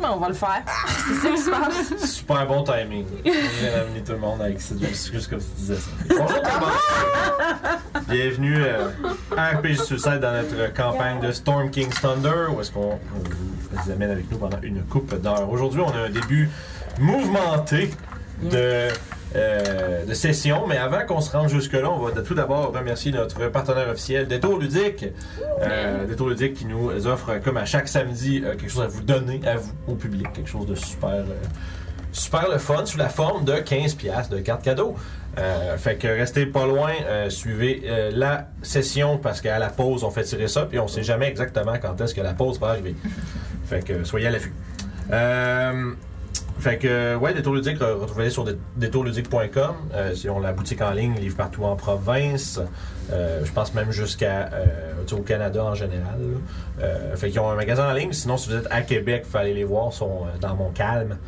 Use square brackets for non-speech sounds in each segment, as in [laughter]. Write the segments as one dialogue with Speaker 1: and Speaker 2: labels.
Speaker 1: mais on va le faire. C'est ça qui se passe.
Speaker 2: Super bon timing. J'ai amené tout le monde avec c'est juste juste comme tu disais ça. Bonjour tout le monde. Bienvenue euh, à RPG Suicide dans notre campagne de Storm King's Thunder où est-ce qu'on on vous amène avec nous pendant une coupe d'heures. Aujourd'hui, on a un début mouvementé de, euh, de session, mais avant qu'on se rende jusque-là, on va tout d'abord remercier notre partenaire officiel Détour Ludique. Euh, Détour Ludique qui nous offre, comme à chaque samedi, euh, quelque chose à vous donner, à vous, au public, quelque chose de super. euh, Super le fun sous la forme de 15 pièces de cartes cadeaux. Euh, fait que restez pas loin, euh, suivez euh, la session parce qu'à la pause on fait tirer ça puis on sait jamais exactement quand est-ce que la pause va arriver. Fait que euh, soyez à l'affût. Euh, fait que, euh, ouais, Détour Ludique, euh, retrouvez-les sur dé- détourludique.com. Euh, si on la boutique en ligne, livre partout en province. Euh, je pense même jusqu'à euh, tu sais, au Canada en général. là. Euh, fait qu'ils ont un magasin en ligne. Sinon, si vous êtes à Québec, vous aller les voir. Ils sont euh, dans Montcalm.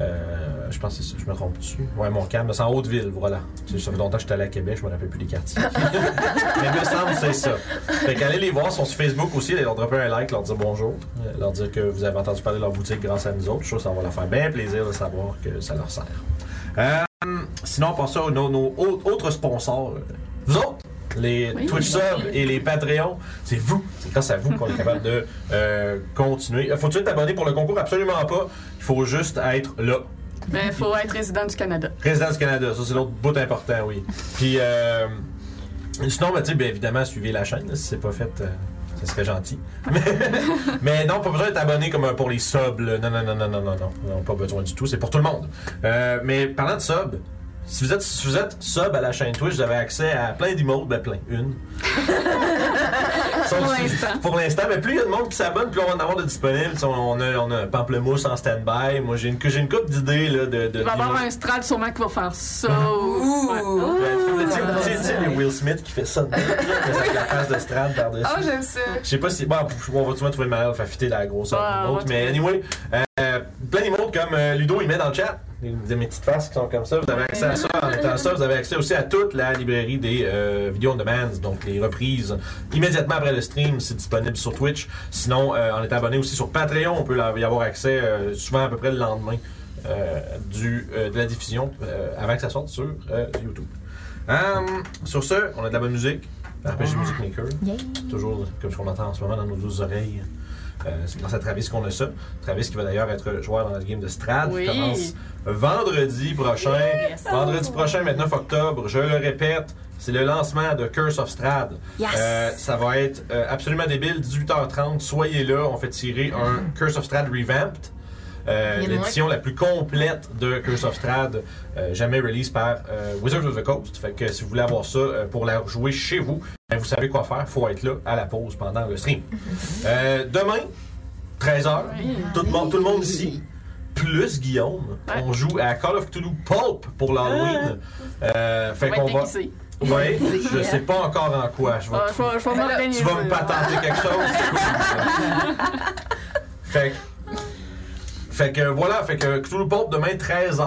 Speaker 2: Euh, je pense que c'est ça. Je me trompe-tu? Ouais, Montcalm. C'est en Haute-Ville, voilà. Tu sais, Ça fait longtemps que j'étais allé à Québec. Je me rappelle plus des quartiers. Mais il me semble que c'est ça. Fait qu'allez les voir, ils sont sur Facebook aussi, allez leur dropper un like, leur dire bonjour, euh, leur dire que vous avez entendu parler de leur boutique grâce à nous autres. Je suis sûr que ça va leur faire bien plaisir de savoir que ça leur sert. Euh, sinon, pour ça, nos, nos au- autres sponsors, euh, vous autres, les
Speaker 3: Oui.
Speaker 2: Twitch subs et les Patreons, c'est vous, c'est grâce à vous qu'on est capable de euh, continuer. Euh, Faut-tu être abonné pour le concours? Absolument pas. Il faut juste être là.
Speaker 3: Mais Ben, faut être résident du Canada.
Speaker 2: Résidence Canada, ça c'est l'autre bout important, oui. Puis euh, sinon, ben, tu sais, bien évidemment, suivez la chaîne. là, si c'est pas fait, euh, ça serait gentil. [laughs] Mais, mais non, pas besoin d'être abonné comme euh, pour les subs. là. Non, non, non, non, non, non, non, non, pas besoin du tout. C'est pour tout le monde. Euh, mais parlant de subs, si vous êtes, si vous êtes sub à la chaîne Twitch, vous avez accès à plein d'emotes, ben plein,
Speaker 3: [laughs]
Speaker 2: une.
Speaker 3: Pour l'instant.
Speaker 2: Pour l'instant, mais plus il y a de monde qui s'abonne, plus on va en avoir de disponibles. Tu sais, On on a, on a un pamplemousse en stand-by. Moi, j'ai une, j'ai une couple d'idées là, de, de
Speaker 3: Il va y avoir
Speaker 2: d'emotes.
Speaker 3: un strad sûrement qui va faire
Speaker 2: Ah.
Speaker 3: ça. ou- Ouais.
Speaker 2: Tu sais, tu sais, tu sais, le Will Smith qui fait ça, dedans, mais avec la face de Strad par-dessus.
Speaker 4: Ah, j'aime ça.
Speaker 2: Je sais pas si. Bon, on va souvent trouver le malheur de faire fitter la grosseur
Speaker 3: Ouais,
Speaker 2: d'une
Speaker 3: on va
Speaker 2: autre, Mais anyway, euh, plein d'emails comme euh, Ludo, il met dans le chat. Des, mes petites faces qui sont comme ça. Vous avez accès à ça. En étant ça, vous avez accès aussi à toute la librairie des euh, vidéos on demand, donc les reprises immédiatement après le stream. C'est disponible sur Twitch. Sinon, euh, en étant abonné aussi sur Patreon, on peut la- y avoir accès euh, souvent à peu près le lendemain euh, du, euh, de la diffusion euh, avant que ça sorte sur euh, YouTube. Hum, sur ce, on a de la bonne musique. RPG Music Maker. Toujours comme ce qu'on entend en ce moment dans nos douces oreilles. Euh, c'est grâce à Travis qu'on a ça. Travis qui va d'ailleurs être joueur dans notre game de Strad.
Speaker 3: Oui.
Speaker 2: qui commence vendredi prochain. Vendredi prochain, 29 octobre. Je le répète, c'est le lancement de Curse of Strad. Euh, ça va être euh, absolument débile. 18h30, soyez là. On fait tirer un Curse of Strad Revamped. Euh,
Speaker 4: Il y a de
Speaker 2: L'édition la plus complète de Curse of Strad, euh, jamais release par euh, Wizards of the Coast. Fait que si vous voulez avoir ça euh, pour la jouer chez vous, ben, vous savez quoi faire. Faut être là à la pause pendant
Speaker 3: [laughs]
Speaker 2: le stream. Euh, demain, 13h, tout, le monde- tout le monde ici, plus Guillaume,
Speaker 3: Ouais.
Speaker 2: on joue à Call of Cthulhu Pulp pour l'Halloween. Euh, fait
Speaker 3: Ah. On va
Speaker 2: qu'on
Speaker 3: être
Speaker 2: va.
Speaker 3: déguisé.
Speaker 2: Ouais,
Speaker 3: [laughs]
Speaker 2: je sais pas encore en quoi. Je vais
Speaker 3: Ah, Je vais- je vais m'organiser.
Speaker 2: tu vas me patenter quelque chose. c'est cool, [laughs] ça. fait que. Fait que voilà, fait que Cthulhu Pop demain 13h.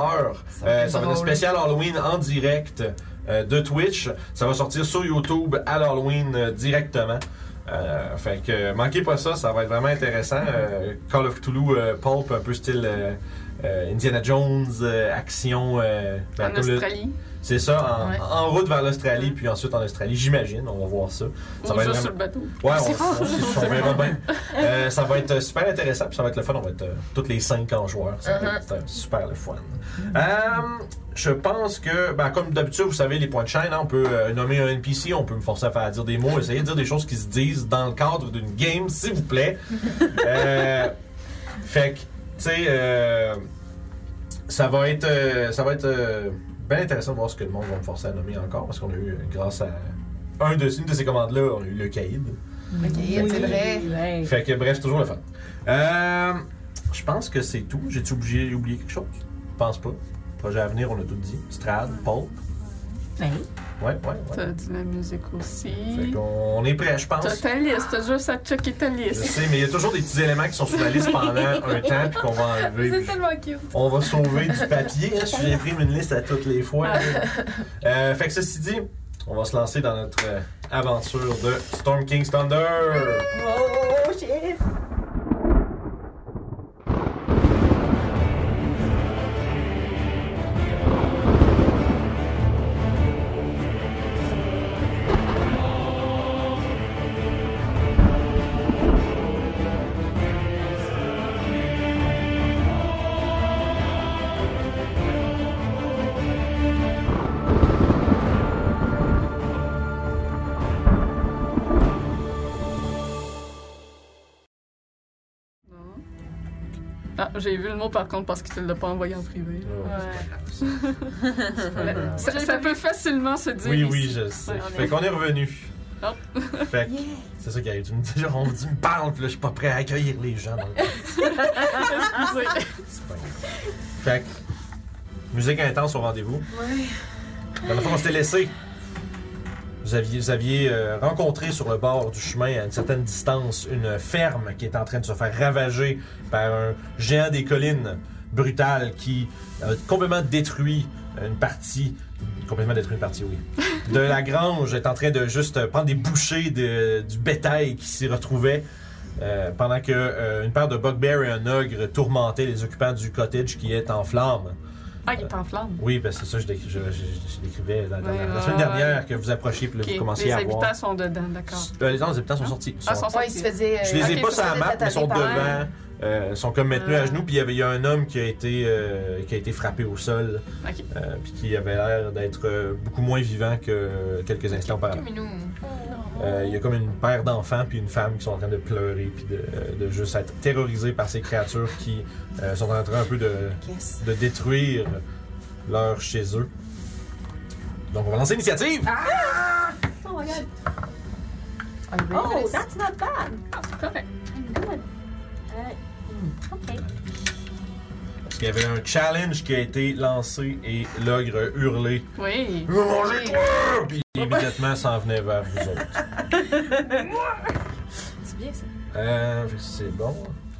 Speaker 2: Euh, ça va être un spécial Halloween en direct euh, de Twitch. Ça va sortir sur YouTube à l'Halloween euh, directement. Euh, fait que euh, manquez pas ça, ça va être vraiment intéressant. Euh, Call of Cthulhu euh, Pulp, un peu style euh, euh, Indiana Jones, euh, action. euh, ben,
Speaker 3: En
Speaker 2: tout le-
Speaker 3: Australie.
Speaker 2: C'est ça, en,
Speaker 3: Ouais.
Speaker 2: en route vers l'Australie, puis ensuite en Australie, j'imagine. On va voir ça.
Speaker 3: Ou
Speaker 2: Ça
Speaker 3: ça
Speaker 2: va être
Speaker 3: sur
Speaker 2: vraiment-
Speaker 3: le bateau.
Speaker 2: Ouais, on, on- on verra bien. Euh, ça va être super intéressant, puis ça va être le fun. On va être euh, toutes les cinq en joueurs. Ça va être euh, super le fun. Euh, je pense que, ben, comme d'habitude, vous savez, les points de chaîne, hein, on peut euh, nommer un NPC, on peut me forcer à faire dire des mots, essayer de dire des choses qui se disent dans le cadre d'une game, s'il vous plaît. Euh, fait que, tu sais, euh, ça va être, euh, ça va être bien intéressant de voir ce que le monde va me forcer à nommer encore, parce qu'on a eu, euh, grâce à un de, une de ces commandes-là, on a eu le caïd.
Speaker 4: Ok, c'est vrai.
Speaker 2: Fait que bref, c'est toujours le fun. Euh, je pense que c'est tout. J'ai-tu oublié, oublié quelque chose? Je pense pas. Projet à venir, on a tout dit. Strad, Pulp. Ouais, ouais, ouais.
Speaker 3: Ben T'as dit la musique
Speaker 2: Fait
Speaker 3: aussi.
Speaker 2: qu'on on est prêt, je
Speaker 3: T'as
Speaker 2: pense.
Speaker 3: ta liste, t'as juste à checker ta
Speaker 2: Je
Speaker 3: liste.
Speaker 2: sais, mais il y a toujours des petits éléments qui sont sur la
Speaker 3: [laughs]
Speaker 2: liste pendant un temps puis qu'on va enlever.
Speaker 4: C'est
Speaker 2: Puis
Speaker 4: tellement cute.
Speaker 2: On va sauver du papier. Hein, si j'imprime une liste à toutes les fois.
Speaker 3: Ah.
Speaker 2: Euh, fait que ceci dit, on va se lancer dans notre euh, aventure de Storm King's Thunder.
Speaker 4: Oh, shit.
Speaker 3: Ah, j'ai vu le mot par contre parce que tu ne l'as pas envoyé en privé.
Speaker 2: Oh, c'est
Speaker 3: [laughs]
Speaker 2: pas grave, ça. C'est pas grave.
Speaker 3: Ça, ça peut facilement se dire.
Speaker 2: Oui,
Speaker 3: ici. [laughs]
Speaker 2: oui, je sais.
Speaker 3: Ouais,
Speaker 5: on
Speaker 2: Fait
Speaker 5: est-
Speaker 2: qu'on est revenu.
Speaker 3: Hop.
Speaker 2: Fait que c'est ça qui arrive. Tu me dis, genre, on me dit, me parle, puis là, je suis pas prêt à accueillir les gens. dans le-
Speaker 3: Excusez.
Speaker 2: C'est pas grave. Fait que, musique intense au rendez-vous.
Speaker 4: Ouais.
Speaker 2: Dans le fond, on s'était laissé. Vous aviez, vous aviez euh, rencontré sur le bord du chemin, à une certaine distance, une ferme qui est en train de se faire ravager par un géant des collines brutal qui a complètement détruit une partie. Complètement détruit une partie, oui. De la grange, est en train de juste prendre des bouchées de- du bétail qui s'y retrouvait. euh, pendant que euh, une paire de bugbears et un ogre tourmentaient les occupants du cottage qui est en flammes.
Speaker 3: Ah, il est en flamme.
Speaker 2: Oui, ben c'est ça, je, décri- je- je- je- je décrivais la, la- la- la
Speaker 3: Ouais,
Speaker 2: semaine
Speaker 3: ouais,
Speaker 2: dernière que vous approchiez puis là,
Speaker 3: Ok,
Speaker 2: vous commencez
Speaker 3: Les
Speaker 2: à
Speaker 3: habitants
Speaker 2: voir.
Speaker 3: sont dedans, d'accord.
Speaker 2: Euh, les, non, les habitants sont
Speaker 3: Hein?
Speaker 2: sortis. Ils
Speaker 3: Ah,
Speaker 2: sont-
Speaker 3: sont
Speaker 4: Ouais, il se faisait.
Speaker 2: je les ai
Speaker 3: ok,
Speaker 2: pas
Speaker 3: ils se
Speaker 2: sur la map, mais ils sont
Speaker 4: attaquer par un.
Speaker 2: devant. euh, Ils sont comme maintenus à
Speaker 3: Ah.
Speaker 2: genoux, puis il y avait- il y a un homme qui a été, euh, qui a été frappé au sol,
Speaker 3: Ok.
Speaker 2: euh, puis qui avait l'air d'être euh, beaucoup moins vivant que quelques instants auparavant.
Speaker 4: Comme nous.
Speaker 2: Euh, Il y a comme une paire d'enfants puis une femme qui sont en train de pleurer puis de, de juste être terrorisés par ces créatures qui euh, sont en train un peu de,
Speaker 4: Yes.
Speaker 2: de détruire leur chez eux. Donc on va lancer l'initiative.
Speaker 5: Ah. Oh my god.
Speaker 4: Ah, oui.
Speaker 5: Oh, that's not bad.
Speaker 3: C'est correct.
Speaker 5: I'm good. Alright. Okay.
Speaker 2: Parce qu'il y avait un challenge qui a été lancé et l'ogre a hurlé
Speaker 3: Oui.
Speaker 2: Je vais manger toi Puis immédiatement s'en venait vers vous autres.
Speaker 5: C'est bien ça.
Speaker 2: Euh, fait que c'est bon.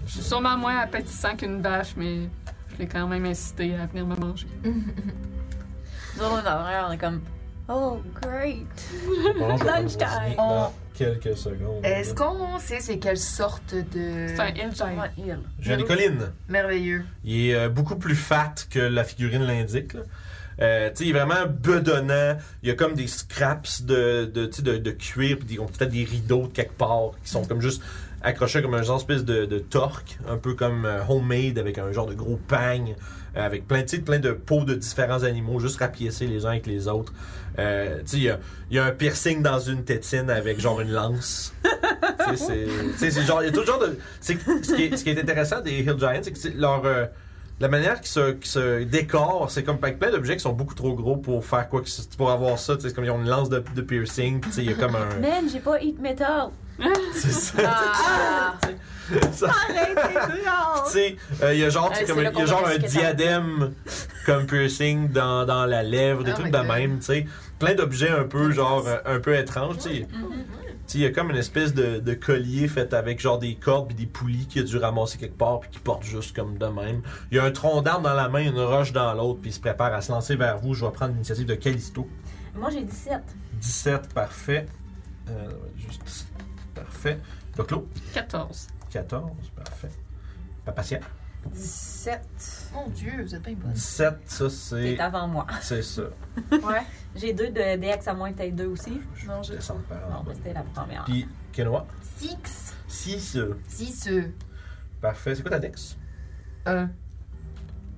Speaker 3: Je suis sûrement moins appétissant qu'une vache, mais je l'ai quand même incité à venir me manger.
Speaker 5: Nous autres, on est en arrière, on est comme. Oh, great.
Speaker 2: Bon, je vais
Speaker 5: Lunchtime.
Speaker 2: vous dans quelques secondes.
Speaker 4: Est-ce qu'on sait c'est quelle sorte de.
Speaker 3: C'est un hill giant.
Speaker 5: Ouais, il.
Speaker 2: J'ai des collines.
Speaker 4: Merveilleux.
Speaker 2: Il est euh, beaucoup plus fat que la figurine l'indique. là. Euh, tu sais, il est vraiment bedonnant. Il y a comme des scraps de, de, tu sais, de, de cuir, puis des- on- peut-être des rideaux de quelque part qui sont comme juste accrochés comme un genre espèce de, de torque, un peu comme euh, homemade avec un genre de gros pagne, euh, avec plein, tu sais, plein de peaux de différents animaux, juste rapiécés les uns avec les autres. Euh, tu sais, il y a, il y a un piercing dans une tétine avec genre une lance. Tu sais, c'est- tu sais, c'est genre, il y a tout genre de. c'est- ce, qui est, ce qui est intéressant des Hill Giants, c'est que c'est leur. euh, la manière qu'ils se, qu'ils se décorent, c'est comme avec plein d'objets qui sont beaucoup trop gros pour faire quoi que ce pour avoir ça. tu sais, C'est comme ils ont une lance de, de piercing, puis tu sais, il y a comme un.
Speaker 5: Man, j'ai pas hit metal.
Speaker 2: C'est ça.
Speaker 3: Ah!
Speaker 2: ça. [laughs]
Speaker 5: Arrête, c'est
Speaker 2: Tu sais, euh, il y a genre, tu sais, comme, il
Speaker 5: Ouais, c'est là
Speaker 2: y a
Speaker 5: qu'on
Speaker 2: genre
Speaker 5: voit
Speaker 2: un
Speaker 5: ce que t'as. [laughs]
Speaker 2: diadème comme piercing dans, dans la lèvre, des
Speaker 4: Oh
Speaker 2: trucs
Speaker 4: my
Speaker 2: de
Speaker 4: God.
Speaker 2: même, tu sais. Plein d'objets un peu, genre, euh, un peu étranges, tu sais.
Speaker 4: Mm-hmm.
Speaker 2: Tu sais, Il y a comme une espèce de, de collier fait avec genre des cordes puis des poulies qu'il a dû ramasser quelque part puis qui porte juste comme de même. Il y a un tronc d'arbre dans la main, une roche dans l'autre puis il se prépare à se lancer vers vous. Je vais prendre l'initiative de Calisto.
Speaker 5: Moi, j'ai 17.
Speaker 2: 17, parfait. Euh, juste parfait. Doclo,
Speaker 3: 14.
Speaker 2: 14, parfait. Papatia,
Speaker 4: 17. Mon Dieu, vous êtes bien bonne.
Speaker 2: 17, ça c'est...
Speaker 5: T'es avant moi.
Speaker 2: C'est ça.
Speaker 4: Ouais.
Speaker 5: J'ai deux de DX à moins que t'aies deux aussi.
Speaker 2: Je
Speaker 4: Non,
Speaker 2: vais
Speaker 4: j'ai-
Speaker 2: descendre par en
Speaker 5: Non,
Speaker 2: bas.
Speaker 5: mais c'était la première.
Speaker 2: Puis Kenoa,
Speaker 4: 6.
Speaker 2: 6,
Speaker 4: 6.
Speaker 2: parfait. C'est quoi ta dex?
Speaker 4: 1.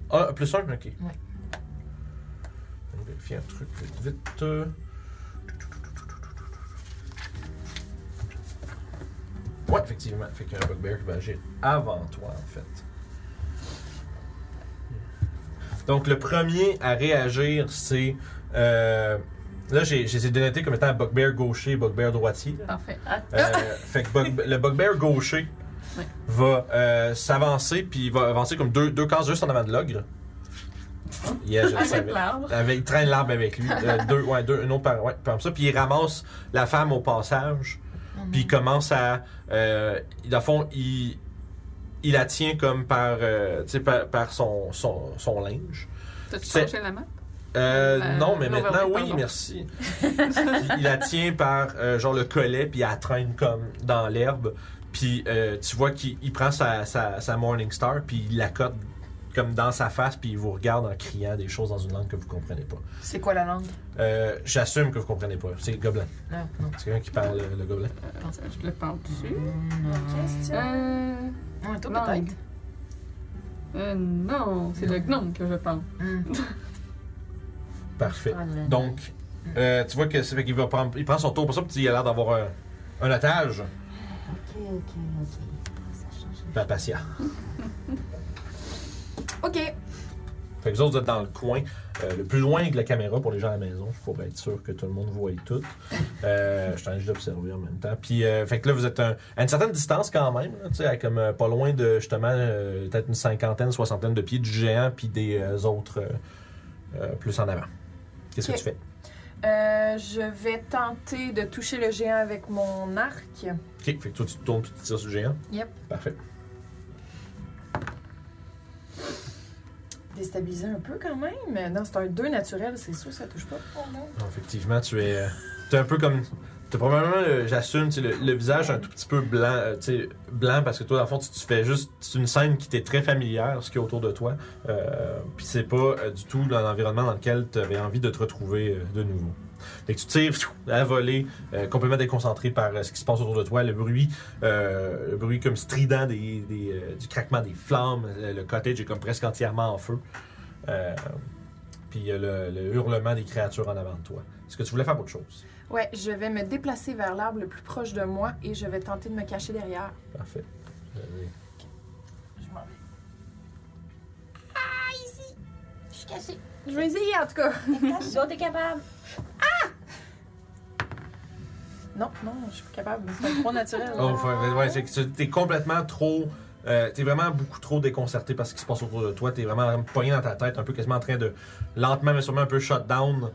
Speaker 2: Ah, plus 1, ok.
Speaker 4: Ouais.
Speaker 2: Je vais vérifier un truc vite, vite. Euh, Ouais, effectivement. Fait qu'il y a un bugbear qui va agir avant toi, en fait. Donc, le premier à réagir, c'est. euh, Là, j'ai j'ai essayé de noter comme étant bugbear gaucher et bugbear droitier. là.
Speaker 3: Parfait.
Speaker 5: Ah,
Speaker 2: Euh, fait que Bug- le bugbear gaucher
Speaker 3: Ouais.
Speaker 2: va euh, s'avancer, puis il va avancer comme deux, deux cases juste en avant de l'ogre. Yeah, je le savais.
Speaker 5: Avec l'arbre.
Speaker 2: Avec- il traîne l'arbre avec lui. Euh, deux, ouais, deux, une autre par, ouais, comme ça. Puis il ramasse la femme au passage. Puis il commence à. Euh, dans le fond, il, il la tient comme par, euh, tu sais, par, par son, son, son linge.
Speaker 3: T'as-tu
Speaker 2: C'est-
Speaker 3: changé la map?
Speaker 2: Euh,
Speaker 3: Euh,
Speaker 2: non, mais
Speaker 3: l'overlay,
Speaker 2: maintenant, oui,
Speaker 3: pardon.
Speaker 2: merci. il, il la tient par euh, genre le collet, puis il la traîne comme dans l'herbe. Puis euh, tu vois qu'il il prend sa, sa, sa Morning Star, puis il la cote comme dans sa face, puis il vous regarde en criant des choses dans une langue que vous comprenez pas.
Speaker 4: C'est quoi la langue?
Speaker 2: Euh, J'assume que vous comprenez pas. C'est le gobelin.
Speaker 4: Non, non.
Speaker 2: C'est quelqu'un qui parle euh, le gobelin.
Speaker 3: Attends, je le parle dessus.
Speaker 5: Mmh.
Speaker 4: Question.
Speaker 3: Euh,
Speaker 4: Ouais, toi
Speaker 3: non.
Speaker 4: peut-être.
Speaker 3: euh, non, c'est le gnome que je parle.
Speaker 4: Hum.
Speaker 2: Parfait. Donc, euh, tu vois que c'est fait qu'il va prendre, il prend son tour pour ça, puis il a l'air d'avoir un, un otage.
Speaker 5: Ok, ok, ok. Ça change.
Speaker 2: Papatia.
Speaker 1: Ok.
Speaker 2: Fait que vous autres, vous êtes dans le coin, euh, le plus loin avec la caméra pour les gens à la maison, pour être sûr que tout le monde voit tout. Euh, je suis juste d'observer en même temps. Puis, euh, fait que là, vous êtes un- à une certaine distance quand même, là, tu sais, à comme euh, pas loin de justement, euh, peut-être une cinquantaine, soixantaine de pieds du géant, puis des euh, autres euh, euh, plus en avant. Qu'est-ce
Speaker 4: Ok.
Speaker 2: que tu fais?
Speaker 4: Euh, je vais tenter de toucher le géant avec mon arc.
Speaker 2: Ok, fait que toi, tu te tournes puis tu tires sur le géant.
Speaker 4: Yep.
Speaker 2: Parfait.
Speaker 4: Déstabiliser un peu quand même. Non, c'est un 2 naturel, c'est sûr, ça touche pas. Oh non.
Speaker 2: Non, effectivement, tu es. euh, T'es un peu comme. T'as probablement, euh, j'assume, tu sais, le, le visage un tout petit peu blanc, euh, tu sais, blanc parce que toi, dans le fond, tu, tu fais juste. C'est une scène qui t'est très familière, ce qui est autour de toi. Euh, Puis c'est pas euh, du tout dans l'environnement dans lequel tu avais envie de te retrouver euh, de nouveau. Fait que tu tires pfiou, à voler, euh, complètement déconcentré par euh, ce qui se passe autour de toi, le bruit, euh, le bruit comme strident des, des, euh, du craquement des flammes. euh, Le, le cottage est comme presque entièrement en feu. Euh, Puis il y a le- le hurlement des créatures en avant de toi. Est-ce que tu voulais faire autre chose?
Speaker 4: Ouais, je vais me déplacer vers l'arbre le plus proche de moi et je vais tenter de me cacher derrière.
Speaker 2: Parfait. Allez.
Speaker 4: Je m'en vais.
Speaker 5: Je suis cachée.
Speaker 4: Je vais essayer en tout cas.
Speaker 5: Bon, t'es capable.
Speaker 4: Non, non, je suis pas capable. C'est un 3 naturel.
Speaker 2: Oh, faut- ouais, c'est que tu- t'es complètement trop. euh, t'es vraiment beaucoup trop déconcerté par ce qui se passe autour de toi. T'es vraiment poigné dans ta tête, un peu quasiment en train de. lentement, mais sûrement un peu shut down.
Speaker 4: Ouais.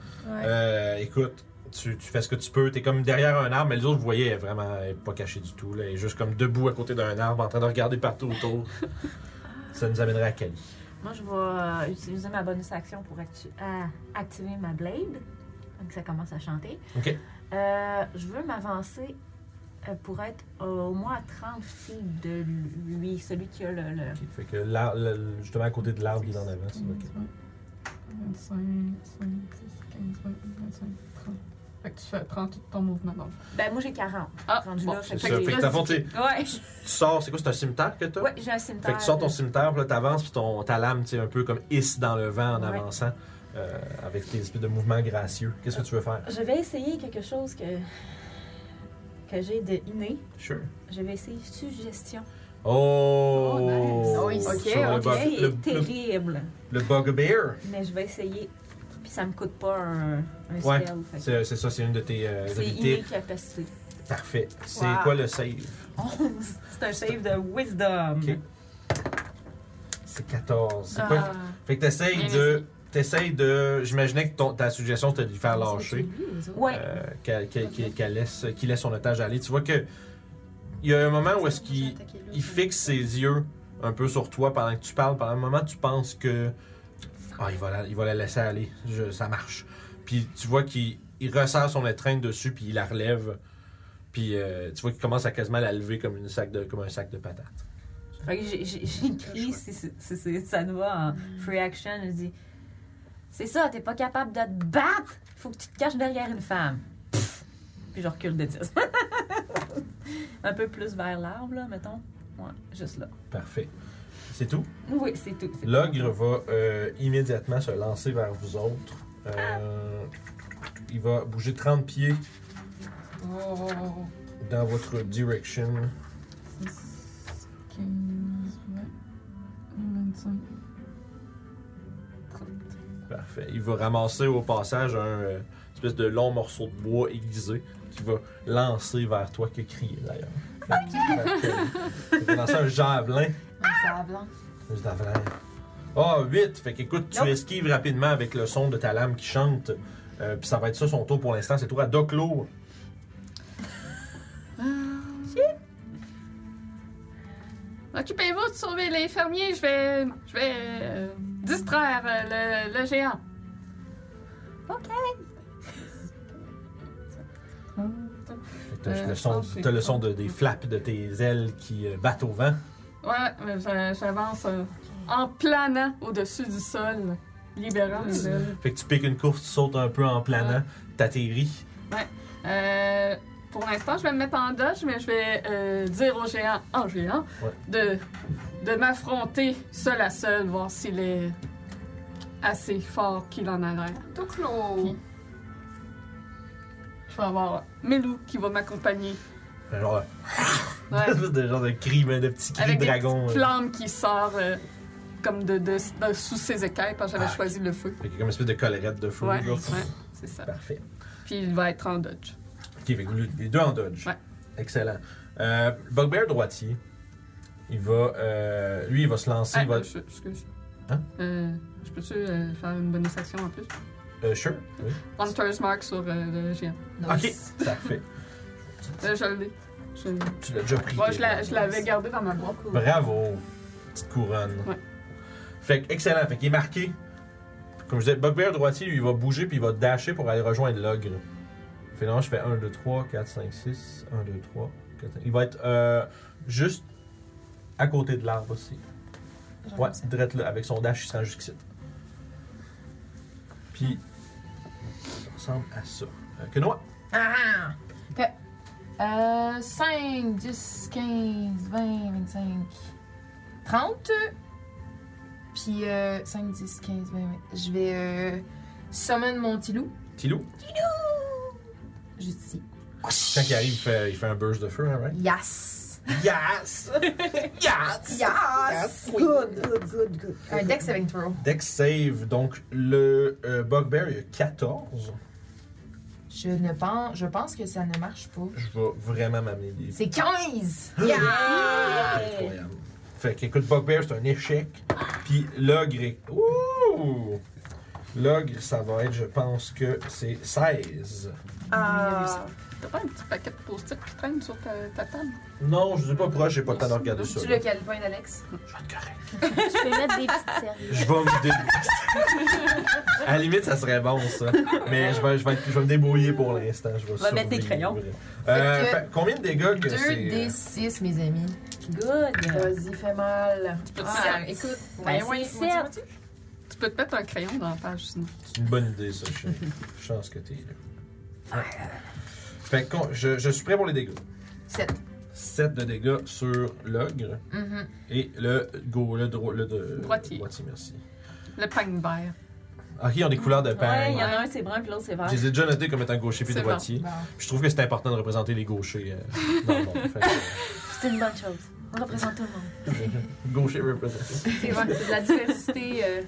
Speaker 2: Euh, écoute, tu, tu fais ce que tu peux. T'es comme derrière un arbre, mais les autres, vous voyez, elle est vraiment elle est pas cachée du tout. Là. Elle est juste comme debout à côté d'un arbre, en train de regarder partout autour. Ça nous amènerait à Cali.
Speaker 5: Moi, je vais euh, utiliser ma bonus action pour actu- à- activer ma blade. Donc, ça commence à chanter.
Speaker 2: Ok.
Speaker 5: Euh, je veux m'avancer euh, pour être au moins à 30 feet de lui, celui qui a le. le-
Speaker 2: Ok, Fait que l'ar- le- justement à côté de l'arbre, Ah, il est en avant. c'est ok.
Speaker 1: 25, 5, 10, 15, 20, 25, 30. Fait que tu fais, prends tout ton mouvement dans le fond.
Speaker 5: Ben, moi, j'ai 40.
Speaker 3: Ah,
Speaker 5: rendu
Speaker 3: bon,
Speaker 5: là,
Speaker 2: C'est
Speaker 5: fait
Speaker 2: ça.
Speaker 5: que
Speaker 2: Fait que
Speaker 5: j'ai-
Speaker 2: t'as fond, t'es-
Speaker 5: Ouais,
Speaker 2: tu sors, c'est quoi, c'est un cimetière que t'as?
Speaker 5: ouais j'ai un cimetière.
Speaker 2: Fait que tu sors ton
Speaker 5: là.
Speaker 2: cimetière, puis là, t'avances, puis ton, ta lame, tu sais, un peu comme hisse dans le vent en
Speaker 5: Ouais.
Speaker 2: avançant, euh, avec tes espèces de mouvements gracieux. Qu'est-ce que tu veux faire?
Speaker 5: Je vais essayer quelque chose que, que j'ai de inné.
Speaker 2: Sure.
Speaker 5: Je vais essayer suggestion.
Speaker 2: Oh!
Speaker 3: Oh,
Speaker 4: nice.
Speaker 2: Sur
Speaker 4: Ok,
Speaker 2: le
Speaker 4: ok.
Speaker 2: bug-
Speaker 5: C'est
Speaker 2: le, le-
Speaker 5: terrible.
Speaker 2: le bugbear.
Speaker 5: Mais je vais essayer. Puis ça me coûte pas un, un
Speaker 2: Ouais,
Speaker 5: spell. fait que
Speaker 2: C'est c'est ça, c'est une de tes euh,
Speaker 5: C'est inné
Speaker 2: habilités.
Speaker 5: capacité.
Speaker 2: Parfait. C'est
Speaker 4: Wow.
Speaker 2: quoi le save?
Speaker 5: 11. [laughs] C'est un save de wisdom.
Speaker 2: Ok. C'est 14. C'est
Speaker 3: Ah,
Speaker 2: quoi? Fait que t'essayes
Speaker 3: bien
Speaker 2: de...
Speaker 3: essayé.
Speaker 2: T'essayes de... J'imaginais que ton- ta suggestion, c'était de lui faire lâcher.
Speaker 5: Ouais.
Speaker 2: euh, qu'elle qu'elle- qu'elle- qu'elle laisse, qu'il laisse son otage aller. Tu vois que il y a un moment où est-ce qu'il il fixe ses yeux un peu sur toi pendant que tu parles. Pendant un moment, tu penses que ah, il, va la, il va la laisser aller, Je- ça marche. Puis tu vois qu'il il resserre son étreinte dessus, puis il la relève. Puis euh, tu vois qu'il commence à quasiment la lever comme, une sac de, comme un sac de patates.
Speaker 5: Fait que j'ai- j'ai j'ai écrit, si, si, si- si ça nous va en
Speaker 6: Mm.
Speaker 5: free action, je dis C'est ça, t'es pas capable de te battre, faut que tu te caches derrière une femme. Pff. Puis je recule de 10. [laughs] Un peu plus vers l'arbre, là, mettons. Ouais, juste là.
Speaker 2: Parfait. C'est tout.
Speaker 5: Oui, c'est tout. c'est tout.
Speaker 2: L'ogre va euh, immédiatement se lancer vers vous autres. Euh, il va bouger 30 pieds
Speaker 3: Oh.
Speaker 2: dans votre direction.
Speaker 1: 6, 15, 20, 25.
Speaker 2: Parfait. Il va ramasser au passage un euh, espèce de long morceau de bois aiguisé qui va lancer vers toi qui crier d'ailleurs. Fait que- euh,
Speaker 3: [laughs]
Speaker 2: Il va lancer un javelin.
Speaker 4: Ça blanc.
Speaker 2: Un javelin. Ah, 8! Fait qu'écoute, tu
Speaker 5: Nope.
Speaker 2: esquives rapidement avec le son de ta lame qui chante. Euh, Puis ça va être ça son tour pour l'instant. C'est toi à Doclo.
Speaker 3: Occupez-vous de sauver les fermiers, je vais, je vais euh, distraire euh, le, le géant.
Speaker 5: Ok.
Speaker 2: T'as
Speaker 3: Euh,
Speaker 2: le
Speaker 3: je
Speaker 2: son,
Speaker 3: pense que c'est
Speaker 2: t'as le
Speaker 3: ça.
Speaker 2: son de- des flaps de tes ailes qui euh, battent au vent.
Speaker 3: Ouais, mais j'a- j'avance euh, en planant au-dessus du sol, libérant mes ailes.
Speaker 2: Fait que tu piques une course, tu sautes un peu en planant, t'atterris.
Speaker 3: Euh, pour l'instant, je vais me mettre en dodge, mais je vais euh, dire au géant, en géant,
Speaker 2: Ouais.
Speaker 3: de, de m'affronter seul à seul, voir s'il est assez fort qu'il en a l'air.
Speaker 1: Tout clos.
Speaker 3: Je vais avoir Melou qui va
Speaker 2: [laughs]
Speaker 3: m'accompagner.
Speaker 2: Genre,
Speaker 3: Ouais.
Speaker 2: espèce de genre de cri, mais de petit cri
Speaker 3: Avec
Speaker 2: de dragon.
Speaker 3: des
Speaker 2: euh.
Speaker 3: petites flammes qui sortent euh, comme de, de- de- sous ses écailles parce que j'avais
Speaker 2: Ah,
Speaker 3: choisi le feu.
Speaker 2: Fait que comme une espèce de collerette de feu.
Speaker 3: Ouais,
Speaker 2: là.
Speaker 3: ouais, c'est ça.
Speaker 2: Parfait.
Speaker 3: Puis il va être en dodge.
Speaker 2: Ok, fait que les deux en dodge.
Speaker 3: Ouais.
Speaker 2: Excellent. Euh, Bugbear droitier, il va. euh, lui, il va se lancer.
Speaker 3: Ah,
Speaker 2: il va-
Speaker 3: euh, je- excuse.
Speaker 2: Hein?
Speaker 3: Euh, je peux-tu euh, faire une bonus action en plus?
Speaker 2: Euh, sure. Oui.
Speaker 3: Hunter's Mark sur euh, le géant.
Speaker 2: Ok, parfait.
Speaker 3: Euh, je l'ai. Je,
Speaker 2: Tu l'as déjà pris.
Speaker 3: Ouais, je la- je l'avais gardé dans ma boîte.
Speaker 2: Bravo. Petite couronne.
Speaker 3: Ouais.
Speaker 2: Fait que, excellent. Fait qu'il est marqué. Comme je disais, Bugbear droitier, lui, il va bouger puis il va dasher pour aller rejoindre l'ogre. Finalement, je fais 1, 2, 3, 4, 5, 6. 1, 2, 3, 4, 5. Il va être euh, juste à côté de l'arbre aussi. Ouais, direct là, avec son dash, il sera jusqu'ici. Puis, ça ressemble à ça. Euh, que non,
Speaker 6: Euh, 5, 10, 15, 20, 25, 30. Puis euh, 5, 10, 15, 20, 20. Je vais euh, summon mon petit loup.
Speaker 2: Tilou,
Speaker 6: Juste ici.
Speaker 2: quand il arrive, il fait, il fait un burst de feu, hein,
Speaker 4: [laughs]
Speaker 2: right?
Speaker 6: Yes!
Speaker 2: Yes! yes!
Speaker 6: Yes! Good, good, good, good. Un deck saving throw.
Speaker 2: Dex save, donc le euh, Bugbear, il a 14.
Speaker 6: Je, ne pense, je pense que ça ne marche pas.
Speaker 2: Je vais vraiment m'amener des...
Speaker 6: C'est 15!
Speaker 2: Incroyable. Fait que, écoute, Bugbear, c'est un échec. Puis l'ogre est... Ouh! L'ogre, ça va être, je pense que c'est 16.
Speaker 4: Ah,
Speaker 3: T'as pas un petit paquet de post-it qui traîne sur ta, ta table?
Speaker 2: Non, je ne suis pas proche, j'ai pas le temps de regarder ça.
Speaker 6: Tu
Speaker 2: là.
Speaker 6: le calepin d'Alex?
Speaker 2: Je vais être correct.
Speaker 7: [laughs] Je peux mettre des petites serviettes.
Speaker 2: Je vais me dé... À la limite, ça serait bon, ça. Mais je vais, je vais, je vais me débrouiller pour l'instant. Je vais
Speaker 5: Va mettre tes
Speaker 2: survivre.
Speaker 5: crayons.
Speaker 2: Euh,
Speaker 6: Fait que-
Speaker 2: fait- combien de dégâts
Speaker 6: 2
Speaker 2: que c'est?
Speaker 6: d
Speaker 2: euh,
Speaker 6: 6, mes amis. Ben
Speaker 5: Good.
Speaker 4: vas-y, fais mal.
Speaker 6: Ah, écoute,
Speaker 5: Ben,
Speaker 6: ouais, ouais,
Speaker 5: c'est sept.
Speaker 6: moitié, moitié.
Speaker 3: Tu peux te mettre un crayon dans la page sinon.
Speaker 2: C'est une bonne idée, ça. chérie. Chance que t'es là. Ouais. Fait que con- je, je suis prêt pour les dégâts.
Speaker 6: Sept.
Speaker 2: 7 de dégâts sur l'ogre
Speaker 6: Mhm.
Speaker 2: et le go, le, dro- le de-
Speaker 3: Droitier.
Speaker 2: droitier, merci. Ah,
Speaker 3: Le pagne vert.
Speaker 2: Ok, ils ont des couleurs de
Speaker 5: Ouais,
Speaker 2: pain.
Speaker 5: il y en a un, c'est brun, puis l'autre, c'est vert.
Speaker 2: Je les ai déjà notés comme étant gaucher puis
Speaker 3: C'est bon.
Speaker 2: droitier.
Speaker 6: Bon.
Speaker 2: Je trouve que c'est important de représenter les
Speaker 6: [laughs]
Speaker 2: gauchers euh, dans le monde. Fait que-
Speaker 5: C'est une bonne chose. On représente tout le monde.
Speaker 2: Gaucher représentatif.
Speaker 4: C'est vrai, c'est de la diversité euh,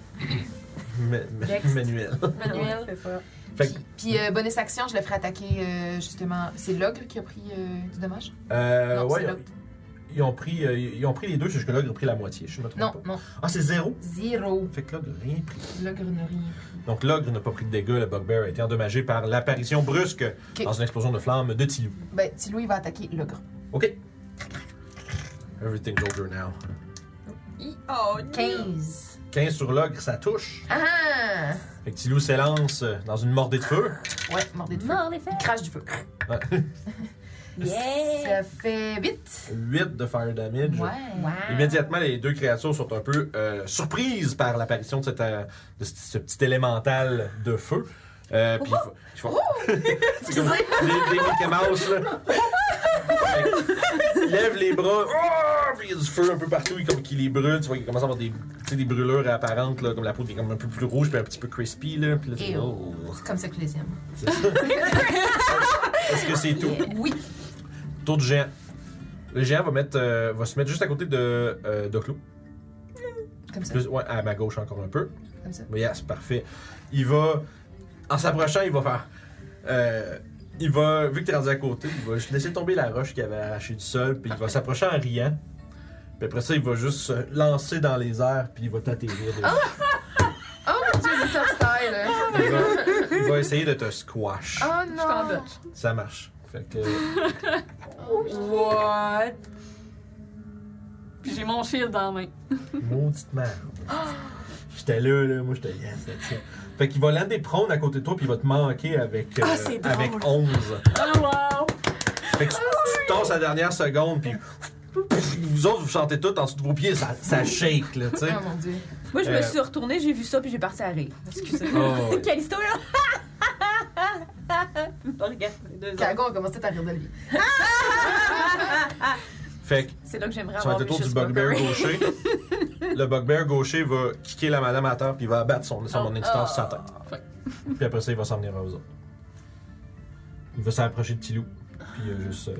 Speaker 2: Ma- ma-
Speaker 4: Next.
Speaker 2: Manuel.
Speaker 6: [laughs]
Speaker 4: manuelle.
Speaker 5: C'est ça.
Speaker 2: Fait que,
Speaker 6: Puis, puis, euh, bonus action, je le ferai attaquer euh, justement. C'est l'ogre qui a pris euh, du dommage?
Speaker 2: euh,
Speaker 6: Non,
Speaker 2: ouais,
Speaker 6: c'est
Speaker 2: ils ont,
Speaker 6: l'autre.
Speaker 2: ils ont pris, euh, ils ont pris les deux, c'est juste que l'ogre a pris la moitié, je me trompe
Speaker 6: Non,
Speaker 2: pas.
Speaker 6: non.
Speaker 2: Ah, c'est zéro?
Speaker 6: Zéro.
Speaker 2: Fait que l'ogre n'a rien pris.
Speaker 6: L'ogre n'a rien.
Speaker 2: Donc l'ogre n'a pas pris de dégâts, le bugbear a été endommagé par l'apparition brusque dans une explosion de flammes de Tilou.
Speaker 6: Ben, Tilou, il va attaquer l'ogre.
Speaker 2: OK. Everything's over now.
Speaker 4: Oh,
Speaker 6: 15.
Speaker 2: 15 sur l'ogre, ça touche.
Speaker 6: Ah ah!
Speaker 2: Fait que Tilou s'élance euh, dans une mordée de feu.
Speaker 6: Ouais, mordé de feu.
Speaker 5: Mort les
Speaker 6: Il
Speaker 5: fesses.
Speaker 6: crache du feu.
Speaker 2: Ouais.
Speaker 6: Ça
Speaker 5: Yeah!
Speaker 6: fait 8.
Speaker 2: 8 de fire damage.
Speaker 6: Ouais.
Speaker 2: Immédiatement, les deux créatures sont un peu euh, surprises par l'apparition de, cette, euh, de ce, ce petit élémental de feu. Euh, puis ils [laughs] font- ils font- C'est comme les, les Mickey Mouse, là. Ils lèvent les bras, oh, puis il y a du feu un peu partout, ils- comme qui les brûle. Tu vois qu'ils commencent à avoir des, tu sais, des brûlures apparentes, là, comme la peau qui est comme un peu plus rouge, puis un petit peu crispy. Là, puis là, tu-
Speaker 6: Ew.
Speaker 2: oh.
Speaker 6: C'est comme ça que je les aime.
Speaker 2: C'est ça. Est-ce que c'est
Speaker 8: [laughs]
Speaker 2: tout?
Speaker 6: Oui.
Speaker 2: Tour du géant. Le géant va, mettre, euh, va se mettre juste à côté de euh, Doclo.
Speaker 6: Comme ça.
Speaker 2: Plus- ouais, à ma gauche encore un peu.
Speaker 6: Comme ça.
Speaker 2: Mais yes, parfait. Il va. En s'approchant, il va faire. euh, il va. Vu que t'es rendu à côté, il va juste laisser tomber la roche qu'il avait arrachée du sol, puis il va s'approcher en riant. Puis après ça, il va juste se lancer dans les airs, puis il va t'atterrir. dessus.
Speaker 6: Ah! Oh mon dieu, le top style.
Speaker 2: Il, va, il va essayer de te squash.
Speaker 6: Oh
Speaker 3: Je suis en
Speaker 6: non.
Speaker 3: dodge.
Speaker 2: Ça marche. Fait que.
Speaker 4: What?
Speaker 3: Puis j'ai mon shield dans la main.
Speaker 2: Maudite merde.
Speaker 6: Ah!
Speaker 2: J'étais là, là, moi j'étais yes, that's it. Fait qu'il va lander prône à côté de toi, puis il va te manquer avec,
Speaker 6: Ah,
Speaker 2: euh, avec
Speaker 3: Oh
Speaker 2: 11.
Speaker 3: wow!
Speaker 2: Fait que tu, tu tasses la dernière seconde, puis vous autres, vous chantez tout en dessous de vos pieds, ça, ça shake, là, tu sais.
Speaker 6: Oh
Speaker 5: Ah,
Speaker 6: mon dieu.
Speaker 5: Moi, je
Speaker 2: Euh.
Speaker 5: me suis retournée, j'ai vu ça, puis j'ai parti à rire. Excusez-moi.
Speaker 2: Oh,
Speaker 5: [laughs]
Speaker 2: ouais.
Speaker 5: Calisto, là! [laughs] Regarde, les deux autres.
Speaker 6: Cagon a commencé à rire de lui.
Speaker 2: Fait que
Speaker 5: C'est là que j'aimerais
Speaker 2: ça va
Speaker 5: avoir
Speaker 2: être le tour
Speaker 5: vu
Speaker 2: du
Speaker 5: juste
Speaker 2: bugbear
Speaker 5: Buckaroo.
Speaker 2: gaucher. Le bugbear gaucher va kicker la madame à terre, puis il va abattre son, son
Speaker 5: Oh.
Speaker 2: existence sur sa
Speaker 5: Ah.
Speaker 3: Fuck.
Speaker 2: tête. Puis après ça, il va s'en venir à vous autres. Il va s'approcher de Tilou, puis euh, juste euh,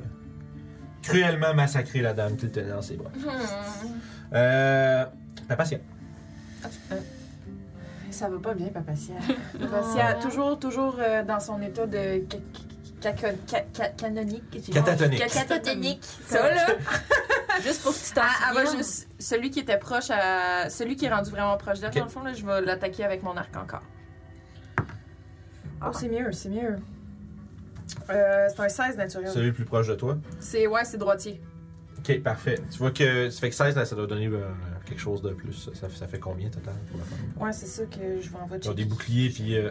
Speaker 2: cruellement massacrer la dame qu'il tenait dans ses bras. Euh, Papa Sia.
Speaker 4: Ça va pas bien, Papatia. Papatia, toujours, toujours euh, dans son état de ca- ca- ca- ca- ca- canonique. tu vois.
Speaker 2: Catatonique.
Speaker 4: Ca- Catatonique. Ça, [laughs] là.
Speaker 5: Juste pour que tu t'en
Speaker 4: Ah, elle va
Speaker 5: souviennes.
Speaker 4: juste- Celui qui était proche à. Celui qui est rendu vraiment proche d'elle,
Speaker 2: Ok.
Speaker 4: dans le fond, là, je vais l'attaquer avec mon arc encore. Oh, c'est mieux, c'est mieux. Euh, c'est un 16 naturel.
Speaker 2: Celui le plus proche de toi.
Speaker 4: C'est. Ouais, c'est droitier.
Speaker 2: Ok, parfait. Tu vois que ça fait que 16, là, ça doit donner euh, quelque chose de plus. Ça, ça fait combien total pour la femme?
Speaker 4: Ouais, c'est ça que je vais en
Speaker 2: Ils ont
Speaker 4: voter.
Speaker 2: des boucliers, puis. euh,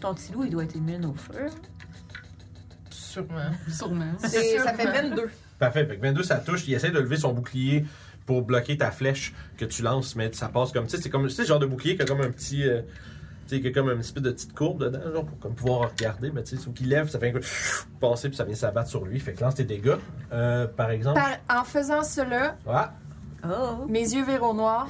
Speaker 5: Ton petit loup, il doit être immune au feu.
Speaker 4: Sûrement.
Speaker 8: Sûrement.
Speaker 4: C'est- Ça fait 22.
Speaker 2: Parfait. Fait que 22, ça touche. Il essaie de lever son bouclier pour bloquer ta flèche que tu lances, mais ça passe comme. Tu sais, c'est comme. Tu sais, le genre de bouclier qui a comme un petit. euh, tu sais, qui a comme une espèce de petite courbe dedans, genre, pour comme pouvoir regarder. Mais tu sais, il lève, ça fait un coup. Passer, puis ça vient s'abattre sur lui. Fait que lance tes dégâts, euh, par exemple.
Speaker 4: Par- en faisant cela,
Speaker 2: Ah!
Speaker 5: Oh!
Speaker 4: mes yeux verront noir.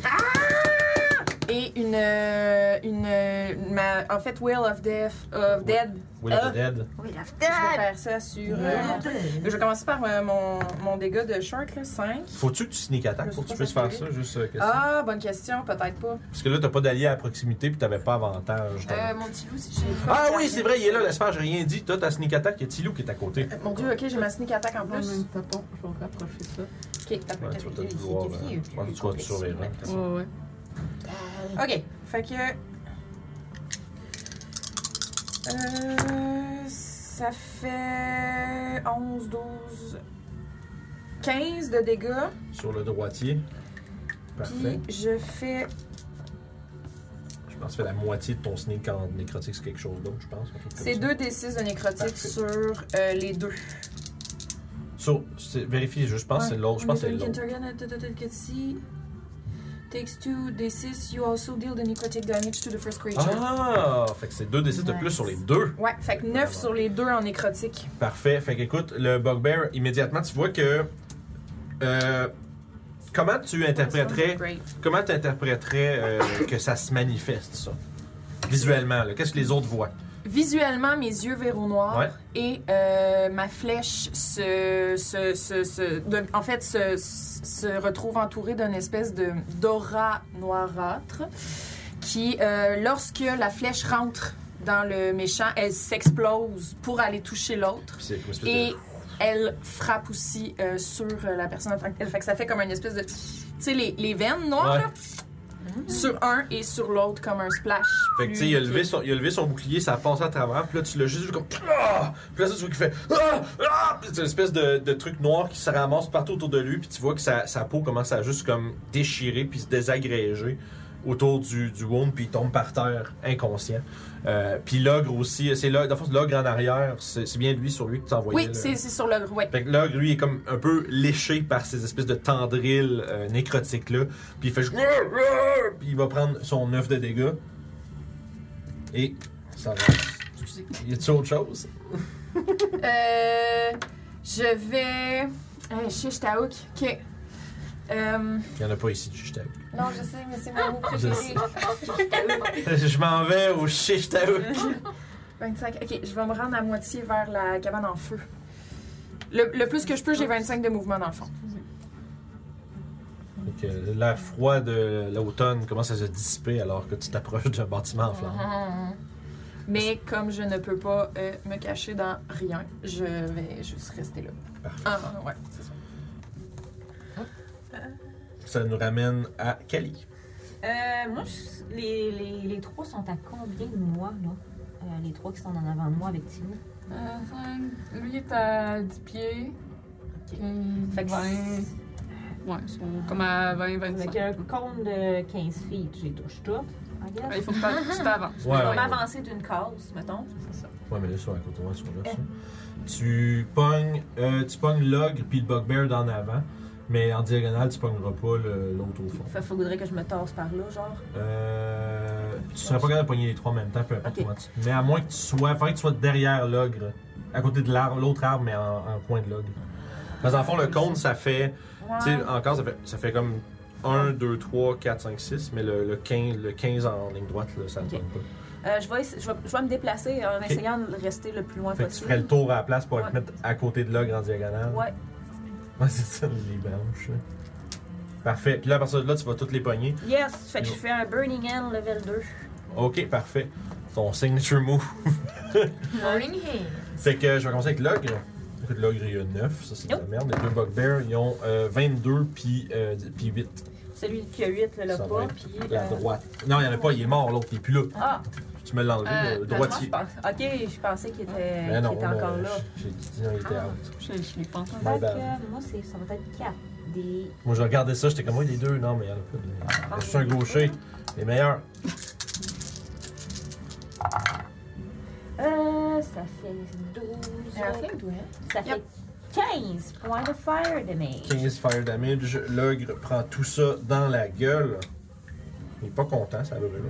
Speaker 4: Et une. euh, une euh, ma- en fait, Will of Death. Of Dead.
Speaker 2: Will of
Speaker 4: Ah.
Speaker 2: the Dead.
Speaker 5: Oui, la f-
Speaker 4: Je vais faire ça sur. euh, mon- Je vais commencer par euh, mon, mon dégât de short, là, 5.
Speaker 2: Faut-tu que tu sneak attack pour que tu puisses faire ça? Juste euh, question.
Speaker 4: Ah, bonne question, peut-être pas.
Speaker 2: Parce que là, t'as pas d'allié à proximité, puis t'avais pas avantage. donc.
Speaker 4: Euh, mon petit loup, si j'ai
Speaker 2: ah oui, c'est vrai, il est là, laisse faire, j'ai rien dit. Toi, ta sneak attack, il y a Tilou qui est à côté.
Speaker 4: Euh, Mon dieu, Mmh. ok, j'ai ma sneak attack en
Speaker 3: Non, mais
Speaker 4: plus.
Speaker 3: t'as pas, je vais rapprocher ça.
Speaker 4: Ok, t'as pas
Speaker 2: Ouais, tu vas peut-être vouloir, euh, je pense que tu vas te surveiller. hein.
Speaker 3: Ouais, ouais.
Speaker 4: Ok, fait que. Euh, ça fait 11, 12, 15 de dégâts.
Speaker 2: Sur le droitier. Parfait.
Speaker 4: Puis je fais.
Speaker 2: Je pense que ça fait la moitié de ton sneak en nécrotique, c'est quelque chose d'autre, je pense. un truc comme
Speaker 4: C'est
Speaker 2: ça.
Speaker 4: 2 D6 de nécrotique
Speaker 2: Parfait.
Speaker 4: sur euh, les deux.
Speaker 2: Sur, c'est- vérifie, je pense que Ah, c'est l'autre. Je pense que c'est l'autre.
Speaker 4: Takes 2 D6, you also deal the necrotic damage to the first creature.
Speaker 2: Ah! Fait que c'est 2d6 de plus sur les deux.
Speaker 4: Ouais, fait que 9 sur les deux en nécrotique.
Speaker 2: Parfait. Fait que écoute, le bugbear, immédiatement, tu vois que. euh, comment tu interpréterais.
Speaker 4: Great.
Speaker 2: Comment tu interpréterais euh, que ça se manifeste, ça? Visuellement, là. Qu'est-ce que les autres voient?
Speaker 4: Visuellement, mes yeux verront noir
Speaker 2: Ouais.
Speaker 4: et euh, ma flèche se, se- se- se- de- en fait, se, se retrouve entourée d'une espèce de d'aura noirâtre qui, euh, lorsque la flèche rentre dans le méchant, elle s'explose pour aller toucher l'autre.
Speaker 2: Puis c'est comme une espèce
Speaker 4: Et
Speaker 2: de-
Speaker 4: elle frappe aussi euh, sur euh, la personne en tant que telle. Fait que ça fait comme une espèce de. Tu sais, les, les veines noires,
Speaker 2: Ouais.
Speaker 4: là, sur un et sur l'autre, comme un splash.
Speaker 2: Fait que tu sais,
Speaker 4: Mm,
Speaker 2: il a, levé son, il a levé son bouclier, ça a passé à travers, puis là tu l'as juste vu comme. Ah! Puis là ça, tu vois qu'il fait. Ah! Ah! Puis c'est une espèce de, de truc noir qui se ramasse partout autour de lui, puis tu vois que sa, sa peau commence à juste comme déchirer, puis se désagréger autour du, du wound, puis il tombe par terre inconscient. Euh, puis l'ogre aussi, c'est l'ogre, dans le fond, l'ogre en arrière, c'est c'est bien lui sur lui que tu envoyais.
Speaker 4: Oui, c'est c'est sur le. Ouais.
Speaker 2: Fait que l'ogre, lui, est comme un peu léché par ces espèces de tendrils euh, nécrotiques-là. Puis il fait juste. Puis il va prendre son œuf de dégâts. Et ça va.
Speaker 4: Excusez.
Speaker 2: Y a-tu autre chose?
Speaker 4: Euh, je vais. Hey, chiche ta hook. Ok. Euh,
Speaker 2: Y en a pas ici du shishtaouk.
Speaker 9: Non, je sais, mais c'est mon mot
Speaker 2: Je
Speaker 9: préféré.
Speaker 2: sais. [laughs] Je m'en vais au shishtaouk.
Speaker 4: 25. Ok, je vais me rendre à moitié vers la cabane en feu. Le, le plus que je peux, j'ai 25 de mouvement dans le fond.
Speaker 2: Fait que L'air froid de l'automne commence à se dissiper alors que tu t'approches d'un bâtiment en flammes.
Speaker 4: Mais comme je ne peux pas euh, me cacher dans rien, je vais juste rester là.
Speaker 2: Parfait.
Speaker 4: Ah, ah, ouais, c'est ça.
Speaker 2: Ça nous ramène à Kali.
Speaker 5: Euh, moi, je- les, les, les trois sont à combien de moi, là? Euh, les trois qui sont en avant de moi avec Timou.
Speaker 3: Euh, cinq. lui est à 10 pieds.
Speaker 5: Ok.
Speaker 3: 15,
Speaker 5: Fait que
Speaker 3: 20. Ouais, ils sont comme à 20,
Speaker 5: Avec
Speaker 3: 25.
Speaker 5: un cône de 15 feet, j'ai touche tout.
Speaker 3: Ouais,
Speaker 5: Regarde.
Speaker 3: Il faut que t'a- tu t'avances.
Speaker 2: Ouais,
Speaker 5: On
Speaker 2: ouais.
Speaker 5: va avancer d'une case, mettons.
Speaker 2: Ouais, mais là, sur à côté de moi, ils sont là, ça. Tu pognes, euh, tu pognes l'ogre puis le bugbear d'en avant, mais en diagonale, tu pogneras pas le- l'autre au fond.
Speaker 5: Fait faudrait que je me tasse par là, genre.
Speaker 2: Euh, tu serais pas capable de pogner les trois en même temps, peu importe
Speaker 5: Ok.
Speaker 2: comment tu. Mais à moins que tu sois, faudrait que tu sois derrière l'ogre, à côté de l'arbre- l'autre arbre, mais en, en coin de l'ogre. Parce qu'en fond, le cône, ça fait. Tu sais, encore, ça fait, ça fait comme 1, 2, 3, 4, 5, 6, mais le, le 15, le 15 en ligne droite, là, ça ne
Speaker 5: Ok.
Speaker 2: pogne pas.
Speaker 5: Euh, je, vais, essa- je, vais, je vais me déplacer en essayant de rester le plus loin
Speaker 2: Fait que tu
Speaker 5: possible.
Speaker 2: ferais le tour à la place pour
Speaker 5: Ouais.
Speaker 2: te mettre à côté de l'ogre en diagonale.
Speaker 5: Ouais.
Speaker 2: Ouais, c'est ça, les branches. là. Parfait. Puis là, à partir de là, tu vas toutes les pogner.
Speaker 5: Yes, fait que je fais un Burning Hand level 2.
Speaker 2: Ok, parfait. Ton signature move.
Speaker 6: Burning Hand.
Speaker 2: Fait que je vais commencer avec Logre. Écoute, Logre, il y a 9, ça c'est de la merde. Les deux Bugbears, ils ont euh, 22 puis, euh, dix- puis 8.
Speaker 5: Celui qui a 8, le l'a
Speaker 2: Ça va
Speaker 5: pas,
Speaker 2: être
Speaker 5: puis.
Speaker 2: La
Speaker 5: euh,
Speaker 2: droite. Non, il n'y en a pas, il est mort, l'autre, il est plus là.
Speaker 5: Ah,
Speaker 2: Tu me l'as enlevé,
Speaker 3: Euh, la
Speaker 2: le
Speaker 5: je
Speaker 2: droitier.
Speaker 5: pense- Ok, je pensais qu'il était,
Speaker 2: Mais Ben non,
Speaker 5: qu'il était encore
Speaker 2: mais
Speaker 5: là.
Speaker 2: J'ai dit, non, il était out.
Speaker 3: Je, je l'ai pas entendu.
Speaker 2: My
Speaker 5: Fait
Speaker 2: bad.
Speaker 5: que moi, c'est- ça va être 4 des.
Speaker 2: Moi, je regardais ça, j'étais comme, moi, les deux, non, mais il y en a pas.
Speaker 5: Ah,
Speaker 2: Il y a juste un gaucher, les meilleurs.
Speaker 5: Euh, ça fait 12.
Speaker 6: Un flingue, toi, hein?
Speaker 5: Ça fait 15 points de fire damage.
Speaker 2: 15 fire damage. L'ogre prend tout ça dans la gueule. Il est pas content, ça brûle.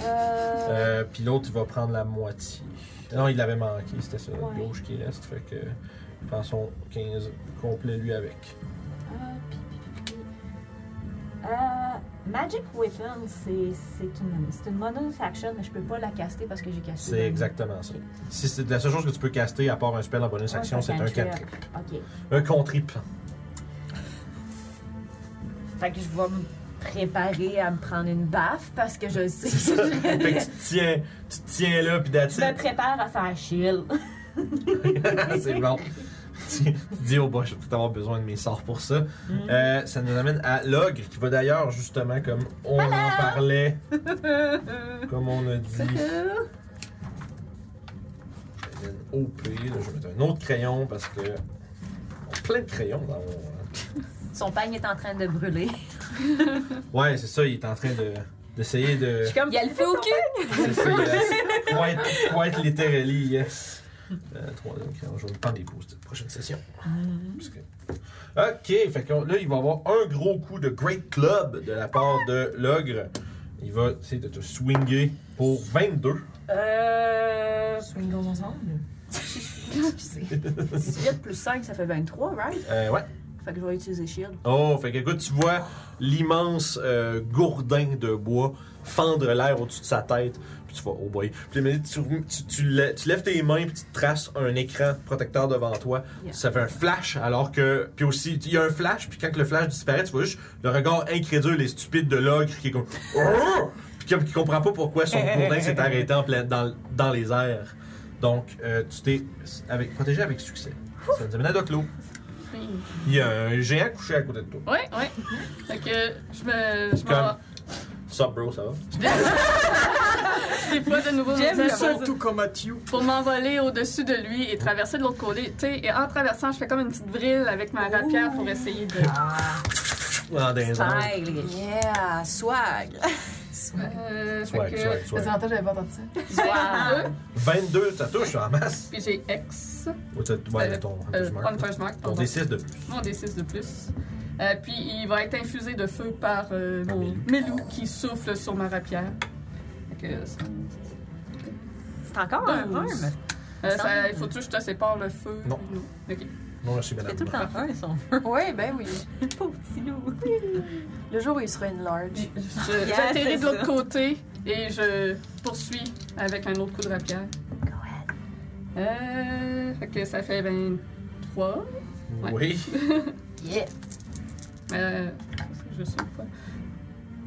Speaker 5: Euh.
Speaker 2: Euh, Puis l'autre, il va prendre la moitié. Non, il l'avait manqué, c'était ça,
Speaker 5: Ouais.
Speaker 2: la gauche qui reste. Fait que il prend son 15 complet lui avec.
Speaker 5: ah, pi, pi, pi, pi. Euh, Magic Weapon, c'est c'est une, c'est une bonus action, mais je peux pas la caster parce que j'ai casté.
Speaker 2: C'est exactement ça. Si c'est la seule chose que tu peux caster à part un spell en bonus
Speaker 5: Ouais,
Speaker 2: action,
Speaker 5: c'est
Speaker 2: c'est un
Speaker 5: un trip.
Speaker 2: cantrip.
Speaker 5: Ok.
Speaker 2: Un contrip.
Speaker 5: Fait que je vais me préparer à me prendre une baffe parce que je
Speaker 2: [laughs]
Speaker 5: sais
Speaker 2: C'est ça.
Speaker 5: [laughs]
Speaker 2: fait
Speaker 5: que
Speaker 2: que
Speaker 5: je-
Speaker 2: tu te tiens, tu te tiens là, puis
Speaker 5: je me
Speaker 2: d'attitude.
Speaker 5: prépare à faire chill.
Speaker 2: [laughs] c'est bon. Tu tu dis au bois, je vais peut-être avoir besoin de mes sorts pour ça. Euh, ça nous amène à l'ogre, qui va d'ailleurs, justement, comme on en parlait, comme on a dit. Une OP, là, je vais mettre un autre crayon parce que. on a Plein de crayons dans mon.
Speaker 5: Son pagne est en train de brûler.
Speaker 2: Ouais, c'est ça, il est en train de. D'essayer de.
Speaker 5: Je suis comme, il y a le feu au cul!
Speaker 2: C'est ça, yes. Quite, quite literally, yes. Euh, troisième crayon jaune. Prends des pauses de la prochaine session. Parce que- Ok, fait que là, il va avoir un gros coup de Great Club de la part de l'ogre. Il va essayer de te swinger pour 22.
Speaker 5: Euh.
Speaker 6: Swingons [laughs] ensemble.
Speaker 5: 18 plus 5, ça fait 23, right?
Speaker 2: Euh, ouais.
Speaker 5: Fait que je vais utiliser Shield.
Speaker 2: Oh, fait que écoute, tu vois l'immense euh, gourdin de bois fendre l'air au-dessus de sa tête. Puis tu vas, oh boy. Puis mais tu, tu, tu lè- tu lèves tes mains, puis tu traces un écran protecteur devant toi.
Speaker 5: Yeah.
Speaker 2: Ça fait un flash, alors que. Puis aussi, il y a un flash, puis quand le flash disparaît, tu vois juste le regard incrédule et stupide de l'ogre qui est comme. Oh! Puis comme qui comprend pas pourquoi son gourdin s'est arrêté en plein, dans, dans les airs. Donc, euh, tu t'es avec, protégé avec succès. Ça nous amène à Doclo. Il y a un géant couché à côté de toi.
Speaker 3: Ouais, ouais. Fait que je me. Je
Speaker 2: Comme-
Speaker 3: m'en
Speaker 2: Sup, bro, ça va?
Speaker 3: je déploie de nouveau mes ailes pour-
Speaker 10: comme Mathieu.
Speaker 3: pour m'envoler au-dessus de lui et traverser de l'autre côté. Tu sais, et en traversant, je fais comme une petite vrille avec ma rapière pour essayer de.
Speaker 2: En désordre.
Speaker 5: Style.
Speaker 4: Yeah, swag.
Speaker 3: Euh, fait
Speaker 2: Swag,
Speaker 6: Ça
Speaker 3: que-
Speaker 2: swag, swag.
Speaker 6: faisait longtemps que j'avais pas entendu ça.
Speaker 5: Wow.
Speaker 2: 22, ça touche en masse.
Speaker 3: Puis j'ai X.
Speaker 2: Ou tu
Speaker 3: Euh,
Speaker 2: ouais, ton
Speaker 3: Euh,
Speaker 2: je marque,
Speaker 3: on
Speaker 2: là. Ton
Speaker 3: pardon.
Speaker 2: D6 de plus.
Speaker 3: Mon D6 de plus. Euh, puis il va être infusé de feu par euh,
Speaker 2: Par
Speaker 3: nos
Speaker 2: mes loups.
Speaker 3: mes loups qui soufflent sur ma rapière. Fait que euh, ça-
Speaker 5: C'est encore un 1,
Speaker 3: Douze.
Speaker 5: mais
Speaker 3: euh, ça- il faut que je te sépare le feu.
Speaker 2: Non.
Speaker 3: Ok.
Speaker 2: Non, merci,
Speaker 5: c'est
Speaker 2: madame.
Speaker 5: tout le temps 1, son
Speaker 4: [laughs]
Speaker 5: [laughs]
Speaker 4: Ouais, ben oui.
Speaker 5: pauvre petit loup.
Speaker 4: Le jour où il sera une large.
Speaker 3: Je-
Speaker 5: Ah, Yeah,
Speaker 3: J'atterris
Speaker 5: c'est
Speaker 3: de l'autre
Speaker 5: ça.
Speaker 3: côté et je poursuis avec un autre coup de rapière. Euh, fait que ça fait 23. Ouais.
Speaker 2: Oui.
Speaker 6: Yeah.
Speaker 3: Euh, je sais pas.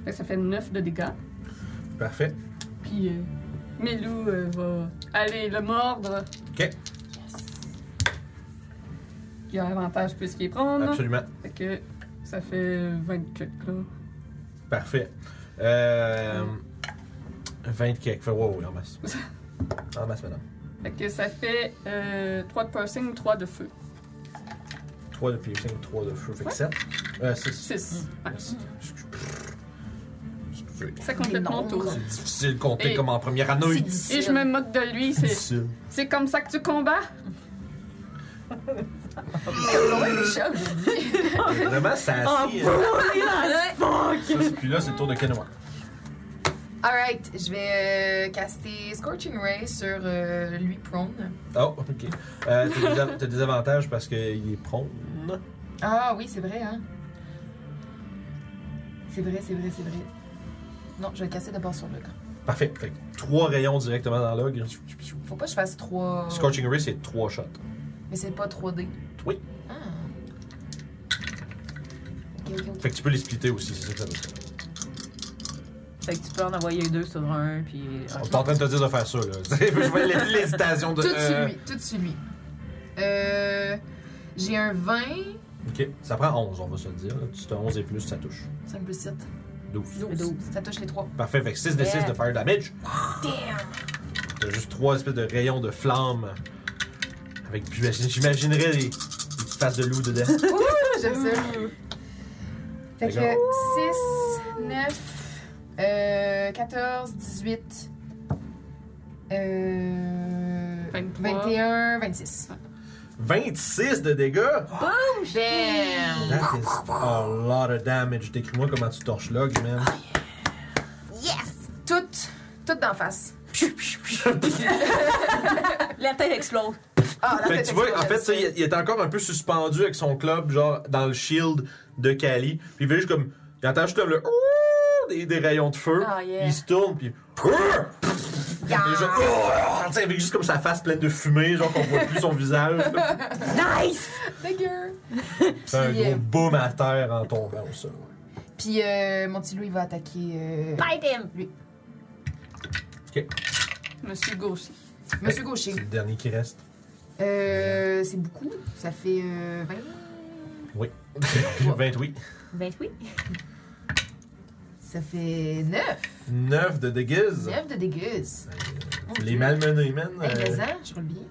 Speaker 3: Fait que ça fait 9 de dégâts.
Speaker 2: Parfait.
Speaker 3: Puis euh, Melou euh, va aller le mordre.
Speaker 2: Ok.
Speaker 3: Il a avantage puisqu'il est prendre.
Speaker 2: Absolument.
Speaker 3: Fait que ça fait 24 là.
Speaker 2: Parfait. Euh. 20 quelques. Fait wow, oui, en masse. En masse, madame.
Speaker 3: Fait que ça fait euh, 3 de piercing, 3 de feu.
Speaker 2: 3 de piercing, 3 de feu. Fait que 7. Euh, 6.
Speaker 3: 6.
Speaker 2: Merci. Excusez.
Speaker 3: Ça complète mon tour.
Speaker 2: C'est difficile de compter
Speaker 3: Et-
Speaker 2: comme en première année.
Speaker 6: [laughs]
Speaker 3: Et je me moque de lui.
Speaker 2: C'est
Speaker 3: C'est,
Speaker 2: difficile.
Speaker 3: c'est comme ça que tu combats?
Speaker 2: Vraiment, ça assis. hein. Ça, c'est- Puis là, c'est le tour de Kenoa.
Speaker 6: Alright, je vais euh, caster Scorching Ray sur euh, lui prone.
Speaker 2: Oh, ok. Euh, t'as des av- t'as des avantages parce qu'il est prone.
Speaker 6: Ah oui, c'est vrai, hein. C'est vrai, c'est vrai, c'est vrai. Non, je vais le casser d'abord sur l'ogre.
Speaker 2: Parfait. Fait que trois rayons directement dans l'ogre.
Speaker 6: Faut pas que je fasse trois.
Speaker 2: Scorching Ray, c'est trois shots.
Speaker 6: Mais c'est pas 3D.
Speaker 2: Oui.
Speaker 6: Ah.
Speaker 2: Fait que tu peux les splitter aussi, c'est ça que ça veut dire.
Speaker 5: Fait que tu peux en envoyer deux sur un, puis.
Speaker 2: On est en train de te dire de faire ça, là. Tu sais, [laughs] Je vois l'hé- l'hésitation de.
Speaker 6: Tout sur
Speaker 2: euh,
Speaker 6: lui, tout sur lui. Euh, j'ai un 20,
Speaker 2: Ok, ça prend 11, on va se le dire. là. Tu te 11 et plus, ça touche.
Speaker 6: 5 plus 7,
Speaker 2: 12.
Speaker 6: 12. Ça touche les 3.
Speaker 2: Parfait, fait que 6 de 6 de fire damage. Damn! T'as juste trois espèces de rayons de flammes. Avec, j'imagine- j'imaginerais les, les petites faces de loup dedans.
Speaker 6: Ah, J'aime ça. Fait
Speaker 2: D'accord.
Speaker 6: que 6, 9, euh, 14, 18, euh,
Speaker 3: 23.
Speaker 6: 21, 26.
Speaker 2: 26 de dégâts!
Speaker 5: Damn!
Speaker 2: That is a lot of damage. Décris-moi comment tu torches log, man.
Speaker 6: Toutes, toutes d'en face.
Speaker 5: La tête explose.
Speaker 6: Ah, la tête
Speaker 2: Fait que Ben, tu vois, en
Speaker 6: explose.
Speaker 2: fait, ça, il, il est encore un peu suspendu avec son club, genre dans le shield de Kali. Puis il fait juste comme. Il entend juste comme le. Ouh Des, des rayons de feu.
Speaker 5: Ah, yeah.
Speaker 2: Il se tourne, puis. Ouh! Il fait juste, Ouh Tu sais, avec juste comme sa face pleine de fumée, genre qu'on voit plus son visage. [laughs] là.
Speaker 5: Nice!
Speaker 6: Dégueu.
Speaker 2: Fait un
Speaker 6: Puis, euh,
Speaker 2: gros boom à terre en tombant au sol.
Speaker 6: Puis euh, mon petit loup, il va attaquer euh,
Speaker 5: Bite him!
Speaker 3: Monsieur Gaucher.
Speaker 6: Monsieur
Speaker 2: C'est
Speaker 6: Gaucher.
Speaker 2: le dernier qui reste.
Speaker 6: Euh, c'est beaucoup. Ça fait euh, 20.
Speaker 2: Oui. 20, oui.
Speaker 5: Ben oui. [laughs]
Speaker 6: Ça fait 9.
Speaker 2: 9 de déguise.
Speaker 6: 9 de dégâts.
Speaker 2: Les malmenés, man.
Speaker 6: Hey,
Speaker 2: euh,
Speaker 6: les ans, je roule bien.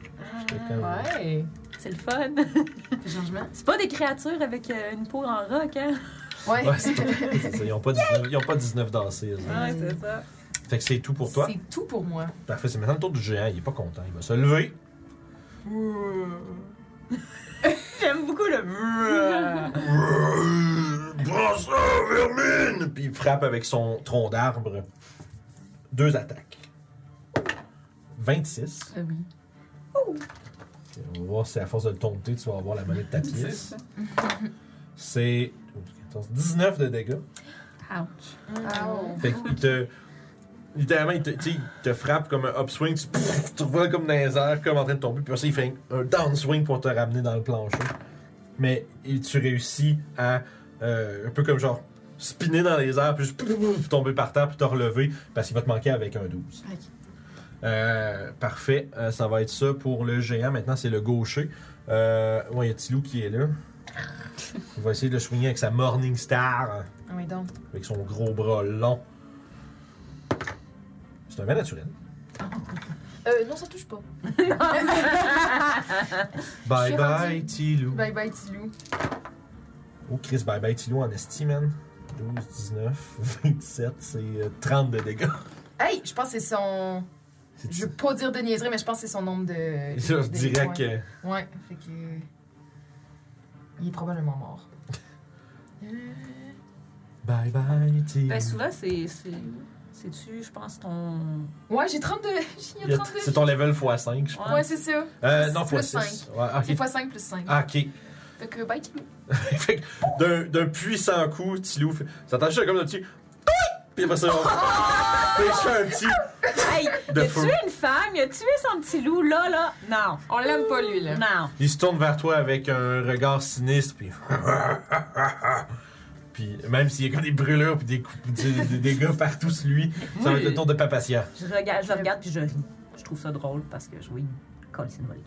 Speaker 2: j'étais comme-
Speaker 6: Ouais.
Speaker 5: C'est le fun.
Speaker 6: Fait changement.
Speaker 5: C'est pas des créatures avec euh, une peau en roc, hein?
Speaker 6: Ouais.
Speaker 2: Ouais, c'est ça. Ils ont pas 19, ils ont pas 19 danser, eux autres.
Speaker 5: Ouais, c'est ça.
Speaker 2: Fait que c'est tout pour toi.
Speaker 6: C'est tout pour moi.
Speaker 2: Parfait, c'est maintenant le tour du géant. Il est pas content. Il va se lever.
Speaker 5: J'aime
Speaker 2: [laughs]
Speaker 5: beaucoup le.
Speaker 2: Prends ça, vermine! Puis il frappe avec son tronc d'arbre. Deux attaques. 26.
Speaker 3: Ah oui.
Speaker 2: On va voir si à force de le tomber, tu vas avoir la monnaie de ta
Speaker 3: C'est
Speaker 2: pièce.
Speaker 3: ça.
Speaker 2: C'est 14, 19 de dégâts.
Speaker 3: Ouch.
Speaker 4: Ah,
Speaker 9: Ah,
Speaker 6: Ah
Speaker 9: oh.
Speaker 4: oh.
Speaker 2: Fait qu'il te. Littéralement, il te, tu sais, il te frappe comme un upswing, tu, pff, tu revoles comme dans les airs, comme en train de tomber, puis après ça, il fait un, un downswing pour te ramener dans le plancher. Mais il- tu réussis à, euh, un peu comme genre, spinner dans les airs, puis juste, pff, pff, tomber par terre, puis te relever, parce qu'il va te manquer avec un 12.
Speaker 6: Ok.
Speaker 2: Euh, parfait, Euh, ça va être ça pour le géant. Maintenant, c'est le gaucher. Euh, ouais, il y a Tilou qui est là. Il va essayer de le swinguer avec sa Morning Star
Speaker 6: Ah oui, donc.
Speaker 2: avec son gros bras long. C'est un vin naturel.
Speaker 6: Euh, non, ça touche pas.
Speaker 2: Bye
Speaker 6: suis
Speaker 2: bye,
Speaker 6: rendue.
Speaker 2: Tilou.
Speaker 6: Bye bye, Tilou.
Speaker 2: Oh, Chris, bye bye, Tilou en esti, man. 12, [laughs] 19, 27, c'est euh, 30 de dégâts.
Speaker 6: [laughs] Hey, je pense que c'est son.
Speaker 2: C'est-
Speaker 6: Je veux pas dire de niaiserie, mais je pense que c'est son nombre de.
Speaker 2: Ça,
Speaker 6: de-
Speaker 2: je dirais que.
Speaker 6: Ouais, fait que. euh, Il est probablement mort.
Speaker 2: Bye bye, Tilou.
Speaker 5: Ben souvent, c'est. c'est- C'est-tu, je pense, ton.
Speaker 6: Ouais, j'ai 32.
Speaker 2: Il
Speaker 6: [laughs]
Speaker 2: y
Speaker 6: J'ai
Speaker 2: a-
Speaker 6: 32.
Speaker 2: C'est ton level x5, je pense.
Speaker 6: Ouais, c'est ça.
Speaker 2: Euh, non,
Speaker 6: plus
Speaker 2: x6.
Speaker 6: cinq.
Speaker 2: Ouais,
Speaker 6: C'est
Speaker 2: ok.
Speaker 6: x5 plus 5.
Speaker 2: Ah, ok. [laughs]
Speaker 6: Fait que bye, Tilou.
Speaker 2: Fait que d'un- d'un puissant coup, Tilou fait. Ça t'achète comme un petit. Puis après ça,
Speaker 6: [laughs]
Speaker 2: on. Puis je fais un petit.
Speaker 3: [laughs]
Speaker 5: Hey! Il
Speaker 2: De
Speaker 5: a
Speaker 2: feu.
Speaker 5: tué une femme, il a tué son petit loup, là, là. Non,
Speaker 4: On l'aime pas, lui, là.
Speaker 5: non.
Speaker 2: Il se tourne vers toi avec un regard sinistre, puis. [laughs] puis même s'il y a comme des brûlures, puis des, coups- des, des dégâts partout sur lui, ça va être le tour de Papatia.
Speaker 5: Je regarde, je le regarde puis je ris. Je trouve ça drôle parce que je oui, colle, c'est une [laughs] volée.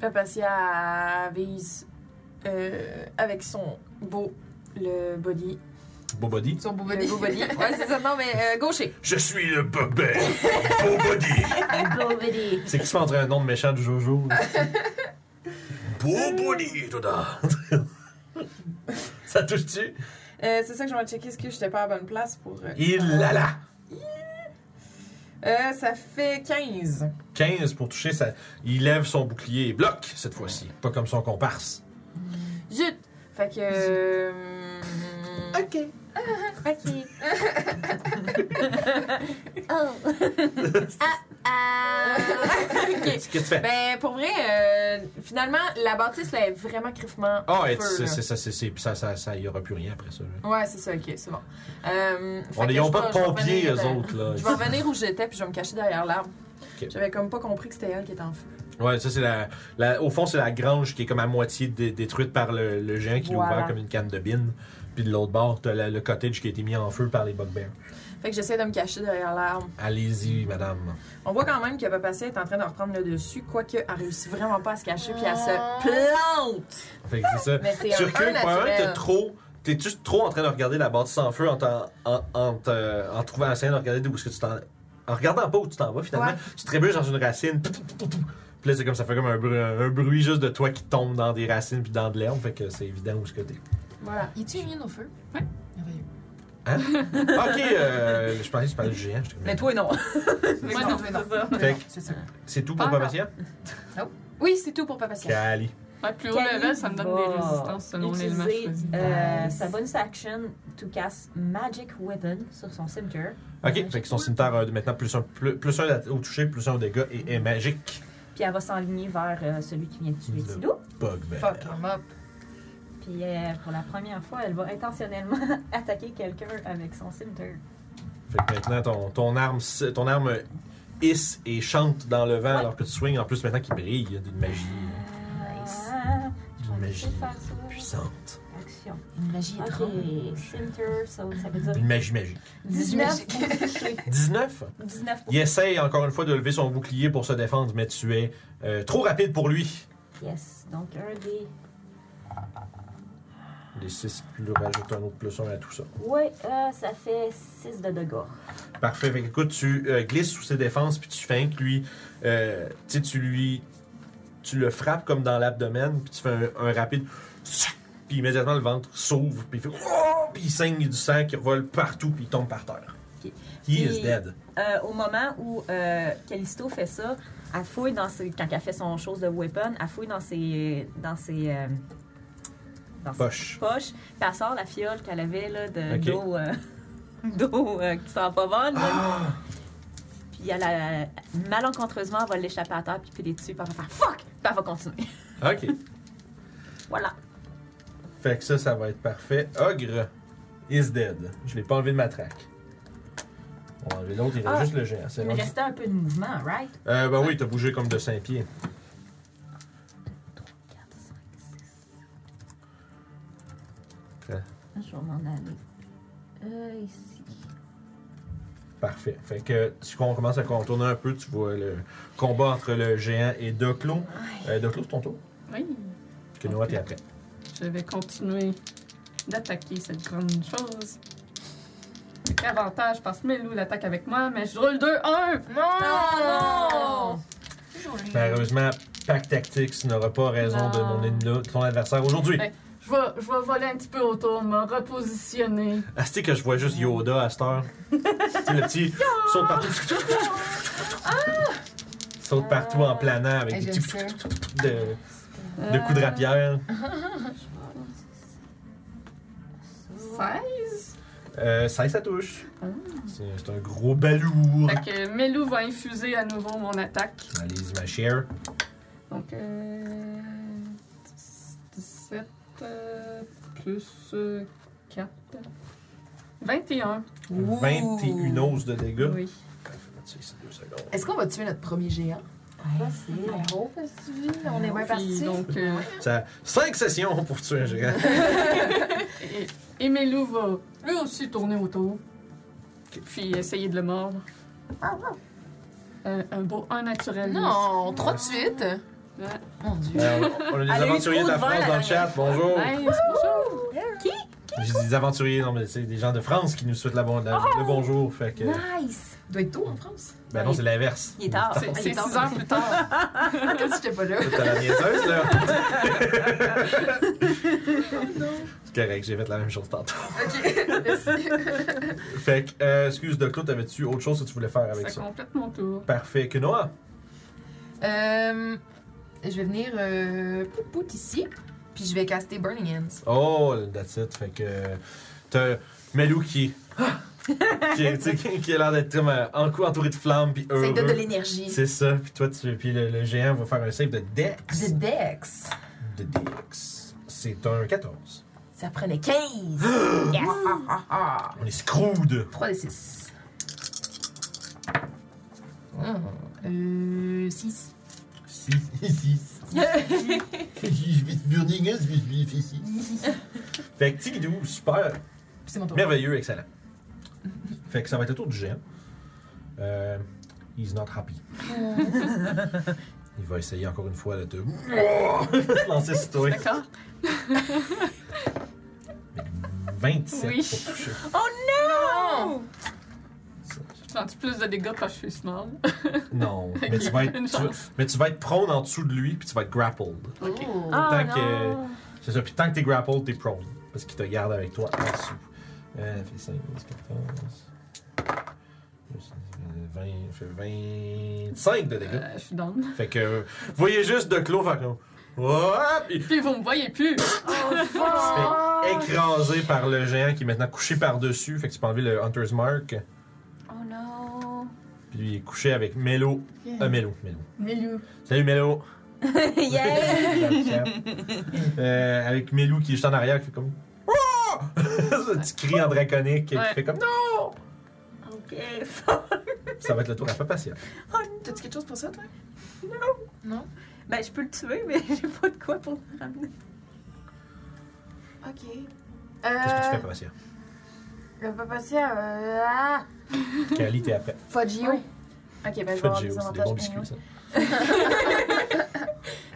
Speaker 4: Papacia vise euh, avec son beau le body.
Speaker 2: Beau body.
Speaker 6: Son beau
Speaker 4: Le
Speaker 6: body.
Speaker 4: beau [laughs] body. Ouais, c'est ça. Non, mais euh, gaucher.
Speaker 2: Je suis le bobet. Beau body.
Speaker 7: Bobedy.
Speaker 2: C'est qui se fait entre un nom de méchant de Jojo? là? Beau body, Doda. ça touche-tu?
Speaker 4: Euh, c'est ça que je vais checker. Est-ce que j'étais pas à la bonne place pour. euh,
Speaker 2: Il l'a là.
Speaker 4: Euh, ça fait 15.
Speaker 2: 15 pour toucher, ça... il lève son bouclier et bloque cette fois-ci. Pas comme son comparse.
Speaker 4: Zut! Fait que. euh, [laughs]
Speaker 6: Ok.
Speaker 7: Ok. oh. ah, ah.
Speaker 2: Qu'est-ce que tu fais?
Speaker 4: Ben, pour vrai, euh, finalement, la bâtisse, là, est vraiment criffement.
Speaker 2: Ah,
Speaker 4: feu,
Speaker 2: et c'est-
Speaker 4: là.
Speaker 2: c'est- c'est- c'est- c'est- ça, ça, ça, il n'y aura plus rien après ça. là.
Speaker 4: Ouais, c'est ça, ok, c'est bon. Euh, fait
Speaker 2: On
Speaker 4: que
Speaker 2: ils ont
Speaker 4: je
Speaker 2: pas
Speaker 4: vais-
Speaker 2: de
Speaker 4: je vais
Speaker 2: pompiers,
Speaker 4: revenir,
Speaker 2: eux
Speaker 4: euh,
Speaker 2: autres, là.
Speaker 4: Je vais revenir où j'étais, puis je vais me cacher derrière l'arbre.
Speaker 2: Ok.
Speaker 4: J'avais comme pas compris que c'était elle qui était en feu.
Speaker 2: Ouais, ça c'est la, la- Au fond, c'est la grange qui est comme à moitié dé- détruite par le, le géant qui l'a
Speaker 4: Voilà.
Speaker 2: ouvert comme une canne de bine. Puis de l'autre bord, t'as la- le cottage qui a été mis en feu par les bugbears.
Speaker 4: Fait que j'essaie de me cacher derrière l'arbre.
Speaker 2: Allez-y, madame.
Speaker 4: On voit quand même que Papa Sia est en train de reprendre le dessus, quoique elle réussit vraiment pas à se cacher puis elle se plante.
Speaker 2: Fait que c'est ça.
Speaker 4: Ah. Mais c'est
Speaker 2: Tu
Speaker 4: un, un
Speaker 2: recules, probablement que t'es
Speaker 4: naturel.
Speaker 2: trop. T'es juste trop en train de regarder la bâtisse sans feu en, t'en- en, en te- en trouvant la scène, en regardant d'où est-ce que tu t'en. En regardant pas où tu t'en vas finalement,
Speaker 4: Ouais.
Speaker 2: tu trébuches dans une racine. tout, tout, tout, tout. Puis là, c'est comme ça fait comme un bruit, un bruit juste de toi qui tombe dans des racines puis dans de l'herbe. Fait que c'est évident où est-ce que t'es.
Speaker 4: [laughs] Voilà.
Speaker 6: Y tu une au feu?
Speaker 3: Ouais.
Speaker 6: Merveilleux.
Speaker 2: ok, euh, je pensais que tu parlais du géant. j'étais comme-
Speaker 5: Mais toi, non.
Speaker 6: Mais
Speaker 3: Moi,
Speaker 6: non,
Speaker 3: non,
Speaker 6: mais non.
Speaker 2: Fait que
Speaker 6: C'est ça.
Speaker 2: c'est tout pour
Speaker 3: Peur.
Speaker 2: Papatia?
Speaker 6: Oui, c'est tout pour Papa Sia.
Speaker 2: Cali.
Speaker 3: Ouais, plus haut level, ça me donne des
Speaker 5: Calibre.
Speaker 3: résistances selon l'élément
Speaker 5: Utiliser
Speaker 3: choisi.
Speaker 5: euh,
Speaker 6: Nice.
Speaker 5: sa bonus action to cast Magic Weapon sur son cimetière.
Speaker 2: Ok, fait que son cimetière a euh, maintenant plus un, plus, plus un au toucher, plus un au dégât et est magique.
Speaker 5: Puis elle va s'enligner vers euh, celui qui vient de tuer
Speaker 2: Le-
Speaker 5: Tilo.
Speaker 2: Bugbear.
Speaker 6: Fuck him up.
Speaker 5: Puis euh, pour la première fois, elle va intentionnellement [laughs] attaquer quelqu'un avec son cimetière.
Speaker 2: Fait que maintenant ton, ton arme s- ton arme hisse et chante dans le vent
Speaker 5: Ouais.
Speaker 2: alors que tu swings en plus maintenant qu'il brille d'une magie
Speaker 5: Nice.
Speaker 2: d'une magie
Speaker 5: faire ça.
Speaker 2: puissante.
Speaker 5: Action.
Speaker 6: Une magie étrange.
Speaker 5: Ok, cimetière, so, ça veut dire
Speaker 2: [laughs] Une magie magique.
Speaker 5: 19 pour toucher.
Speaker 2: 19
Speaker 5: 19 pour
Speaker 2: Il essaye encore une fois de lever son bouclier pour se défendre mais tu es euh, trop rapide pour lui.
Speaker 5: Yes, donc un des.
Speaker 2: Les 6 plus le rajoute un autre plus un à tout ça.
Speaker 5: Ouais, euh, ça fait 6 de dégâts.
Speaker 2: Parfait. Fait que, écoute, tu euh, glisses sous ses défenses, puis tu fais que lui. euh, tu sais, tu lui. Tu le frappes comme dans l'abdomen, puis tu fais un, un rapide. Puis immédiatement, le ventre s'ouvre, puis il fait. Oh! Puis il saigne du sang qui revole partout, puis il tombe par terre.
Speaker 5: Ok.
Speaker 2: He is
Speaker 5: Puis-
Speaker 2: dead.
Speaker 5: Euh, au moment où euh, Callisto fait ça, elle fouille dans ses. Quand elle fait son chose de weapon, elle fouille dans ses. dans ses. euh, dans ses
Speaker 2: Poche.
Speaker 5: poches, puis elle sort la fiole qu'elle avait là, de
Speaker 2: Ok.
Speaker 5: d'eau. euh, [laughs] d'eau euh, qui sent pas bonne. là. Puis elle, a- malencontreusement, elle va l'échapper à terre, puis piler dessus, puis elle va faire fuck! Puis elle va continuer. [laughs]
Speaker 2: Ok.
Speaker 5: voilà.
Speaker 2: [laughs] fait que ça, ça va être parfait. Ogre is dead. Je l'ai pas enlevé de ma traque. On va enlever l'autre, il reste
Speaker 5: Ah.
Speaker 2: juste le géant. C'est
Speaker 5: Il me
Speaker 2: rendu-
Speaker 5: restait un peu de mouvement, right?
Speaker 2: Euh, ben oui, t'as bougé comme de 5 pieds.
Speaker 5: Je vais m'en aller. Euh, ici.
Speaker 2: Parfait. Fait que tu, on commence à contourner un peu, tu vois le combat entre le géant et Doclo. Euh, Doclo, c'est ton tour.
Speaker 3: Oui,
Speaker 2: Que Noah, t'es après.
Speaker 3: je vais continuer d'attaquer cette grande chose. Avec avantage parce que Melou l'attaque avec moi, mais je roule 2-1! Ah,
Speaker 4: Non!
Speaker 2: Malheureusement, Pack Tactics n'aura pas raison de mon ennemi, de ton adversaire aujourd'hui.
Speaker 3: Ouais. Je vais, je vais voler un petit peu autour, me repositionner.
Speaker 2: Ah, c'est que je vois juste Yoda à cette heure. c'est le petit saute partout. saute partout en planant avec
Speaker 8: Eh,
Speaker 6: Et
Speaker 2: des
Speaker 6: je
Speaker 2: petits
Speaker 6: sais.
Speaker 2: de, de coups de
Speaker 3: Ah.
Speaker 2: rapière.
Speaker 3: Ça
Speaker 2: Euh, 16, ça touche. C'est c'est un gros balourd.
Speaker 3: Fait que Melou va infuser à nouveau mon attaque.
Speaker 2: Allez-y, ma chère.
Speaker 3: Donc, euh, 17 euh, plus euh, 4. 21.
Speaker 6: Ouh.
Speaker 2: 21 os de dégâts.
Speaker 3: Oui.
Speaker 2: Tu sais, c'est deux secondes.
Speaker 6: Est-ce qu'on va tuer notre premier géant?
Speaker 4: Oh, on est bien
Speaker 3: Puis,
Speaker 4: parti.
Speaker 3: donc, euh,
Speaker 2: Ça, cinq sessions pour tuer un géant.
Speaker 3: et, et Melou va lui aussi tourner autour. Puis essayer de le mordre. Un- un beau un naturel.
Speaker 6: Non, trois de suite.
Speaker 3: Ouais.
Speaker 6: Mon dieu.
Speaker 2: Euh, on a des
Speaker 5: Elle a eu
Speaker 2: aventuriers
Speaker 5: trop
Speaker 2: de la
Speaker 5: de vin,
Speaker 2: France
Speaker 5: la
Speaker 2: dans le chat, bonjour.
Speaker 3: Nice, bonjour.
Speaker 2: J'ai dit des aventuriers, non mais c'est des gens de France qui nous souhaitent la bon- la- le bonjour. Fait que,
Speaker 5: Oh! Nice!
Speaker 6: Doit être tôt hein, en France.
Speaker 2: ben non, c'est l'inverse.
Speaker 5: Il est tard.
Speaker 3: C'est-
Speaker 5: Il
Speaker 3: C'est
Speaker 5: est tard.
Speaker 3: 6 heures plus tard.
Speaker 6: Comme si j'étais pas là.
Speaker 2: T'as la niaiseuse,
Speaker 5: [laughs]
Speaker 2: là. c'est correct, j'ai fait la même chose tantôt. Fait que, euh, excuse, Doclo, t'avais-tu autre chose que tu voulais faire avec
Speaker 3: Ça
Speaker 2: ça?
Speaker 3: complète mon tour.
Speaker 2: Parfait. Que Noah?
Speaker 6: Euh, je vais venir euh, pout pout ici, puis je vais caster Burning Hands.
Speaker 2: Oh, that's it. Fait que t'as Melou qui qui, est- tu sais, qui- qui a l'air d'être comme euh, en coup entouré de flammes puis
Speaker 6: Ça
Speaker 2: heureux.
Speaker 6: me donne de l'énergie.
Speaker 2: C'est ça. Puis toi, tu, puis le, le géant va faire un save de
Speaker 8: Ah,
Speaker 2: Dex.
Speaker 6: De Dex.
Speaker 2: De Dex. C'est un 14.
Speaker 6: Ça prenait 15.
Speaker 5: Yes!
Speaker 6: Ah ah.
Speaker 2: On est screwed.
Speaker 6: 3 des 6. Hmm. Euh, 6.
Speaker 10: 6, et 6. Je vais te burning us, mais je lui ai fait 6.
Speaker 2: Fait que Tigidou, super.
Speaker 6: C'est mon tour.
Speaker 2: Merveilleux, excellent. Fait que ça va être le tour du géant. Euh, he's not happy. Il va essayer encore une fois de te [laughs] lancer sur toi.
Speaker 3: D'accord.
Speaker 2: 27
Speaker 3: Oui.
Speaker 2: pour toucher.
Speaker 5: Oh
Speaker 3: Sens-tu plus de dégâts parce que je suis small?
Speaker 2: Non, mais tu, vas
Speaker 3: [laughs]
Speaker 2: être,
Speaker 3: Une
Speaker 2: tu vas-
Speaker 3: chance.
Speaker 2: mais tu vas être prone en dessous de lui, puis tu vas être grappled.
Speaker 3: Ok.
Speaker 5: Ah,
Speaker 2: Tant
Speaker 5: non.
Speaker 2: C'est ça, puis tant que t'es grappled, t'es prone. Parce qu'il te garde avec toi en dessous. Euh, fait 5, 10, 14. plus, euh, 20, fait 25 de dégâts.
Speaker 3: Euh, je suis down.
Speaker 2: Fait que, euh, voyez juste de clos, fait que, hop, il
Speaker 3: Puis vous me voyez plus!
Speaker 4: Oh!
Speaker 2: se fait écraser par le géant qui est maintenant couché par-dessus. Fait que tu peux enlever le Hunter's Mark.
Speaker 5: Oh non.
Speaker 2: Puis lui, il est couché avec Melo. Euh, Melo, Melo.
Speaker 1: Mélou.
Speaker 2: Salut Melo.
Speaker 5: [laughs] yeah.
Speaker 2: [laughs] Euh, avec Melou qui est juste en arrière, qui fait comme. [laughs] Ah! Ce petit cri en draconique,
Speaker 3: Ouais.
Speaker 2: qui fait comme non!
Speaker 5: Ok.
Speaker 2: Ça va être le tour à Papa Sia.
Speaker 5: Oh
Speaker 6: T'as-tu quelque chose pour ça, toi?
Speaker 5: Ben, je peux le tuer, mais [laughs] j'ai pas de quoi pour le ramener.
Speaker 4: Ok.
Speaker 2: Qu'est-ce que tu fais,
Speaker 6: Euh.
Speaker 2: Papa Sia?
Speaker 4: Le papa Sia, euh, ah!
Speaker 2: Kali, t'es après.
Speaker 6: Foggio.
Speaker 4: Ok, ben je vais
Speaker 2: Faites
Speaker 4: avoir
Speaker 2: Géo,
Speaker 4: des
Speaker 2: c'est des bons
Speaker 4: avantages.
Speaker 2: biscuits, ça.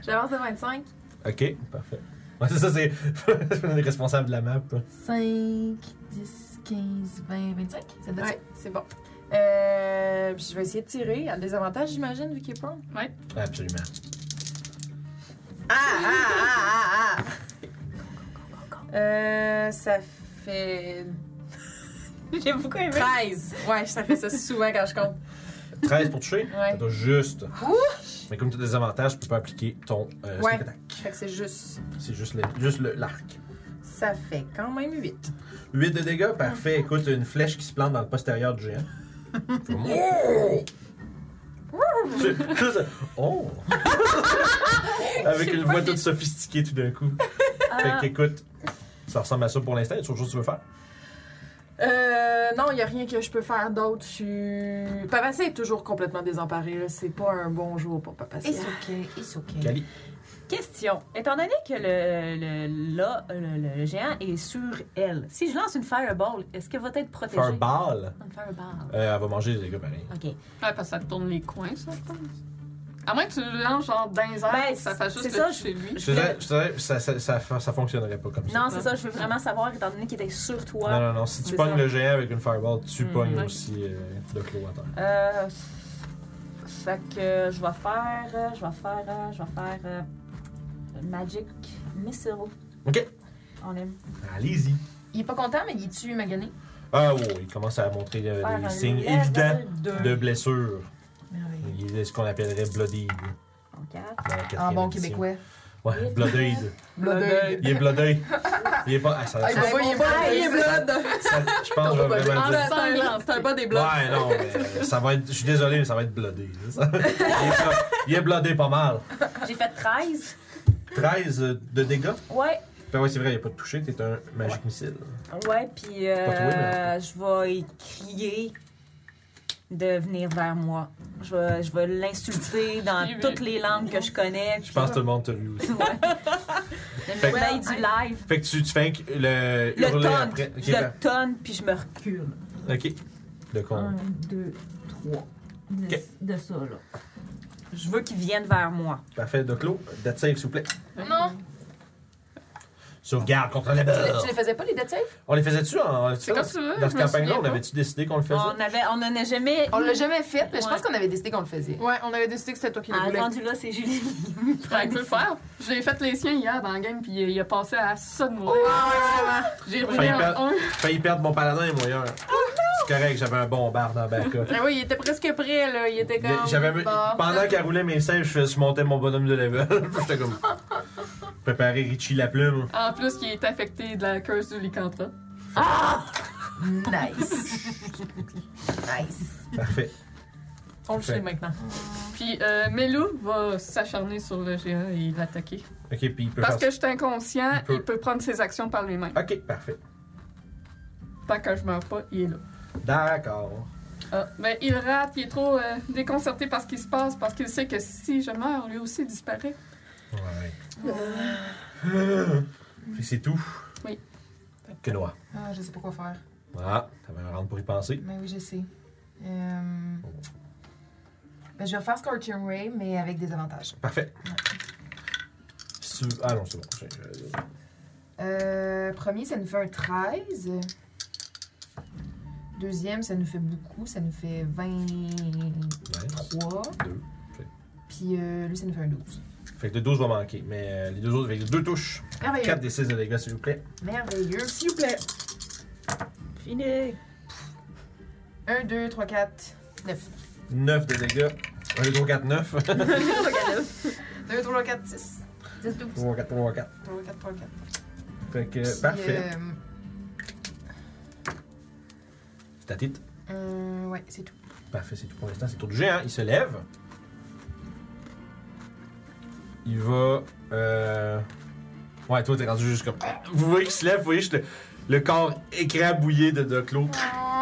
Speaker 4: J'avance de 25.
Speaker 2: Ok, parfait. Ouais, c'est ça, c'est. [laughs] On est responsable de la map.
Speaker 6: 5, 10, 15, 20, 25. Ça doit
Speaker 4: Ouais, c'est bon. Euh, puis je vais essayer de tirer à des avantages, j'imagine, vu qu'il est prone.
Speaker 2: Absolument.
Speaker 4: Ah, ah, ah, ah, ah! Euh, ça fait [laughs]
Speaker 5: J'ai beaucoup aimé.
Speaker 4: 13. Ouais, ça fait ça souvent quand je compte.
Speaker 2: 13 pour toucher.
Speaker 4: Ouais.
Speaker 2: T'as juste. Mais comme tu as des avantages, tu peux pas appliquer ton euh,
Speaker 4: Ouais.
Speaker 2: sneak attack.
Speaker 4: Fait que c'est juste.
Speaker 2: C'est juste le- juste le- l'arc.
Speaker 4: Ça fait quand même 8.
Speaker 2: 8 de
Speaker 5: Ah.
Speaker 2: dégâts, parfait. Écoute, une flèche qui se plante dans le postérieur du
Speaker 5: [laughs]
Speaker 2: géant. Comme, Oh! C'est- c'est ça. Oh! Avec une voix toute sophistiquée tout d'un coup.
Speaker 5: Euh, Ah.
Speaker 2: Fait qu'écoute, ça ressemble à ça pour l'instant. Il y a toujours que tu veux faire.
Speaker 4: Euh, non, il n'y a rien que je peux faire d'autre. Je suis. Papa Sia est toujours complètement désemparé. là. C'est pas un bon jour pour Papa Sia.
Speaker 5: It's okay, it's okay.
Speaker 2: Cali.
Speaker 5: Question. Étant donné que le, le, là, le, le- le géant est sur elle, si je lance une fireball, est-ce qu'elle va être protégée?
Speaker 2: Fireball.
Speaker 5: Une fireball.
Speaker 2: Euh, elle va manger des dégâts pareil.
Speaker 5: OK.
Speaker 3: Ouais, parce que ça te tourne les coins, ça, je pense. À moins que tu le lances genre dans les airs,
Speaker 5: Ben,
Speaker 3: que ça fasse
Speaker 5: c'est
Speaker 3: juste
Speaker 5: ça,
Speaker 3: le toucher lui.
Speaker 2: Je te dirais, je te dirais, ça, ça, ça, ça fonctionnerait pas comme ça.
Speaker 5: Non, c'est ça. Je veux vraiment savoir, étant donné qu'il était sur
Speaker 2: Non,
Speaker 5: toi.
Speaker 2: non, non. Si tu
Speaker 5: C'est
Speaker 2: pognes
Speaker 5: ça.
Speaker 2: le géant avec une fireball, tu
Speaker 5: Hmm,
Speaker 2: pognes
Speaker 3: ouais.
Speaker 2: aussi euh, de clos à terre.
Speaker 5: Euh, fait que je vais faire... euh, Je vais faire... euh, Je vais faire... euh, Magic Missile.
Speaker 2: OK.
Speaker 5: On aime.
Speaker 2: Allez-y.
Speaker 6: Il est pas content, mais il est tu magané.
Speaker 2: Ah oui, il commence à montrer euh,
Speaker 5: Faire
Speaker 2: des
Speaker 5: un
Speaker 2: signes
Speaker 5: level
Speaker 2: évidents
Speaker 5: deux.
Speaker 2: de blessure.
Speaker 6: Merveilleux.
Speaker 2: Il est ce qu'on appellerait bloodied.
Speaker 5: On garde.
Speaker 2: dans la
Speaker 6: En
Speaker 2: quatrième
Speaker 6: bon
Speaker 2: édition.
Speaker 6: québécois.
Speaker 2: Ouais, bloodied.
Speaker 6: Blooded.
Speaker 2: Il est blooded. Il est pas. Ah, ça,
Speaker 6: Ah, il
Speaker 2: ça-
Speaker 6: va pas, il est
Speaker 4: Ah, il est
Speaker 6: blooded.
Speaker 4: blood!
Speaker 2: ça- je pense que je vais vraiment
Speaker 3: Ah,
Speaker 2: dire.
Speaker 3: ça, il lance.
Speaker 4: C'est un bas des blood.
Speaker 2: Ouais, non, mais ça va être. Je suis désolé, mais ça va être bloodé. ça. Il est, blo- il est bloodé pas mal.
Speaker 5: J'ai fait 13.
Speaker 2: 13 de dégâts.
Speaker 5: Ouais.
Speaker 2: Ben [laughs] ouais, c'est vrai, il n'y a pas de touché. T'es un magique missile.
Speaker 5: Ouais, puis euh,
Speaker 2: Pas toi, mais-
Speaker 5: je vais y crier de venir vers moi. Je vais, je vais l'insulter dans
Speaker 3: Je l'ai
Speaker 5: toutes
Speaker 3: vu.
Speaker 5: les langues que je connais.
Speaker 2: Je
Speaker 5: [laughs]
Speaker 2: pense que tout le monde t'a vu aussi.
Speaker 5: Le merveille du live.
Speaker 2: Fait que tu, tu fais que le.
Speaker 5: Le
Speaker 2: hurler
Speaker 5: tonne.
Speaker 2: après. Ok,
Speaker 5: Je le tonne, puis je me recule.
Speaker 2: ben- ok. Le con.
Speaker 5: 2, 3. De,
Speaker 2: Ok.
Speaker 5: ça, là. Je veux qu'il vienne vers moi.
Speaker 2: Parfait, Doclo. Death save, s'il vous plaît.
Speaker 6: Non.
Speaker 2: Sauvegarde contre la
Speaker 6: Tu
Speaker 2: barre.
Speaker 6: les- Tu les faisais pas, les dead save?
Speaker 2: On les faisait-tu en.
Speaker 3: C'est comme tu veux,
Speaker 2: Dans
Speaker 3: je
Speaker 2: ce
Speaker 3: me
Speaker 2: campagne-là,
Speaker 3: souviens
Speaker 2: on
Speaker 3: pas.
Speaker 2: avait-tu décidé qu'on le faisait?
Speaker 5: On avait, on n'en a jamais.
Speaker 6: On l'a jamais fait, mais je
Speaker 5: Ouais.
Speaker 6: pense qu'on avait décidé qu'on le faisait.
Speaker 4: Ouais, on avait décidé que c'était toi qui le
Speaker 5: Ah,
Speaker 4: voulais.
Speaker 5: rendu là, c'est Julie.
Speaker 3: Ouais, tu peux le faire. J'ai fait les siens hier dans la game, puis il a passé à ça de mourir.
Speaker 4: Oh! Ah,
Speaker 3: J'ai roulé
Speaker 2: Failli
Speaker 3: en
Speaker 2: perdre.
Speaker 3: un.
Speaker 2: Failli perdre mon paladin, moi, hier. C'est correct, j'avais un bon bar dans le backup.
Speaker 4: Ah oui, il était presque prêt, là. Il était comme.
Speaker 2: J'avais me-
Speaker 4: Bon.
Speaker 2: Pendant qu'elle roulait mes saves, je, fais- je montais mon bonhomme de level. J'étais comme. Préparer Richie la plume.
Speaker 3: En plus, il est affecté de la curse du lycanthrope.
Speaker 6: Nice. nice.
Speaker 2: Parfait.
Speaker 4: On le sait maintenant.
Speaker 3: Puis euh, Melou va s'acharner sur le géant et l'attaquer.
Speaker 2: Ok, puis il peut
Speaker 3: Parce que
Speaker 2: faire
Speaker 3: je suis inconscient,
Speaker 2: Il peut.
Speaker 3: il peut prendre ses actions par lui-même.
Speaker 2: Ok, parfait.
Speaker 3: Tant que je meurs pas, il est là.
Speaker 2: D'accord.
Speaker 3: Ah, ben, il rate, il est trop euh, déconcerté par ce qui se passe, parce qu'il sait que si je meurs, lui aussi disparaît.
Speaker 2: Puis c'est tout.
Speaker 3: Oui.
Speaker 2: Que noir.
Speaker 6: Ah, je sais pas quoi faire.
Speaker 2: Ah, t'avais un round pour y penser.
Speaker 6: Mais oui, je sais. Euh, ben, je vais refaire Scorching Ray, mais avec des avantages.
Speaker 2: Parfait. Si tu- Ah non, c'est bon. J'ai- j'ai-
Speaker 6: Euh, premier, ça nous fait un 13. Deuxième, ça nous fait beaucoup. Ça nous fait 23.
Speaker 2: nice. Deux.
Speaker 6: Puis euh, lui, ça nous fait un 12.
Speaker 2: Fait que le 12 va manquer, mais euh, les deux autres, avec deux touches.
Speaker 6: Merveilleux.
Speaker 2: 4 des 6 de dégâts, s'il vous plaît.
Speaker 6: Merveilleux. S'il vous plaît.
Speaker 5: Fini!
Speaker 6: 1, 2, 3, 4, 9.
Speaker 2: 9 de dégâts. 1, 2, 3, 4, 9.
Speaker 6: 2, 3, 4, 6. 10, 12.
Speaker 2: 3, 4, 3, 4.
Speaker 6: 3, 4, 3, 4.
Speaker 2: Fait que, Euh,
Speaker 8: euh,
Speaker 2: parfait.
Speaker 6: euh,
Speaker 2: C'est ta titre.
Speaker 6: euh, ouais, c'est tout.
Speaker 2: Parfait, c'est tout pour l'instant. C'est tout du géant. Il se lève. Il va. Euh... Ouais, toi, t'es rendu juste comme. ah, Vous voyez qu'il se lève, vous voyez juste le, le corps écrabouillé de Doclo.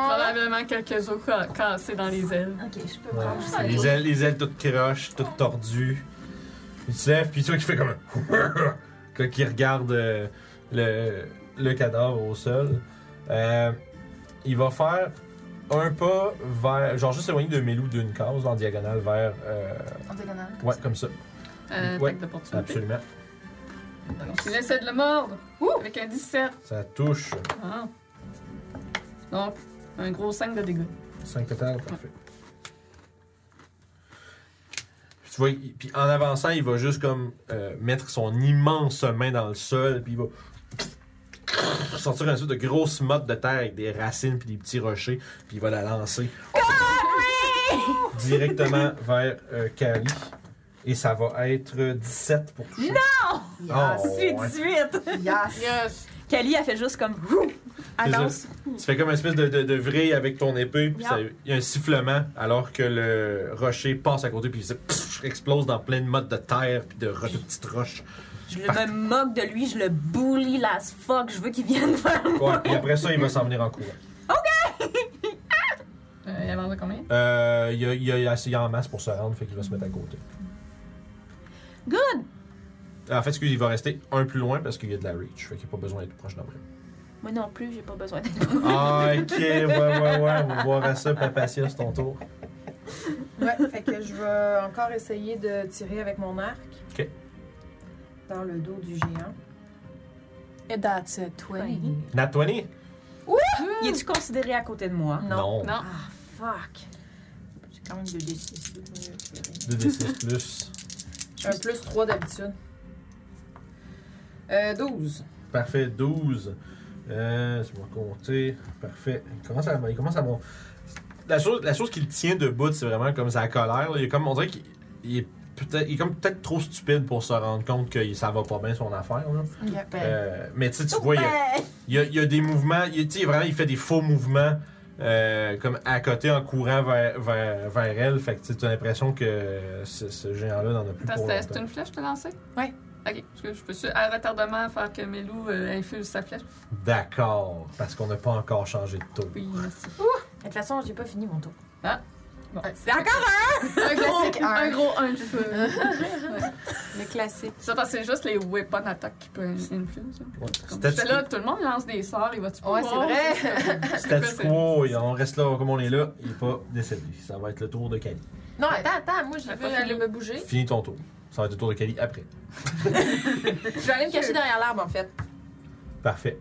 Speaker 3: Probablement quelques os ca- cassés dans les ailes.
Speaker 5: Ok, je peux
Speaker 2: Ouais,
Speaker 5: prendre.
Speaker 2: c'est Ah, les, ailes, les ailes toutes croches, toutes tordues. Il se lève, puis tu vois qu'il fait comme un. [laughs] Quand il regarde euh, le, le cadavre au sol. Euh, il va faire un pas vers. Genre juste s'éloigner de Mélou d'une case en diagonale vers. euh,
Speaker 6: En diagonale.
Speaker 2: ouais, comme ça.
Speaker 3: Euh,
Speaker 2: Ouais,
Speaker 3: attaque d'opportunité.
Speaker 2: Absolument.
Speaker 3: Il essaie de le mordre avec un 17.
Speaker 2: Ça touche.
Speaker 3: Ah. Donc, un gros 5 de dégâts.
Speaker 2: 5 total, parfait. Puis tu vois, il- puis en avançant, il va juste comme euh, mettre son immense main dans le sol, puis il va sortir une sorte de grosse motte de terre avec des racines puis des petits rochers, puis il va la lancer Ah directement vers euh, Kali. Et ça va être 17 pour toucher.
Speaker 6: Yes.
Speaker 2: Oh,
Speaker 5: Suite,
Speaker 2: ouais.
Speaker 5: suite!
Speaker 6: Yes.
Speaker 3: Yes!
Speaker 5: Kali a fait juste comme. Wouh! Elle
Speaker 2: C'est ça.
Speaker 5: lance.
Speaker 2: Tu fais comme une espèce de, de, de vrille avec ton épée, puis
Speaker 5: Miaou.
Speaker 2: ça- il y a un sifflement, alors que le rocher passe à côté, puis ça pff, explose dans plein de mottes de terre, puis de, ro- de petites roches.
Speaker 5: Je me moque de lui, je le bully las fuck, je veux qu'il vienne [laughs] vers moi.
Speaker 2: Ouais, puis après ça, il va s'en venir en courant.
Speaker 3: Euh, il avance de combien?
Speaker 2: Euh, il, y a, il, y a, il y a assez en masse pour se rendre, fait qu'il va se mettre à côté. Ah,
Speaker 5: Good!
Speaker 2: En fait, excuse, il va rester un plus loin parce qu'il y a de la reach, fait qu'il n'y a pas besoin d'être proche d'un même.
Speaker 5: Moi non plus, j'ai pas besoin d'être.
Speaker 2: Ah, ok, ouais, ouais, ouais, on va voir à ça, Papacia, c'est ton tour.
Speaker 4: Ouais, fait que je vais encore essayer de tirer avec mon arc.
Speaker 2: Ok.
Speaker 4: Dans le dos du géant. Ben, Et that's a 20.
Speaker 5: Il
Speaker 2: Nat 20?
Speaker 5: est-tu considéré à côté de moi?
Speaker 2: Non.
Speaker 3: Non.
Speaker 4: Fuck. J'ai quand même 2 d
Speaker 2: 2d6 plus.
Speaker 4: Un plus 3 d'habitude. Euh, 12.
Speaker 2: Parfait, 12. Euh, c'est moi compter. Parfait. Il commence à, il commence à mon- La chose, la chose qui le tient debout, c'est vraiment comme sa colère. là. Il est comme, on dirait qu'il il est peut-être, il est comme peut-être trop stupide pour se rendre compte que ça va pas bien son affaire. là. Euh, mais tu sais, tu vois, il y a-
Speaker 5: Ouais.
Speaker 2: il y a, il y a des mouvements, il, tu sais, vraiment, il fait des faux mouvements euh, comme à côté en courant vers, vers, vers elle. Fait que tu as l'impression que ce, ce géant-là n'en a plus
Speaker 3: Attends,
Speaker 2: pour
Speaker 3: c'était- C'est
Speaker 2: longtemps.
Speaker 3: une flèche que t'as lancée?
Speaker 4: Ouais.
Speaker 3: Ok, parce que je peux su- à retardement faire que Melou euh, infuse sa flèche.
Speaker 2: D'accord, parce qu'on n'a pas encore changé de tour.
Speaker 3: Oui, merci.
Speaker 5: De toute façon, j'ai pas fini mon tour.
Speaker 4: C'est encore
Speaker 3: Un
Speaker 6: classique
Speaker 3: gros,
Speaker 6: un.
Speaker 3: un gros un
Speaker 6: [laughs]
Speaker 3: de feu.
Speaker 4: le classique.
Speaker 3: Ça, parce que c'est juste les weapon attaques qui peuvent infuse.
Speaker 2: Ouais.
Speaker 3: Comme
Speaker 2: Statu-
Speaker 3: j'étais là, tout le monde lance des sorts, il va-tu
Speaker 6: Ouais,
Speaker 3: pouvoir?
Speaker 6: c'est
Speaker 2: Statu quo, et on reste là comme on est là, il est pas décédé. Ça va être le tour de Cali.
Speaker 6: Non, attends, attends, moi, [laughs] je
Speaker 3: J'ai
Speaker 6: vais
Speaker 3: pas
Speaker 6: aller
Speaker 3: fini.
Speaker 6: me bouger.
Speaker 2: Finis ton tour. Ça va être le tour de Cali après.
Speaker 4: Je vais aller me cacher derrière l'arbre en fait. [laughs]
Speaker 2: Parfait.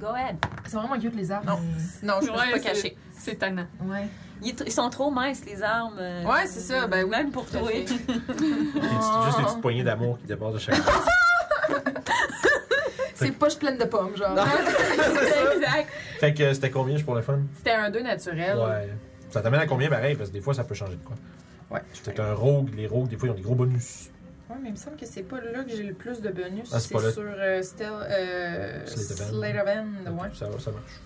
Speaker 5: Go ahead.
Speaker 6: C'est vraiment cute, les arbres.
Speaker 4: Non, je me suis
Speaker 3: Ouais,
Speaker 4: pas
Speaker 3: c'est-
Speaker 4: cachée.
Speaker 3: C'est tannant.
Speaker 6: Ouais.
Speaker 5: Ils, tr- ils sont trop minces, les armes. euh,
Speaker 4: Ouais, c'est ça, ben oui,
Speaker 5: Même pour
Speaker 4: tout à
Speaker 5: toi.
Speaker 4: fait.
Speaker 2: C'est juste des petites poignées d'amour qui dépassent de chaque
Speaker 4: [laughs]
Speaker 2: côté.
Speaker 6: C'est poche pleine de pommes, genre.
Speaker 4: exact.
Speaker 2: Fait que euh, c'était combien juste pour le fun?
Speaker 4: C'était un 2 naturel.
Speaker 2: Ouais. Ça t'amène à combien pareil? Parce que des fois ça peut changer de quoi.
Speaker 4: Ouais.
Speaker 2: T'es un rogue, les rogues, des fois ils ont des gros bonus.
Speaker 4: Ouais, mais il me semble que c'est pas là que j'ai le plus de bonus.
Speaker 2: Ah, c'est
Speaker 4: c'est
Speaker 2: pas là.
Speaker 4: sur euh, Stel, euh,
Speaker 2: Slate of Hand.
Speaker 4: Slate of Hand, ouais.
Speaker 2: Ça, va, ça marche.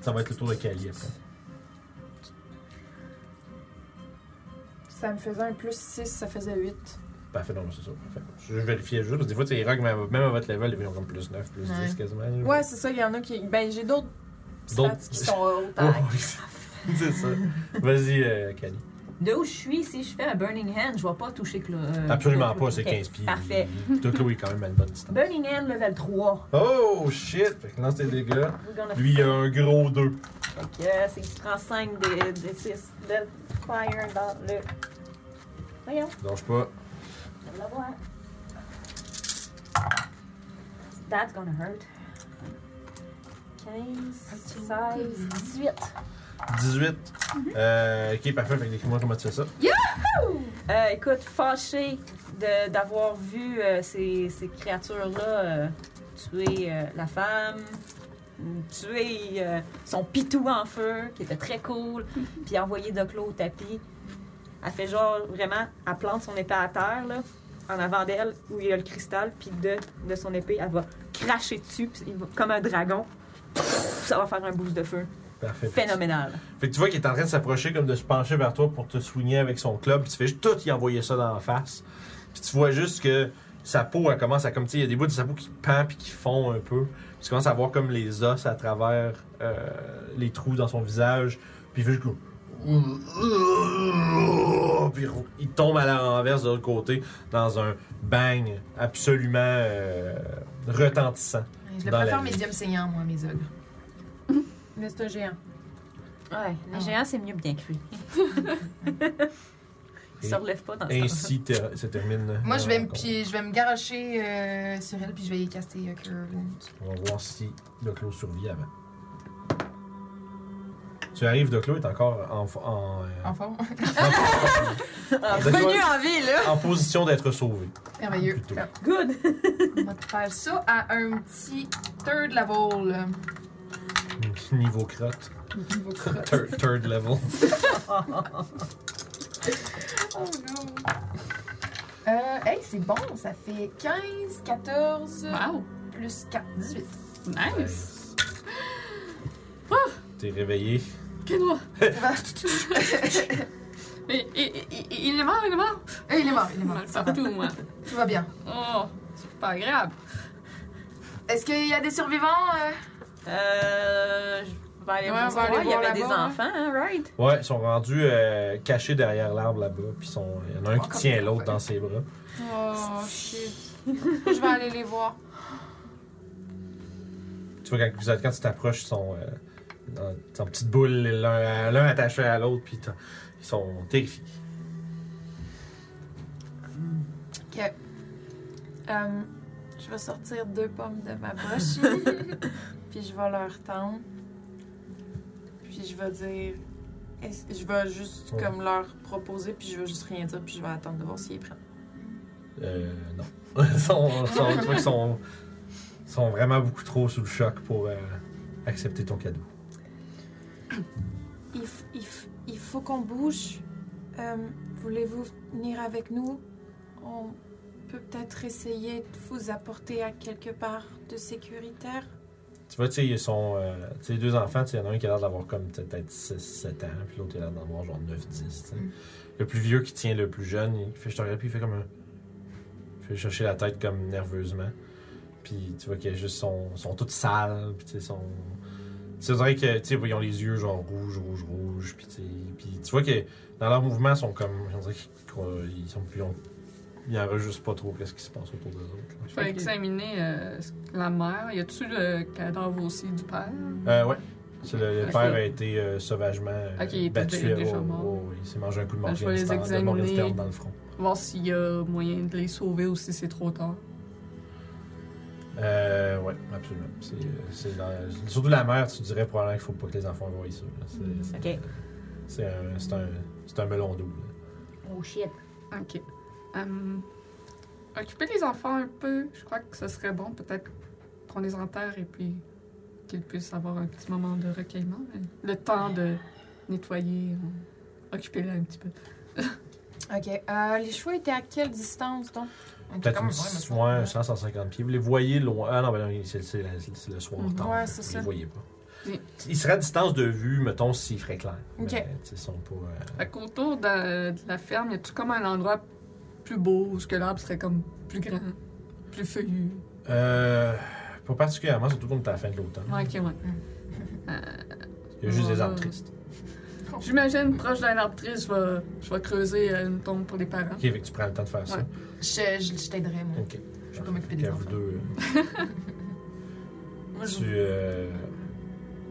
Speaker 2: Ça va être le tour de Cali après.
Speaker 4: Ça me faisait un plus 6, ça faisait 8.
Speaker 2: Parfait, non, c'est ça. Parfait. Je vérifiais juste, parce que des fois, tu sais, les rogues, même même à votre level, ils ont comme plus 9, plus
Speaker 6: Ouais.
Speaker 2: 10 quasiment. là.
Speaker 4: Ouais, c'est ça, il y en a qui. Ben, j'ai d'autres stats
Speaker 2: D'autres- [laughs]
Speaker 4: qui sont hautes.
Speaker 2: Oh, oui. C'est ça. Vas-y, euh, Cali.
Speaker 5: De où je suis, si je fais un Burning Hand, je vais pas toucher euh, que
Speaker 2: Absolument pas, c'est 15 pieds.
Speaker 5: Mm. Parfait. Ben.
Speaker 2: Toi, Chloé, est quand même à une bonne distance.
Speaker 5: Burning Hand level 3.
Speaker 2: Oh shit! Fait que lance tes dégâts.
Speaker 5: We're gonna-
Speaker 2: Lui, il a un gros 2.
Speaker 5: Fait que euh, c'est qu'il prend 5 des, des 6 de fire dans le. Voyons,
Speaker 2: Lâche pas.
Speaker 5: je vais l'avoir. That's gonna hurt. 15, 16, 18.
Speaker 2: 18. Euh, ok, parfait. Fait que décris-moi comment tu fais ça.
Speaker 5: Euh, écoute, fâché de- d'avoir vu euh, ces, ces créatures-là euh, tuer euh, la femme, mm, tuer euh, son pitou en feu, qui était très cool, puis envoyer Doclo au tapis. Elle fait genre vraiment, elle plante son épée à terre, là, en avant d'elle, où il y a le cristal, puis de, de son épée, elle va cracher dessus, puis il va- comme un dragon. Ça va faire un boost de feu.
Speaker 2: Parfait.
Speaker 5: Phénoménal.
Speaker 2: Fait que tu vois qu'il est en train de s'approcher, comme de se pencher vers toi pour te soigner avec son club. Puis tu fais juste tout y envoyer ça dans la face. Puis tu vois juste que sa peau, elle commence à comme, tu sais, il y a des bouts de sa peau qui pendent puis qui fond un peu. Puis tu commences à voir comme les os à travers euh, les trous dans son visage. Puis il fait juste comme- [laughs] Puis il tombe à la renverse de l'autre côté dans un bang absolument euh, retentissant.
Speaker 6: Je le
Speaker 2: Dans
Speaker 6: préfère
Speaker 2: la-
Speaker 6: médium saignant, moi, mes ogres. Mais c'est un géant.
Speaker 5: Ouais, les
Speaker 6: Ah.
Speaker 5: géants, c'est mieux bien cuit. Ils se relèvent pas dans ce temps-là.
Speaker 2: Ainsi ter- se termine.
Speaker 6: Ah,
Speaker 2: euh,
Speaker 6: Moi,
Speaker 2: la
Speaker 6: je vais, me,
Speaker 2: rencontre.
Speaker 6: puis, je vais me garocher euh, sur elle, puis je vais y caster euh, Cure Wound.
Speaker 2: On va voir si Doclo survit avant. Tu arrives, Doclo est encore en, en, euh,
Speaker 6: En forme. [laughs]
Speaker 5: Ah,
Speaker 2: Doclo est
Speaker 6: en ville, là!
Speaker 2: en position d'être sauvé.
Speaker 6: Merveilleux.
Speaker 2: Plutôt.
Speaker 6: Alors,
Speaker 5: Good!
Speaker 6: On va te faire ça à un petit third level.
Speaker 2: Niveau crotte.
Speaker 6: Niveau crotte.
Speaker 2: Third, third level.
Speaker 6: Oh non! Euh, hey, c'est bon, ça fait 15, 14,
Speaker 3: Wow!
Speaker 6: plus 4, 18.
Speaker 3: Nice!
Speaker 2: Nice. T'es réveillé.
Speaker 3: Quinoa! [laughs] Mais il, il- il- il est mort, il est mort!
Speaker 6: Eh, il est mort, il est mort.
Speaker 3: Mal partout, moi.
Speaker 6: Tout va bien.
Speaker 3: Oh, c'est pas grave.
Speaker 6: Est-ce qu'il y a des survivants? euh?
Speaker 5: Euh. Je vais aller
Speaker 3: Ouais,
Speaker 5: voir
Speaker 3: on va aller
Speaker 5: Il y
Speaker 3: voir
Speaker 5: avait des
Speaker 3: là-bas, hein.
Speaker 5: enfants, hein, right?
Speaker 2: Ouais, ils sont rendus euh, cachés derrière l'arbre là-bas. Puis ils sont- il y en a un qui tient l'autre dans ses bras.
Speaker 3: Oh, shit.
Speaker 6: Je vais aller les voir.
Speaker 2: Tu vois, quand, vous êtes- quand tu t'approches, ils sont euh, dans- ils sont en petite boule, l'un à- l'un attaché à l'autre. Puis t'en- ils sont terrifiés.
Speaker 6: Ok.
Speaker 4: Euh, je vais sortir deux pommes de ma poche, [laughs] puis je vais leur tendre. Puis je vais dire. est-ce- Je vais juste
Speaker 2: Ouais.
Speaker 4: comme leur proposer, puis je vais juste rien dire, puis je vais attendre de voir s'ils prennent.
Speaker 2: Euh, non. [laughs] Ils sont, sont- tu vois qu'ils sont, sont vraiment beaucoup trop sous le choc pour euh, accepter ton cadeau.
Speaker 4: Il, f- il f- il faut qu'on bouge. Euh, Voulez-vous venir avec nous? On peut peut-être essayer de vous apporter à quelque part de sécuritaire.
Speaker 2: Tu vois, tu sais, ils sont. euh, tu sais, les deux enfants, tu sais, il y en a un qui a l'air d'avoir comme peut-être 6-7 ans, puis l'autre il a l'air d'avoir genre 9-10. tu sais. Le plus vieux qui tient le plus jeune, il fait, je te regarde, puis il fait comme un. Il fait chercher la tête comme nerveusement. Puis tu vois qu'ils juste sont, sont toutes sales, puis tu sais, sont. Tu sais, on dirait que, tu sais, ils ont les yeux genre rouges, rouges, rouges, puis tu sais. Puis tu vois que dans leurs mouvements, ils sont comme. On dirait qu'ils qu'on- ils sont plus. on- ils enregistrent pas trop qu'est-ce qui se passe autour d'eux autres. là.
Speaker 3: Je vais examiner euh, la mère. Y a-tu le cadavre aussi du père?
Speaker 2: Euh, ouais. C'est le, le
Speaker 3: Ok.
Speaker 2: père a été euh, sauvagement euh,
Speaker 3: Ok, il était
Speaker 2: battu.
Speaker 3: dé- déjà
Speaker 2: Oh,
Speaker 3: mort.
Speaker 2: oh, il s'est mangé un coup de
Speaker 3: Ben, je vais
Speaker 2: Morgan
Speaker 3: les
Speaker 2: Stern- de
Speaker 3: examiner.
Speaker 2: Morgan Stern dans le front.
Speaker 3: Voir s'il y a moyen de les sauver ou si c'est trop tard.
Speaker 2: Euh, ouais, absolument. C'est, euh, c'est dans- surtout la mère, tu dirais probablement qu'il faut pas que les enfants voient ça. là.
Speaker 3: Mm-hmm.
Speaker 2: C'est, c'est-
Speaker 5: Ok.
Speaker 2: c'est un, c'est, un, c'est un melon double.
Speaker 5: Oh shit.
Speaker 3: Ok. Hum, occuper les enfants un peu, je crois que ce serait bon. Peut-être qu'on les enterre et puis qu'ils puissent avoir un petit moment de recueillement. mais Le temps de nettoyer, euh, occuper-les un petit peu.
Speaker 4: Ok. Euh, les chevaux étaient à quelle distance donc?
Speaker 6: On peut
Speaker 2: Peut-être
Speaker 6: quand
Speaker 2: une
Speaker 6: même- ouais, mais c'est-
Speaker 2: ouais, un 100, 150 pieds. Vous les voyez loin. Ah non, ben non, c'est, c'est la- c'est le soir
Speaker 3: Mhm.
Speaker 2: tard.
Speaker 4: Ouais, c'est
Speaker 2: vous
Speaker 4: ça.
Speaker 2: les voyez pas.
Speaker 3: Oui.
Speaker 2: Ils seraient à distance de vue, mettons, s'il ferait clair. Mais,
Speaker 4: Ok.
Speaker 2: tu sais, ils sont pas. euh,
Speaker 3: Fait qu'autour de, de la ferme, y a-tu comme un endroit plus beau où ce que l'arbre serait comme plus grand, plus feuillu?
Speaker 2: euh, pas particulièrement, surtout qu'on est à la fin de l'automne.
Speaker 3: Ouais, ok, ouais.
Speaker 2: Il y a juste
Speaker 3: Ouais.
Speaker 2: des arbres tristes.
Speaker 3: J'imagine, proche d'un arbre triste, je vais, je vais creuser euh, une tombe pour les parents.
Speaker 2: Ok, fait que tu prends le temps de faire ça.
Speaker 3: Ouais.
Speaker 6: Je, je, je t'aiderai, moi.
Speaker 2: Ok.
Speaker 6: Je peux m'occuper des
Speaker 2: Fait qu'à vous
Speaker 6: enfants.
Speaker 2: deux,
Speaker 6: Moi,
Speaker 2: tu, euh,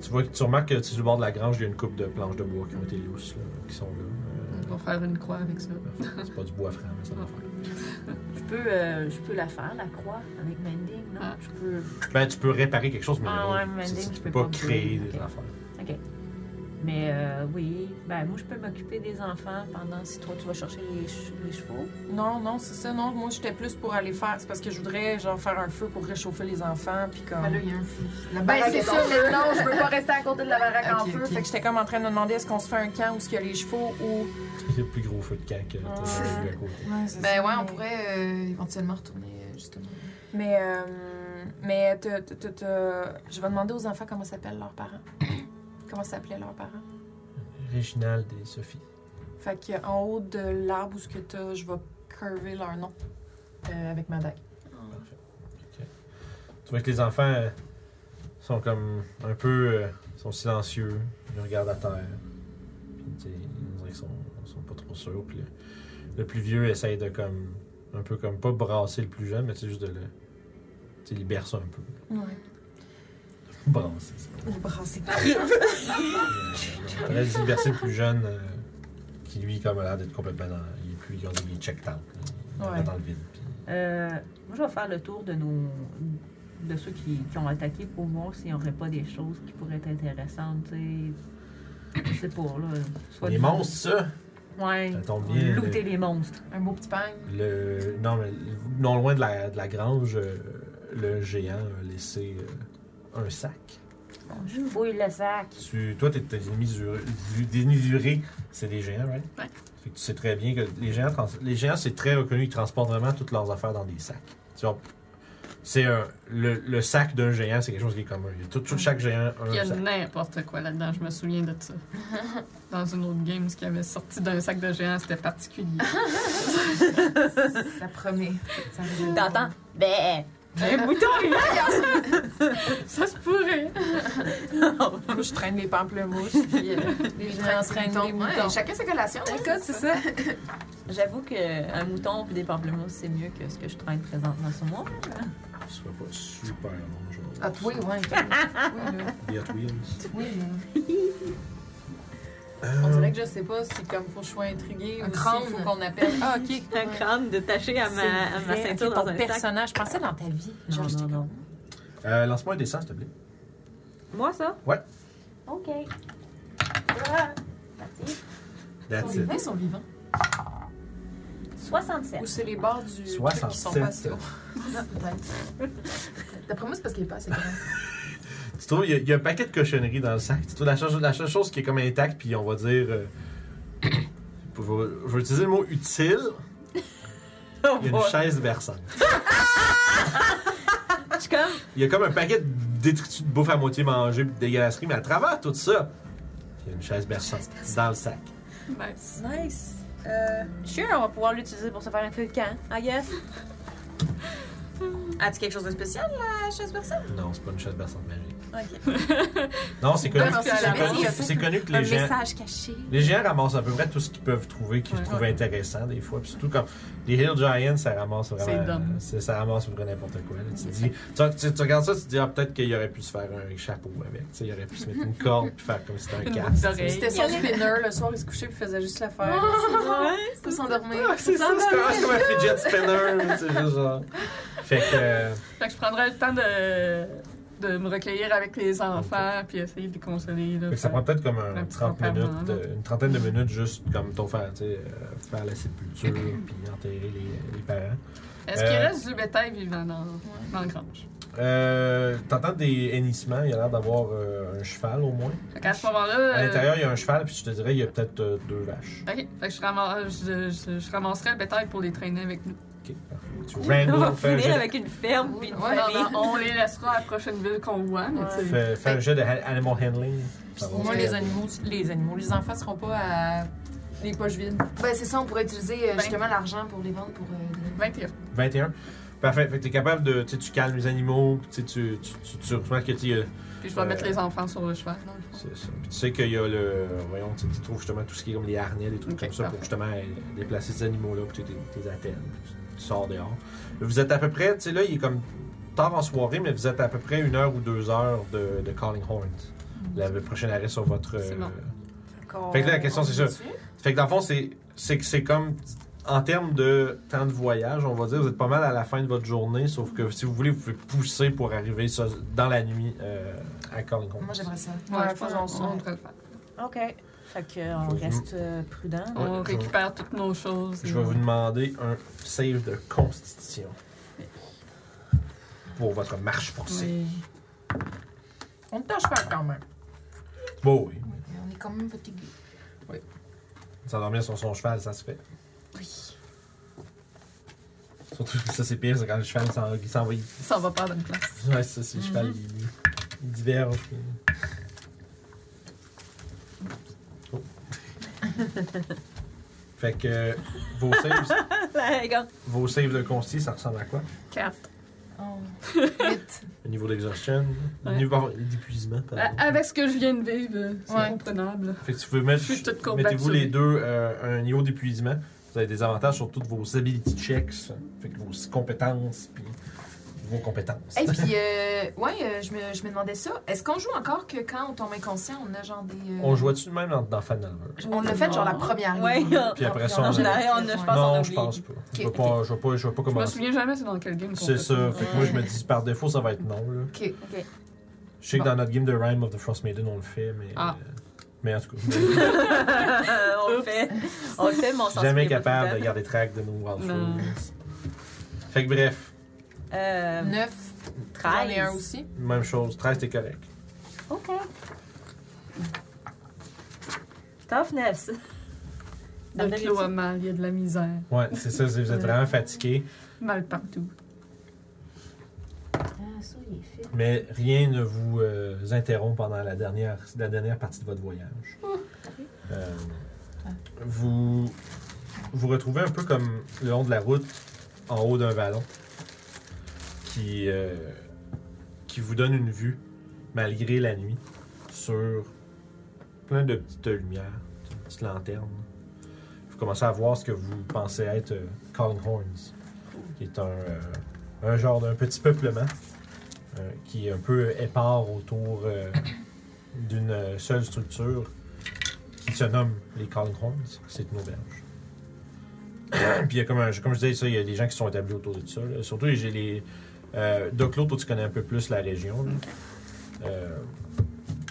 Speaker 2: tu vois, que- tu remarques que sur le bord de la grange, il y a une coupe de planches de bois qui ont été lousses, là, qui sont
Speaker 3: On
Speaker 2: là.
Speaker 3: va faire une croix avec ça.
Speaker 2: Euh,
Speaker 5: Hein?
Speaker 2: c'est pas du bois franc, mais ça
Speaker 5: Ah.
Speaker 2: va faire.
Speaker 5: Je peux, euh, je peux la faire, la croix, avec Mending, non?
Speaker 3: Ah.
Speaker 5: Je peux.
Speaker 2: Ben, tu peux réparer quelque chose, mais
Speaker 5: Ah ouais, mais
Speaker 2: tu,
Speaker 5: dès
Speaker 2: tu
Speaker 5: que tu
Speaker 2: peux
Speaker 5: peux
Speaker 2: pas
Speaker 5: pas
Speaker 2: créer
Speaker 5: bouger,
Speaker 2: des
Speaker 5: ok.
Speaker 2: affaires. [laughs]
Speaker 5: Mais euh, oui, ben moi je peux m'occuper des enfants pendant si toi tu vas chercher les, che- les chevaux.
Speaker 6: Non, non, c'est ça, non. Moi, j'étais plus pour aller faire. C'est parce que je voudrais, genre, faire un feu pour réchauffer les enfants, puis comme.
Speaker 4: Ben là, il y a un feu. La
Speaker 6: Ben,
Speaker 4: baraque
Speaker 6: c'est
Speaker 4: est en
Speaker 6: ça,
Speaker 4: feu.
Speaker 6: mais non, je veux pas rester à côté de la baraque en
Speaker 4: Ok,
Speaker 6: feu.
Speaker 4: ok.
Speaker 6: Fait que j'étais comme en train de me demander est-ce qu'on se fait un camp où il y a les chevaux ou.
Speaker 2: Il y a le plus gros feu de camp que
Speaker 5: Ah.
Speaker 2: tu as
Speaker 6: Ouais.
Speaker 2: vu à côté.
Speaker 6: Ben ouais, on pourrait euh, éventuellement retourner, euh, justement. Mais, euh, mais t'as- t'as- t'as- t'as- je vais demander aux enfants comment s'appellent leurs parents. [coughs] comment s'appelaient leurs parents.
Speaker 2: Réginald et Sophie.
Speaker 6: Fait que en haut de l'arbre où ce que t'as, je vais curver leur nom euh, avec ma dague.
Speaker 2: Parfait. Ok. Tu vois que les enfants euh, sont comme un peu euh, sont silencieux, ils regardent à terre. Puis, tu sais, on dirait qu'ils sont, sont pas trop sûrs. Puis le, le plus vieux essaye de comme un peu comme pas brasser le plus jeune, mais c'est juste de le. Tu sais, il berce un peu.
Speaker 6: Ouais.
Speaker 2: Brasser, c'est
Speaker 6: Les bras, c'est
Speaker 2: pas. Euh, On a dit de bercer le plus jeune euh, qui lui comme a l'air d'être complètement dans. Il est plus. Il est checked out. Il est
Speaker 6: Ouais.
Speaker 2: dans le vide. puis-
Speaker 5: Euh, moi je vais faire le tour de nos de ceux qui, qui ont attaqué pour voir s'il n'y aurait pas des choses qui pourraient être intéressantes, tu sais. Je sais pas, là. Soit
Speaker 2: Les
Speaker 5: du-
Speaker 2: monstres, ça!
Speaker 5: Ouais.
Speaker 2: Ça tombe bien,
Speaker 5: Looter
Speaker 2: le-
Speaker 5: les monstres.
Speaker 6: un beau petit pagne.
Speaker 2: Le, non, mais non loin de la, de la grange, euh, le géant a laissé euh, un sac.
Speaker 5: Je fouille le sac.
Speaker 2: Tu, toi, t'es t'es démesuré, du- démesuré. c'est des géants, right?
Speaker 3: Ouais.
Speaker 2: Fait que tu sais très bien que les géants, trans- les géants c'est très reconnu, ils transportent vraiment toutes leurs affaires dans des sacs. Tu vois, c'est un- le, le sac d'un géant, c'est quelque chose qui est commun. Il y a tout, tout chaque géant a
Speaker 3: Il y
Speaker 2: un
Speaker 3: a
Speaker 2: sac.
Speaker 3: n'importe quoi là-dedans, je me souviens de
Speaker 6: [laughs]
Speaker 3: ça. Dans une autre game, ce qui avait sorti d'un sac de géant,
Speaker 6: [laughs]
Speaker 3: c'était particulier.
Speaker 6: Ça promet. Ça promet.
Speaker 5: T'entends? Ben! Un bouton, il
Speaker 3: ça se pourrait!
Speaker 6: [laughs]
Speaker 2: Euh,
Speaker 6: Moi, je traîne les pamplemousses, puis [laughs] euh, les
Speaker 4: Je
Speaker 6: gens traînent
Speaker 4: traîne des
Speaker 6: les moutons.
Speaker 4: moutons. Chacun ses collations. ouais.
Speaker 6: Écoute, c'est ça.
Speaker 5: J'avoue qu'un mouton et des pamplemousses, c'est mieux que ce que je traîne présentement sur moi.
Speaker 2: Ce sera pas super long, genre.
Speaker 6: Ah, toi, ouais. Oui, là.
Speaker 2: Be at wheels.
Speaker 6: Oui, là. On dirait que je sais pas si comme faut que je sois intriguée
Speaker 4: Un
Speaker 6: ou
Speaker 4: crâne.
Speaker 6: s'il faut qu'on appelle. Ah, ok.
Speaker 5: Un crâne détaché à ma, à ma
Speaker 6: C'est
Speaker 5: euh, ceinture
Speaker 6: vrai,
Speaker 5: dans
Speaker 6: ton
Speaker 5: un sac.
Speaker 6: personnage. Je pensais dans ta vie.
Speaker 5: Non,
Speaker 6: Genre, j'étais
Speaker 5: non, non.
Speaker 2: Euh, Lance-moi un dessin, s'il te plaît.
Speaker 5: Moi, ça?
Speaker 2: Ouais.
Speaker 5: OK. Ah, parti.
Speaker 6: comme,
Speaker 2: That's
Speaker 6: Ils sont
Speaker 2: it.
Speaker 6: vivants, ils sont vivants.
Speaker 5: 67.
Speaker 6: Ou c'est les bords du truc qui sont
Speaker 2: 67.
Speaker 6: passés. Non, peut-être. D'après moi, c'est parce qu'il est pas assez [laughs] grand.
Speaker 2: Tu trouves, il y a- il y, a un paquet de cochonneries dans le sac. Tu trouves la, chose- la seule chose qui est comme intacte, puis on va dire. euh, [coughs] je vais- je vais utiliser le mot utile.
Speaker 5: Oh,
Speaker 2: Il y a une chaise versante.
Speaker 5: Je suis comme...
Speaker 2: Il y a comme un paquet de détritus de bouffe à moitié mangée, puis de dégueulasserie, mais à travers tout ça, il y a une chaise versante dans le sac.
Speaker 3: Nice.
Speaker 5: Nice. Euh, sure, on va pouvoir l'utiliser pour se faire un feu de camp, I
Speaker 6: [laughs]
Speaker 5: guess.
Speaker 4: As-tu quelque chose de spécial, la chaise personne?
Speaker 2: Non, c'est pas une chaise versante magique.
Speaker 4: Ok.
Speaker 2: [laughs] Non, c'est connu,
Speaker 3: Non,
Speaker 2: c'est
Speaker 3: c'est la
Speaker 2: connu-
Speaker 4: magie, en fait.
Speaker 2: c'est connu que
Speaker 4: Un
Speaker 2: les gens.
Speaker 4: message caché.
Speaker 2: Les géants ramassent à peu près tout ce qu'ils peuvent trouver, qu'ils trouvent intéressant des fois. Puis surtout comme les Hill Giants, ça ramasse
Speaker 3: C'est
Speaker 2: vraiment. euh,
Speaker 3: dumb.
Speaker 2: c'est- Ça ramasse vraiment n'importe quoi. là. Tu, dis, tu, tu- tu regardes ça, tu te dis, ah, peut-être qu'il aurait pu se faire un chapeau avec. Tu sais, il aurait pu se mettre une corde puis faire comme si c'était un
Speaker 3: Une
Speaker 2: casque.
Speaker 3: boucle d'oreille.
Speaker 6: C'était son spinner. Le soir, il se couchait puis faisait juste l'affaire. Pour s'endormir.
Speaker 2: Ah, c'est ça, c'est comme, c'est comme un fidget spinner. mais C'est juste genre. Fait que. euh,
Speaker 3: Fait que je prendrais le temps de, de me recueillir avec les enfants, puis essayer de les consoler. Là,
Speaker 2: fait que ça
Speaker 3: Faire-
Speaker 2: prend peut-être comme un,
Speaker 3: Un petit
Speaker 2: 30 minutes,
Speaker 3: enfermement, là.
Speaker 2: euh, une trentaine de minutes juste comme ton faire, tu sais, euh, faire la sépulture puis enterrer les, les parents.
Speaker 3: Est-ce qu'il
Speaker 2: Euh,
Speaker 3: reste du bétail vivant dans, dans le grange?
Speaker 2: Euh, T'entends des hennissements, il y a l'air d'avoir euh, un cheval au moins.
Speaker 3: Fait qu'à ce moment-là. euh,
Speaker 2: À l'intérieur, il y a un cheval, puis je te dirais, il y a peut-être euh, deux vaches.
Speaker 3: Ok, fait que je, ramasse, je, je, je ramasserais le bétail pour les traîner avec nous.
Speaker 2: Ok, parfait. Tu
Speaker 5: [laughs] On va
Speaker 2: wrangle, fais un jet
Speaker 5: finir
Speaker 2: de-
Speaker 5: avec une ferme puis une
Speaker 3: Ouais,
Speaker 5: famille.
Speaker 3: non, non, on les laissera à la prochaine ville qu'on voit, mais tu sais.
Speaker 2: fais- fais un jet de ha- animal handling. Ça va,
Speaker 6: Moi,
Speaker 2: c'est-
Speaker 6: les animaux, les animaux, les enfants seront pas à les poches vides.
Speaker 4: Ben, c'est ça, on pourrait utiliser euh,
Speaker 3: Ben.
Speaker 4: justement l'argent pour les vendre pour. euh,
Speaker 3: 21.
Speaker 2: 21. Parfait. Fait que t'es capable de. Tu sais, tu calmes les animaux, puis tu, sais, tu, tu, tu, tu remarques que tu
Speaker 3: Puis je vais
Speaker 2: Euh,
Speaker 3: mettre les enfants sur le cheval. dans le fond.
Speaker 2: C'est ça. Puis tu sais qu'il y a le. Voyons, tu sais, tu trouves justement tout ce qui est comme les harnais, des trucs
Speaker 3: Ok,
Speaker 2: comme ça pour
Speaker 3: parfait.
Speaker 2: justement euh, déplacer ces animaux-là, puis tu tes- tes attelles, puis tu, tu sors dehors. Vous êtes à peu près, tu sais, là, il est comme tard en soirée, mais vous êtes à peu près une heure ou deux heures de, de Calling Horns. La, le prochain arrêt sur votre.
Speaker 3: C'est bon.
Speaker 2: Fait que là, la question, c'est ça. Fait que dans le fond, c'est, c'est que c'est comme. En termes de temps de voyage, on va dire, vous êtes pas mal à la fin de votre journée, sauf que si vous voulez, vous pouvez pousser pour arriver ça- dans la nuit euh, à Calling Horns.
Speaker 6: Moi, j'aimerais ça.
Speaker 3: Ouais,
Speaker 5: Ouais,
Speaker 3: je pense
Speaker 5: faut
Speaker 3: qu'on
Speaker 5: qu'on se-
Speaker 3: on devrait le faire.
Speaker 5: OK. Fait qu'on
Speaker 2: Je vais vous-
Speaker 5: reste euh,
Speaker 6: [laughs]
Speaker 5: prudent.
Speaker 2: Ouais,
Speaker 3: On
Speaker 2: je vais-
Speaker 3: récupère toutes nos choses.
Speaker 2: Je vais vous demander un save de constitution. Pour votre marche forcée.
Speaker 3: Oui.
Speaker 6: On ne tâche pas quand même.
Speaker 2: Bon, oui.
Speaker 6: On est quand même fatigué.
Speaker 2: S'endormir sur son cheval, ça se fait. Oui. Surtout que ça, c'est pire, c'est quand le cheval s'en- il s'en va. il-
Speaker 3: Ça va pas à la bonne place.
Speaker 2: Ouais, ça, c'est le cheval, il, il diverge. puis- Oh. fait que vos saves,
Speaker 5: Là, regarde.
Speaker 2: vos saves de consti, ça ressemble à quoi
Speaker 3: Quatre.
Speaker 2: Au niveau d'exhaustion, au
Speaker 3: Ouais.
Speaker 2: niveau d'épuisement, pardon.
Speaker 3: Euh, Avec ce que je viens de vivre, euh, c'est
Speaker 6: Ouais.
Speaker 3: comprenable.
Speaker 2: Fait que tu peux
Speaker 3: Je suis toute
Speaker 2: mettre.
Speaker 3: courbatée.
Speaker 2: Mettez-vous les deux euh, un niveau d'épuisement. Vous avez des avantages sur toutes vos ability checks, fait que vos compétences, puis vos compétences.
Speaker 6: Et puis, euh, ouais, euh, je, me, je me demandais ça. Est-ce qu'on joue encore que quand on tombe inconscient, on a genre des. euh,
Speaker 2: On jouait-tu de même dans, dans Final
Speaker 6: On l'a fait genre la première
Speaker 5: Ouais.
Speaker 6: ligne.
Speaker 2: Puis après ça,
Speaker 5: En
Speaker 2: on-
Speaker 5: général, on a, je pense, on a
Speaker 2: Non, je
Speaker 5: oublié. [laughs]
Speaker 2: pense pas. Je vais
Speaker 6: Ok,
Speaker 2: pas, je vais pas, je vais pas
Speaker 3: Je me
Speaker 2: commencer.
Speaker 3: souviens jamais c'est dans quel game. qu'on
Speaker 2: C'est
Speaker 3: fait
Speaker 2: ça. Fait que moi, je me dis par défaut, ça va être non. Là.
Speaker 6: Ok.
Speaker 2: Je sais que dans notre game de Rhyme of the Frost Maiden, on le fait, mais.
Speaker 3: Ah.
Speaker 2: euh, mais en tout cas,
Speaker 5: on le fait. On le fait, mais on s'en
Speaker 2: jamais
Speaker 5: souvient pas
Speaker 2: capable
Speaker 5: tout
Speaker 2: de garder track de nos wild
Speaker 3: Non.
Speaker 2: fruits. Fait que bref,
Speaker 5: le temps. Euh,
Speaker 6: 9. J'en ai
Speaker 5: 13.
Speaker 6: un aussi.
Speaker 2: même chose. 13, t'es correct.
Speaker 5: OK. Toughness. Ça me
Speaker 3: De
Speaker 5: donne
Speaker 3: l'eau à mal, il y a de la misère.
Speaker 2: Ouais, c'est ça, c'est- vous êtes vraiment fatigué.
Speaker 3: Mal partout.
Speaker 7: Ah, ça, il est fait.
Speaker 2: Mais rien ne vous euh, interrompt pendant la dernière, la dernière partie de votre voyage. Euh, vous vous retrouvez un peu comme le long de la route, en haut d'un vallon, qui, euh, qui vous donne une vue, malgré la nuit, sur plein de petites lumières, de petites lanternes. Vous commencez à voir ce que vous pensez être euh, Horns, qui est un, euh, un genre d'un petit peuplement euh, qui est un peu épars autour euh, [coughs] d'une seule structure qui se nomme les Callenhorns. C'est une auberge. [coughs] Puis il y a comme, un- comme je disais, ça, il y a des gens qui sont établis autour de ça. là. Surtout, j'ai les. Euh, Doc Lo, toi, tu connais un peu plus la région. là. Euh,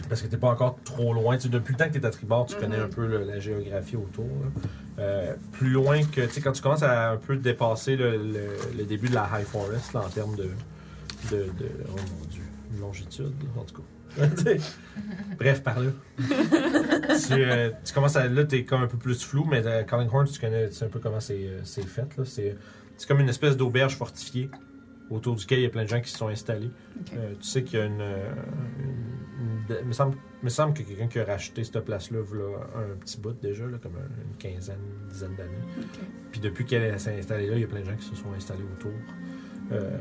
Speaker 2: parce que t'es pas encore trop loin. Tu sais, depuis le temps que t'es à Tribord, tu connais un peu le- la géographie autour. là. Euh, plus loin que. Tu sais, quand tu commences à un peu dépasser le, le- le début de la High Forest, là, en termes de de, de oh mon dieu, une longitude, en tout cas. [laughs] Tu sais, Bref, par là. tu, euh, tu commences à. Là, t'es comme un peu plus flou, mais euh, Calling Horns, tu connais tu sais un peu comment c'est euh, c'est fait. là. C'est c'est comme une espèce d'auberge fortifiée autour duquel il y a plein de gens qui se sont installés.
Speaker 3: Ok.
Speaker 2: Euh, tu sais qu'il y a une. euh, une- une- me, semble, me semble que quelqu'un qui a racheté cette place-là, voilà, un petit bout déjà, là, comme un- une quinzaine, dizaine d'années. Puis depuis qu'elle s'est installée là, il y a plein de gens qui se sont installés autour. Euh,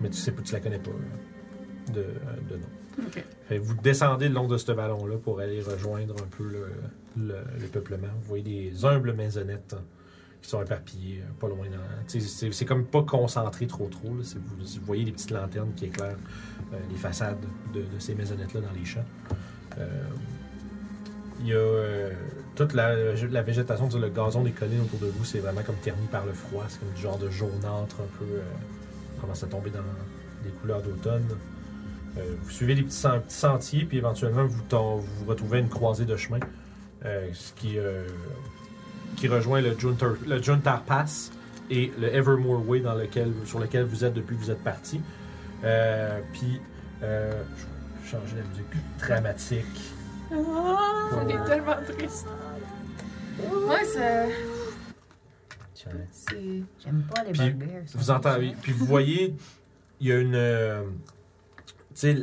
Speaker 2: mais tu sais pas, tu la connais pas là, de, euh, de nom.
Speaker 3: Ok.
Speaker 2: Fait que vous descendez le long de ce vallon-là pour aller rejoindre un peu le, le- le peuplement. Vous voyez des humbles maisonnettes hein, qui sont éparpillées euh, pas loin. dans- tu sais, C'est c'est comme pas concentré trop trop. là. C'est- Vous, vous voyez les petites lanternes qui éclairent euh, les façades de, de ces maisonnettes-là dans les champs. Euh, Il y a euh, toute la, la végétation, tu sais, le gazon des collines autour de vous, c'est vraiment comme terni par le froid. C'est comme du genre de jaunâtre un peu. euh, commence à tomber dans des couleurs d'automne. Euh, vous suivez les petits, sen- petits sentiers, puis éventuellement vous, tom- vous vous retrouvez à une croisée de chemin, euh, ce qui, euh, qui rejoint le Juntar, le Juntar Pass et le Evermore Way dans lequel, sur lequel vous êtes depuis que vous êtes parti. Euh, puis, euh, je vais changer la musique dramatique. Pour-
Speaker 6: On est tellement triste. Ouais, ça. C'est.
Speaker 5: J'aime pas les
Speaker 2: Puis,
Speaker 5: bugbears.
Speaker 2: Vous entendez. Puis vous voyez, il y a une. euh, tu sais,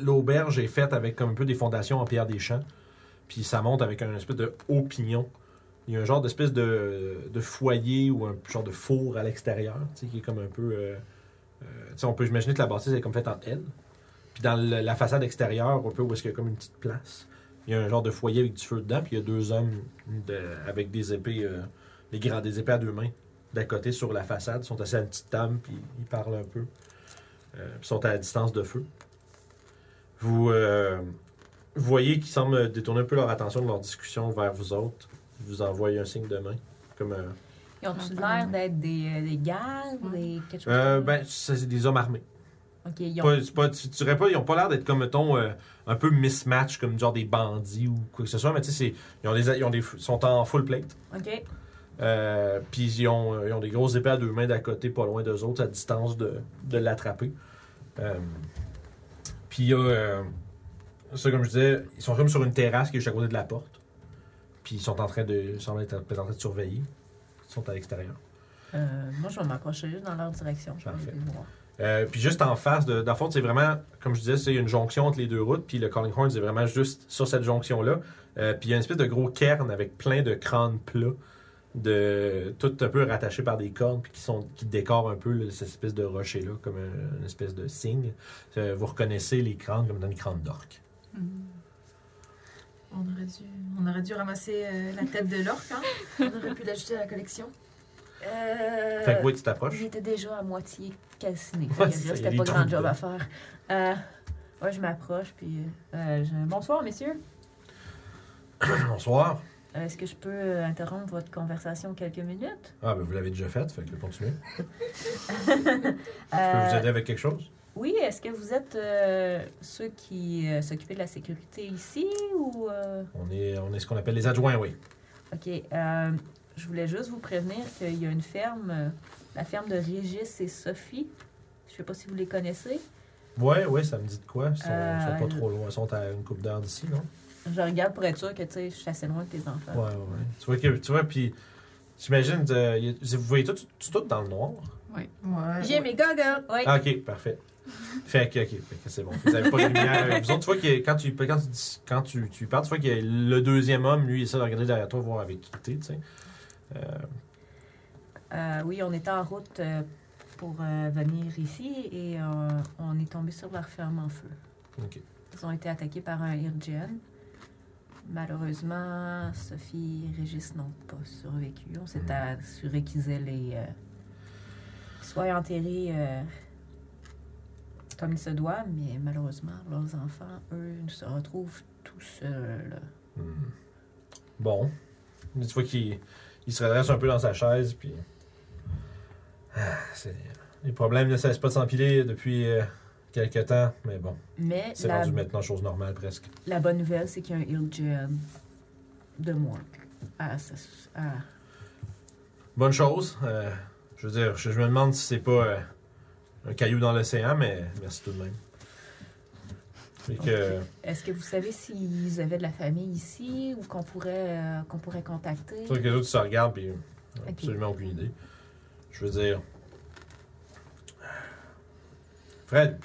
Speaker 2: l'auberge est faite avec comme un peu des fondations en pierre des champs. Puis ça monte avec un espèce de haut pignon Il y a un genre d'espèce de, de foyer ou un genre de four à l'extérieur, tu sais, qui est comme un peu. euh, euh, tu sais, on peut imaginer que la bâtisse est comme faite en L. Puis dans le- la façade extérieure, un peu où est-ce qu'il y a comme une petite place, il y a un genre de foyer avec du feu dedans, puis il y a deux hommes de- avec des épées, euh, les grands, des épées à deux mains, d'à côté sur la façade. Ils sont assis à une petite table, puis ils parlent un peu. Euh, puis ils sont à distance de feu. Vous, euh, vous voyez qu'ils semblent détourner un peu leur attention de leur discussion vers vous autres. Ils vous envoyez un signe de main. Comme, euh,
Speaker 5: Ils ont-tu l'air d'être des, euh, des gardes, des quelque chose
Speaker 2: euh,
Speaker 5: comme-
Speaker 2: ben, ça, c'est des hommes armés.
Speaker 5: Ok, ils ont-
Speaker 2: Pas- c'est pas- tu, tu dirais pas, ils ont pas l'air d'être comme, mettons, euh, un peu mismatch, comme genre des bandits ou quoi que ce soit, mais tu sais, c'est- ils, ont des- ils ont des- sont en full plate.
Speaker 5: Ok.
Speaker 2: Euh, Puis ils ont, euh, ils ont des grosses épées à deux mains d'à côté, pas loin d'eux autres, à distance de, de l'attraper. Euh, Puis il y a, euh, ça, comme je disais, ils sont comme sur une terrasse qui est juste à côté de la porte. Puis ils sont en train de, ils semblent être en train de surveiller. Ils sont à l'extérieur.
Speaker 5: Euh, moi, je vais m'approcher juste dans leur direction. Je vais
Speaker 2: Parfait.
Speaker 5: aller les voir.
Speaker 2: Euh, puis juste en face, de, dans le fond, c'est vraiment, comme je disais, c'est une jonction entre les deux routes. Puis le Calling Horn, c'est vraiment juste sur cette jonction-là. Euh, puis il y a une espèce de gros cairn avec plein de crânes plats, de, tout un peu rattachés par des cornes, puis qui, sont, qui décorent un peu là, cette espèce de rocher-là, comme un- une espèce de signe. Euh, vous reconnaissez les crânes comme dans une crâne d'orque.
Speaker 6: Mm.
Speaker 8: On aurait dû, on aurait dû ramasser euh, la tête de l'orque. Hein. On aurait pu l'ajouter à la collection.
Speaker 5: Euh,
Speaker 2: Fait que oui, tu t'approches.
Speaker 5: J'étais déjà à moitié calciné.
Speaker 2: Ouais, c'est ça, il y a
Speaker 5: C'était
Speaker 2: des
Speaker 5: pas grand
Speaker 2: trous
Speaker 5: job
Speaker 2: dedans.
Speaker 5: à faire. Euh, ouais, je m'approche, puis. euh, je- Bonsoir, messieurs.
Speaker 2: [clears throat] Bonsoir.
Speaker 5: Euh, Est-ce que je peux euh, interrompre votre conversation quelques minutes?
Speaker 2: Ah, ben vous l'avez déjà fait, fait que continuez. Je peux
Speaker 5: Euh,
Speaker 2: vous aider avec quelque chose?
Speaker 5: Oui, est-ce que vous êtes euh, ceux qui euh, s'occupaient de la sécurité ici ou... euh,
Speaker 2: On est, on est ce qu'on appelle les adjoints, oui.
Speaker 5: OK, euh, je voulais juste vous prévenir qu'il y a une ferme, euh, la ferme de Régis et Sophie. Je ne sais pas si vous les connaissez.
Speaker 2: Ouais, ouais, ça me dit de quoi. Ils sont,
Speaker 5: Euh,
Speaker 2: ils sont pas trop loin. Ils sont à une coupe d'heure d'ici, non?
Speaker 5: Je regarde pour être sûr que tu sais, je suis assez loin de tes enfants.
Speaker 2: Ouais, ouais, ouais. Tu vois, que, tu vois puis j'imagine, euh, y a- vous voyez tout, tout, tout dans le noir.
Speaker 8: J'ai mes goggles.
Speaker 5: Oui.
Speaker 2: Ah, ok, parfait. Fait que, ok, fait que c'est bon. Vous avez pas de lumière avec vous autres. Tu vois que quand tu, quand tu, dis- quand tu, tu parles, tu vois que le deuxième homme, lui, il essaie de regarder derrière toi, voir avec qui t'es, tu sais. Euh,
Speaker 5: Euh, oui, on était en route euh, pour euh, venir ici et euh, on est tombé sur leur ferme en feu.
Speaker 2: ok.
Speaker 5: Ils ont été attaqués par un IRGN. Malheureusement, Sophie et Régis n'ont pas survécu. On s'est
Speaker 2: Mhm.
Speaker 5: assuré qu'ils aient les. euh, qu'ils soient enterrés euh, comme il se doit, mais malheureusement, leurs enfants, eux, se retrouvent tout seuls.
Speaker 2: Hmm. Bon. Tu vois qu'il il se redresse un peu dans sa chaise, puis. Ah, c'est- les problèmes ne cessent pas de s'empiler depuis euh, quelques temps, mais bon,
Speaker 5: Mais
Speaker 2: c'est
Speaker 5: la,
Speaker 2: rendu maintenant chose normale presque.
Speaker 5: la bonne nouvelle, c'est qu'il y a un IRGN de moins à, sa- à-
Speaker 2: Bonne chose. Euh, je veux dire, je, je me demande si c'est pas euh, un caillou dans l'océan, mais merci tout de même. Fait que, euh,
Speaker 5: Est-ce que vous savez s'ils avaient de la famille ici ou qu'on pourrait, euh, qu'on pourrait contacter?
Speaker 2: c'est sûr que les autres ils se regardent puis euh,
Speaker 5: Ok.
Speaker 2: absolument aucune idée. Je veux dire. Fred,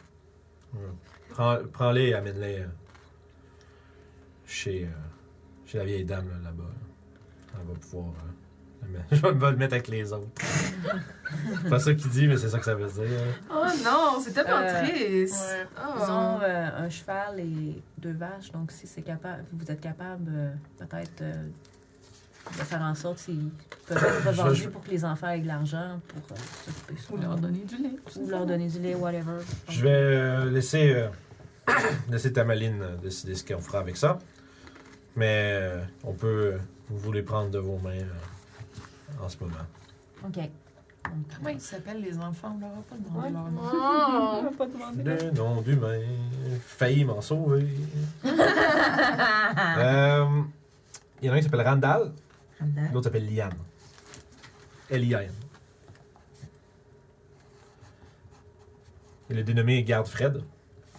Speaker 2: euh, prends, prends-les et amène-les euh, chez, euh, chez la vieille dame là, là-bas. Elle va pouvoir. euh, [laughs] la mettre- je vais le mettre avec les autres. c'est pas ça qu'il dit, mais c'est ça que ça veut dire. hein.
Speaker 8: Oh non, c'est tellement
Speaker 5: Euh,
Speaker 8: triste.
Speaker 6: ouais.
Speaker 8: Oh.
Speaker 5: Ils ont euh, un cheval et deux vaches, donc si c'est capable, vous êtes capable euh, peut-être euh, de faire en sorte s'ils peuvent être
Speaker 2: Je-
Speaker 5: revendus
Speaker 2: je-
Speaker 5: pour que les enfants aient de l'argent pour euh, s'occuper de ça.
Speaker 3: Ou leur donner du lait.
Speaker 5: Ou leur donner du lait, whatever.
Speaker 2: Je vais euh, laisser, euh, [coughs] laisser Tamaline euh, décider ce qu'on fera avec ça. Mais euh, on peut euh, vous les prendre de vos mains euh, en ce moment.
Speaker 5: OK. Donc,
Speaker 6: Comment ils s'appellent les enfants? On leur a pas demandé leur nom.
Speaker 8: Oh.
Speaker 2: Le nom d'humain, failli m'en sauver. Euh, Il y en a un qui s'appelle Randall,
Speaker 5: Hein?
Speaker 8: Randall.
Speaker 2: l'autre s'appelle Liane. L-I-A-N. Et le dénommé garde Fred.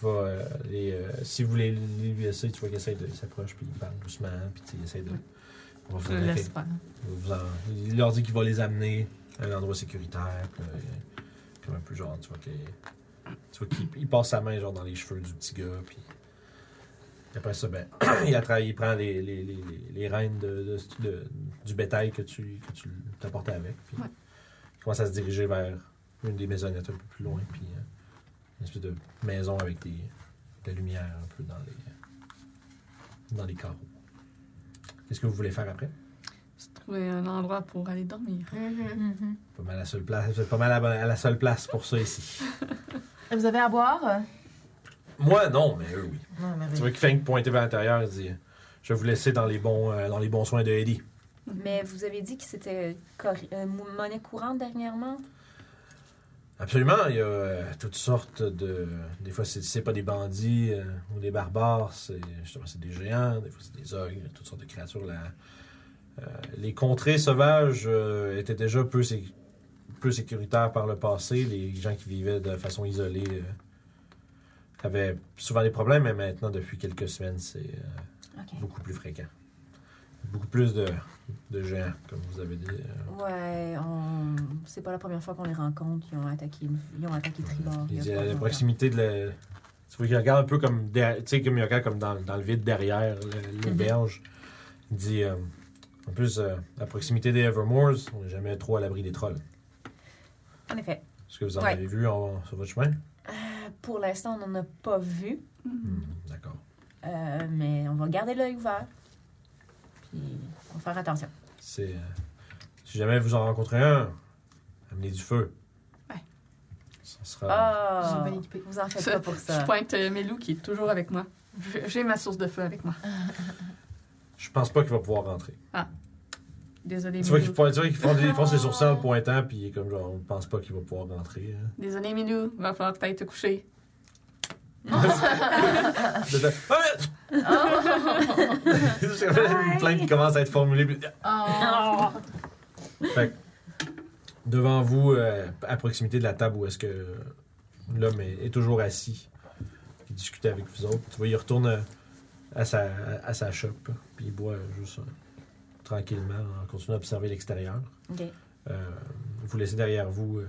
Speaker 2: Va, euh, les, euh, si vous voulez lui essayer, tu vois qu'il essaie de il s'approche, puis il parle doucement, puis tu sais, il essaie de. On va
Speaker 3: Je
Speaker 2: vous
Speaker 3: le
Speaker 2: arrêter.
Speaker 3: laisse faire.
Speaker 2: Vous en- il leur dit qu'il va les amener à un endroit sécuritaire. puis là, il- Comme un peu genre, tu vois qu'il tu vois qu'il- il passe sa main genre dans les cheveux du petit gars. Puis Après ça, ben, [clears throat] il, attra- il prend les, les, les, les, les rênes de, de- de- du bétail que tu, que tu t'apportais avec. Puis
Speaker 3: Ouais.
Speaker 2: Il commence à se diriger vers une des maisonnettes un peu plus loin. Puis euh, une espèce de maison avec des, de la lumière un peu dans les, dans les carreaux. Qu'est-ce que vous voulez faire après?
Speaker 3: se trouver un endroit pour aller dormir.
Speaker 2: Pas mal la seule place, vous êtes pas mal à, à la seule place pour ça ici.
Speaker 6: Et Vous avez à boire? euh?
Speaker 2: Moi, non, mais eux, oui.
Speaker 8: Non,
Speaker 2: Tu vois qu'il fait pointer vers l'intérieur et dit Je vais vous laisser dans les bons, euh, dans les bons soins de Eddie.
Speaker 5: Mais vous avez dit que c'était cori- euh, mou- monnaie courante dernièrement.
Speaker 2: Absolument, il y a euh, toutes sortes de. Des fois, c'est, c'est pas des bandits euh, ou des barbares, c'est justement c'est des géants, des fois c'est des ogres, toutes sortes de créatures. Là. Euh, les contrées sauvages euh, étaient déjà peu, sé- peu sécuritaires par le passé. Les gens qui vivaient de façon isolée euh, avaient souvent des problèmes, mais maintenant, depuis quelques semaines, c'est euh,
Speaker 5: Ok.
Speaker 2: beaucoup plus fréquent. Beaucoup plus de, de géants, comme vous avez dit. euh,
Speaker 5: Ouais, on... c'est pas la première fois qu'on les rencontre. Ils ont attaqué, une- ils ont attaqué Tribord. il y
Speaker 2: Il
Speaker 5: a
Speaker 2: dit à
Speaker 5: pas
Speaker 2: euh, la
Speaker 5: longtemps.
Speaker 2: proximité de la. Tu vois qu'il regarde un peu comme. derrière- Tu sais, comme il regarde comme dans, dans le vide derrière le-
Speaker 5: Mhm.
Speaker 2: l'auberge. Il dit. euh, en plus, euh, à proximité des Evermoors, on n'est jamais trop à l'abri des trolls.
Speaker 5: En effet.
Speaker 2: Est-ce que vous en
Speaker 5: Ouais.
Speaker 2: avez vu en- sur votre chemin?
Speaker 5: Pour l'instant, on n'en a pas vu,
Speaker 4: Mmh.
Speaker 2: Hmm, D'accord.
Speaker 5: euh, mais on va garder l'œil ouvert. Puis, on va faire attention.
Speaker 2: C'est. euh, si jamais vous en rencontrez un, amenez du feu.
Speaker 3: Ouais.
Speaker 2: Ça sera.
Speaker 5: Ah!
Speaker 6: J'ai bien équipé.
Speaker 5: vous en faites pas pour
Speaker 3: Je
Speaker 5: ça.
Speaker 3: pointe euh, Melou qui est toujours avec moi. Je- J'ai ma source de feu avec moi.
Speaker 2: Je pense pas qu'il va pouvoir rentrer.
Speaker 3: Désolée,
Speaker 2: Tu vois
Speaker 5: Mhm.
Speaker 3: Melou.
Speaker 2: qu'il faut- tu vois qu'il fonce il
Speaker 5: [laughs]
Speaker 2: fonce ses sourcils en pointant, puis il est comme genre, on pense pas qu'il va pouvoir rentrer. hein.
Speaker 3: Désolée, Melou. Va falloir que t'ailles te coucher.
Speaker 2: Dedans. Ah! J'ai Ah! une plainte qui commence à être formulée. puis-
Speaker 6: Oh.
Speaker 2: Fait que, devant vous, euh, à proximité de la table où est-ce que l'homme est, est toujours assis, il discute avec vous autres. Tu vois, il retourne euh, à sa, à, à sa shop, puis il boit euh, juste euh, tranquillement en continuant d'observer l'extérieur.
Speaker 5: Ok.
Speaker 2: Euh, vous laissez derrière vous euh,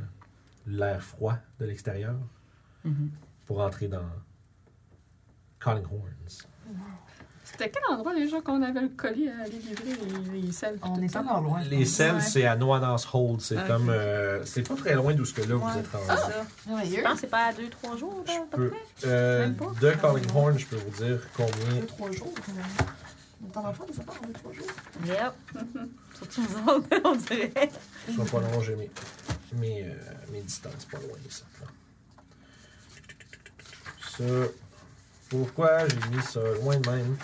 Speaker 2: l'air froid de l'extérieur
Speaker 5: Mhm.
Speaker 2: pour entrer dans Collinghorns.
Speaker 3: C'était quel endroit déjà qu'on avait le colis à aller livrer les, les selles?
Speaker 6: On
Speaker 3: tout
Speaker 6: est
Speaker 3: ça?
Speaker 6: encore loin. je
Speaker 2: Les
Speaker 6: pense.
Speaker 2: selles,
Speaker 3: Ouais.
Speaker 2: c'est à Noanance Hold. C'est
Speaker 3: Ah,
Speaker 2: comme. euh, c'est pas très loin d'où ce que là vous
Speaker 6: Ouais,
Speaker 2: êtes
Speaker 5: Ah, C'est
Speaker 2: rendu.
Speaker 5: ça. Je
Speaker 6: Joyeux.
Speaker 5: pense que c'est pas à deux, trois jours, là, à
Speaker 2: Je
Speaker 5: peu
Speaker 2: peux.
Speaker 5: près.
Speaker 2: euh,
Speaker 5: Même pas.
Speaker 2: de Collinghorn, je peux vous dire combien.
Speaker 6: Deux, trois jours. quand même. De temps en temps, des affaires, deux, trois jours.
Speaker 5: Yep. [laughs] Surtout nous autres, on dirait.
Speaker 2: Soit pas long, j'ai mes, mes, euh, mes distances pas loin de ça. Ça. Pourquoi j'ai mis ça loin de même?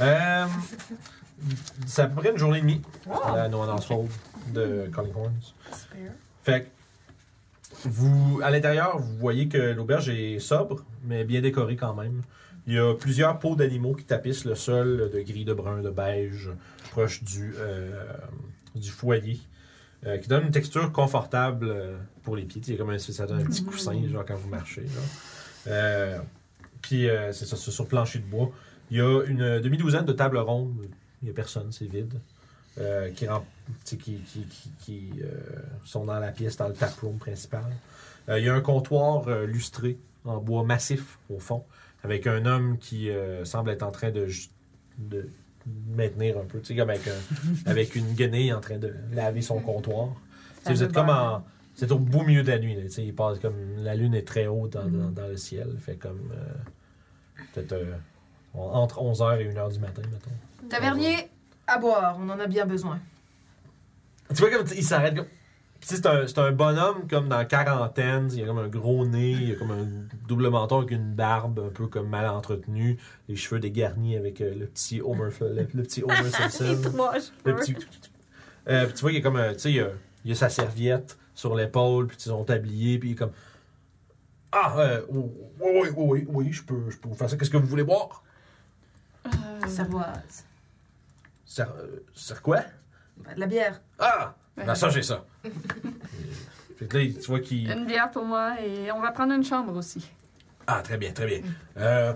Speaker 2: Euh, c'est à peu près une journée et demie à Noanance Hold de Collinghorns. Fait que vous, à l'intérieur, vous voyez que l'auberge est sobre, mais bien décorée quand même. Il y a plusieurs peaux d'animaux qui tapissent le sol de gris, de brun, de beige, proche du, euh, du foyer, euh, qui donne une texture confortable euh, pour les pieds. Il y a comme un, ça donne un petit coussin, genre quand vous marchez. genre. Euh, puis euh, c'est ça, c'est sur plancher de bois. Il y a une demi-douzaine de tables rondes. Il n'y a personne, c'est vide. Euh, qui, rem- tu sais, qui, qui, qui- qui, euh, sont dans la pièce, dans le taproom principal. Euh, il y a un comptoir euh, lustré en bois massif au fond, avec un homme qui euh, semble être en train de, ju- de maintenir un peu, tu sais, comme avec, un- avec une guenille en train de laver son comptoir. Tu sais, vous êtes comme en. C'est au beau milieu de la nuit. Là, tu sais, il passe comme la lune est très haute dans, dans- dans le ciel. Fait comme euh, peut-être euh, on- entre 11h et 1h du matin, mettons.
Speaker 8: Tavernier, à boire, on en a bien besoin.
Speaker 2: Tu vois comme t- il s'arrête comme. Puis tu sais, c'est un, c'est un bonhomme comme dans la quarantaine, il a comme un gros nez, il a comme un double menton avec une barbe un peu comme mal entretenue, les cheveux dégarnis avec euh, le petit Homer, F- le, le petit Homer Simpson.
Speaker 5: Les trois
Speaker 2: Le
Speaker 5: cheveux.
Speaker 2: petit... Euh, puis tu vois, il y a comme un- tu sais, il y a, il y a sa serviette sur l'épaule, puis tu sais, son tablier, puis il est comme. Ah, euh, oui, oui, oui, oui, oui, je peux, je peux vous faire ça. Qu'est-ce que vous voulez boire?
Speaker 3: Euh,
Speaker 8: Savoise.
Speaker 2: C'est euh, c'est quoi?
Speaker 8: Bah, De la bière.
Speaker 2: Ah!
Speaker 3: Ouais.
Speaker 2: Ben, ça, j'ai ça. [laughs] Euh, fait que là, il- tu vois qu'il.
Speaker 8: Euh,
Speaker 3: Une bière pour moi et on va prendre une chambre aussi.
Speaker 2: Ah, très bien, très bien. Euh,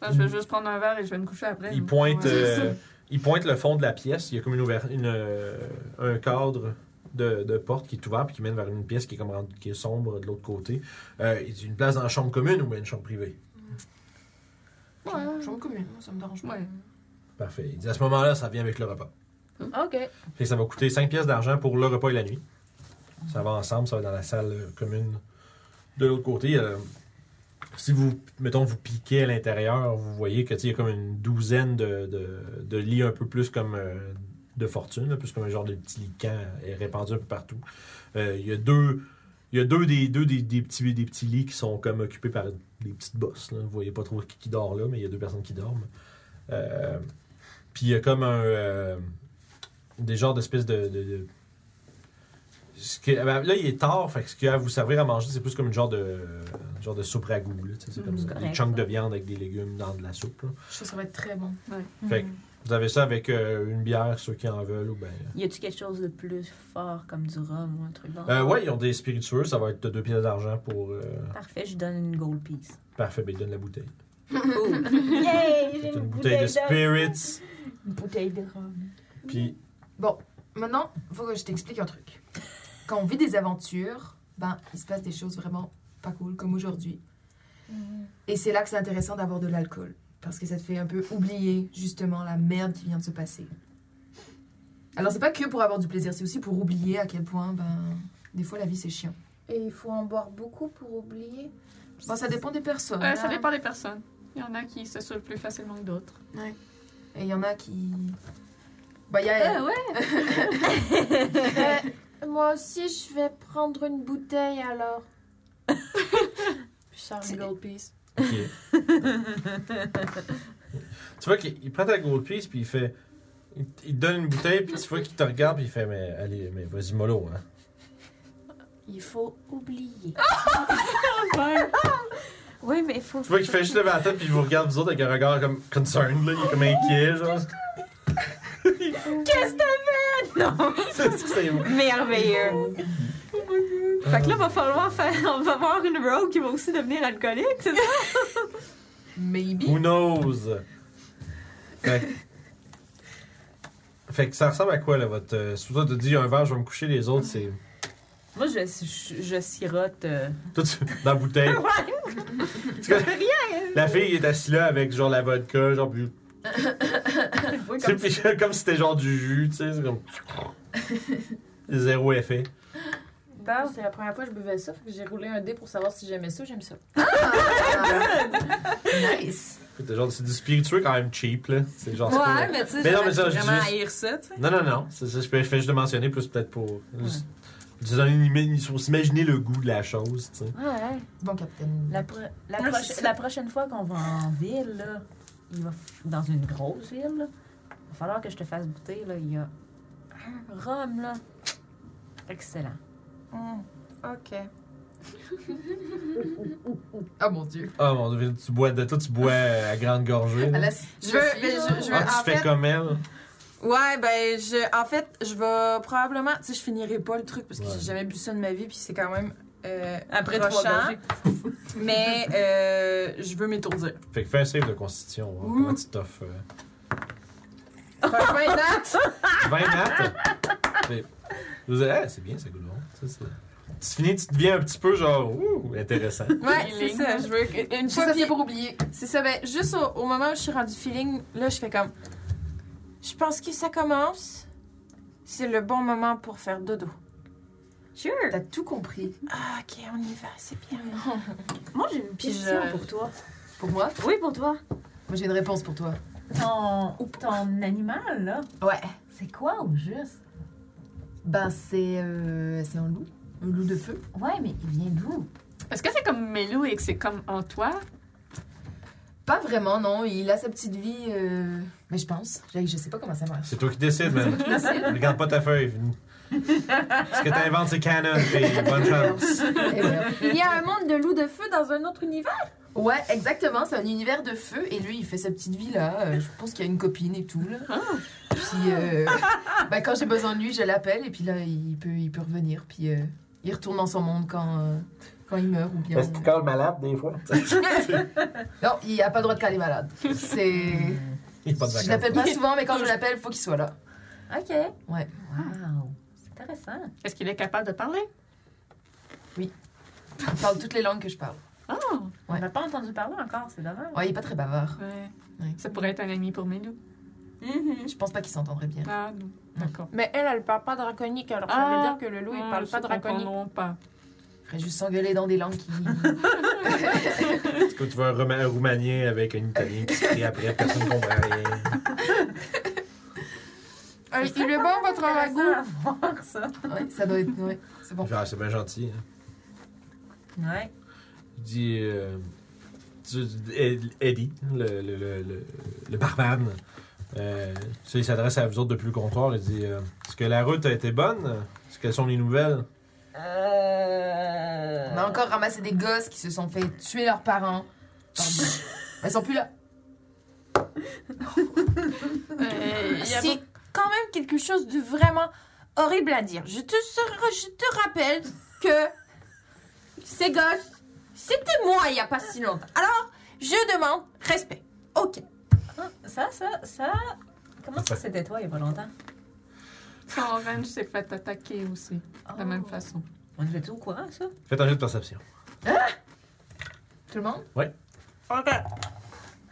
Speaker 3: Moi, je vais juste prendre un verre et je vais me coucher après.
Speaker 2: il,
Speaker 3: hein.
Speaker 2: pointe,
Speaker 3: Ouais.
Speaker 2: euh, il pointe le fond de la pièce. Il y a comme une ouver- une, euh, un cadre de, de porte qui est ouvert puis qui mène vers une pièce qui est, comme, rendu- qui est sombre de l'autre côté. Euh, il dit une place dans la chambre commune ou bien une chambre privée
Speaker 3: Ouais.
Speaker 8: Chambre commune, moi, ça me dérange pas.
Speaker 3: Ouais.
Speaker 2: Parfait. Il dit, à ce moment-là, ça vient avec le repas.
Speaker 5: OK.
Speaker 2: Fait que ça va coûter 5 pièces d'argent pour le repas et la nuit. Ça va ensemble, ça va dans la salle euh, commune de l'autre côté. euh, si vous, mettons, vous piquez à l'intérieur, vous voyez que tu sais, il y a comme une douzaine de, de- de lits un peu plus comme euh, de fortune, là, plus comme un genre de petit lit de camp euh, répandu un peu partout. Euh, Il y a deux. Il y a deux, des, deux des, des petits, des petits lits qui sont comme occupés par des petites bosses. Là. Vous voyez pas trop qui, qui dort là, mais il y a deux personnes qui dorment. Euh, Puis il y a comme un. euh, des genres d'espèces de. de- de- Ce que- ben, là, il est tard, fait que ce qu'il y a à vous servir à manger, c'est plus comme une genre de, une genre de soupe ragoût. là, tu sais, C'est comme
Speaker 5: c'est
Speaker 2: des
Speaker 5: correct,
Speaker 2: chunks de
Speaker 5: ça.
Speaker 2: viande avec des légumes dans de la soupe. là.
Speaker 6: Je trouve que ça va être très bon.
Speaker 2: Fait que vous avez ça avec euh, une bière, ceux qui en veulent. Ou ben,
Speaker 5: Y a-tu quelque chose de plus fort comme du rhum ou un truc dans
Speaker 2: euh, ouais, ils ont des spiritueux, ça va être deux pièces d'argent pour. euh,
Speaker 5: Parfait, je donne une
Speaker 2: [laughs]
Speaker 5: gold piece.
Speaker 2: Parfait, ben, ils donnent la bouteille.
Speaker 5: Cool.
Speaker 7: Yay, j'ai
Speaker 2: C'est une bouteille de spirits.
Speaker 5: une bouteille de rhum.
Speaker 2: Puis,
Speaker 8: Maintenant, faut que je t'explique un truc. Quand on vit des aventures, ben, il se passe des choses vraiment pas cool, comme aujourd'hui.
Speaker 4: Mhm.
Speaker 8: Et c'est là que c'est intéressant d'avoir de l'alcool. Parce que ça te fait un peu oublier, justement, la merde qui vient de se passer. Alors, c'est pas que pour avoir du plaisir, c'est aussi pour oublier à quel point, ben, des fois, la vie, c'est chiant.
Speaker 4: Et il faut en boire beaucoup pour oublier.
Speaker 8: Bon, ça dépend des personnes. hein.
Speaker 3: Euh, ça dépend des personnes. Il y en a qui se saoulent plus facilement que d'autres.
Speaker 8: Et il y en a qui. Bah, il y a.
Speaker 3: ouais?
Speaker 4: Euh,
Speaker 6: [laughs]
Speaker 4: moi aussi, je vais prendre une bouteille alors.
Speaker 6: Puis je sors une gold piece.
Speaker 2: ok. [laughs] tu vois qu'il il prend ta gold piece, puis il fait. Il, il te donne une bouteille, puis tu vois qu'il te regarde, puis il fait Mais allez, mais vas-y, mollo, hein.
Speaker 7: Il faut
Speaker 2: [laughs]
Speaker 5: [laughs]
Speaker 7: oublier.
Speaker 5: Oui, mais il faut.
Speaker 2: Tu vois qu'il fait juste lever la tête, puis il vous regarde, vous autres, avec un regard comme concerned, là. Il est comme inquiet, genre. [laughs]
Speaker 5: Qu'est-ce que t'as fait? [laughs] Non!
Speaker 2: C'est- c'est-
Speaker 5: Merveilleux! Fait que là, va falloir faire. [laughs] On va avoir une rogue qui va aussi devenir alcoolique, c'est ça?
Speaker 8: Maybe.
Speaker 2: Who knows? Fait, que- fait que ça ressemble à quoi, là, votre. euh, Si toi, tu dis un verre, je vais me coucher, les autres, c'est.
Speaker 5: Moi, je, je, je sirote. [laughs] euh,
Speaker 2: Toi, tu- dans la bouteille. Tu
Speaker 5: Ça
Speaker 2: vois,
Speaker 5: fait rien!
Speaker 2: la fille est assise là avec genre la vodka, genre puis,
Speaker 5: Oui,
Speaker 2: tu sais,
Speaker 5: comme-
Speaker 2: puis [laughs] comme, si c'était genre du jus, tu sais, c'est comme zéro effet.
Speaker 5: Bon.
Speaker 6: C'était la première fois que je buvais ça, fait que j'ai roulé un dé pour savoir si j'aimais ça ou j'aime ça.
Speaker 8: nice.
Speaker 2: C'est genre c'est du spiritueux quand même cheap là, c'est genre. c'est pas-
Speaker 5: Ouais, mais tu sais,
Speaker 2: Mais non,
Speaker 5: j'aurais
Speaker 2: mais ça, je
Speaker 5: vraiment
Speaker 2: dis-
Speaker 5: haïr ça, tu sais.
Speaker 2: Non non non, c'est ça, je fais je fais juste de mentionner plus peut-être pour. juste- juste donner une ima- Il faut s'imaginer le goût de la chose, tu sais.
Speaker 5: Ouais.
Speaker 8: Bon, capitaine.
Speaker 5: La, pro- la,
Speaker 8: Ouais,
Speaker 5: proche-
Speaker 8: c'est ça.
Speaker 5: la prochaine fois qu'on va en ville, là, il va f- dans une grosse ville, là, il va falloir que je te fasse goûter. Là, il y a un rhum, là. Excellent.
Speaker 4: Ok.
Speaker 8: Oh mon dieu.
Speaker 2: Ah mon dieu, tu bois de toi, tu bois euh, à grande gorgée. là.
Speaker 8: Ah, là,
Speaker 4: Je veux,
Speaker 8: suis,
Speaker 4: mais
Speaker 8: genre-
Speaker 4: je, je veux
Speaker 2: Ah,
Speaker 4: en
Speaker 2: tu fais
Speaker 4: fait,
Speaker 2: comme elle.
Speaker 4: ouais, ben, je, en fait, je vais probablement, tu sais, je finirai pas le truc parce que
Speaker 2: Ouais.
Speaker 4: j'ai jamais bu ça de ma vie, puis c'est quand même euh,
Speaker 5: Après
Speaker 4: prochant,
Speaker 5: trois gorgées.
Speaker 4: Mais euh, je veux m'étourdir. [laughs]
Speaker 2: Fait que fais un save de constitution, voir comment tu t'offres. euh.
Speaker 4: Fait que maintenant,
Speaker 2: 20 nattes. Fait- Je vous dis, Ah, c'est bien, ça goûte bon. Ça, c'est- Tu finis, tu deviens un petit peu genre, ouh, intéressant.
Speaker 4: ouais, c'est ça. Je veux que- une
Speaker 8: Ça,
Speaker 4: fois
Speaker 8: c'est
Speaker 4: que
Speaker 8: pour oublier.
Speaker 4: C'est ça, ben, juste au, au moment où je suis rendu feeling, là, je fais comme. Je pense que ça commence. C'est le bon moment pour faire dodo.
Speaker 5: Sure.
Speaker 8: T'as tout compris.
Speaker 4: Ah, ok, on y va, c'est bien.
Speaker 5: Moi, j'ai une question
Speaker 8: je-
Speaker 5: pour toi.
Speaker 8: Pour moi,
Speaker 5: Oui, pour toi.
Speaker 8: moi j'ai une réponse pour toi.
Speaker 5: Ton, ton animal, là,
Speaker 8: Ouais.
Speaker 5: c'est quoi au juste?
Speaker 8: Ben c'est euh, c'est un loup, un loup de feu.
Speaker 5: Ouais, mais il vient d'où?
Speaker 3: Est-ce que c'est comme Mélou et que c'est comme Antoine?
Speaker 8: Pas vraiment non, il a sa petite vie. euh, Mais je pense, je je sais pas comment ça marche.
Speaker 2: C'est toi qui décides, man. Regarde pas ta feuille. Ce que t'inventes, c'est canon. fille. Bonne
Speaker 8: [laughs]
Speaker 2: chance.
Speaker 8: Et voilà.
Speaker 4: Il y a un monde de loups de feu dans un autre univers.
Speaker 8: ben, Ouais, exactement, c'est un univers de feu et lui il fait sa petite vie là. euh, je pense qu'il a une copine et tout là. Puis euh, ben, quand j'ai besoin de lui, je l'appelle et puis là il peut il peut revenir puis euh, il retourne dans son monde quand euh, quand il meurt ou bien.
Speaker 2: calme malade, des fois?
Speaker 8: Non, il a pas le droit de caler malade. C'est
Speaker 2: Il n'y a pas de
Speaker 8: Je l'appelle
Speaker 2: vacances.
Speaker 8: pas souvent, mais [laughs] quand je l'appelle, faut qu'il soit là.
Speaker 5: OK. Ah.
Speaker 8: Ouais.
Speaker 5: Wow. C'est intéressant.
Speaker 3: Est-ce qu'il est capable de parler?
Speaker 8: Il parle toutes les langues que je parle.
Speaker 5: Ah!
Speaker 8: Ouais.
Speaker 5: On n'a pas entendu parler encore, c'est dommage.
Speaker 8: Ouais, il est pas très bavard.
Speaker 3: Ouais.
Speaker 8: Ouais.
Speaker 3: Ça pourrait être un ami pour Mélou.
Speaker 5: Mhm.
Speaker 8: Je pense pas qu'il s'entendrait bien.
Speaker 3: Ah non. D'accord.
Speaker 4: Mais elle, elle parle pas draconique, alors ça
Speaker 3: Ah.
Speaker 4: veut dire que le loup, il parle pas draconique.
Speaker 3: Non, [laughs] pas.
Speaker 8: Il ferait juste s'engueuler dans des langues qui.
Speaker 2: Quand tu vas un Roma- un Roumanien avec un Italien qui se crie après, personne ne comprend rien.
Speaker 4: Euh, il est bon, votre ragoût?
Speaker 5: voir ça.
Speaker 8: ouais, ça doit être. Ouais, c'est bon.
Speaker 2: Genre, c'est bien gentil. Hein.
Speaker 5: Ouais.
Speaker 2: Il dit. euh, tu- Ed- Eddie, le, le, le, le, le barman. euh, ça, il s'adresse à vous autres depuis le comptoir. Il dit euh, Est-ce que la route a été bonne Est-ce qu'elles sont les nouvelles
Speaker 5: Euh...
Speaker 8: On a encore ramassé des gosses qui se sont fait tuer leurs parents. Pardon. [laughs] Elles sont plus là.
Speaker 4: Euh,
Speaker 7: y a
Speaker 4: C'est quand même quelque chose de vraiment horrible à dire. Je te, sor- je te rappelle que ces gosses, c'était moi il n'y a pas si longtemps. Alors, je demande respect. Ok.
Speaker 5: Ah, Ça, ça, ça. Comment ça, c'était toi il y a pas longtemps?
Speaker 3: Son range s'est fait attaquer aussi, de la même façon.
Speaker 5: Oh. On était au courant, ça?
Speaker 2: Faites un jeu de perception.
Speaker 8: Tout le monde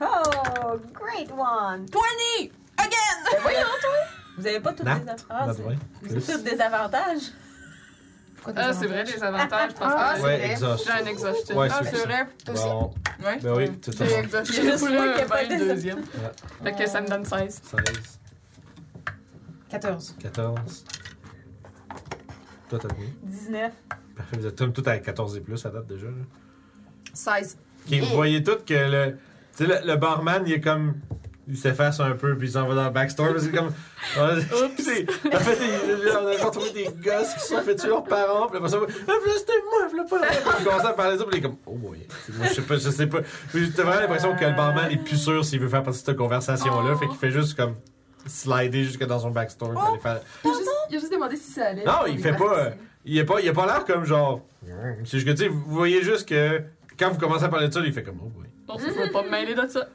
Speaker 5: Oh, great one!
Speaker 4: 20!
Speaker 5: Vous avez pas toutes
Speaker 2: Nat,
Speaker 5: des
Speaker 3: Ah,
Speaker 5: avantages?
Speaker 2: Nat, ouais.
Speaker 5: Vous avez toutes des avantages?
Speaker 8: Pourquoi t'as
Speaker 3: Ah,
Speaker 8: ça
Speaker 3: c'est
Speaker 8: en
Speaker 3: vrai,
Speaker 8: tête?
Speaker 3: les avantages, parce que
Speaker 8: Ah, c'est
Speaker 2: ouais,
Speaker 8: vrai.
Speaker 2: exhaust.
Speaker 3: j'ai un exhaustion.
Speaker 2: Ouais,
Speaker 3: ah,
Speaker 2: c'est
Speaker 3: c'est
Speaker 2: ça.
Speaker 3: vrai.
Speaker 2: Bon.
Speaker 3: Ouais.
Speaker 2: Ben oui, tout le
Speaker 3: J'ai
Speaker 2: monde.
Speaker 3: exhaustion
Speaker 5: Il y a juste
Speaker 3: pour
Speaker 5: moi qui a
Speaker 3: le
Speaker 5: pas été
Speaker 3: 22e. Fait que ça me donne 16.
Speaker 2: 16,
Speaker 8: 14.
Speaker 2: 14. Toi, t'as combien
Speaker 5: 19.
Speaker 2: Parfait, vous êtes tous tous à 14 et plus à date déjà. là.
Speaker 8: 16.
Speaker 2: Ok, vous voyez tout que le, tu sais, le, le barman, il est comme. Il s'efface un peu, puis il s'en va dans le backstore. parce que C'est comme. [laughs] Oups! en fait, il- on a encore trouvé des gosses qui se sont fait tuer leurs parents. Puis après ça, Ah, puis là, c'était moi, je l'ai pas là. Puis il commence à parler de ça, puis il est comme. Oh boy. C'est- moi, je sais pas, je sais pas. Puis J'ai vraiment l'impression que le barman est plus sûr s'il veut faire partie de cette conversation-là. Fait qu'il fait juste comme. Slider jusque dans son backstore. pour aller faire-
Speaker 8: Il a, juste, il a juste demandé si ça allait.
Speaker 2: Non,
Speaker 8: puis
Speaker 2: il
Speaker 8: est
Speaker 2: fait
Speaker 8: parti.
Speaker 2: pas. euh, Il a pas, il a pas l'air comme genre. C'est juste que, tu sais, vous voyez juste que quand vous commencez à parler de ça, il fait comme. Oh boy.
Speaker 3: Bon, ça, faut pas me mêler de ça.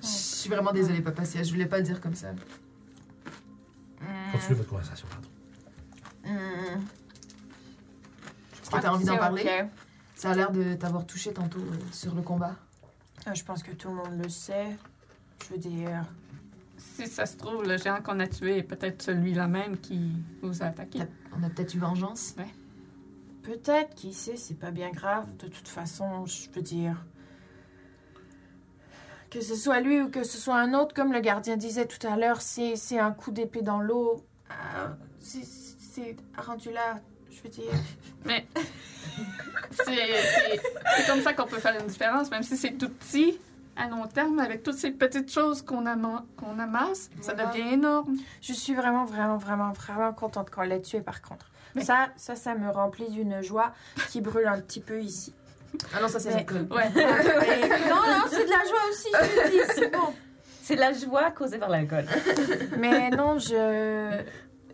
Speaker 8: Je suis vraiment désolée, papa, si je voulais pas le dire comme ça.
Speaker 2: Continuez votre conversation, pardon.
Speaker 8: Est-ce que t'as envie d'en
Speaker 4: Mm. C'est
Speaker 8: parler
Speaker 4: ok.
Speaker 8: Ça a l'air de t'avoir touché tantôt euh, sur le combat.
Speaker 4: Euh, Je pense que tout le monde le sait. Je veux dire,
Speaker 3: Si ça se trouve, le géant qu'on a tué est peut-être celui-là même qui nous a attaqué.
Speaker 8: T'as- On a peut-être eu vengeance.
Speaker 4: peut-être, qui sait, c'est pas bien grave. De toute façon, je veux dire. Que ce soit lui ou que ce soit un autre, comme le gardien disait tout à l'heure, c'est c'est un coup d'épée dans l'eau. Euh, c'est- c'est rendu là, je veux dire.
Speaker 3: C'est- C'est c'est comme ça qu'on peut faire une différence, même si c'est tout petit. À long terme, avec toutes ces petites choses qu'on ama- qu'on amasse, ça
Speaker 4: Voilà.
Speaker 3: devient énorme.
Speaker 4: Je suis vraiment, vraiment, vraiment, vraiment contente qu'on l'ait tué, par contre. Ça, ça, ça me remplit d'une joie qui brûle un petit peu ici.
Speaker 8: Ah non, ça c'est
Speaker 4: Mais-
Speaker 8: l'alcool.
Speaker 3: Ouais.
Speaker 4: Mais- [laughs] non, non, c'est de la joie aussi, je le dis, c'est bon.
Speaker 5: C'est de la joie causée par l'alcool.
Speaker 4: Mais non, je...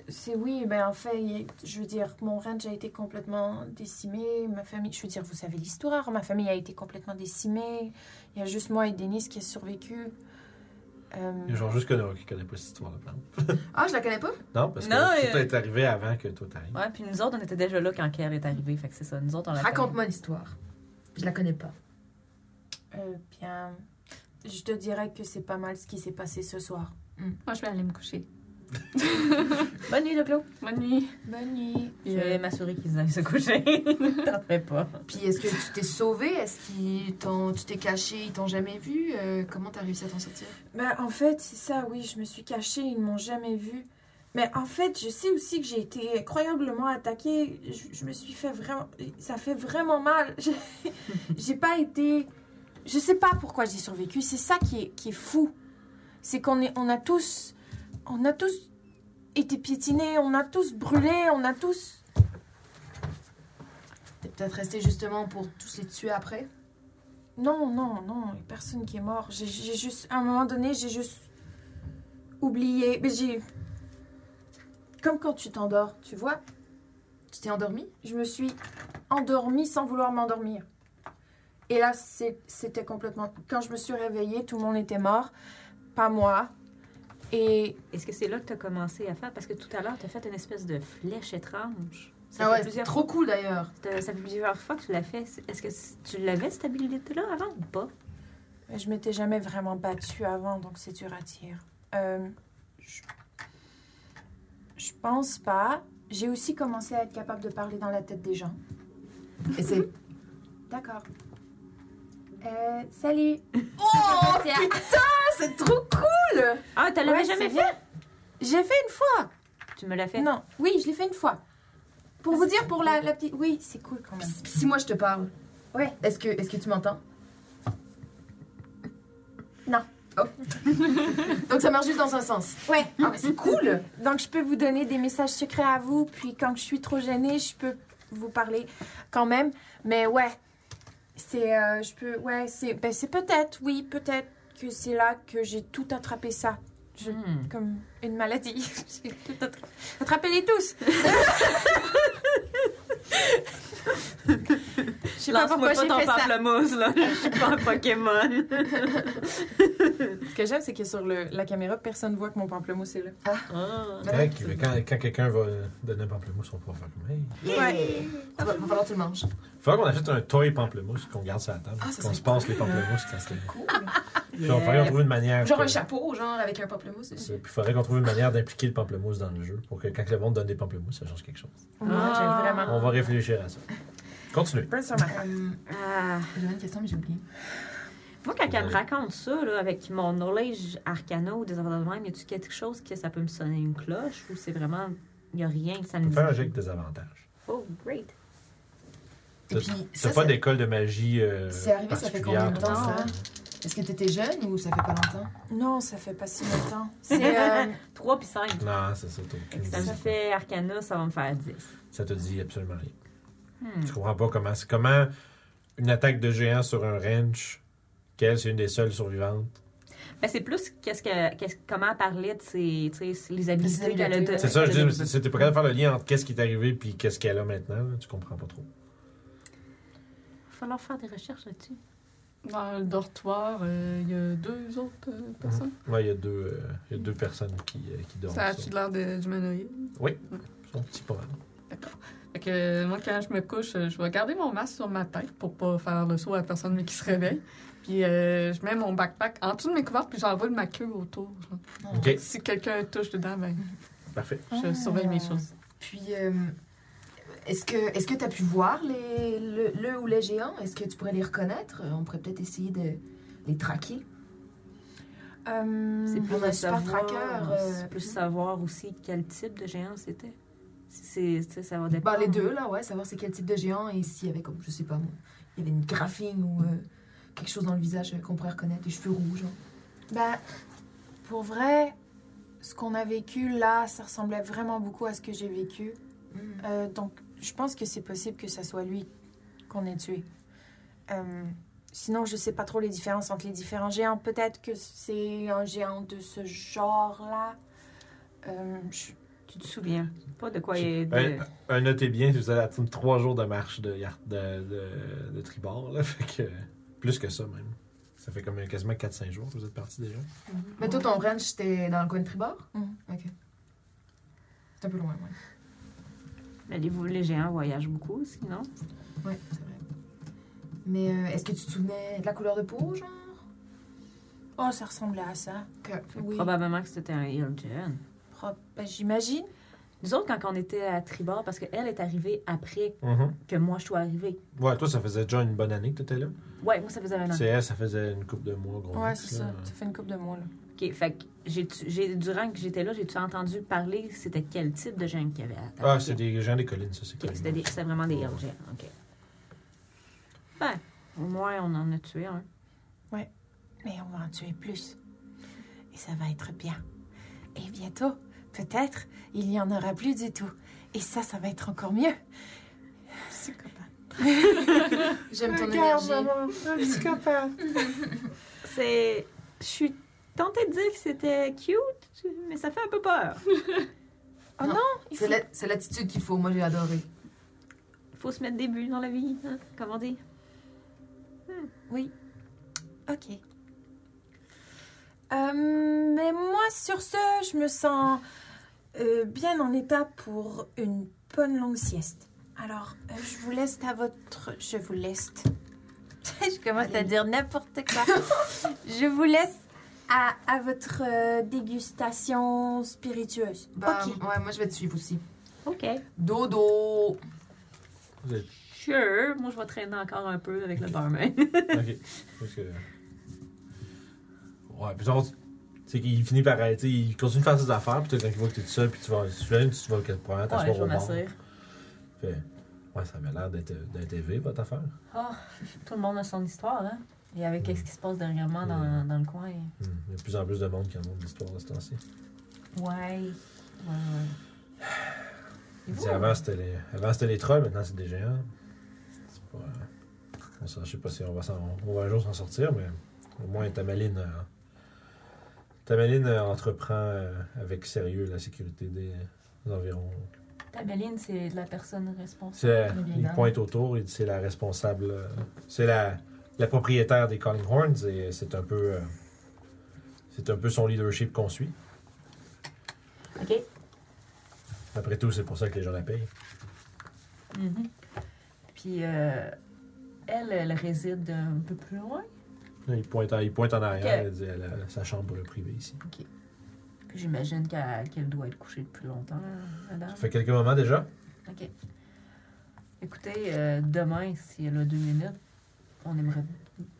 Speaker 4: C'est oui, mais en fait, il- je veux dire, mon range a été complètement décimé. Ma famille, je veux dire, vous savez l'histoire, ma famille a été complètement décimée. Il y a juste moi et Denis qui a survécu. Euh,
Speaker 2: Il y a genre juste Connor qui connaît pas cette histoire-là, par exemple.
Speaker 8: Ah, je la connais pas
Speaker 2: Non, parce que
Speaker 5: Non,
Speaker 2: tout
Speaker 5: euh,
Speaker 2: est arrivé avant que toi t'arrives.
Speaker 5: Ouais, puis nous autres, on était déjà là quand Kerr est arrivé. Fait que c'est ça, nous autres, on l'a
Speaker 8: Raconte-moi l'histoire. Je la connais pas.
Speaker 4: euh, bien, je te dirais que c'est pas mal ce qui s'est passé ce soir.
Speaker 3: [laughs] Moi, je vais aller me coucher.
Speaker 5: connu. Bonne nuit, Euh, Doclo.
Speaker 3: Bonne nuit.
Speaker 4: Bonne nuit.
Speaker 5: Je vais m'assurer qu'ils aillent se coucher. [laughs] T'en fais pas.
Speaker 8: Puis est-ce que tu t'es sauvé Est-ce qu'ils t'ont, tu t'es caché Ils t'ont jamais vu Euh, Comment t'as réussi à t'en sortir
Speaker 4: Bah, en fait, c'est ça, oui, je me suis cachée, ils ne m'ont jamais vue. Mais en fait, je sais aussi que j'ai été incroyablement attaquée. Je, je me suis fait vraiment. Ça fait vraiment mal. [laughs] J'ai- J'ai pas été. Je sais pas pourquoi j'ai survécu. C'est ça qui est, qui est fou. C'est qu'on est, on a tous. On a tous été piétinés, on a tous brûlé, on a tous.
Speaker 8: T'es peut-être resté justement pour tous les tuer après
Speaker 4: Non, non, non, il y a personne qui est mort. J'ai j'ai juste, à un moment donné, j'ai juste oublié. Mais j'ai. Comme quand tu t'endors, tu vois.
Speaker 8: Tu t'es endormi
Speaker 4: Je me suis endormie sans vouloir m'endormir. Et là, c'est- c'était complètement. Quand je me suis réveillée, tout le monde était mort. Pas moi. Et
Speaker 5: Est-ce que c'est là que t'as commencé à faire? Parce que tout à l'heure, t'as fait une espèce de flèche étrange.
Speaker 8: Ah
Speaker 5: Ça fait
Speaker 8: ouais, c'est
Speaker 5: plusieurs
Speaker 8: trop cool d'ailleurs.
Speaker 5: fois- ça fait plusieurs fois que tu l'as fait. C'est- Est-ce que c- tu l'avais cette habilité-là avant ou pas?
Speaker 4: Mais Je m'étais jamais vraiment battue avant, donc c'est dur à dire. Euh, je... je pense pas. J'ai aussi commencé à être capable de parler dans la tête des gens.
Speaker 8: Et c'est.
Speaker 4: D'accord. Euh, salut. [laughs]
Speaker 8: Oh
Speaker 5: C'est-
Speaker 8: c'est trop cool!
Speaker 5: Ah, tu l'avais
Speaker 4: Ouais,
Speaker 5: jamais
Speaker 4: c'est
Speaker 5: fait?
Speaker 4: bien. J'ai fait une fois.
Speaker 5: Tu me l'as fait.
Speaker 4: Non, oui, je l'ai fait une fois. Pour vous dire, pour la, la petite... Oui, c'est cool quand même.
Speaker 8: Si moi je te parle.
Speaker 4: Ouais.
Speaker 8: Est-ce que, est que tu m'entends?
Speaker 4: Non.
Speaker 8: Oh. [laughs] Donc ça marche juste dans un sens.
Speaker 4: Ouais.
Speaker 8: Oh. Ah, mais c'est cool!
Speaker 4: Donc, je peux vous donner des messages secrets à vous, puis quand je suis trop gênée, je peux vous parler quand même. Mais ouais, c'est, euh, je peux, ouais, c'est, ben c'est peut-être, oui, peut-être que c'est là que j'ai tout attrapé ça, Je-
Speaker 5: Hmm.
Speaker 4: comme une maladie. [laughs] J'ai tout attra- Attrapez-les tous. [laughs] Je sais pas pourquoi j'ai fait ça.
Speaker 5: là. Je suis pas un Pokémon.
Speaker 6: Ce que j'aime, c'est que sur le- la caméra, personne voit que mon pamplemousse est là.
Speaker 5: [laughs] Ah.
Speaker 8: Ouais.
Speaker 10: Quand, quand- quand quelqu'un va donner un pamplemousse, on va pouvoir faire comme hey.
Speaker 4: Ouais.
Speaker 8: Bah, Va, va falloir que tu le manges.
Speaker 2: Faudrait qu'on achète un toy pamplemousse qu'on garde sur la table.
Speaker 8: Ah, ça
Speaker 2: qu'on
Speaker 8: serait
Speaker 2: se pense les pamplemousses quand c'est.
Speaker 8: Cool.
Speaker 2: Puis on
Speaker 5: Euh,
Speaker 2: faudrait qu'on trouve une manière.
Speaker 8: Genre
Speaker 2: que-
Speaker 8: un chapeau, genre avec un pamplemousse dessus.
Speaker 2: C'est- Puis faudrait qu'on trouve une manière d'impliquer le pamplemousse dans le jeu pour que quand le monde donne des pamplemousses, ça change quelque chose.
Speaker 6: Moi,
Speaker 4: Ah.
Speaker 6: j'aime vraiment.
Speaker 8: Ah.
Speaker 2: On va réfléchir à ça. Continuez.
Speaker 6: Burn sur ma
Speaker 8: Euh,
Speaker 5: Ah.
Speaker 8: J'avais une question, mais j'ai oublié.
Speaker 5: Moi, quand elle me raconte ça, là, avec mon knowledge arcana ou des affaires de même, y a-tu quelque chose que ça peut me sonner une cloche ou c'est vraiment. Y a rien que ça
Speaker 2: On
Speaker 5: me
Speaker 2: peut
Speaker 5: dit?
Speaker 2: faire un jet de désavantage.
Speaker 5: Oh, great.
Speaker 8: Et
Speaker 2: T'as-
Speaker 8: puis, ça,
Speaker 2: T'as pas
Speaker 8: ça-
Speaker 2: d'école de magie. euh,
Speaker 8: C'est arrivé, ça fait
Speaker 2: particulière
Speaker 8: combien de temps,
Speaker 2: pour
Speaker 8: ça? Est-ce que t'étais jeune ou ça fait pas longtemps?
Speaker 4: Non, ça fait pas si longtemps. C'est,
Speaker 6: [laughs]
Speaker 4: euh,
Speaker 5: 3 puis 5.
Speaker 2: Non, c'est ça, t'as aucune
Speaker 5: Ça me
Speaker 2: idée.
Speaker 5: fait arcana, ça va me faire 10.
Speaker 2: Ça te dit absolument rien.
Speaker 5: Hmm.
Speaker 2: Tu comprends pas comment. C'est comment une attaque de géant sur un ranch, qu'elle, c'est une des seules survivantes.
Speaker 5: Ben, c'est plus qu'est-ce que, qu'est-ce, comment elle parlait de ses, tu sais, les
Speaker 8: Les
Speaker 5: habilités
Speaker 8: habilités,
Speaker 5: qu'elle a de-
Speaker 8: ouais.
Speaker 2: C'est ça, je
Speaker 5: de-
Speaker 2: dis, mais c'est- c'est- t'es pas capable de faire le lien entre qu'est-ce qui est arrivé puis qu'est-ce qu'elle a maintenant. là. Tu comprends pas trop.
Speaker 5: Il va falloir faire des recherches là-dessus.
Speaker 8: Hmm.
Speaker 3: Dans le dortoir, euh, il y a deux autres euh,
Speaker 2: Mhm.
Speaker 3: personnes.
Speaker 2: Ouais, il y, a deux, euh, il y a deux personnes qui, euh, qui dorment.
Speaker 3: Ça
Speaker 2: sur-
Speaker 3: a-tu de l'air de- d'humanoïde?
Speaker 2: Son petit pas mal.
Speaker 3: Fait que euh, moi, quand je me couche, euh, je vais garder mon masque sur ma tête pour pas faire le saut à la personne qui se réveille. Puis euh, je mets mon backpack en dessous de mes couvertes, puis j'enroule ma queue autour. genre.
Speaker 2: Ok,
Speaker 3: Si quelqu'un touche dedans, ben,
Speaker 2: parfait.
Speaker 3: je surveille mes choses.
Speaker 8: Puis, euh, est-ce que est-ce que t'as pu voir les, le, le ou les géants? Est-ce que tu pourrais les reconnaître? Euh, On pourrait peut-être essayer de les traquer.
Speaker 4: euh,
Speaker 5: C'est
Speaker 8: Hmm, On
Speaker 5: plus
Speaker 8: a
Speaker 5: de
Speaker 8: un super
Speaker 5: savoir,
Speaker 8: tracker, euh,
Speaker 5: c'est plus savoir aussi quel type de géant c'était. Si c'est, tu sais, ça va dépendre.
Speaker 8: Bah, les deux, là, ouais, savoir c'est quel type de géant et s'il y avait, comme, je sais pas, moi, il y avait une graphine ou euh, quelque chose dans le visage euh, qu'on pourrait reconnaître, les cheveux rouges. hein.
Speaker 4: Bah, pour vrai, ce qu'on a vécu là, ça ressemblait vraiment beaucoup à ce que j'ai vécu.
Speaker 8: Hmm.
Speaker 4: Euh, donc, je pense que c'est possible que ça soit lui qu'on ait tué. Euh, sinon, je sais pas trop les différences entre les différents géants. Peut-être que c'est un géant de ce genre-là. Euh, je-
Speaker 5: Tu te souviens pas de quoi il est. de-
Speaker 2: Un, un Euh, notez bien, vous allez atteindre trois jours de marche de, yar- de, de- de tribord. Là, [laughs] fait que, plus que ça, même. Ça fait comme euh, quasiment 4-5 jours que vous êtes parti déjà.
Speaker 8: Mais toi, ton ranch, c'était dans le coin de Tribord?
Speaker 4: Mhm.
Speaker 8: Ok. C'est un peu loin, ouais.
Speaker 5: Mais Ben, les, les géants voyagent beaucoup aussi, non?
Speaker 8: Ouais, c'est vrai. Mais euh, est-ce que tu te souvenais de la couleur de peau, genre?
Speaker 4: Oh, ça ressemblait à ça.
Speaker 8: Que-
Speaker 4: Oui.
Speaker 5: Probablement que c'était un Hill Gen.
Speaker 4: Prob- ben, J'imagine.
Speaker 5: Nous autres, quand on était à Tribord, parce qu'elle est arrivée après que moi je suis arrivée.
Speaker 2: Ouais, toi, ça faisait déjà une bonne année que t'étais là.
Speaker 5: Ouais, moi ça faisait un an.
Speaker 2: C'est elle, ça faisait une coupe de mois, gros.
Speaker 4: Ouais,
Speaker 2: max,
Speaker 4: c'est
Speaker 2: là.
Speaker 4: ça. Ça fait une coupe de mois, là.
Speaker 5: Ok, fait que j'ai, tu- j'ai- durant que j'étais là, j'ai-tu entendu parler c'était quel type de géant qu'il y avait à
Speaker 2: Ah, c'est des gens des collines, ça, c'est
Speaker 5: Ok, c'était, des- c'était vraiment des Hill Gen, ok. Ben, au moins on en a tué un.
Speaker 4: Mais on va en tuer plus. Et ça va être bien. Et bientôt, peut-être, il n'y en aura plus du tout. Et ça, ça va être encore mieux.
Speaker 8: J'aime ton énergie. [laughs]
Speaker 5: C'est. Je suis tentée de dire que c'était cute, mais ça fait un peu peur.
Speaker 4: Il
Speaker 8: C'est
Speaker 4: faut-
Speaker 8: la- C'est l'attitude qu'il faut, moi j'ai adoré.
Speaker 5: Faut se mettre des bulles dans la vie, hein, comme on dit.
Speaker 4: Ok. Euh, mais moi, sur ce, je me sens euh, bien en état pour une bonne longue sieste. Alors, euh, je vous laisse à votre... Je vous laisse. [laughs] je commence à dire n'importe quoi. [laughs] je vous laisse à, à votre euh, dégustation spiritueuse.
Speaker 8: Bah,
Speaker 4: ok.
Speaker 8: Ouais, moi je vais te suivre aussi.
Speaker 5: OK.
Speaker 8: Dodo!
Speaker 5: Sure. Moi, je vais traîner encore un peu avec le barman.
Speaker 2: Ok. Parce que- Ouais, puis genre, tu sais qu'il finit par arrêter, il continue de faire ses affaires, puis toi, quand il voit que t'es tout seul, puis tu vas, tu vas, tu vas que- probablement
Speaker 5: ouais,
Speaker 2: t'asseoir
Speaker 5: je vais
Speaker 2: au bord.
Speaker 5: m'asseoir.
Speaker 2: Fait, ouais, ça avait l'air d'être d'être élevé, votre affaire.
Speaker 5: Ah, Tout le monde a son histoire, hein? Et avec ce qui se passe dernièrement dans, dans le coin.
Speaker 2: Hmm, Il y a de plus en plus de monde qui en ont de l'histoire de ce temps-ci.
Speaker 5: Ouais. Ouais, ouais. Et
Speaker 2: Il dit,
Speaker 5: vous?
Speaker 2: Avant, c'était les, avant, c'était les trolls, maintenant, c'est des géants. C'est pas, euh, on s'en- je sais pas si on va, s'en- on va un jour s'en sortir, mais au moins, Tamaline, euh, Tamaline euh, entreprend euh, avec sérieux la sécurité des, des environs.
Speaker 5: Tabeline, c'est la personne responsable.
Speaker 2: C'est, euh,
Speaker 6: Très bien
Speaker 2: il
Speaker 6: dame.
Speaker 2: pointe autour, il dit c'est la responsable, euh, c'est la, la propriétaire des Calling Horns et c'est un peu, euh, c'est un peu son leadership qu'on suit.
Speaker 5: OK.
Speaker 2: Après tout, c'est pour ça que les gens la payent.
Speaker 5: Mhm. Puis, euh, elle, elle réside un peu plus loin.
Speaker 2: Là, Il pointe, en- il pointe en arrière,
Speaker 5: Ok.
Speaker 2: il dit elle a sa chambre privée ici.
Speaker 5: Puis j'imagine qu'elle qu'elle doit être couchée depuis longtemps, euh, madame.
Speaker 2: Ça fait quelques moments déjà.
Speaker 5: OK. Écoutez, euh, demain, si elle a deux minutes, on aimerait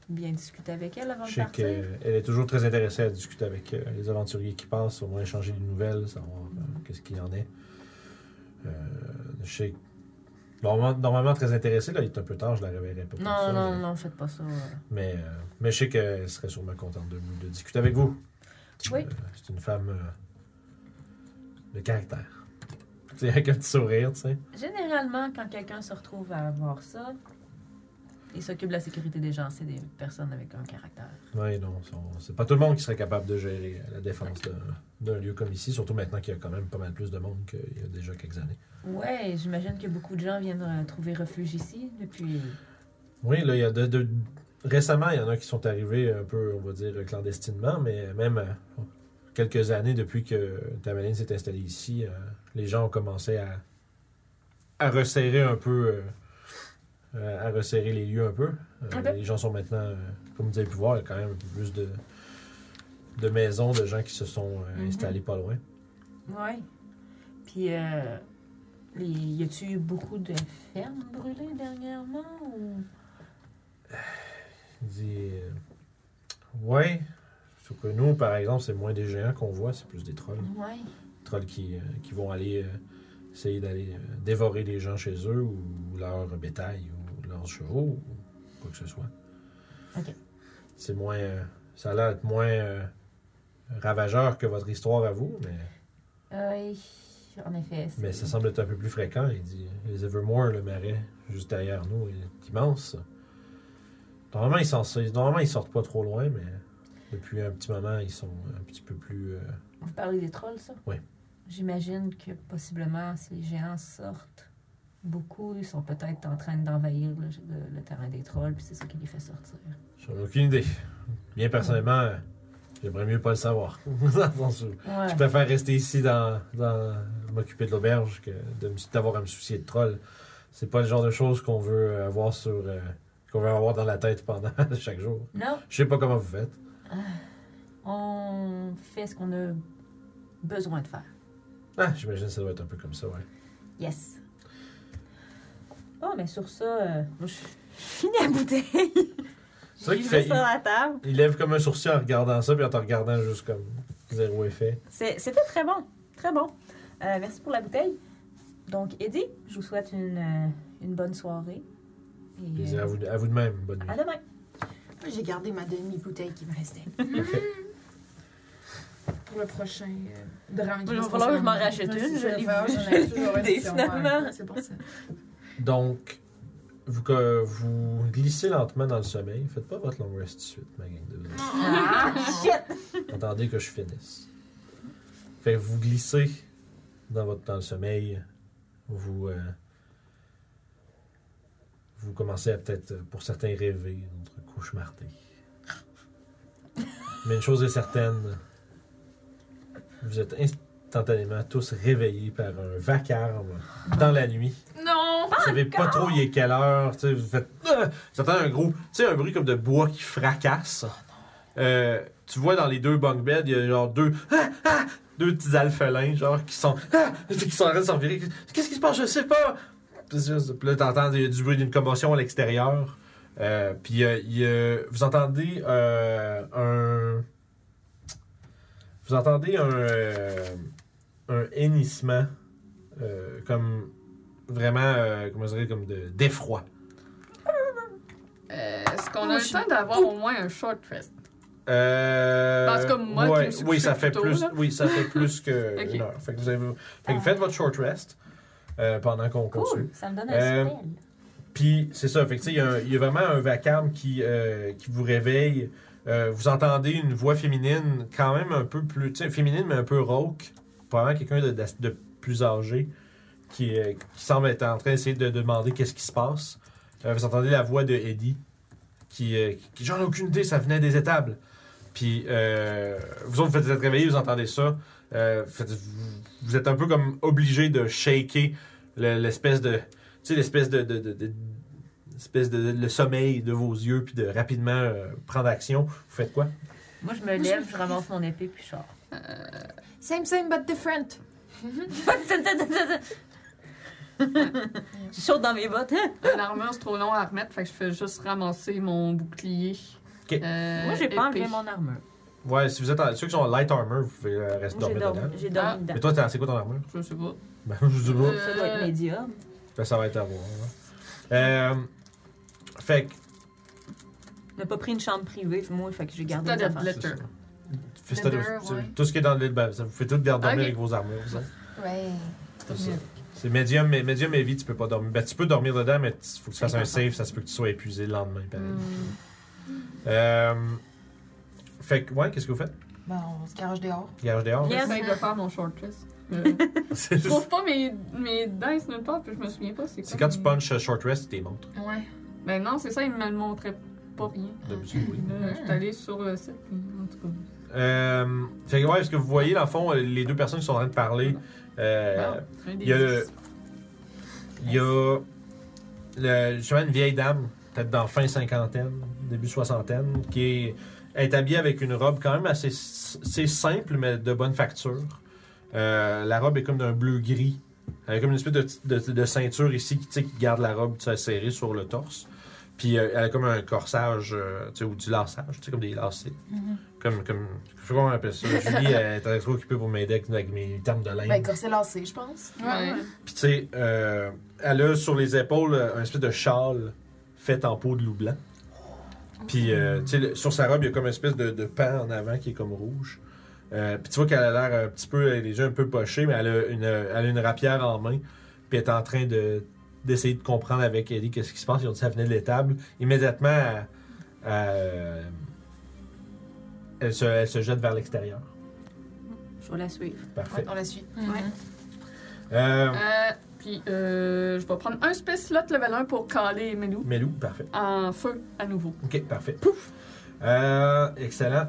Speaker 5: bien discuter avec elle avant
Speaker 2: Je
Speaker 5: de
Speaker 2: sais
Speaker 5: partir.
Speaker 2: qu'elle est toujours très intéressée à discuter avec euh, les aventuriers qui passent, au moins échanger des nouvelles, savoir euh, qu'est-ce qu'il y en est. Euh, je sais que- normalement, normalement très intéressée, là, il est un peu tard, je la réveillerai pas. pour
Speaker 5: Non,
Speaker 2: ça,
Speaker 5: non,
Speaker 2: mais-
Speaker 5: non, faites pas ça.
Speaker 2: Mais, euh, mais je sais qu'elle serait sûrement contente de, de discuter avec vous.
Speaker 5: Oui.
Speaker 2: Euh, c'est une femme euh, de caractère. Tu sais, avec un petit sourire, tu sais.
Speaker 5: Généralement, quand quelqu'un se retrouve à avoir ça, il s'occupe de la sécurité des gens. C'est des personnes avec un caractère.
Speaker 2: Oui, non, son- c'est pas tout le monde qui serait capable de gérer la défense d'un- d'un lieu comme ici, surtout maintenant qu'il y a quand même pas mal plus de monde qu'il y a déjà quelques années.
Speaker 5: Ouais, j'imagine que beaucoup de gens viennent euh, trouver refuge ici depuis.
Speaker 2: Oui, là, il y a de, de- récemment, il y en a qui sont arrivés un peu, on va dire, clandestinement, mais même euh, quelques années depuis que Tamaline s'est installée ici, euh, les gens ont commencé à, à resserrer un peu, euh, euh, à resserrer les lieux un peu. Euh,
Speaker 5: Ok.
Speaker 2: Les gens sont maintenant, euh, comme vous avez pu voir, il y a quand même un peu plus de, de maisons, de gens qui se sont euh,
Speaker 5: Mhm.
Speaker 2: installés pas loin.
Speaker 5: Ouais. Puis, euh, les- y a-tu eu beaucoup de fermes brûlées dernièrement ou.
Speaker 2: Il dit, euh, ouais, sauf que nous, par exemple, c'est moins des géants qu'on voit, c'est plus des trolls.
Speaker 5: Ouais.
Speaker 2: trolls qui, euh, qui vont aller euh, essayer d'aller euh, dévorer les gens chez eux ou leur bétail ou leurs chevaux ou quoi que ce soit.
Speaker 5: Ok.
Speaker 2: C'est moins. euh, ça a l'air d'être moins euh, ravageur que votre histoire à vous, mais,
Speaker 5: Oui, Euh, en effet. c'est-
Speaker 2: mais ça semble être un peu plus fréquent. Il dit les Evermore, le marais juste derrière nous, est immense. Normalement, ils, s'en- normalement, ils sortent pas trop loin, mais depuis un petit moment, ils sont un petit peu plus. euh,
Speaker 5: Vous parlez des trolls, ça?
Speaker 2: Oui.
Speaker 5: J'imagine que possiblement, si les géants sortent, beaucoup ils sont peut-être en train d'envahir le, le- le terrain des trolls, puis c'est ça qui les fait sortir.
Speaker 2: J'en ai aucune idée. Bien personnellement, euh, j'aimerais mieux pas le savoir. [laughs] Dans le sens où
Speaker 5: Ouais.
Speaker 2: Je préfère rester ici dans, dans m'occuper de l'auberge que de me- d'avoir à me soucier de trolls. C'est pas le genre de choses qu'on veut avoir sur euh, qu'on veut avoir dans la tête pendant [laughs] chaque jour.
Speaker 5: Non,
Speaker 2: Je sais pas comment vous faites.
Speaker 5: on fait ce qu'on a besoin de faire.
Speaker 2: Ah, j'imagine que ça doit être un peu comme ça, ouais.
Speaker 5: Yes. Bon, mais sur ça, euh, moi, je [laughs] finis la bouteille.
Speaker 2: C'est vrai qu'il
Speaker 5: J'ai mis
Speaker 2: fait-
Speaker 5: ça à la table.
Speaker 2: Il lève comme un sourcil en regardant ça puis en te regardant juste comme zéro effet.
Speaker 5: C'est- C'était très bon. Très bon. Euh, merci pour la bouteille. Donc, Eddie, je vous souhaite une, euh, une bonne soirée. Et,
Speaker 2: Il dit
Speaker 5: euh,
Speaker 2: à vous, à vous de même, bonne nuit.
Speaker 5: à demain.
Speaker 7: J'ai gardé ma demi-bouteille qui me restait.
Speaker 8: Pour le prochain euh, drame.
Speaker 5: Il va falloir que je m'en rachète une, je l'ai
Speaker 8: Ah,
Speaker 5: vu. [laughs] Des finalement.
Speaker 8: C'est pour ça.
Speaker 2: Donc, vous, que vous glissez lentement dans le sommeil. Faites pas votre long rest tout de suite, ma gang de vilains.
Speaker 5: Ah, [laughs] shit!
Speaker 2: Attendez que je finisse. Fait que vous glissez dans votre dans le sommeil. Vous euh, vous commencez à peut-être euh, pour certains rêver, d'autres cauchemarder. Mais une chose est certaine, vous êtes inst- instantanément tous réveillés par un vacarme dans la nuit.
Speaker 6: Non!
Speaker 2: Vous savez pas trop il est quelle heure. tu sais, Vous faites. Ah! Vous entendez un gros. Tu sais, un bruit comme de bois qui fracasse. Euh, tu vois dans les deux bunk beds, il y a genre deux. Ah! Ah! deux petits alphelins, genre, qui sont. Ah! qui sont en train de s'en virer. Qu'est-ce qui se passe? Je sais pas! Puis c'est juste- puis là, t'entends du du bruit d'une commotion à l'extérieur. Euh, puis euh, il y a- vous entendez euh, un. Vous entendez un. euh, un hennissement. euh, comme. Vraiment, euh, comment je dirais, comme de- d'effroi.
Speaker 3: Euh, Est-ce qu'on
Speaker 4: Moi,
Speaker 3: a
Speaker 4: je
Speaker 3: le temps d'avoir au moins un short rest?
Speaker 2: Euh,
Speaker 3: Parce que moi qui
Speaker 2: ouais,
Speaker 3: me suis
Speaker 2: oui,
Speaker 3: couché
Speaker 2: ça
Speaker 3: plus
Speaker 2: fait
Speaker 3: tôt,
Speaker 2: plus,
Speaker 3: là.
Speaker 2: oui,
Speaker 3: [laughs]
Speaker 2: ça fait plus que
Speaker 3: Ok. Ah.
Speaker 2: une heure. Fait que vous avez, fait que vous faites votre short rest euh, pendant qu'on continue.
Speaker 5: Cool, ça me donne un
Speaker 2: Euh,
Speaker 5: spell.
Speaker 2: Puis c'est ça, fait que, tu sais, il y, a un- il y a vraiment un vacarme qui, euh, qui vous réveille. Euh, vous entendez une voix féminine, quand même un peu plus, tu sais, féminine mais un peu rauque, probablement quelqu'un de, d'as- de plus âgé qui, euh, qui semble être en train d'essayer de demander qu'est-ce qui se passe. Euh, vous entendez la voix de Eddie qui, euh, qui- j'en ai aucune idée, ça venait des étables. Puis euh, vous autres, vous êtes réveillés, vous entendez ça. Euh, faites- vous, vous êtes un peu comme obligé de shaker le- l'espèce de tu sais, l'espèce de, de, de- de- espèce de, de- le sommeil de vos yeux, puis de rapidement euh, prendre action. Vous faites quoi?
Speaker 5: Moi, je me lève, je ramasse mon épée, puis je [laughs] sors.
Speaker 8: Same, same, but different.
Speaker 5: je saute dans mes bottes.
Speaker 3: L'armure, c'est trop long à remettre, fait que je fais juste ramasser mon bouclier.
Speaker 2: Ok.
Speaker 3: Euh,
Speaker 5: Moi, j'ai pas
Speaker 3: épée.
Speaker 5: enlevé mon armure.
Speaker 2: Ouais, si vous êtes en, ceux qui sont en light armor, vous pouvez euh, rester
Speaker 5: Moi, j'ai
Speaker 2: dormir dedans.
Speaker 5: dormi, j'ai
Speaker 3: Ah.
Speaker 5: dormi
Speaker 2: Mais
Speaker 5: dedans.
Speaker 2: toi, t'es- c'est quoi ton armure?
Speaker 3: Je sais pas.
Speaker 2: Ben, je sais pas.
Speaker 5: Ça doit être
Speaker 3: Euh,
Speaker 5: médium.
Speaker 2: Ben, ça va être à voir. ouais. Euh, fait que.
Speaker 5: On n'a pas pris une chambre privée, moi, fait que j'ai gardé
Speaker 3: T'as
Speaker 5: mes
Speaker 3: de-
Speaker 5: affaires.
Speaker 3: de-
Speaker 2: c'est ça.
Speaker 3: Letter.
Speaker 2: Fist of-
Speaker 8: Letter,
Speaker 2: c'est-
Speaker 8: ouais.
Speaker 2: Tout ce qui est dans l'île, ben, ça vous fait tout garder dormir
Speaker 3: Ok.
Speaker 2: avec vos armures. vous autres.
Speaker 8: Ouais.
Speaker 2: C'est ça. C'est médium, mais médium heavy, tu peux pas dormir. Ben, tu peux dormir dedans, mais il faut que tu fasses un save, ça se peut que tu sois épuisé le lendemain, pareil.
Speaker 3: Mm.
Speaker 2: Euh, fait que, ouais, qu'est-ce que vous faites?
Speaker 8: Ben, on se garage dehors.
Speaker 2: Garage dehors?
Speaker 5: Yes.
Speaker 3: J'essaie de faire mon short rest. Euh, [laughs]
Speaker 2: C'est
Speaker 3: je [laughs] trouve pas mes, mes dice nulle part, puis je me souviens pas. C'est
Speaker 2: C'est
Speaker 3: quoi
Speaker 2: quand tu
Speaker 3: mes-
Speaker 2: punches euh, short rest, t'es montre.
Speaker 6: Ouais.
Speaker 3: Ben non, c'est ça, il me le montrait pas rien.
Speaker 2: D'habitude, oui.
Speaker 3: Là, je suis allée sur le site, puis en tout cas.
Speaker 2: Euh, fait que, ouais, parce que vous voyez, dans le fond, euh, les deux personnes qui sont en train de parler, euh,
Speaker 3: bon, un des
Speaker 2: il y a
Speaker 3: dix.
Speaker 2: le- il y a le, justement une vieille dame, peut-être dans fin cinquantaine, début soixantaine, qui est, est habillée avec une robe quand même assez, assez simple, mais de bonne facture. Euh, la robe est comme d'un bleu-gris, avec comme une espèce de, petite- de- de ceinture ici qui, tu sais, qui garde la robe tu sais, serrée sur le torse. Puis euh, elle a comme un corsage euh, tu sais, ou du laçage, tu sais, comme des lacets. Comme, comme, je sais pas comment on appelle ça. Julie elle est trop occupée pour m'aider avec, avec mes termes de linge.
Speaker 8: Ben, corset lancé, je pense.
Speaker 3: Ouais.
Speaker 2: Puis tu sais, euh, elle a sur les épaules euh, un espèce de châle fait en peau de loup blanc. Puis euh, tu sais, le- sur sa robe, il y a comme une espèce de, de pan en avant qui est comme rouge. Euh, puis tu vois qu'elle a l'air un petit peu, elle est déjà un peu pochée, mais elle a une, elle a une rapière en main. Puis elle est en train de d'essayer de comprendre avec Ellie qu'est-ce qui se passe. Ils ont dit que ça venait de l'étable. Immédiatement, elle, elle- elle se, elle se jette vers l'extérieur.
Speaker 5: Je vais la suivre.
Speaker 2: Parfait.
Speaker 8: On la suit.
Speaker 2: Euh,
Speaker 3: Euh, puis euh, je vais prendre un space slot level 1 pour caler Melou
Speaker 2: Melou, parfait.
Speaker 3: en feu à nouveau.
Speaker 2: Ok, parfait. Pouf! Euh, excellent.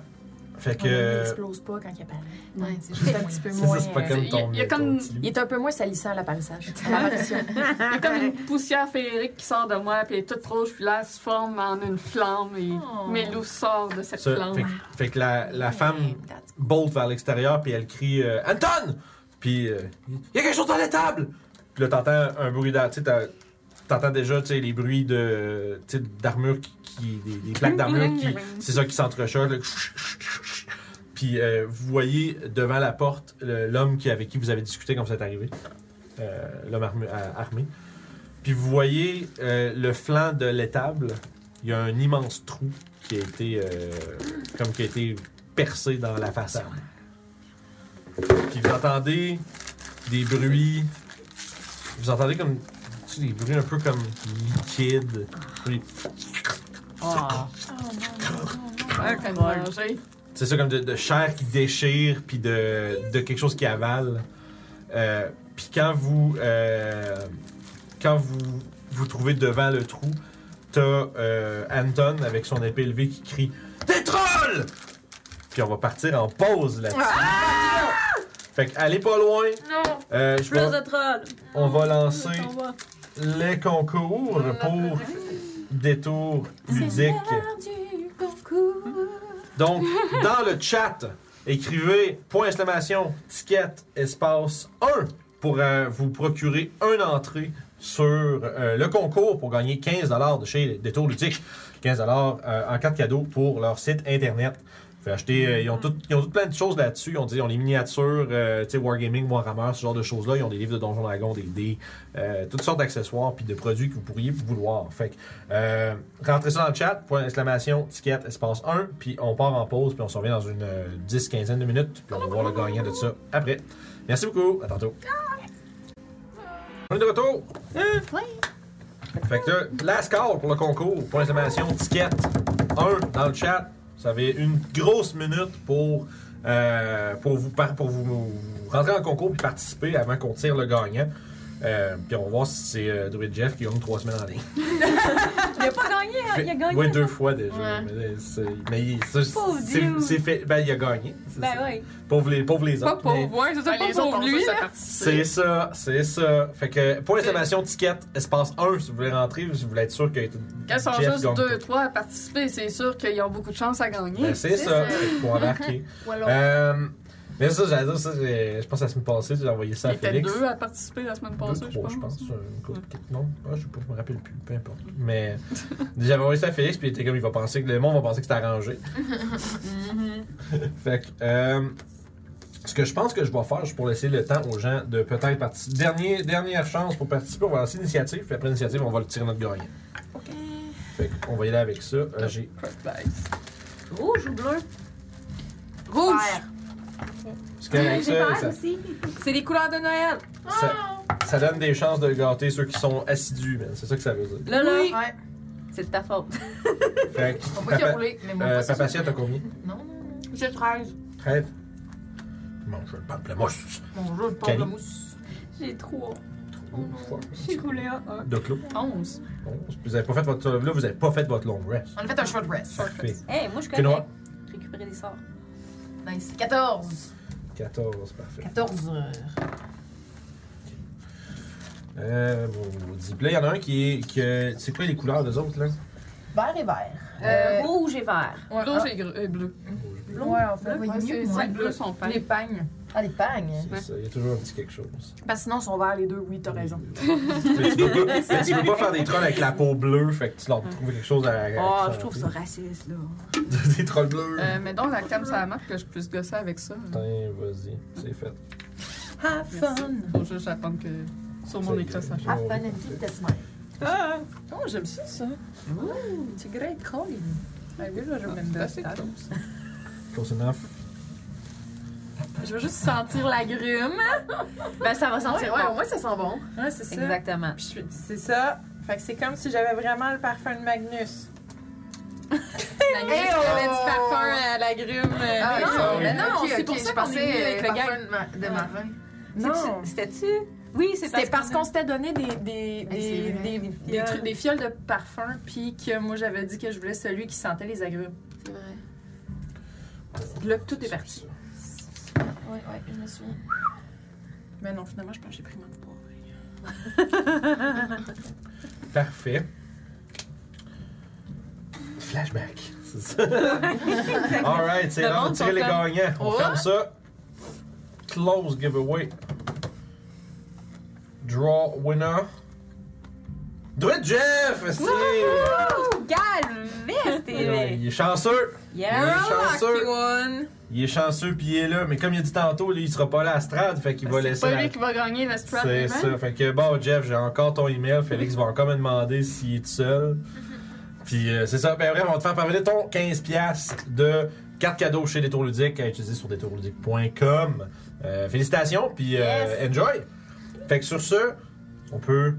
Speaker 2: Fait
Speaker 7: Il
Speaker 2: que.
Speaker 7: n'explose pas quand il apparaît.
Speaker 8: Ouais, [laughs] c'est juste un petit peu
Speaker 2: Ça,
Speaker 8: moins.
Speaker 2: ça, c'est pas
Speaker 8: euh,
Speaker 2: comme
Speaker 3: il y a-
Speaker 2: ton.
Speaker 3: il y a comme-
Speaker 2: ton petit
Speaker 7: Il
Speaker 2: loup.
Speaker 7: est un peu moins salissant à l'apparissage.
Speaker 4: Ah,
Speaker 7: à l'apparition.
Speaker 3: Il y a comme [laughs] une poussière féerique qui sort de moi, puis elle est toute rouge, puis là, elle se forme en une flamme, et Melou sort de cette
Speaker 2: Ça,
Speaker 3: flamme.
Speaker 2: fait, que- fait que la, la
Speaker 4: Oh,
Speaker 2: femme [laughs]
Speaker 7: that's-
Speaker 2: bolt vers l'extérieur, puis elle crie euh, Anton! Puis euh, il y a quelque chose dans la table! Puis là, t'entends un bruit d'air. Tu sais, t'as- t'entends déjà tu sais, les bruits de tu sais, d'armure qui. qui- des, des plaques d'armure qui. C'est ça qui s'entrechoque. là. Puis euh, vous voyez devant la porte le- l'homme qui, avec qui vous avez discuté quand vous êtes arrivé, euh, l'homme armu- à- armé. Puis vous voyez euh, le flanc de l'étable. Il y a un immense trou qui a été euh, comme qui a été percé dans la façade. Puis vous entendez des bruits. Vous entendez comme tu sais, des bruits un peu comme liquides. Puis
Speaker 5: Ah.
Speaker 3: Ouais, comme manger.
Speaker 2: C'est ça, comme de, de chair qui déchire, puis de, de quelque chose qui avale. Euh, puis quand vous, euh, quand vous vous trouvez devant le trou, t'as euh, Anton avec son épée levée qui crie Des trolls Puis on va partir en pause là-dessus. Fait que allez pas loin.
Speaker 5: Non!
Speaker 2: Euh, je
Speaker 5: Plus
Speaker 2: vais-
Speaker 5: de trolls!
Speaker 2: on va lancer
Speaker 5: On va.
Speaker 2: les concours pour détour ludique. Donc, dans le chat, écrivez point exclamation ticket espace 1 pour euh, vous procurer une entrée sur euh, le concours pour gagner 15$ de chez Détour Ludique. 15$ euh, en carte cadeau pour leur site internet. Vous pouvez acheter, euh, ils, ont tout, ils ont tout plein de choses là-dessus. Ils ont, dit, ils ont les miniatures, euh, tu sais, Wargaming, Warhammer, ce genre de choses-là. Ils ont des livres de Donjons Dragons, des dés, euh, toutes sortes d'accessoires puis de produits que vous pourriez vouloir. Fait que, euh, rentrez ça dans le chat, point d'exclamation, ticket, espace 1, puis on part en pause, puis on se revient dans une euh, 10-15 de minutes, puis on va voir le gagnant de ça après. Merci beaucoup, à tantôt. On est de retour! Fait que là, last call pour le concours, point d'exclamation, ticket, 1 dans le chat. Vous avez une grosse minute pour, euh, pour, vous, par- pour vous, vous rentrer en concours puis participer avant qu'on tire le gagnant. Euh, puis on va voir si c'est euh, Druid Jeff qui gagne trois semaines en ligne.
Speaker 5: Il a pas gagné, hein? il a gagné.
Speaker 2: Ouais, deux fois déjà.
Speaker 6: Ouais.
Speaker 2: Mais, euh, c'est- mais il- ça,
Speaker 5: Pauvre
Speaker 2: c'est
Speaker 5: dude.
Speaker 2: c'est fait. Ben, il a gagné. c'est ça.
Speaker 5: Ben oui.
Speaker 2: Pauvre les, pauvre les
Speaker 3: Pas
Speaker 2: autres. mais
Speaker 3: pauvre, ouais, c'est ça,
Speaker 6: Ben,
Speaker 3: pas
Speaker 6: les autres
Speaker 3: pauvre
Speaker 6: ont
Speaker 3: lui.
Speaker 6: juste à
Speaker 3: là.
Speaker 2: C'est ça, c'est ça. Fait que, point d'exclamation, ticket, espace 1, si vous voulez rentrer, si vous voulez être sûr que.
Speaker 3: Quand ils sont
Speaker 2: Jeff
Speaker 3: juste
Speaker 2: gagne pas.
Speaker 3: deux, trois à participer, c'est sûr qu'ils ont beaucoup de chance à gagner.
Speaker 2: Ben, c'est ça, il faut embarquer.
Speaker 5: [laughs]
Speaker 6: Ou alors,
Speaker 2: Euh, mais ça, j'allais dire, ça, j'ai- je pense à la semaine passée, j'ai envoyé ça
Speaker 3: Il
Speaker 2: à
Speaker 3: était
Speaker 2: Félix.
Speaker 3: deux à participer la semaine passée,
Speaker 2: Deux,
Speaker 3: je
Speaker 2: trois,
Speaker 3: pense.
Speaker 2: je pense. une couple, quatre- Non, ah, je sais pas, je me rappelle plus, peu importe. Mais j'avais envoyé ça à Félix, puis il était comme, il va penser que le monde va penser que c'est arrangé. fait que, euh, ce que je pense que je vais faire, c'est pour laisser le temps aux gens de peut-être participer. Dernier, dernière chance pour participer, on va lancer l'initiative, puis après l'initiative, on va le tirer notre gagnant. Fait que, on va y aller avec ça. Euh, j'ai
Speaker 5: Rouge ou Oh, bleu?
Speaker 8: Rouge!
Speaker 2: Parce qu'avec ça, ça,
Speaker 5: [laughs]
Speaker 8: C'est les couleurs de Noël!
Speaker 2: ça, ça donne des chances de gâter ceux qui sont assidus, man. c'est ça que ça veut dire.
Speaker 5: Là, là,
Speaker 8: Ouais.
Speaker 5: c'est de ta faute.
Speaker 2: Fait que,
Speaker 8: Bon, moi qui ai
Speaker 2: Papa-
Speaker 8: roulé, mais moi,
Speaker 2: euh,
Speaker 8: pas ça.
Speaker 2: Papatia, t'as combien?
Speaker 8: Non, non, non.
Speaker 6: j'ai 13.
Speaker 2: Trêve. Mange le pamplemousse.
Speaker 8: Mon jeu, le
Speaker 2: Cali.
Speaker 8: pamplemousse.
Speaker 5: J'ai trois.
Speaker 2: Fuck.
Speaker 5: J'ai roulé un un.
Speaker 2: De clos.
Speaker 3: 11.
Speaker 2: Bon, Vous avez pas fait votre. Là, vous avez pas fait votre long rest.
Speaker 8: On a fait un short rest.
Speaker 2: Parfait.
Speaker 5: Hey, moi, je
Speaker 2: Que noir.
Speaker 5: connais. Récupérer des sorts.
Speaker 8: Nice. 14!
Speaker 2: 14, parfait.
Speaker 8: 14 heures.
Speaker 2: Euh, vos, vos displays, il y en a un qui est. qui, euh, c'est quoi les couleurs des autres, là
Speaker 8: Vert et vert.
Speaker 5: Euh,
Speaker 6: Euh,
Speaker 5: rouge et vert.
Speaker 6: Ouais,
Speaker 3: Rouge
Speaker 6: ah,
Speaker 3: et, gre- et bleu.
Speaker 6: ouais, en fait, ouais,
Speaker 8: Bleu, Euh, ouais,
Speaker 6: mieux
Speaker 8: c'est-
Speaker 6: que moi.
Speaker 3: Les bleus sont pâles.
Speaker 6: Les pagnes. hein.
Speaker 8: Ah, les pagnes.
Speaker 2: C'est ça, il y a toujours un petit quelque chose.
Speaker 7: Parce que sinon, ils sont verts les deux, oui, t'as
Speaker 2: [laughs]
Speaker 7: raison.
Speaker 2: Mais tu, peux pas, mais tu peux pas faire des trolls avec la peau bleue, fait que tu leur trouves quelque chose à. à-
Speaker 5: Oh, je trouve ça raciste, là.
Speaker 2: [laughs] des trolls bleus.
Speaker 3: Euh, mais donc, la cam, ça marque que je puisse gosser avec ça.
Speaker 2: Putain, vas-y, c'est fait.
Speaker 7: Have fun!
Speaker 3: Faut juste attendre que sur mon
Speaker 2: Ça,
Speaker 3: écran ça change.
Speaker 2: Ah,
Speaker 7: Have fun and keep the smile.
Speaker 5: Ah,
Speaker 6: Oh, j'aime ça, ça. C'est great calling. I will remember
Speaker 3: Ah, c'est
Speaker 6: that.
Speaker 3: close.
Speaker 2: Close enough.
Speaker 7: Je veux juste sentir la grume.
Speaker 5: Ben, ça va sentir
Speaker 8: ouais,
Speaker 5: bon.
Speaker 8: au moins ça sent bon.
Speaker 6: Ouais, c'est ça.
Speaker 5: Exactement.
Speaker 6: Puis je fais- C'est ça. Fait que c'est comme si j'avais vraiment le parfum de Magnus.
Speaker 7: Magnus, hey,
Speaker 8: oh!
Speaker 7: avait du parfum à la grume. euh,
Speaker 8: Ah,
Speaker 7: mais-
Speaker 8: non,
Speaker 7: mais non,
Speaker 8: ok,
Speaker 7: c'est
Speaker 8: ok,
Speaker 7: pour
Speaker 8: je
Speaker 7: ça qu'on est venu
Speaker 8: pensais,
Speaker 7: avec le
Speaker 8: euh,
Speaker 7: gars.
Speaker 8: parfum de ma- de marin.
Speaker 6: Non.
Speaker 5: C'est- C'était-tu? Oui, c'est
Speaker 7: C'était parce qu'on s'était donné des,
Speaker 3: Ben,
Speaker 7: des,
Speaker 8: c'est
Speaker 7: des,
Speaker 8: vrai.
Speaker 7: des,
Speaker 6: Des, trucs- des fioles de parfum, puis que moi j'avais dit que je voulais celui qui sentait les agrumes.
Speaker 7: C'est vrai.
Speaker 6: Là, tout est parti.
Speaker 7: Ouais, ouais, je me souviens.
Speaker 6: Mais non, finalement, je pense que j'ai pris mon poivre.
Speaker 2: Parfait. Flashback. C'est ça. Alright, c'est l'heure de tirer les gagnants. On ferme ça. Close giveaway. Draw winner. Druid Jeff! esti!
Speaker 5: Galveste,
Speaker 2: Il est- Il est chanceux! Il est
Speaker 5: Yeah!
Speaker 2: chanceux! Il est chanceux puis il est là, mais comme il a dit tantôt, lui, il sera pas là à Strad, fait qu'il va
Speaker 3: C'est
Speaker 2: laisser
Speaker 3: pas
Speaker 2: la-
Speaker 3: lui qui va gagner la strap
Speaker 2: C'est ça. Fait que bon, Jeff, j'ai encore ton email. Félix va encore me demander s'il est tout seul. Puis euh, c'est ça. Ben bref, on va te faire parvenir ton 15$ de carte cadeau chez Détour Ludique à utiliser sur détourludique.com. Euh, félicitations, puis euh,
Speaker 5: Yes.
Speaker 2: enjoy. Fait que sur ce, on peut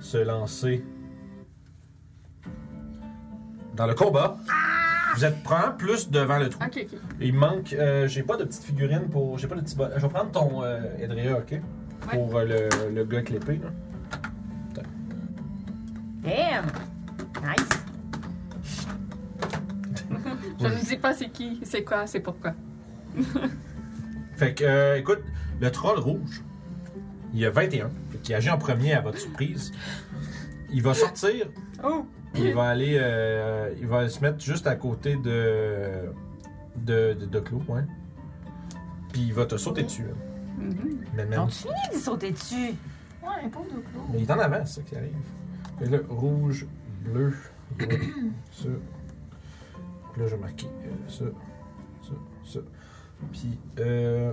Speaker 2: se lancer dans le combat. Vous êtes prend plus devant le trou.
Speaker 3: Ok, ok.
Speaker 2: Il me manque. euh, j'ai pas de petite figurine pour. J'ai pas de petit bol. Je vais prendre ton euh, Edrea, ok? Pour euh, le, le gars avec l'épée, là.
Speaker 5: Damn! Nice!
Speaker 3: Je ne dis pas c'est qui, c'est quoi, c'est pourquoi.
Speaker 2: Fait que, euh, écoute, le troll rouge, il a 21, fait qu'il agit en premier à votre surprise. Il va sortir. Il va aller. euh, il va se mettre juste à côté de. de, de, de Clo, ouais. Puis il va te sauter dessus. hein.
Speaker 6: Mm-hmm.
Speaker 3: Mhm.
Speaker 2: Mais, mais-
Speaker 5: Donc, tu finis de sauter dessus.
Speaker 6: Ouais, pauvre de clos.
Speaker 2: mais il est en avant, c'est ça qui arrive. Fait là, rouge, bleu, il va [coughs] ça. Puis là, je vais marquer euh, ça, ça, ça. Puis, euh,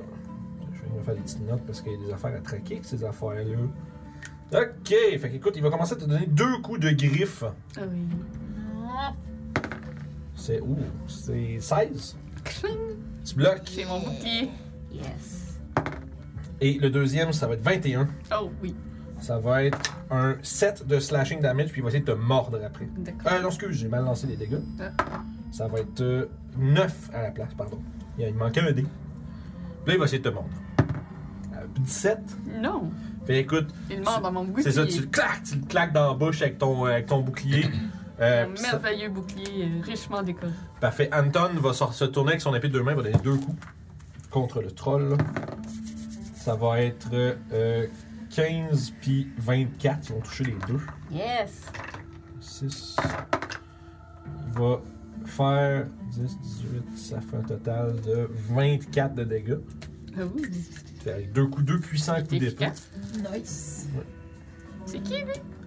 Speaker 2: je vais me faire des petites notes parce qu'il y a des affaires à traquer avec ces affaires-là. Ok, fait qu'écoute, il va commencer à te donner deux coups de griffe.
Speaker 3: Ah oui.
Speaker 2: C'est où? C'est 16. Tu bloques.
Speaker 3: J'ai mon bouclier.
Speaker 5: Yes.
Speaker 2: Et le deuxième, ça va être 21.
Speaker 3: Oh oui.
Speaker 2: Ça va être un 7 de slashing damage, puis il va essayer de te mordre après.
Speaker 3: D'accord.
Speaker 2: Euh, non, excuse, j'ai mal lancé les dégâts.
Speaker 3: Ah.
Speaker 2: Ça va être 9 à la place, pardon. Il, il manquait un dé. Puis là, il va essayer de te mordre. Euh, 17.
Speaker 3: Non.
Speaker 2: Fait écoute,
Speaker 3: Il mord dans mon bouclier.
Speaker 2: c'est ça, tu le claques, tu le claques dans la bouche avec ton, euh, avec ton bouclier. Euh,
Speaker 3: Mon
Speaker 2: puis ça-
Speaker 3: merveilleux bouclier euh, richement décoré.
Speaker 2: Parfait. Anton va sor- se tourner avec son épée de deux mains, va donner deux coups contre le troll. Ça va être euh, 15 puis 24. Ils vont toucher les deux.
Speaker 6: [clears throat]
Speaker 5: Yes.
Speaker 2: 6. Il va faire 10, 18. Ça fait un total de 24 de dégâts.
Speaker 3: Ah oui.
Speaker 2: Fait Avec deux coups, deux puissants coups
Speaker 3: C'est
Speaker 2: d'épée.
Speaker 3: efficace.
Speaker 6: Nice.
Speaker 3: C'est qui?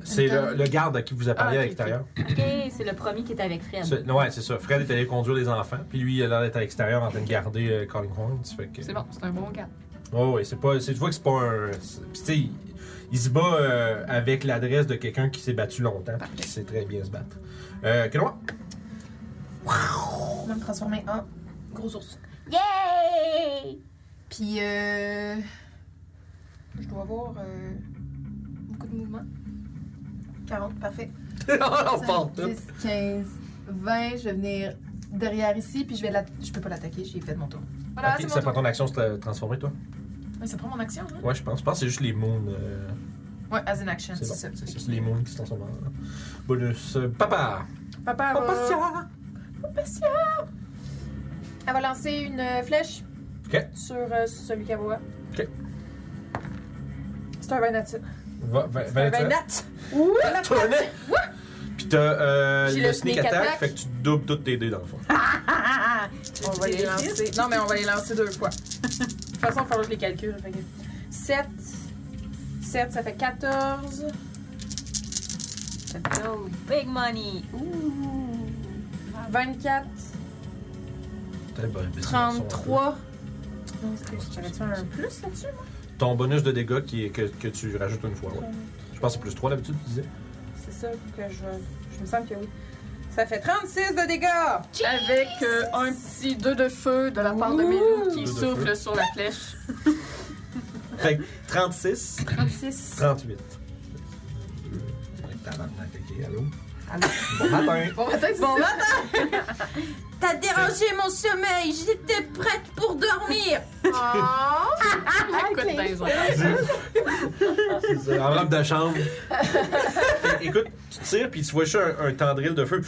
Speaker 2: C'est le, le garde à qui vous a parlé
Speaker 3: Ah,
Speaker 2: à
Speaker 3: ok,
Speaker 2: l'extérieur.
Speaker 5: Ok, c'est le premier qui est avec Fred.
Speaker 2: C'est- Ouais, c'est ça. Fred est allé conduire les enfants. Puis lui, il a l'air d'être à l'extérieur en train de garder euh, Calling Horns. Fait que...
Speaker 3: C'est bon, c'est un bon gars.
Speaker 2: Oh oui, c'est pas. c'est- Tu vois que c'est pas un. c'est- Puis tu sais, il, il se bat euh, avec l'adresse de quelqu'un qui s'est battu longtemps puis qui sait très bien se battre. Euh, que loin?
Speaker 6: Je vais me transformer en gros ours.
Speaker 5: Yay!
Speaker 6: Puis, euh. Je dois avoir euh, beaucoup de mouvements. 40,
Speaker 8: [laughs]
Speaker 6: parfait.
Speaker 2: On
Speaker 6: Cinq,
Speaker 2: part tout.
Speaker 6: 10, 15, 20. Je vais venir derrière ici, puis je vais la... Je peux pas l'attaquer, j'ai fait mon tour.
Speaker 3: Ah,
Speaker 6: Voilà,
Speaker 2: Ok,
Speaker 6: c'est
Speaker 2: ça
Speaker 6: mon
Speaker 2: prend
Speaker 6: tour.
Speaker 2: ton action de te transformer, toi?
Speaker 6: Ouais, ça prend mon action, hein?
Speaker 2: Ouais, je pense. Je pense que c'est juste les moons. euh,
Speaker 6: Ouais, as an action,
Speaker 2: c'est
Speaker 6: c'est
Speaker 2: bon,
Speaker 6: ça.
Speaker 2: C'est juste les moons qui se transforment en bonus. Euh, Papa!
Speaker 6: Papa, hein,
Speaker 2: Papa,
Speaker 6: va... Passion! Elle va lancer une euh, flèche
Speaker 2: Ok.
Speaker 6: sur euh, celui qu'elle voit.
Speaker 2: Ok.
Speaker 6: C'est un 20 nature.
Speaker 2: Va, va,
Speaker 6: Un 20
Speaker 2: va-
Speaker 6: nat.
Speaker 2: Tournez! Puis t'as euh,
Speaker 6: J'ai
Speaker 2: le, sneak attack, fait que tu doubles toutes tes dés dans le fond.
Speaker 6: On va les lancer. Non, mais on va les lancer deux
Speaker 5: [laughs]
Speaker 6: fois. De toute façon, il faut que je les calcule. 7. 7, ça fait 14.
Speaker 5: Let's go. Big money.
Speaker 6: 24.
Speaker 2: T'as- ben, ben, son-
Speaker 6: 33. Non, excuse, J'avais-tu un plus là-dessus?
Speaker 2: Ton bonus de dégâts qui est, que, que tu rajoutes une fois, ouais. Je pense que c'est plus 3 d'habitude, tu disais.
Speaker 6: C'est ça que je. Je me sens que oui. Ça fait 36 de dégâts!
Speaker 3: Avec euh, un petit 2 de feu de la part de Mélou qui
Speaker 2: Deux de
Speaker 3: souffle
Speaker 2: feu.
Speaker 3: sur la flèche.
Speaker 2: Fait que 36.
Speaker 6: 36.
Speaker 2: 38. Tabarnak, ok, allô? Bon matin!
Speaker 6: Bon matin, c'est bon matin!
Speaker 4: T'as dérangé mon sommeil, j'étais prête pour dormir.
Speaker 6: Ah,
Speaker 3: Écoute, ben, on-
Speaker 2: C'est ça, Enveloppe [laughs] de chambre. Fait- Écoute, tu tires, puis tu vois juste un, un tendril de feu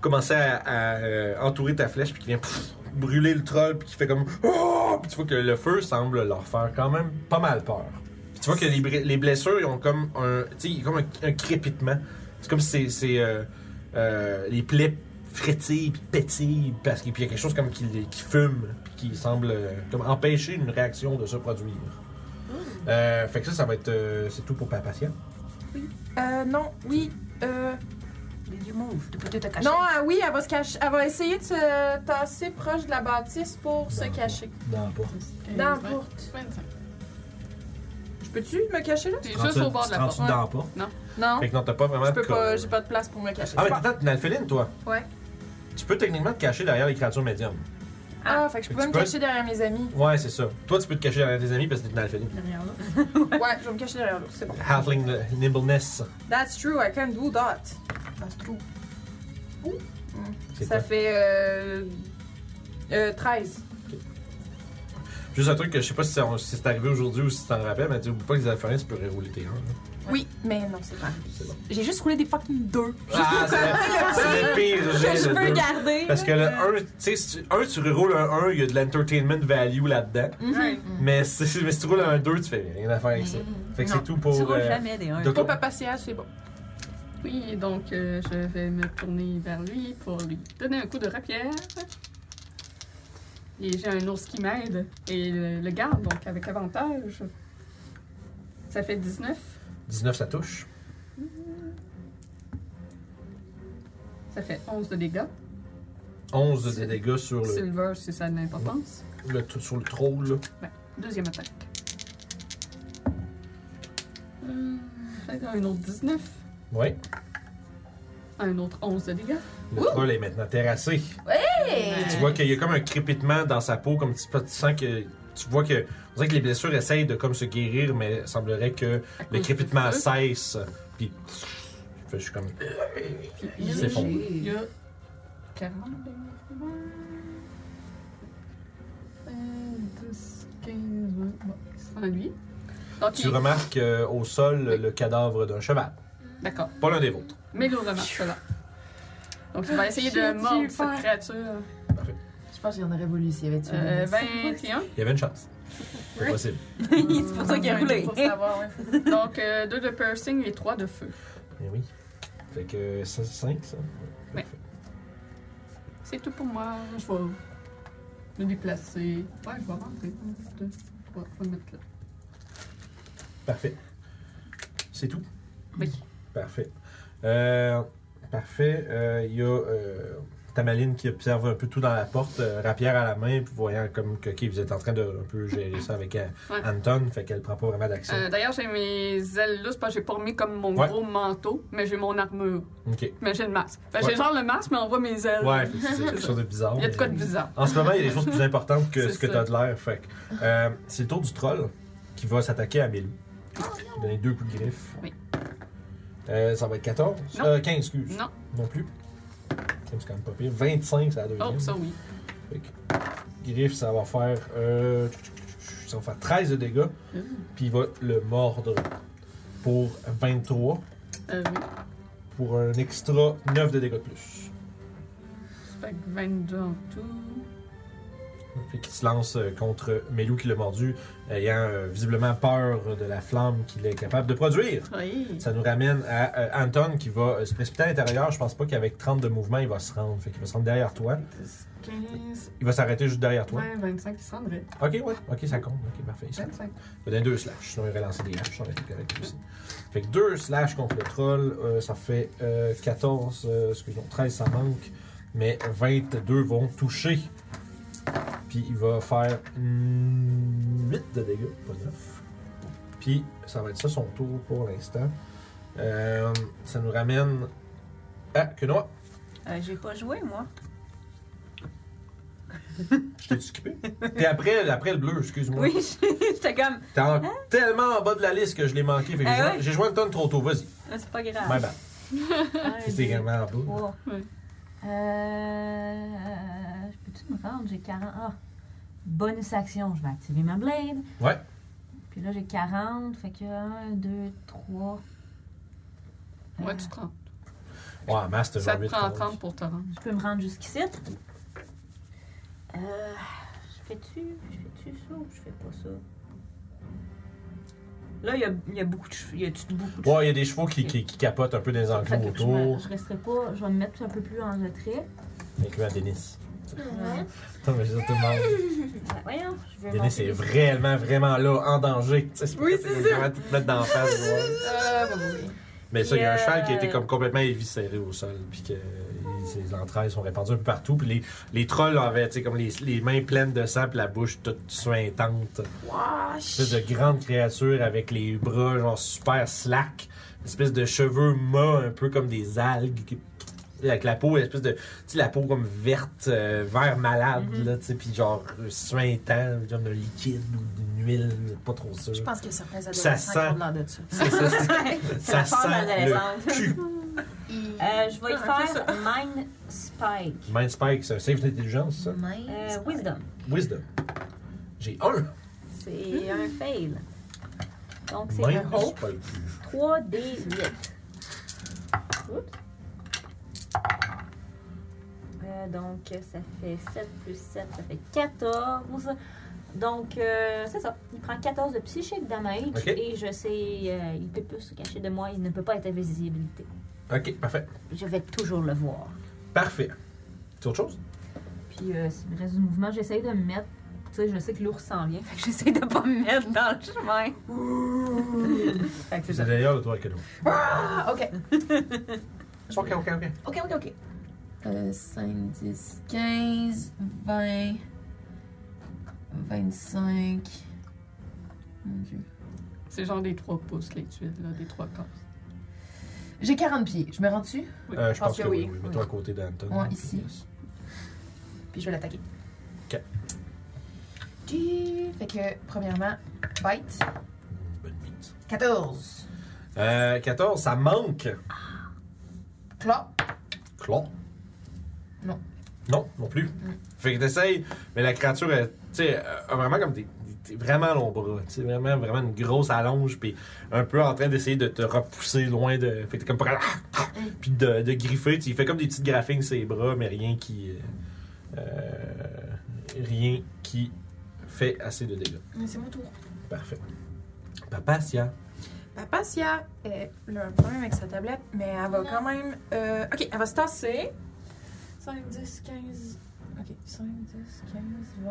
Speaker 2: commencer à, à, euh, entourer ta flèche, puis qui vient pff, brûler le troll, puis qui fait comme. Oh! Puis tu vois que le feu semble leur faire quand même pas mal peur. Puis tu vois que les, bri- les blessures, ils ont comme un. Tu sais, il y a comme un, un crépitement. C'est comme si c'est- c'est. euh, euh, les plaies frétillent, puis pétillent, parce qu'il puis il y a quelque chose comme qui, les- qui fume, puis qui semble euh, comme empêcher une réaction de se produire. Euh, fait que ça, ça va être. euh, c'est tout pour Papatia.
Speaker 4: Euh, non, oui, euh,
Speaker 5: Les deux moves. Tu peux te cacher.
Speaker 4: non, ah oui, elle va se cacher, elle va essayer de se tasser proche de la bâtisse pour se
Speaker 2: Non.
Speaker 4: cacher.
Speaker 2: Non, pas.
Speaker 4: Dans la
Speaker 3: 15,
Speaker 4: porte.
Speaker 3: 25.
Speaker 4: Je peux-tu me cacher là?
Speaker 3: T'es juste au bord de la porte.
Speaker 2: dans la porte.
Speaker 4: Non,
Speaker 2: Fait que non, t'as pas vraiment
Speaker 4: je
Speaker 2: de
Speaker 4: peux
Speaker 2: col.
Speaker 4: pas, j'ai pas de place pour me cacher.
Speaker 2: Ah, mais t'es une alphéline, toi.
Speaker 4: Ouais.
Speaker 2: Tu peux techniquement te cacher derrière les créatures médiums.
Speaker 4: Ah, fait que je peux
Speaker 2: Tu
Speaker 4: me
Speaker 2: peux?
Speaker 4: cacher derrière mes amis.
Speaker 2: Ouais, c'est ça. Toi, tu peux te cacher derrière tes amis parce que t'es une alphéline.
Speaker 4: Ouais, je vais me cacher derrière l'autre, c'est bon.
Speaker 2: Halfling le- nimbleness.
Speaker 4: That's true, I can do that. That's true.
Speaker 2: C'est
Speaker 4: Ça
Speaker 2: toi.
Speaker 4: fait euh, euh, 13.
Speaker 2: Juste un truc que je sais pas si c'est si c'est arrivé aujourd'hui ou si tu t'en rappelles, mais tu oublies pas que les alphélins, tu peux rerouler tes 1.
Speaker 6: Oui, mais non, c'est pas. J'ai juste roulé des fucking deux.
Speaker 2: Ah, c'est le- c'est le pire jet
Speaker 6: je
Speaker 2: de
Speaker 6: peux
Speaker 2: deux.
Speaker 6: garder.
Speaker 2: Parce que le 1, tu sais, si tu- un, tu reroules un 1, il y a de l'entertainment value là-dedans.
Speaker 3: Ouais.
Speaker 2: Mais, si, mais si tu roules un 2, tu fais rien à faire avec ça. Fait que
Speaker 6: Non,
Speaker 2: c'est tout
Speaker 5: Tu
Speaker 2: pour.
Speaker 5: roules
Speaker 2: euh,
Speaker 5: jamais des 1.
Speaker 2: Doc-
Speaker 6: Pour Papa Sia, c'est bon.
Speaker 3: Oui, donc euh, je vais me tourner vers lui pour lui donner un coup de rapière. Et j'ai un ours qui m'aide et le, le garde, donc avec avantage. Ça fait 19,
Speaker 2: 19, ça touche.
Speaker 3: ça fait 11 de dégâts.
Speaker 2: 11 de dégâts sur le,
Speaker 3: Silver, c'est ça de l'importance.
Speaker 2: le- sur le troll. Là.
Speaker 3: Deuxième attaque. Hum, ça fait un autre 19,
Speaker 2: Ouais.
Speaker 3: un autre 11 de dégâts.
Speaker 2: Le troll est maintenant terrassé.
Speaker 5: Euh,
Speaker 2: Tu vois qu'il y a comme un crépitement dans sa peau, comme tu, tu sens que. Tu vois que. On dirait que les blessures essayent de comme se guérir, mais il semblerait que
Speaker 3: À cause
Speaker 2: le
Speaker 3: du
Speaker 2: crépitement
Speaker 3: feu.
Speaker 2: cesse. Puis. Je suis comme.
Speaker 3: Puis
Speaker 2: Il
Speaker 3: il-
Speaker 2: s'effondre.
Speaker 3: Il y a 40 de mouvement.
Speaker 1: Euh, 10, 15, 20. Bon.
Speaker 3: En lui. Donc,
Speaker 2: Tu
Speaker 3: il...
Speaker 2: remarques euh, au sol le cadavre d'un cheval.
Speaker 3: D'accord.
Speaker 2: Pas l'un des vôtres.
Speaker 3: Mais le remarque là. Donc, il va essayer
Speaker 8: J'ai
Speaker 3: de
Speaker 8: dit
Speaker 3: mordre
Speaker 8: faire.
Speaker 3: cette créature.
Speaker 8: Je pense qu'il y en aurait voulu s'il y avait tué.
Speaker 3: Euh,
Speaker 8: Denis.
Speaker 3: 21.
Speaker 2: Il y avait une chance. C'est possible.
Speaker 5: c'est pour ça qu'il
Speaker 6: [laughs]
Speaker 5: a roulé.
Speaker 3: Pour savoir, ouais. Donc, 2 de piercing et 3 de feu.
Speaker 2: Mais Eh oui. Fait que 5, ça.
Speaker 3: Ouais.
Speaker 2: Parfait.
Speaker 3: C'est tout pour moi. Je vais me déplacer. Ouais, je vais rentrer. Un, deux, trois. Je vais me mettre là.
Speaker 2: Parfait. C'est tout?
Speaker 3: Oui.
Speaker 2: Parfait. Euh, parfait. Euh, Il y a euh, Tamaline qui observe un peu tout dans la porte, euh, rapière à la main, puis voyant comme que OK, vous êtes en train de un peu gérer ça avec euh,
Speaker 3: Ouais.
Speaker 2: Anton, fait qu'elle prend pas vraiment d'action.
Speaker 3: Euh, D'ailleurs, j'ai mes ailes là. c'est parce que j'ai pas remis comme mon
Speaker 2: Ouais.
Speaker 3: gros manteau, mais j'ai mon armure.
Speaker 2: OK.
Speaker 3: Mais Ben, j'ai le masque. Fait que
Speaker 2: Ouais.
Speaker 3: J'ai genre le masque, mais on voit mes ailes.
Speaker 2: Ouais, fait que c'est quelque chose de bizarre.
Speaker 3: Il y a de
Speaker 2: mais-
Speaker 3: quoi de bizarre.
Speaker 2: En ce moment, il y a des choses plus importantes que
Speaker 3: [laughs] C'est
Speaker 2: ce que
Speaker 3: ça.
Speaker 2: tu as de l'air. Fait que, euh, c'est le tour du troll qui va s'attaquer à Milou. Il donner deux coups de griffe.
Speaker 3: Oui.
Speaker 2: Euh, ça va être 14.
Speaker 3: Non.
Speaker 2: Euh, 15, excuse.
Speaker 3: Non.
Speaker 2: Non plus. C'est quand même pas pire. 25, c'est la deuxième.
Speaker 3: Oh, ça oui.
Speaker 2: Fait que, griffe, ça va faire. euh, ça va faire 13 de dégâts.
Speaker 3: Mm.
Speaker 2: Puis il va le mordre pour 23.
Speaker 3: Euh, oui.
Speaker 2: Pour un extra 9 de dégâts de plus.
Speaker 3: Ça fait que 22 en tout.
Speaker 2: Fait qu'il se lance euh, contre Melou qui l'a mordu, ayant euh, visiblement peur de la flamme qu'il est capable de produire.
Speaker 3: Oui.
Speaker 2: Ça nous ramène à euh, Anton qui va euh, se précipiter à l'intérieur. Je pense pas qu'avec 30 de mouvement, il va se rendre. Fait qu'il va se rendre derrière toi.
Speaker 3: 10, 15,
Speaker 2: Il va s'arrêter juste derrière toi.
Speaker 3: 20, 25, il se rendrait.
Speaker 2: Ok, ouais. Ok, ça compte. Ok, parfait. Il se rend.
Speaker 3: 25.
Speaker 2: Il va donner deux slash. Sinon, il aurait lancé des haches. Ça aurait été correct aussi. Fait que deux slash contre le troll, euh, ça fait euh, 14, euh, excusez-moi, 13, ça manque. Mais 22 vont toucher. Puis il va faire 8 de dégâts, pas 9. Puis ça va être ça son tour pour l'instant. Euh, ça nous ramène à Quenoa.
Speaker 5: Euh, J'ai pas joué, moi.
Speaker 2: Je t'ai skippé. T'es après, après le bleu, excuse-moi.
Speaker 5: Oui, [laughs] j'étais comme.
Speaker 2: T'es en- tellement en bas de la liste que je l'ai manqué. Fait que
Speaker 5: Ah
Speaker 2: j'ai-
Speaker 5: ouais?
Speaker 2: j'ai joué un tonne trop tôt. Vas-y,
Speaker 5: Ah, C'est pas grave.
Speaker 2: my bad.
Speaker 5: Un,
Speaker 2: C'était
Speaker 5: deux,
Speaker 2: également en bas.
Speaker 5: trois.
Speaker 3: Ouais.
Speaker 5: Euh, je peux-tu me rendre? J'ai 40. Ah! Bonus action, je vais activer ma blade.
Speaker 2: Ouais.
Speaker 5: Puis là, j'ai 40, fait que 1, 2, 3.
Speaker 3: Ouais, tu te rends.
Speaker 2: Ouais, en masse, t'as
Speaker 3: Ça
Speaker 2: genre
Speaker 3: te
Speaker 2: 8
Speaker 3: prend 30 pour te rendre.
Speaker 5: Je peux me rendre jusqu'ici. Euh, je fais-tu je fais-tu ça ou je fais pas ça? Là, il y a, il y a beaucoup de chevaux. Il y a beaucoup de
Speaker 2: Ouais, il y a des chevaux qui, qui, qui capotent un peu dans les
Speaker 5: Fait
Speaker 2: enclos
Speaker 5: que je, me-
Speaker 2: autour,
Speaker 5: je resterai pas, je vais me mettre un peu plus en retrait.
Speaker 2: incluant Denis.
Speaker 5: Ouais.
Speaker 2: Non, mais je veux dire, tout le monde.
Speaker 5: Voyons, je vais
Speaker 2: Denis
Speaker 5: monter.
Speaker 2: est
Speaker 5: [laughs]
Speaker 2: vraiment, vraiment là, en danger. Tu sais,
Speaker 4: Oui,
Speaker 2: pas-
Speaker 4: c'est
Speaker 2: il va te mettre d'en face. ouais.
Speaker 8: Euh,
Speaker 2: Mais ça, il y a un
Speaker 5: Puis,
Speaker 2: cheval qui a été
Speaker 5: euh,
Speaker 2: comme complètement éviscéré au sol, puis que il- ses entrailles sont répandues un peu partout. Puis les, les trolls avaient, tu sais, comme les, les mains pleines de sang, puis la bouche toute suintante. espèce de grande créature avec les bras genre super slack, une espèce de cheveux mâts un peu comme des algues, qui- avec la peau, une espèce de, tu sais, la peau comme verte, euh, vert malade, là, tu sais, puis genre euh, suintant, genre de liquide ou d'une huile, pas trop sûr.
Speaker 7: Je pense qu'il y a certains
Speaker 2: Ça
Speaker 7: adolescents qui
Speaker 2: sent.
Speaker 7: ont de l'air de ça.
Speaker 2: C'est ça, c'est-
Speaker 5: C'est la
Speaker 2: ça
Speaker 5: phase
Speaker 2: sent
Speaker 5: adolescente.
Speaker 2: le cul.
Speaker 5: Euh, je vais y faire Mind Spike.
Speaker 2: Mind Spike, c'est un save d'intelligence, ça?
Speaker 5: Euh, wisdom.
Speaker 2: Wisdom. J'ai un.
Speaker 5: C'est un fail. Donc, c'est un
Speaker 2: Minus
Speaker 5: hope.
Speaker 2: pas le cul.
Speaker 5: 3D8. Oups. Euh, donc, ça fait 7 plus 7, ça fait 14. Donc, euh, c'est ça. Il prend 14 de psychique damage
Speaker 2: Ok.
Speaker 5: et je sais, euh, il peut plus se cacher de moi. Il ne peut pas être invisibilité.
Speaker 2: Ok, parfait.
Speaker 5: Je vais toujours le voir.
Speaker 2: Parfait. C'est autre chose?
Speaker 5: Puis, euh, s'il me reste du mouvement, j'essaye de me mettre. Tu sais, je sais que l'ours s'en vient. [laughs] Fait que j'essaye de pas me mettre dans le chemin. fait que c'est ça.
Speaker 2: C'est d'ailleurs le doigt que nous.
Speaker 8: Ah, ok.
Speaker 2: [laughs] Ok, ok, ok.
Speaker 8: Ok, ok, ok.
Speaker 7: Euh, 5, 10, 15, 20, 25. Mon Dieu.
Speaker 3: C'est genre des trois pouces, les tuiles, là, des trois cases.
Speaker 7: J'ai 40 pieds. Je me rends dessus,
Speaker 2: Euh, je pense que, oui. oui. Mets-toi à côté d'Anton.
Speaker 7: Ouais, ici.
Speaker 2: Yes.
Speaker 7: puis je vais l'attaquer.
Speaker 2: Ok.
Speaker 7: Gee. Fait que, premièrement, bite.
Speaker 2: Bonne bite.
Speaker 7: 14.
Speaker 2: Euh, 14, ça manque.
Speaker 7: Claw.
Speaker 2: Claw.
Speaker 7: Non.
Speaker 2: Non, non plus.
Speaker 4: Mm.
Speaker 2: Fait que t'essayes, mais la créature, elle, tu sais, elle a vraiment comme des, des- des- vraiment long bras. Tu sais, vraiment, vraiment une grosse allonge, puis un peu en train d'essayer de te repousser loin de. Fait que t'es comme. pour-
Speaker 4: Mm.
Speaker 2: Puis de, de griffer. Tu sais, il fait comme des petites graphines ses bras, mais rien qui. euh, euh, rien qui fait assez de dégâts.
Speaker 4: Mais c'est mon tour.
Speaker 2: Parfait. Papacia.
Speaker 4: Papa Sia, elle a un problème avec sa tablette, mais elle va quand même. euh, ok, elle va se tasser.
Speaker 7: 5, 10, 15. Ok, 5, 10, 15, 20.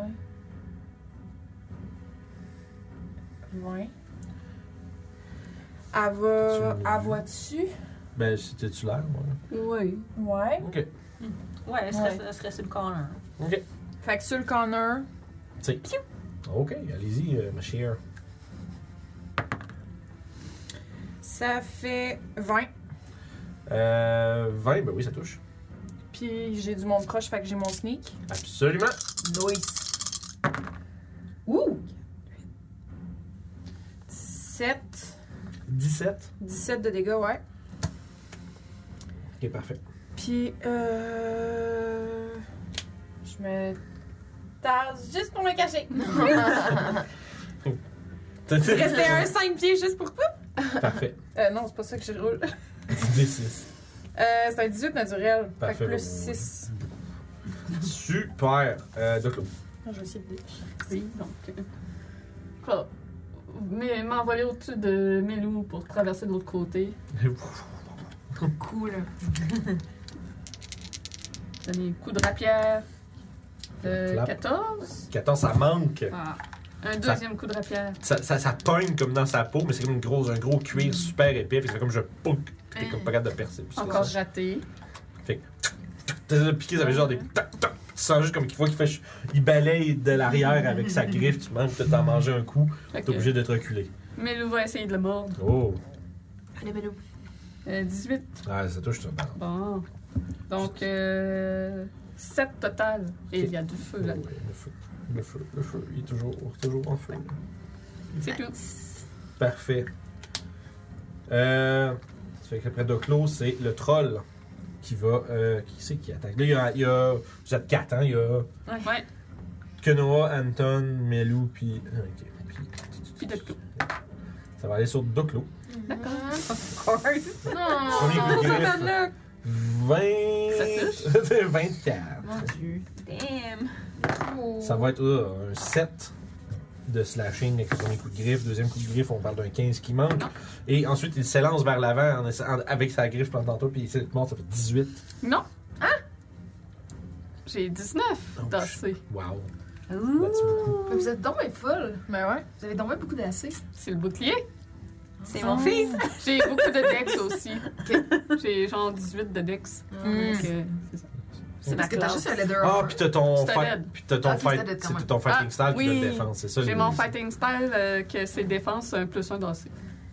Speaker 7: 20.
Speaker 4: Elle va. Elle va dessus.
Speaker 2: Ben, c'était-tu l'air? Ouais.
Speaker 3: Oui.
Speaker 4: Ouais.
Speaker 2: Ok.
Speaker 5: Ouais, elle serait,
Speaker 4: Ouais.
Speaker 5: elle serait sur le corner.
Speaker 2: Ok.
Speaker 4: Fait que sur le corner,
Speaker 2: T'sais. Ok, allez-y, euh, ma chère.
Speaker 4: ça fait 20.
Speaker 2: Euh, 20, ben oui, ça touche.
Speaker 4: Puis j'ai du monde proche, fait que j'ai mon sneak.
Speaker 2: Absolument.
Speaker 4: Nice. Ouh! 17.
Speaker 2: 17.
Speaker 4: 17 de dégâts, ouais.
Speaker 2: Ok, parfait.
Speaker 4: Puis, euh. Je me tasse juste pour me
Speaker 8: [laughs]
Speaker 4: cacher. [laughs] Rester à un 5 pieds juste pour toi.
Speaker 2: Parfait.
Speaker 4: Euh, non, c'est pas ça que je
Speaker 2: [laughs]
Speaker 4: roule.
Speaker 2: D6.
Speaker 4: Euh, c'est un 18 naturel.
Speaker 2: Parfait,
Speaker 4: fait que plus
Speaker 2: bon.
Speaker 4: 6.
Speaker 2: Super. Euh, [laughs] Doclo.
Speaker 4: Je vais essayer de.
Speaker 3: Oui, donc. euh, je vais mais m'envoler au-dessus de mes loups pour traverser de l'autre côté.
Speaker 8: Cool.
Speaker 3: Donner un coup de rapière de
Speaker 2: Clap.
Speaker 3: 14.
Speaker 2: 14, ça manque.
Speaker 3: Ah, un deuxième coup de rapière.
Speaker 2: Ça, ça, ça pogne comme dans sa peau, mais c'est comme une grosse, un gros cuir super épais. Fait que c'est comme je pouk. Puis t'es comme pas capable de percer. plus que
Speaker 3: Encore
Speaker 2: ça.
Speaker 3: raté.
Speaker 2: T'as piqué, ça fait genre des. tac, tac. Tu sens juste comme qu'il voit qu'il fait. ch- Il balaye de l'arrière avec sa griffe. Tu manques de t'en manger un coup.
Speaker 3: Fait
Speaker 2: T'es
Speaker 3: que
Speaker 2: obligé de te reculer.
Speaker 3: mes loups vont essayer de le mordre.
Speaker 2: Oh.
Speaker 8: Allez, Belou.
Speaker 3: Euh, 18.
Speaker 2: Ah, ça touche, ça.
Speaker 3: Bon. Donc, euh, 7 total. Et il y a du feu là.
Speaker 2: Oh, ouais, le feu, le feu, le feu, il est toujours, toujours en feu.
Speaker 3: C'est tout.
Speaker 2: Parfait. Euh, ça fait qu'après Doclo, c'est le troll qui va. euh, qui c'est qui attaque Là, il y a, il y a- Vous êtes quatre, hein Il y a
Speaker 3: Ouais.
Speaker 2: Kenoa, Anton, Melou, puis. ah, ok, puis-
Speaker 3: Puis de tout.
Speaker 2: Ça va aller sur Doclo.
Speaker 3: D'accord. Ah,
Speaker 2: Premier coup de griffe.
Speaker 4: là.
Speaker 2: 20. [laughs] 24.
Speaker 5: Damn!
Speaker 2: Ça va être euh, un 7 de slashing avec le premier coup de griffe. Deuxième coup de griffe, on parle d'un 15 qui manque. Et ensuite, il s'élance vers l'avant en essa- en- avec sa griffe pendant toi, puis il s'est mort, ça fait 18.
Speaker 3: Non. Hein? J'ai 19
Speaker 2: Ouch.
Speaker 3: dansé.
Speaker 2: Wow.
Speaker 5: Ouh!
Speaker 2: That's beaucoup.
Speaker 8: Vous êtes donc bien folle.
Speaker 7: Ben ouais.
Speaker 8: Vous avez donc bien beaucoup d'assez.
Speaker 3: C'est le bouclier.
Speaker 5: C'est mon fils!
Speaker 3: J'ai beaucoup de dex aussi. J'ai genre 18 de dex.
Speaker 4: Hmm.
Speaker 6: Mm.
Speaker 4: Mm.
Speaker 3: Donc, euh, c'est ça. C'est ma
Speaker 8: Parce que t'as
Speaker 3: classe.
Speaker 8: juste un leather.
Speaker 2: Ah,
Speaker 8: armor.
Speaker 2: puis t'as ton,
Speaker 3: C'est
Speaker 2: fight-
Speaker 3: raide.
Speaker 2: puis t'as ton,
Speaker 8: Ah, ok, c'est
Speaker 2: fight-
Speaker 8: raide quand
Speaker 2: c'était
Speaker 8: même.
Speaker 2: ton fighting
Speaker 3: Ah,
Speaker 2: style puis
Speaker 3: oui.
Speaker 2: de défense, c'est ça?
Speaker 3: J'ai
Speaker 2: le-
Speaker 3: mon fighting style euh, que c'est défense un plus un dansé.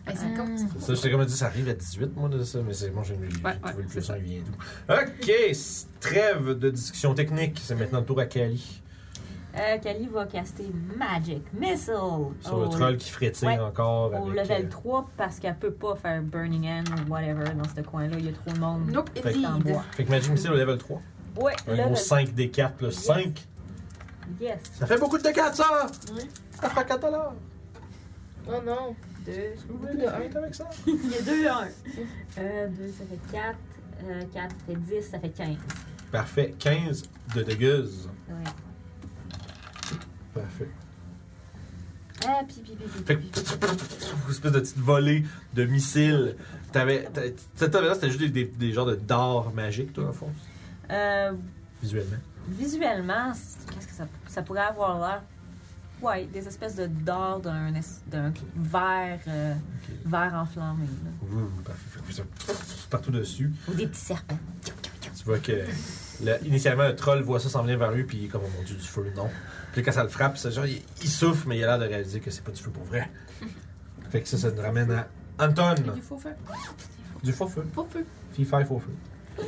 Speaker 8: Hey, c'est
Speaker 4: Mm.
Speaker 8: con.
Speaker 2: c'est Ça, je t'ai comme dit, ça arrive à 18, moi, de ça, mais c'est moi, j'ai j'ai trouvé
Speaker 3: ouais,
Speaker 2: le
Speaker 3: c'est
Speaker 2: plus
Speaker 3: ça.
Speaker 2: un, il vient d'où. Ok, c'est- trêve de discussion technique, c'est maintenant le tour à Kali.
Speaker 5: Euh, Kali va caster Magic Missile
Speaker 2: Sur
Speaker 8: Oh,
Speaker 2: le troll qui frétille
Speaker 5: Ouais.
Speaker 2: encore
Speaker 5: au
Speaker 2: avec.
Speaker 5: level
Speaker 2: euh,
Speaker 5: 3 parce qu'elle peut pas faire Burning Hand ou whatever dans ce coin-là. Il y a trop de monde.
Speaker 8: Nope, it
Speaker 2: Fait que-
Speaker 5: Dans le
Speaker 8: lead.
Speaker 5: bois.
Speaker 2: Fait que Magic Missile au level 3.
Speaker 5: Ouais,
Speaker 2: Un
Speaker 5: level
Speaker 2: gros 5 des 4, là. 5
Speaker 5: Yes.
Speaker 2: Ça fait beaucoup de dégâts, ça!
Speaker 8: Oui.
Speaker 2: Ça fera 4 dollars!
Speaker 7: Oh non.
Speaker 5: Deux.
Speaker 2: Oublie le hate avec ça.
Speaker 5: [laughs] Il y a deux, un. Un, deux, ça fait quatre. Euh, quatre, ça fait dix, ça fait quinze.
Speaker 2: Parfait. 15 de dégueuse.
Speaker 5: Ouais.
Speaker 2: Parfait.
Speaker 5: Ah, pi, pi, pi, pi,
Speaker 2: Fait
Speaker 5: pi,
Speaker 2: que,
Speaker 5: pi.
Speaker 2: une espèce de petite volée de missiles. T'avais, t'avais- cette là c'était juste des, des, des genres de dards magiques, toi, en fond,
Speaker 5: Euh,
Speaker 2: visuellement.
Speaker 5: visuellement, c'est- qu'est-ce que ça, ça pourrait avoir l'air? Ouais, des espèces de d'or d'un es- d'un vert, euh,
Speaker 2: Ok.
Speaker 5: vert enflammé. là.
Speaker 2: Ouh, parfait. Fait que ça, Partout dessus.
Speaker 5: Ou des petits serpents.
Speaker 2: Tu vois que, le- initialement, le troll voit ça s'en venir vers lui, puis il est comme, oh mon dieu, du feu, non. Puis quand ça le frappe, c'est genre, il, il souffle, mais il a l'air de réaliser que c'est pas du feu pour [laughs] vrai. Fait que ça, ça nous ramène à Anton,
Speaker 7: Il faut faire.
Speaker 2: du faux feu.
Speaker 7: Pas peu.
Speaker 2: Fille faille faux [laughs] feu.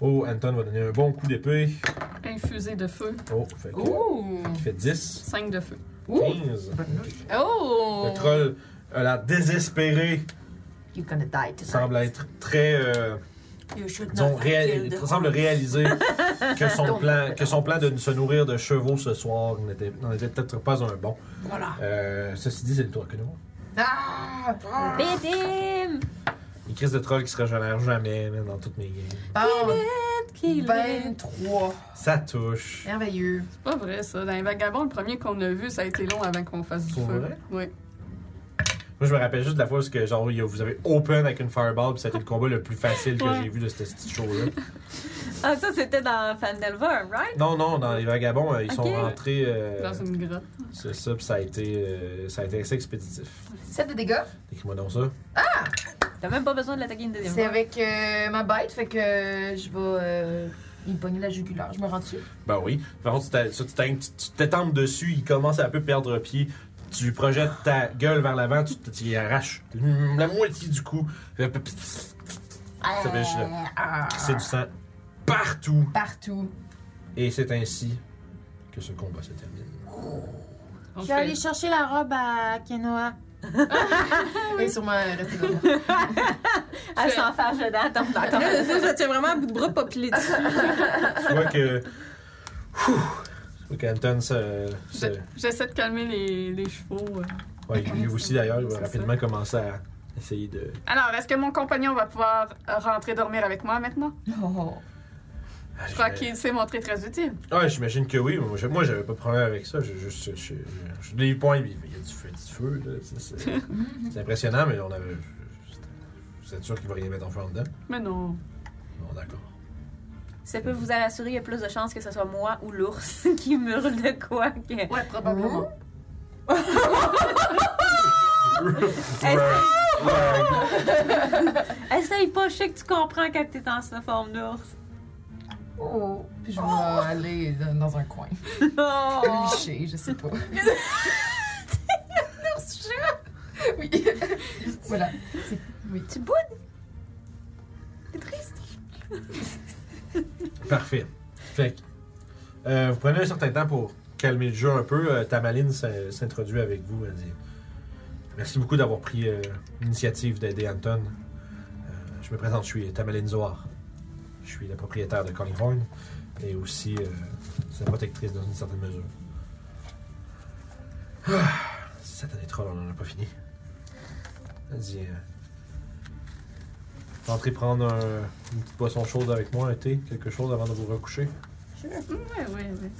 Speaker 2: Oh, Anton va donner un bon coup d'épée.
Speaker 3: Infusé de feu.
Speaker 2: Oh, fait que,
Speaker 6: Ouh!
Speaker 2: qui fait 10.
Speaker 3: 5 de feu.
Speaker 2: 15.
Speaker 6: Oh!
Speaker 2: Le troll a l'air désespéré.
Speaker 5: You're gonna die tonight.
Speaker 2: semble être très. euh,
Speaker 5: You should
Speaker 2: disons,
Speaker 5: not
Speaker 2: réal-
Speaker 5: have killed.
Speaker 2: semble réaliser que son, plan, que son plan de se nourrir de chevaux ce soir n'était- n'en était peut-être pas un bon.
Speaker 8: Voilà.
Speaker 2: Euh, ceci dit, c'est le tour que nous.
Speaker 8: Ah! ah.
Speaker 5: Beat him!
Speaker 2: Une crise de troll qui se régénère jamais man, dans toutes mes games.
Speaker 5: Kill
Speaker 8: Ben.
Speaker 5: him!
Speaker 6: 23.
Speaker 2: Ça touche.
Speaker 6: Merveilleux.
Speaker 3: C'est pas vrai, ça. Dans les vagabonds, le premier qu'on a vu, ça a été long avant qu'on fasse du
Speaker 2: Pour
Speaker 3: feu.
Speaker 2: vrai?
Speaker 3: Oui.
Speaker 2: Moi, je me rappelle juste de la fois où que, genre, il y a- vous avez open avec une fireball, puis c'était le combat le plus facile que
Speaker 3: Ouais.
Speaker 2: j'ai vu de cette petite show-là.
Speaker 5: Ah, ça, c'était dans Fandelver, right?
Speaker 2: Non, non, dans les vagabonds, euh, ils sont
Speaker 5: Ok.
Speaker 2: rentrés. euh,
Speaker 3: Dans une grotte.
Speaker 2: C'est ça, puis ça a été, euh, ça a été assez expéditif.
Speaker 8: 7 de dégâts.
Speaker 2: Écris-moi donc ça.
Speaker 5: T'as même pas besoin de l'attaquer une deuxième
Speaker 8: C'est
Speaker 5: fois.
Speaker 8: avec euh, ma bite, fait que euh, je vais euh, y pogner la jugulaire. Je me rends dessus.
Speaker 2: Ben oui. Par contre, tu t'a- ça, tu t'in- tu- tu t'étends dessus, il commence à un peu perdre pied. Tu projettes ta gueule vers l'avant, tu te- tu y arraches la moitié du cou. Ça fait juste là.
Speaker 8: Ah.
Speaker 2: C'est du sang partout.
Speaker 8: Partout.
Speaker 2: Et c'est ainsi que ce combat se termine.
Speaker 3: On
Speaker 4: Je vais
Speaker 3: fait-
Speaker 4: aller chercher la robe à Kenoa.
Speaker 8: Et sûrement euh, rester [laughs] dans le-
Speaker 5: Elle s'en fâche dedans, attends, attends.
Speaker 4: je tiens vraiment à bout de bras pas pilé dessus.
Speaker 2: Tu vois que. Whew! Tu vois qu'Anton se. se-
Speaker 3: [laughs] Je- J'essaie de calmer les, les chevaux. euh.
Speaker 2: ouais, lui aussi d'ailleurs, il va
Speaker 3: C'est
Speaker 2: rapidement commencer à essayer de.
Speaker 3: Alors, est-ce que mon compagnon va pouvoir rentrer dormir avec moi maintenant?
Speaker 8: Oh,
Speaker 2: Ah,
Speaker 3: Je crois qu'il s'est montré très utile.
Speaker 2: Ouais, j'imagine que oui. Moi, je- moi, j'avais pas de problème avec ça. J'ai juste. Je, je, je, je les points, il y a du feu, du feu. là. C'est- C'est c'est impressionnant, mais on avait. c'était- Vous êtes sûr qu'il va rien mettre en feu en dedans?
Speaker 3: Mais non.
Speaker 2: Bon, d'accord.
Speaker 5: Ça peut vous rassurer, il y a plus de chances que ce soit moi ou l'ours [laughs] qui hurle de quoi que.
Speaker 3: Ouais, probablement.
Speaker 5: Essaye pas, je sais que tu comprends quand t'es en cette forme d'ours. [laughs]
Speaker 8: Oh. Puis je vais aller dans dans un coin.
Speaker 5: Oh!
Speaker 8: Liché, je [laughs] sais pas. Oui. voilà. C'est- Oui.
Speaker 5: Tu boudes?
Speaker 2: Parfait. Fait que, euh, vous prenez un certain temps pour calmer le jeu un peu. Euh, Tamaline s'in- s'introduit avec vous. Elle dit Merci beaucoup d'avoir pris euh, l'initiative d'aider Anton. Euh, je me présente, je suis Tamaline Zoar. Je suis la propriétaire de Callinghorn et aussi euh, sa protectrice dans une certaine mesure. Ah, Satané troll, on n'en a pas fini. Elle dit euh, Rentrez prendre un, une petite boisson chaude avec moi, un thé, quelque chose avant de vous recoucher.
Speaker 3: Ouais, ouais, ouais.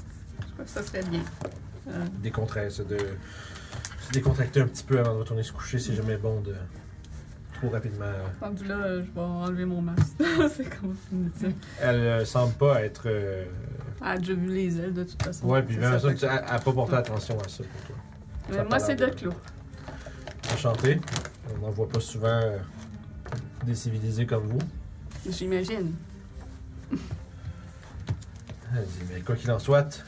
Speaker 3: Je crois que ça serait bien. Euh,
Speaker 2: Décontra- se de se décontracter un petit peu avant de retourner se coucher, c'est jamais bon de trop rapidement.
Speaker 3: rendu là, euh, je vais enlever mon masque. [laughs] C'est comme fini, tu sais.
Speaker 2: Elle euh, semble pas être. euh,
Speaker 3: Elle a déjà vu les ailes de toute façon.
Speaker 2: Ouais, puis
Speaker 3: C'est
Speaker 2: même
Speaker 3: ça,
Speaker 2: ça,
Speaker 3: fait
Speaker 2: tu- elle elle a pas porté attention à ça pour toi.
Speaker 3: que-
Speaker 2: ça
Speaker 3: Mais moi,
Speaker 2: parle
Speaker 3: c'est
Speaker 2: de-
Speaker 3: de clos.
Speaker 2: Enchanté. On n'en voit pas souvent euh, des civilisés comme vous.
Speaker 3: J'imagine.
Speaker 2: Elle dit, mais quoi qu'il en soit,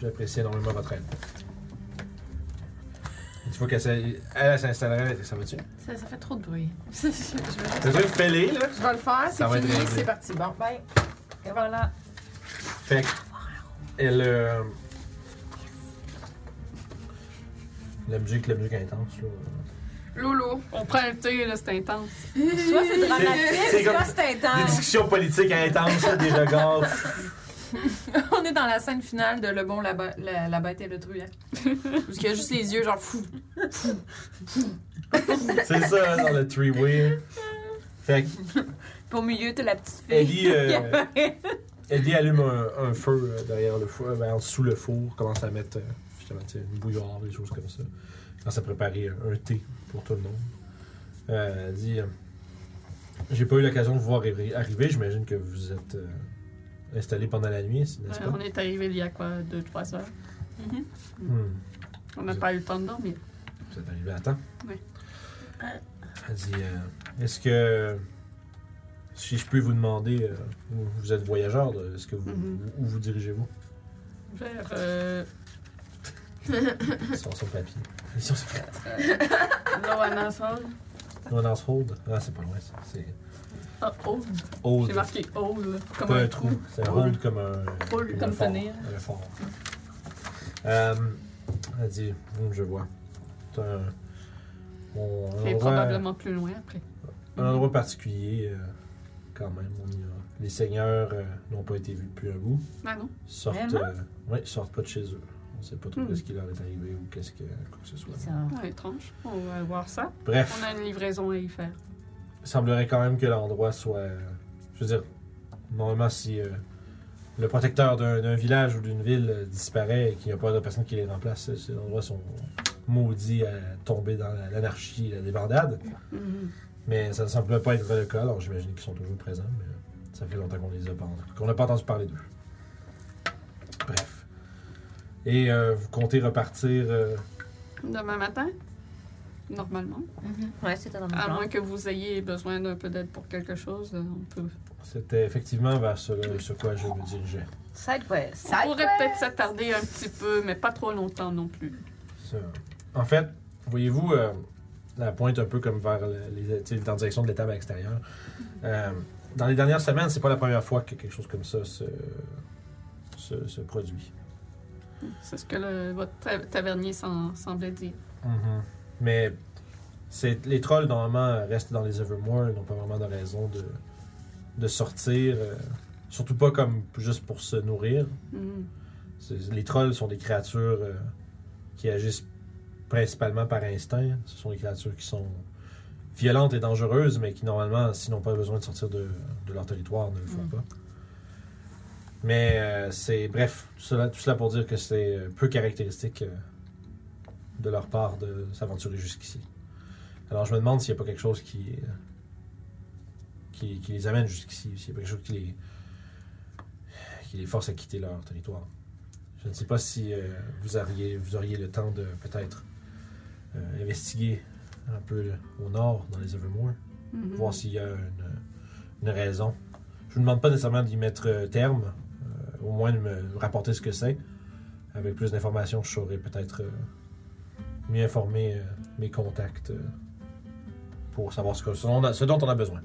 Speaker 2: j'apprécie énormément votre aide. Et Tu vois qu'elle s'est- elle, elle s'installerait. Ça va-tu?
Speaker 6: Ça, ça fait trop de bruit. [laughs]
Speaker 2: Le truc fêlé, là.
Speaker 8: Je vais le faire, c'est
Speaker 2: Ça va être
Speaker 8: fini,
Speaker 2: réglé.
Speaker 8: c'est parti. Bon, ben, bye.
Speaker 5: Et voilà.
Speaker 2: Fait que, elle. euh, La musique, la musique intense, là.
Speaker 3: Lolo, on prend un thé, là, c'est intense.
Speaker 5: Soit c'est dramatique,
Speaker 2: C'est comme
Speaker 5: soit c'est
Speaker 3: Ah.
Speaker 2: des
Speaker 5: intense.
Speaker 2: discussions politiques intenses, là, des regards.
Speaker 6: On est dans la scène finale de Le Bon, la, Ba- la, la Bête et le hein. Truand. Parce qu'il y a juste les yeux, genre fou.
Speaker 2: C'est ça, dans le three-way. Fait que
Speaker 5: Puis au milieu, t'as la petite
Speaker 2: Ellie,
Speaker 5: fille. [laughs]
Speaker 2: euh, Ellie allume un, un feu euh, derrière le four, ben, sous le four, commence à mettre euh, justement tu sais, une bouilloire, des choses comme ça. Commence à préparer euh, un thé pour tout le monde. Euh, elle dit euh, J'ai pas eu l'occasion de vous voir arri- arriver, j'imagine que vous êtes euh, installé pendant la nuit, c'est- n'est-ce
Speaker 3: Ouais,
Speaker 2: pas
Speaker 3: on est arrivé il y a quoi, deux, trois heures?
Speaker 2: Hmm.
Speaker 3: On n'a pas eu le temps de dormir.
Speaker 2: Vous êtes arrivé à temps?
Speaker 3: Oui.
Speaker 2: Elle dit euh, Est-ce que. Si je peux vous demander, euh, vous- vous êtes voyageur, de- est-ce que vous.
Speaker 3: Mhm.
Speaker 2: Où
Speaker 3: [laughs]
Speaker 2: vous dirigez-vous
Speaker 3: Vers. Euh,
Speaker 2: Ils sont sur le papier. Ils sont sur le papier.
Speaker 3: Loanasol.
Speaker 2: One House Hold Ah, c'est pas loin, ça. C'est.
Speaker 3: Ah, old. J'ai
Speaker 2: Hold.
Speaker 3: marqué old. Comme
Speaker 2: Pas
Speaker 3: [laughs]
Speaker 2: un trou. C'est un hold comme un.
Speaker 3: Hold
Speaker 2: un
Speaker 3: comme
Speaker 2: fort,
Speaker 3: tenir.
Speaker 2: Un fort. Euh, elle dit Hum, Je vois. C'est un. on- un
Speaker 3: Et
Speaker 2: endroit-
Speaker 3: probablement plus loin après.
Speaker 2: un endroit particulier, euh, quand même. On y va. Les seigneurs euh, n'ont pas été vus depuis un bout.
Speaker 3: Ah non.
Speaker 2: Sortent,
Speaker 5: Vraiment?
Speaker 2: euh, ouais, sortent pas de chez eux. On sait pas trop
Speaker 3: Hmm.
Speaker 2: ce qui leur est arrivé ou qu'est-ce que, quoi que ce soit.
Speaker 3: Ah, étrange. On va voir ça. On
Speaker 2: Bref,
Speaker 3: a une livraison à y faire.
Speaker 2: il semblerait quand même que l'endroit soit. euh, je veux dire, normalement, si euh, le protecteur d'un d'un village ou d'une ville euh, disparaît et qu'il n'y a pas de personne qui les remplace, euh, ces endroits sont maudits à tomber dans la- l'anarchie et la débandade.
Speaker 3: Mhm.
Speaker 2: Mais ça ne semble pas être le cas, alors j'imagine qu'ils sont toujours présents, mais ça fait longtemps qu'on les a pas, qu'on n'a pas entendu parler d'eux. Bref. Et euh, vous comptez repartir. euh,
Speaker 3: Demain matin, normalement.
Speaker 8: Mm-hmm.
Speaker 5: Ah Ouais, c'était dans mon
Speaker 3: À
Speaker 5: plan.
Speaker 3: moins que vous ayez besoin d'un peu d'aide pour quelque chose, euh, on peut.
Speaker 2: C'était effectivement vers ce, ce quoi je me dirigeais.
Speaker 5: Side quest.
Speaker 3: On pourrait peut-être s'attarder un petit peu, mais pas trop longtemps non plus.
Speaker 2: Ça. En fait, voyez-vous, euh, la pointe un peu comme vers le- les, tu sais, dans la direction de l'étable extérieure. Euh, dans les dernières semaines, c'est pas la première fois que quelque chose comme ça se, se, se produit.
Speaker 3: C'est ce que le- votre ta- tavernier s'en- semblait dire.
Speaker 2: Mhm. Mais c'est, les trolls, normalement, restent dans les Evermore. Ils n'ont pas vraiment de raison de, de sortir. euh, surtout pas comme juste pour se nourrir.
Speaker 3: Mhm.
Speaker 2: C'est- les trolls sont des créatures euh, qui agissent principalement par instinct. Ce sont des créatures qui sont violentes et dangereuses, mais qui, normalement, s'ils n'ont pas besoin de sortir de, de leur territoire, ne le font
Speaker 5: Mm.
Speaker 2: pas. Mais euh, c'est. Bref, tout cela, tout cela pour dire que c'est euh, peu caractéristique euh, de leur part de s'aventurer jusqu'ici. Alors je me demande s'il n'y a pas quelque chose qui, euh, qui, qui les amène jusqu'ici, s'il n'y a pas quelque chose qui les, qui les force à quitter leur territoire. Je ne sais pas si euh, vous, auriez, vous auriez le temps de peut-être euh, investiguer un peu au nord, dans les Evermore,
Speaker 3: Mhm.
Speaker 2: voir s'il y a une, une raison. Je ne vous demande pas nécessairement d'y mettre euh, terme, euh, au moins de me rapporter ce que c'est. Avec plus d'informations, je saurais peut-être euh, mieux informer euh, mes contacts euh, pour savoir ce, que- ce dont on a- ce dont on a besoin.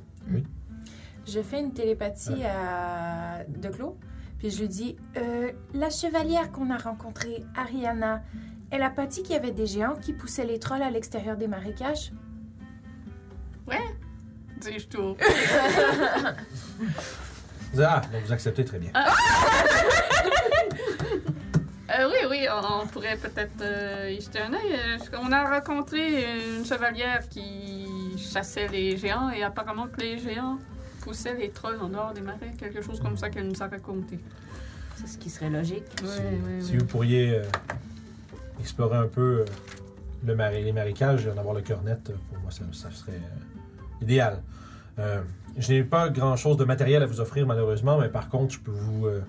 Speaker 6: Je fais une télépathie à De Clos, puis je lui dis Euh, La chevalière qu'on a rencontrée, Ariana, elle a pas dit qu'il y avait des géants qui poussaient les trolls à l'extérieur des marécages
Speaker 3: Dis-je tout. haut.
Speaker 2: Vous- Ah, donc vous acceptez très bien.
Speaker 3: Euh, oui, oui, on, on pourrait peut-être euh, y jeter un œil. Euh, On a rencontré une chevalière qui chassait les géants et apparemment que les géants poussaient les trolls en dehors des marais, quelque chose comme ça qu'elle nous a raconté.
Speaker 5: C'est ce qui serait logique.
Speaker 3: Oui,
Speaker 2: si,
Speaker 3: oui,
Speaker 2: si
Speaker 3: oui.
Speaker 2: vous pourriez euh, explorer un peu euh, le marais- les marécages et en avoir le cœur net, euh, pour moi, ça, ça serait euh, idéal. Euh, je n'ai pas grand-chose de matériel à vous offrir, malheureusement, mais par contre, je peux vous euh,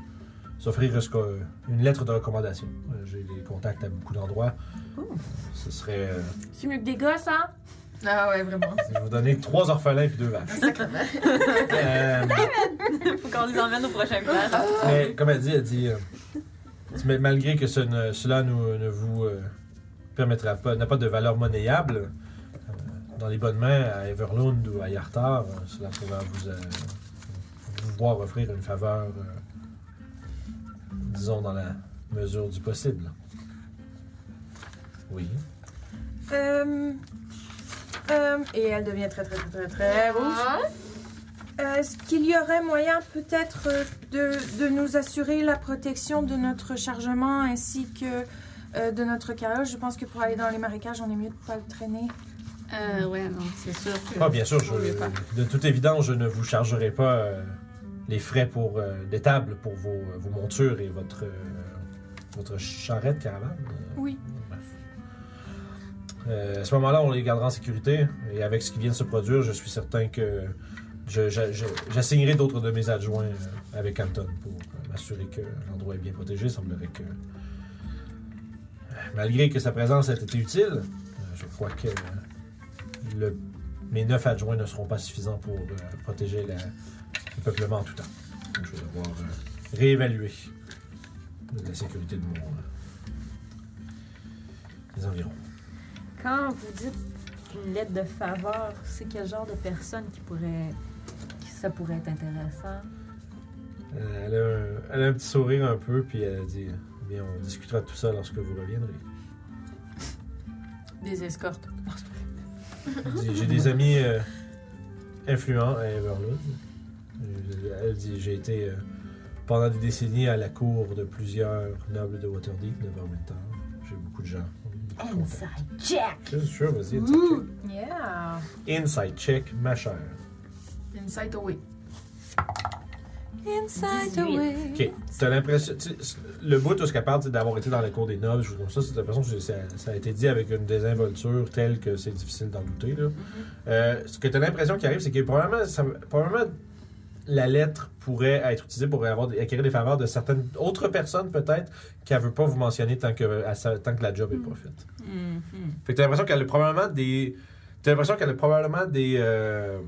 Speaker 2: offrir ce que- euh, une lettre de recommandation. Euh, J'ai des contacts à beaucoup d'endroits. Ce serait euh,
Speaker 4: C'est mieux que des gosses, hein?
Speaker 8: Ah ouais, vraiment.
Speaker 2: si vous donner trois orphelins et deux vaches. Euh,
Speaker 5: [laughs] Faut qu'on les emmène au prochain village.
Speaker 2: Mais comme elle dit, elle dit, euh, elle dit, mais malgré que ce ne- cela nous- ne vous euh, permettra pas, n'a pas de valeur monnayable, euh, dans les bonnes mains à Everlund ou à Yartar, euh, cela pourra vous, euh, vous voir offrir une faveur, euh, disons, dans la mesure du possible. Oui.
Speaker 4: Euh, euh, et elle
Speaker 8: Ah.
Speaker 4: Ah. Euh, devient très, très, très, très, très rouge. Est-ce qu'il y aurait moyen peut-être euh, de, de nous assurer la protection de notre chargement ainsi que euh, de notre carriole. Je pense que pour aller dans les marécages, on est mieux de ne pas le traîner.
Speaker 3: Euh, ouais, non, c'est sûr que.
Speaker 2: Ah, bien sûr, je-
Speaker 3: On veut pas.
Speaker 2: de toute évidence, je ne vous chargerai pas euh, les frais pour euh, des tables pour vos, euh, vos montures et votre, euh, votre charrette caravane.
Speaker 4: Oui.
Speaker 2: Bref. Euh, à ce moment-là, on les gardera en sécurité et avec ce qui vient de se produire, je suis certain que je- je- je- j'assignerai d'autres de mes adjoints euh, avec Hampton pour euh, m'assurer que l'endroit est bien protégé. Il semblerait que, malgré que sa présence ait été utile, euh, je crois que euh, le mes neuf adjoints ne seront pas suffisants pour euh, protéger la- le peuplement en tout temps. Donc, je vais devoir euh, réévaluer la sécurité de mon, euh, des environs.
Speaker 5: [laughs] Quand vous dites une lettre de faveur, c'est quel genre de personne qui pourrait. qui ça pourrait être intéressant?
Speaker 2: Euh, elle, a un, elle a un petit sourire un peu, puis elle a dit « Bien, on discutera de tout ça lorsque vous reviendrez.
Speaker 6: Des escortes.
Speaker 2: Elle dit, J'ai des amis euh, influents à Everlood. Euh, Elle dit J'ai été euh, pendant des décennies à la cour de plusieurs nobles de Waterdeep, de Vermintown. J'ai beaucoup de gens.
Speaker 5: Inside Jack!
Speaker 2: Bien sûr, vas-y, inside
Speaker 6: Yeah!
Speaker 2: check. Inside check, ma chère.
Speaker 6: Insight away.
Speaker 4: Inside
Speaker 5: 18. away.
Speaker 2: Ok. T'as l'impression. tu sais, Le bout, tout ce qu'elle parle, c'est d'avoir été dans les cours des nobles, choses comme ça, c'est- t'as l'impression que c'est- ça, ça a été dit avec une désinvolture telle que c'est difficile d'en douter. Là. Euh, ce que t'as l'impression qui arrive, c'est que probablement, ça- probablement la lettre pourrait être utilisée pour avoir, des- acquérir des faveurs de certaines autres personnes, peut-être, qu'elle veut pas vous mentionner tant que, à sa- tant que la job est pas faite. Fait que t'as l'impression qu'elle a probablement des. T'as l'impression qu'elle a probablement des. euh,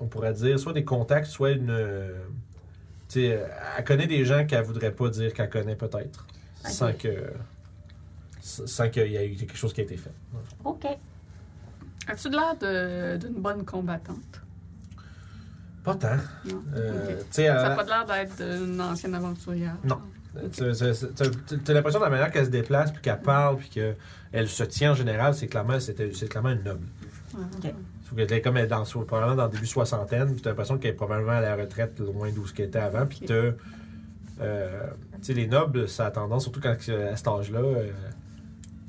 Speaker 2: on pourrait dire, soit des contacts, soit une. euh, tu sais, elle connaît des gens qu'elle voudrait pas dire qu'elle connaît peut-être.
Speaker 5: Ok.
Speaker 2: Sans que. Sans qu'il y ait eu quelque chose qui a été fait.
Speaker 5: OK.
Speaker 3: As-tu de l'air de- d'une bonne combattante?
Speaker 2: Pas tant.
Speaker 3: Non.
Speaker 2: Euh,
Speaker 3: Ok.
Speaker 2: Tu sais,
Speaker 3: Ça
Speaker 2: elle-
Speaker 3: n'a pas de l'air d'être une ancienne aventurière.
Speaker 2: Non. Tu- tu- tu- tu- T'as l'impression de la manière qu'elle se déplace, puis qu'elle parle, puis qu'elle se tient en général, c'est clairement, c'était- c'est clairement une noble.
Speaker 3: Ouais.
Speaker 5: Ok.
Speaker 2: Sauf qu'elle est comme elle est dans, soit- probablement dans le début soixantaine, puis t'as l'impression qu'elle est probablement à la retraite loin d'où ce qu'elle était avant, puis
Speaker 3: Ok.
Speaker 2: t'as... euh, tu sais, les nobles, ça a tendance, surtout quand, euh, à cet âge-là, euh,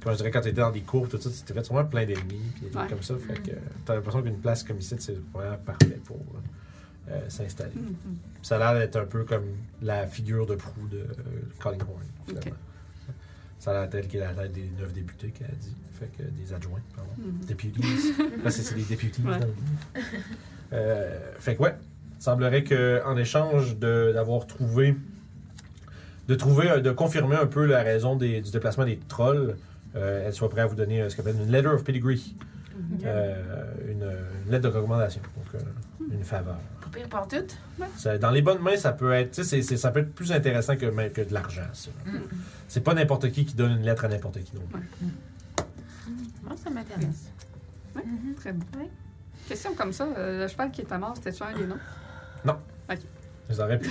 Speaker 2: comment je dirais, quand t'étais dans des cours, tout ça, tu t'es fait sûrement plein d'ennemis, puis des trucs
Speaker 3: Ouais. Mm.
Speaker 2: comme ça, fait que t'as l'impression qu'une place comme ici, c'est vraiment parfait pour euh, s'installer.
Speaker 3: Mhm.
Speaker 2: Puis Ça a l'air d'être un peu comme la figure de proue de euh, Colin Horn, finalement.
Speaker 3: Ok.
Speaker 2: Ça a l'air d'être qui est la tête des neuf députés qu'elle a dit. Fait que des adjoints, pardon.
Speaker 3: Mhm.
Speaker 2: Deputies. Là, c'est c'est les deputies.
Speaker 3: Ouais.
Speaker 2: dans le livre. Euh, fait que ouais, il semblerait qu'en échange de- d'avoir trouvé, de trouver, euh, de confirmer un peu la raison des- du déplacement des trolls, euh, elle soit prête à vous donner euh, ce qu'on appelle une letter of pedigree, Euh, une, une lettre de recommandation, donc euh, une faveur.
Speaker 6: Pas Hmm. pire pantoute.
Speaker 2: Ça- dans les bonnes mains, ça peut être, tu sais, c'est- c'est- ça peut être plus intéressant que, même que de l'argent. ça.
Speaker 6: Hmm.
Speaker 2: C'est pas n'importe qui qui donne une lettre à n'importe qui non plus.
Speaker 5: Moi, ça [laughs] m'intéresse.
Speaker 3: Très bon. Question comme ça, euh, le cheval qui est à mort, c'était-tu un des noms?
Speaker 2: Ils auraient pu-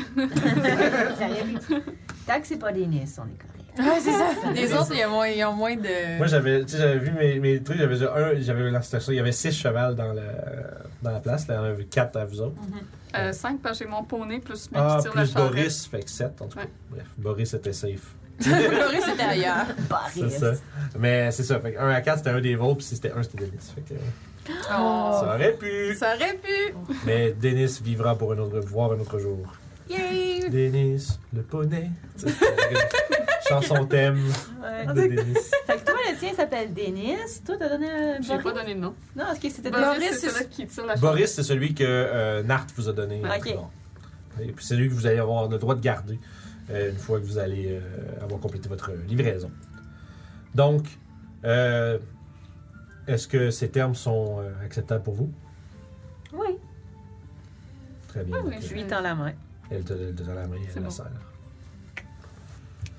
Speaker 5: Tant que c'est pas des nids, on est correct.
Speaker 6: Ouais, c'est ça. Les autres, ils ont moins, ils ont moins de.
Speaker 2: Moi, j'avais, tu sais, j'avais vu mes, mes trucs, j'avais déjà un, j'avais là, c'était ça, il y avait six chevals dans, le, dans la place, là, il y en avait quatre à vous autres.
Speaker 3: Euh, cinq, parce que j'ai mon poney plus lui
Speaker 2: Ah,
Speaker 3: qui tire la
Speaker 2: plus
Speaker 3: charrette.
Speaker 2: Boris, fait que sept, en tout cas.
Speaker 3: Ouais.
Speaker 2: Bref, Boris était safe.
Speaker 6: Boris c'était ailleurs.
Speaker 2: C'est ça. Mais c'est ça, fait que un à quatre, c'était un des vôtres, puis si c'était un, c'était Denis. Fait que euh,
Speaker 6: Oh.
Speaker 2: ça aurait pu,
Speaker 6: Ça aurait pu.
Speaker 2: mais Denis vivra pour un autre, voir un autre jour.
Speaker 6: Yay!
Speaker 2: Denis, le poney. Tu sais, une [laughs] Chanson thème de Denis.
Speaker 5: Fait que toi, le tien s'appelle Denis. Toi, t'as donné un.
Speaker 3: J'ai pas
Speaker 5: Boris?
Speaker 3: donné de nom.
Speaker 5: Non, ok, c'était
Speaker 3: Boris, c'est celui qui tire la charrette.
Speaker 2: Boris, c'est celui que euh, Nart vous a donné.
Speaker 5: Ok.
Speaker 2: Bon. Et puis c'est lui que vous allez avoir le droit de garder euh, une fois que vous allez euh, avoir complété votre livraison. Donc, euh, est-ce que ces termes sont euh, acceptables pour vous?
Speaker 5: Oui,
Speaker 2: Très bien.
Speaker 3: Oui,
Speaker 2: Donc, euh,
Speaker 3: oui.
Speaker 5: je lui tends la main.
Speaker 2: Elle te elle te donne la main, elle
Speaker 3: C'est
Speaker 2: la
Speaker 3: bon.
Speaker 2: serre.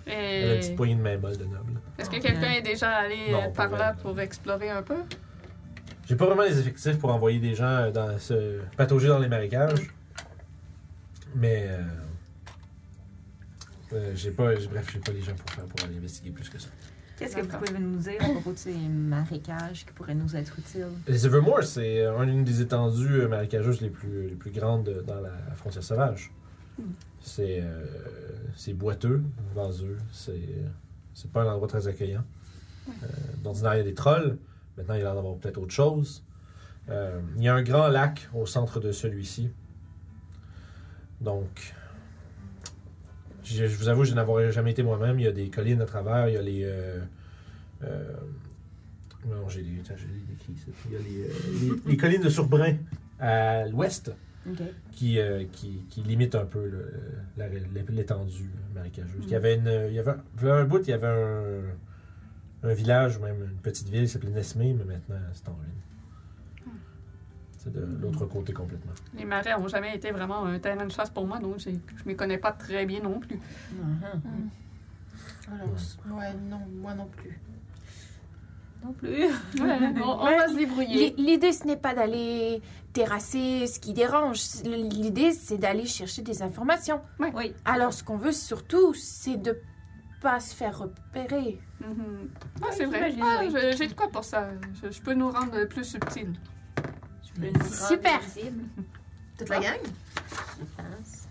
Speaker 3: Et-
Speaker 2: Elle a une petite poignée de main molle de noble.
Speaker 3: Est-ce que quelqu'un est déjà allé euh,
Speaker 2: Non, pas
Speaker 3: par là
Speaker 2: vraiment.
Speaker 3: pour explorer un peu?
Speaker 2: J'ai pas vraiment les effectifs pour envoyer des gens euh, dans se patauger dans les marécages. Mais euh, euh, j'ai pas j'ai- bref, j'ai pas les gens pour faire pour aller investiguer plus que ça.
Speaker 5: Qu'est-ce que vous
Speaker 3: D'accord.
Speaker 5: pouvez nous dire à propos de ces marécages qui pourraient nous être utiles?
Speaker 2: Les Evermore, c'est euh, une des étendues euh, marécageuses les plus les plus grandes euh, dans la frontière sauvage. C'est euh, c'est boiteux, vaseux. C'est euh, c'est pas un endroit très accueillant. Euh, D'ordinaire, il y a des trolls. Maintenant, il y a l'air d'avoir peut-être autre chose. Euh, il y a un grand lac au centre de celui-ci. Donc, je, je vous avoue, je n'avais jamais été moi-même. Il y a des collines à travers. Il y a les. euh, euh, non, j'ai des. attends, j'ai des- des qui, ça? Il y a les, euh, les- les collines de Surbrun à l'ouest
Speaker 5: Ok.
Speaker 2: qui, euh, qui, qui limite un peu le- la- l'étendue marécageuse. Il, y avait une, il y avait voilà un bout, il y avait un, un village, ou même une petite ville qui s'appelait Nesmé, mais maintenant c'est en ruine. C'est de l'autre côté complètement.
Speaker 3: Les marais ont jamais été vraiment un terrain de chasse pour moi, donc j'ai- je m'y connais pas très bien non plus.
Speaker 5: Mhm.
Speaker 8: Oh
Speaker 6: Alors, ouais, non, moi non plus.
Speaker 5: Non plus.
Speaker 3: Ouais, [laughs] on, on va se débrouiller.
Speaker 4: L'i- L'idée, ce n'est pas d'aller terrasser ce qui dérange. L'idée, c'est d'aller chercher des informations.
Speaker 5: Oui.
Speaker 4: Alors, ce qu'on veut surtout, c'est de pas se faire repérer.
Speaker 3: Mhm. Ah,
Speaker 5: Ouais,
Speaker 3: c'est vrai.
Speaker 5: j'imagine,
Speaker 3: Ah,
Speaker 5: oui.
Speaker 3: je- j'ai de quoi pour ça. Je, je peux nous rendre plus subtils. Je peux-
Speaker 4: Super.
Speaker 8: Toute la gang?
Speaker 5: Je pense.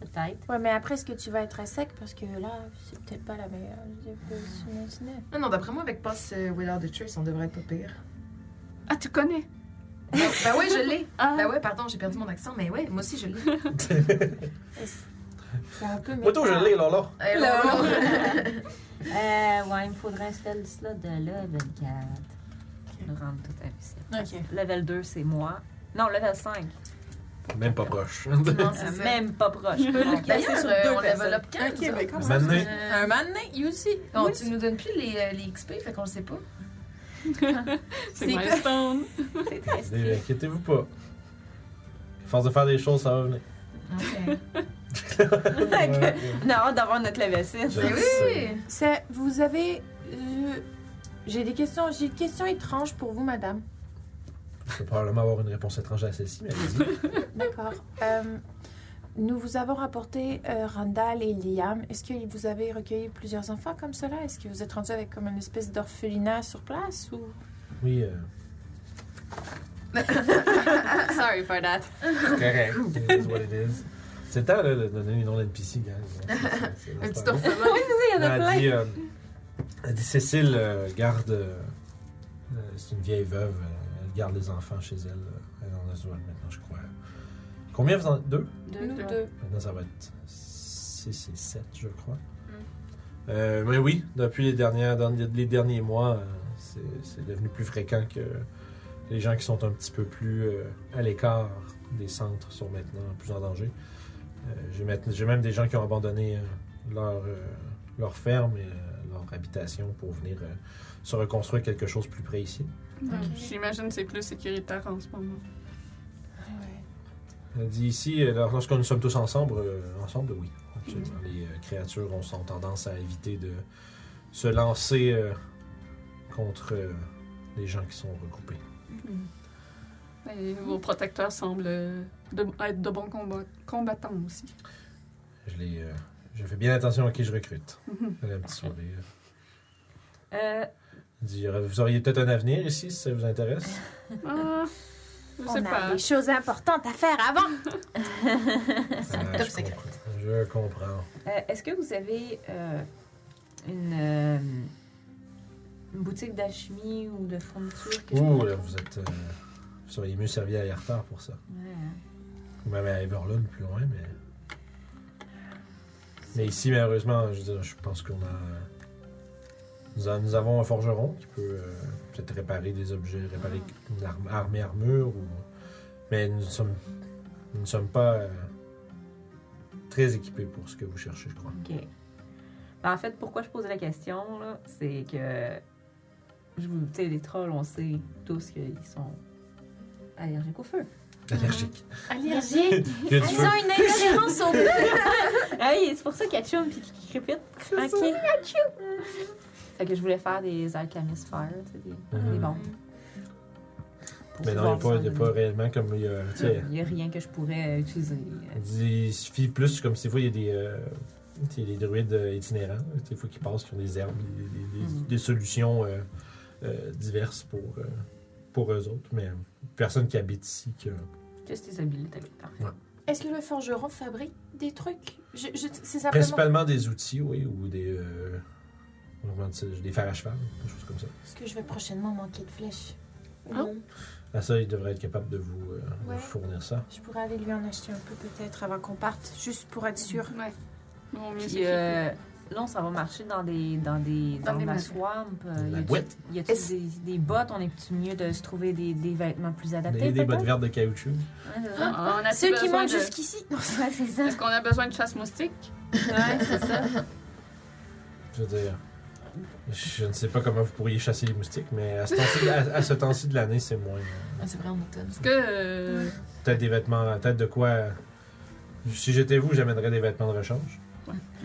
Speaker 5: Peut-être.
Speaker 4: Ouais, mais après, est-ce que tu vas être à sec Parce que là, c'est peut-être pas la meilleure idée que je m'imaginais.
Speaker 8: Non, non, d'après moi, avec Pass euh, Without the Trace, on devrait être pas pire.
Speaker 3: Ah, tu connais?
Speaker 8: ben ouais, je l'ai.
Speaker 3: Ah,
Speaker 8: Ben ouais, pardon, j'ai perdu mon accent, mais ouais, moi aussi, je [laughs] l'ai.
Speaker 4: C'est un peu
Speaker 2: Moi, tout, je l'ai, là, là.
Speaker 8: Euh, non, non.
Speaker 5: Euh, ouais, il me faudrait ce spell-là de level 4. Le rendre tout invisible.
Speaker 6: Ok.
Speaker 5: Level 2, c'est moi. Non, level 5.
Speaker 2: Même pas [laughs] proche.
Speaker 8: [laughs] Non, c'est ça.
Speaker 5: Même pas [laughs] proche. Je peux le
Speaker 8: D'ailleurs,
Speaker 5: classer sur
Speaker 8: euh,
Speaker 5: deux
Speaker 8: on
Speaker 5: personnes.
Speaker 8: développe quand
Speaker 6: Ok, ben, comment
Speaker 2: ça? Maintenant.
Speaker 6: Un mané, you see.
Speaker 8: Non, tu nous donnes plus les, euh, les XP, fait qu'on le sait pas.
Speaker 3: c'est
Speaker 5: c'est
Speaker 3: Milestone.
Speaker 5: C'est très
Speaker 2: Mais
Speaker 5: strict.
Speaker 2: Inquiétez-vous pas. À force de faire des choses, ça va venir.
Speaker 8: [laughs] Ok.
Speaker 2: Je
Speaker 5: Non, d'avoir notre level 6.
Speaker 8: Mais
Speaker 2: le
Speaker 8: oui,
Speaker 2: sais.
Speaker 8: oui.
Speaker 4: C'est- Vous avez. euh, j'ai des questions. J'ai une question étrange pour vous, madame.
Speaker 2: Je vais probablement avoir une réponse étrange à celle-ci, mais allez-y.
Speaker 4: D'accord. Euh, nous vous avons rapporté euh, Randall et Liam. Est-ce que vous avez recueilli plusieurs enfants comme cela Est-ce que vous êtes rendu avec comme une espèce d'orphelinat sur place ou
Speaker 2: Oui, euh,
Speaker 5: [laughs] Sorry for that.
Speaker 2: correct. It is what it is. C'est le temps là, de donner les noms d'NPC, gang.
Speaker 8: Un petit
Speaker 2: orphelin.
Speaker 8: orphelin.
Speaker 5: Il y en a
Speaker 2: Elle
Speaker 5: plein.
Speaker 2: dit, euh, elle dit, Cécile euh, garde. euh, euh, c'est une vieille veuve. euh, Elle garde les enfants chez elle. euh, Elle en a besoin maintenant, je crois. Combien vous en Deux
Speaker 5: Deux, deux.
Speaker 2: Maintenant, ça va être 6 et 7, je crois. Euh, mais oui, depuis les, dernières, dans les- les derniers mois, euh, c'est c'est devenu plus fréquent que les gens qui sont un petit peu plus euh, à l'écart des centres sont maintenant plus en danger. Euh, J'ai maintenant- j'ai même des gens qui ont abandonné euh, leur, euh, leur ferme et euh, leur habitation pour venir euh, se reconstruire quelque chose plus près ici.
Speaker 3: J'imagine que c'est plus sécuritaire en ce moment.
Speaker 2: Elle dit ici, euh, lorsque nous sommes tous ensemble, euh, ensemble, oui, absolument.
Speaker 8: Mm.
Speaker 2: Les euh, créatures ont sont tendance à éviter de se lancer euh, contre euh, les gens qui sont recoupés.
Speaker 3: Et vos protecteurs semblent euh, de- être de bons combat- combattants aussi.
Speaker 2: Je les, euh, je fais bien attention à qui je
Speaker 8: [laughs]
Speaker 2: recrute.
Speaker 3: Mhm.
Speaker 2: Elle a un petit sourire.
Speaker 5: Euh,
Speaker 2: Elle dit, vous auriez peut-être un avenir ici, si ça vous
Speaker 8: [laughs]
Speaker 2: intéresse.
Speaker 3: Ah, je
Speaker 4: on
Speaker 3: sais
Speaker 4: a
Speaker 3: pas.
Speaker 4: des choses importantes à faire avant
Speaker 2: Ah,
Speaker 8: top
Speaker 2: je,
Speaker 8: secret.
Speaker 2: comprends. je comprends.
Speaker 5: Euh, Est-ce que vous avez euh, une, euh, une boutique d'alchimie ou de fourniture? que je
Speaker 2: Ouh,
Speaker 5: pourrais
Speaker 2: là,
Speaker 5: trouver?
Speaker 2: vous êtes, euh, vous seriez mieux servi à Yartar pour ça.
Speaker 5: Ouais, hein.
Speaker 2: Ou même à Everlund plus loin, mais. Mais ici, malheureusement, je, veux dire, je pense qu'on a... Nous, a- nous avons un forgeron qui peut euh, peut-être réparer des objets, réparer une arme, arme et armure. ou- Mais nous ne sommes, nous ne sommes pas euh, très équipés pour ce que vous cherchez, je crois.
Speaker 5: OK. Ben, en fait, pourquoi je pose la question, là, c'est que je vous tu sais, les trolls, on sait tous qu'ils sont allergiques au feu.
Speaker 2: Allergique.
Speaker 4: allergique.
Speaker 2: Il y a du
Speaker 4: Ils
Speaker 2: feu.
Speaker 4: ont une intolérance au feu.
Speaker 5: [laughs] Hey, c'est pour ça qu'ils chum puis qu'ils crépitent. OK. Fait que je voulais faire des alchemist fire, tu sais, des,
Speaker 2: Mhm.
Speaker 5: des bombes. Pour
Speaker 2: Mais non, il n'y a
Speaker 5: pouvoir
Speaker 2: pas, il y a
Speaker 5: faire
Speaker 2: pas réellement comme. Il y a, tu sais,
Speaker 5: Il n'y a rien que je pourrais utiliser. euh,
Speaker 2: Il dit- il suffit plus comme des fois il y a des, euh, tu sais, des druides euh, itinérants, euh, des fois qui passent, qui ont des herbes, des, des- des-
Speaker 5: Mhm.
Speaker 2: des solutions euh, euh, diverses pour, euh, pour eux autres, mais euh, personne qui habite ici. qui a-
Speaker 5: Juste tes habilités. Parfait.
Speaker 2: Ouais.
Speaker 4: Est-ce que le forgeron fabrique des trucs? Je, je- c'est simplement...
Speaker 2: Principalement des outils, oui, ou des. euh, comment dire ça, des fers à cheval, des choses comme ça.
Speaker 4: Est-ce que je vais prochainement manquer de flèches?
Speaker 3: Ah.
Speaker 4: Non.
Speaker 2: Ah, ça, il devrait être capable de vous, euh, vous
Speaker 4: Ouais.
Speaker 2: fournir ça.
Speaker 4: Je pourrais aller lui en acheter un peu peut-être avant qu'on parte, juste pour être sûr.
Speaker 3: Ouais. Mon mieux,
Speaker 5: Puis euh, là, on s'en va marcher dans des. dans des.
Speaker 3: Dans
Speaker 5: dans,
Speaker 3: des
Speaker 5: la
Speaker 3: marais.
Speaker 5: swamp. euh,
Speaker 2: Dans
Speaker 5: y
Speaker 2: la
Speaker 5: a-tu-
Speaker 2: boîte.
Speaker 5: Y a-tu
Speaker 8: Est-ce-
Speaker 5: des, des bottes On est-tu mieux de se trouver des, des vêtements plus adaptés
Speaker 2: Des, des
Speaker 5: peut-être?
Speaker 2: bottes vertes de caoutchouc.
Speaker 5: Ouais, c'est ça.
Speaker 3: Ah, on a
Speaker 4: Ceux qui
Speaker 3: besoin
Speaker 4: manquent
Speaker 3: de...
Speaker 4: jusqu'ici. Non, c'est-
Speaker 5: Ouais, c'est
Speaker 3: [laughs]
Speaker 5: ça.
Speaker 3: Est-ce qu'on a besoin de chasse moustique?
Speaker 5: Ouais, c'est ça.
Speaker 2: Je veux dire, je ne sais pas comment vous pourriez chasser les moustiques, mais à ce temps-ci de, à- à ce temps-ci de l'année, c'est moins.
Speaker 8: Ah, c'est vrai, en automne.
Speaker 3: Est-ce que... euh,
Speaker 2: Peut-être des vêtements, peut-être de quoi. euh, Si j'étais vous, j'amènerais des vêtements de rechange,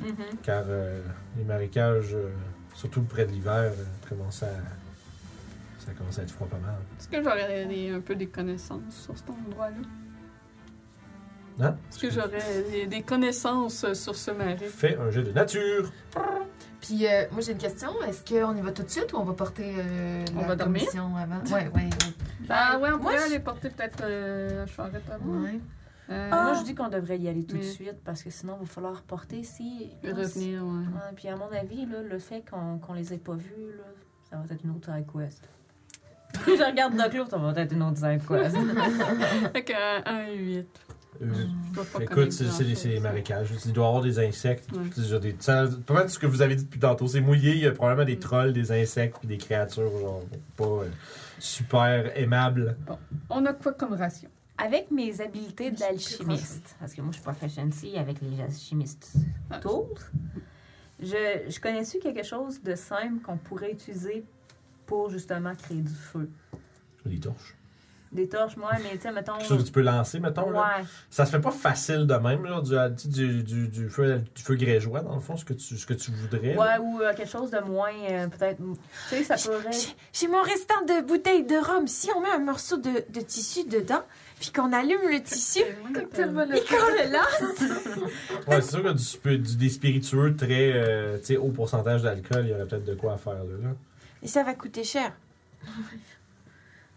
Speaker 5: Mhm.
Speaker 2: car euh, les marécages, euh, surtout près de l'hiver, euh, commencent à. Ça commence à être froid pas mal.
Speaker 3: Est-ce que j'aurais des- un peu des connaissances sur cet endroit-là?
Speaker 2: Hein?
Speaker 3: Est-ce que j'aurais des, des connaissances euh, sur ce marais?
Speaker 2: Fais un jeu de nature!
Speaker 8: Puis euh, moi, j'ai une question. Est-ce qu'on y va tout de suite ou on va porter euh,
Speaker 3: On
Speaker 8: la
Speaker 3: va dormir?
Speaker 8: commission avant? Ouais, ouais,
Speaker 3: Ah ouais, on
Speaker 8: moi,
Speaker 3: pourrait
Speaker 8: je-
Speaker 3: aller porter peut-être euh, la charrette avant.
Speaker 8: ouais. ouais.
Speaker 3: Euh,
Speaker 5: Moi, je dis qu'on devrait y aller tout de
Speaker 3: Mais-
Speaker 5: suite parce que sinon, il va falloir porter si.
Speaker 3: Revenir, ouais.
Speaker 5: Ouais, puis à mon avis, là, le fait qu'on qu'on les ait pas vus, là, ça va être une autre side quest. [laughs] je regarde Doc Lourdes, ça va être une autre side quest.
Speaker 3: Fait qu'un un 8.
Speaker 2: Euh, Écoute, c'est c'est les, c'est les marécages. Il doit y avoir des insectes.
Speaker 3: Ouais.
Speaker 2: puis genre des- ça- Probablement ce que vous avez dit depuis tantôt, c'est mouillé. Il y a probablement
Speaker 3: Mm.
Speaker 2: des trolls, des insectes, puis des créatures genre pas euh, super aimables.
Speaker 3: On a quoi comme ration?
Speaker 5: Avec mes habiletés de l'alchimiste, parce que moi, je suis proficiency avec les alchimistes
Speaker 3: Ah.
Speaker 5: tools, je, je connais-tu quelque chose de simple qu'on pourrait utiliser pour justement créer du feu?
Speaker 2: Les torches.
Speaker 5: Des torches, moi, mais tu sais, mettons...
Speaker 2: Quelque chose que tu peux lancer, mettons. là.
Speaker 5: Ouais,
Speaker 2: Ça se fait pas facile de même, genre du, tu sais, du, du, du feu, du feu grégeois, dans le fond, ce que tu, ce que tu voudrais.
Speaker 5: ouais, ou euh, quelque chose de moins, euh, peut-être... Tu sais, ça pourrait...
Speaker 4: J'ai- J'ai mon restant de bouteille de rhum. Si on met un morceau de, de tissu dedans, puis qu'on allume
Speaker 3: [laughs]
Speaker 4: le
Speaker 3: Euh,
Speaker 4: tissu, et qu'on le lance,
Speaker 2: Ouais, c'est sûr que du, spi- du- des spiritueux très euh, tu sais, haut pourcentage d'alcool, il y aurait peut-être de quoi à faire là. là.
Speaker 4: et ça va coûter cher.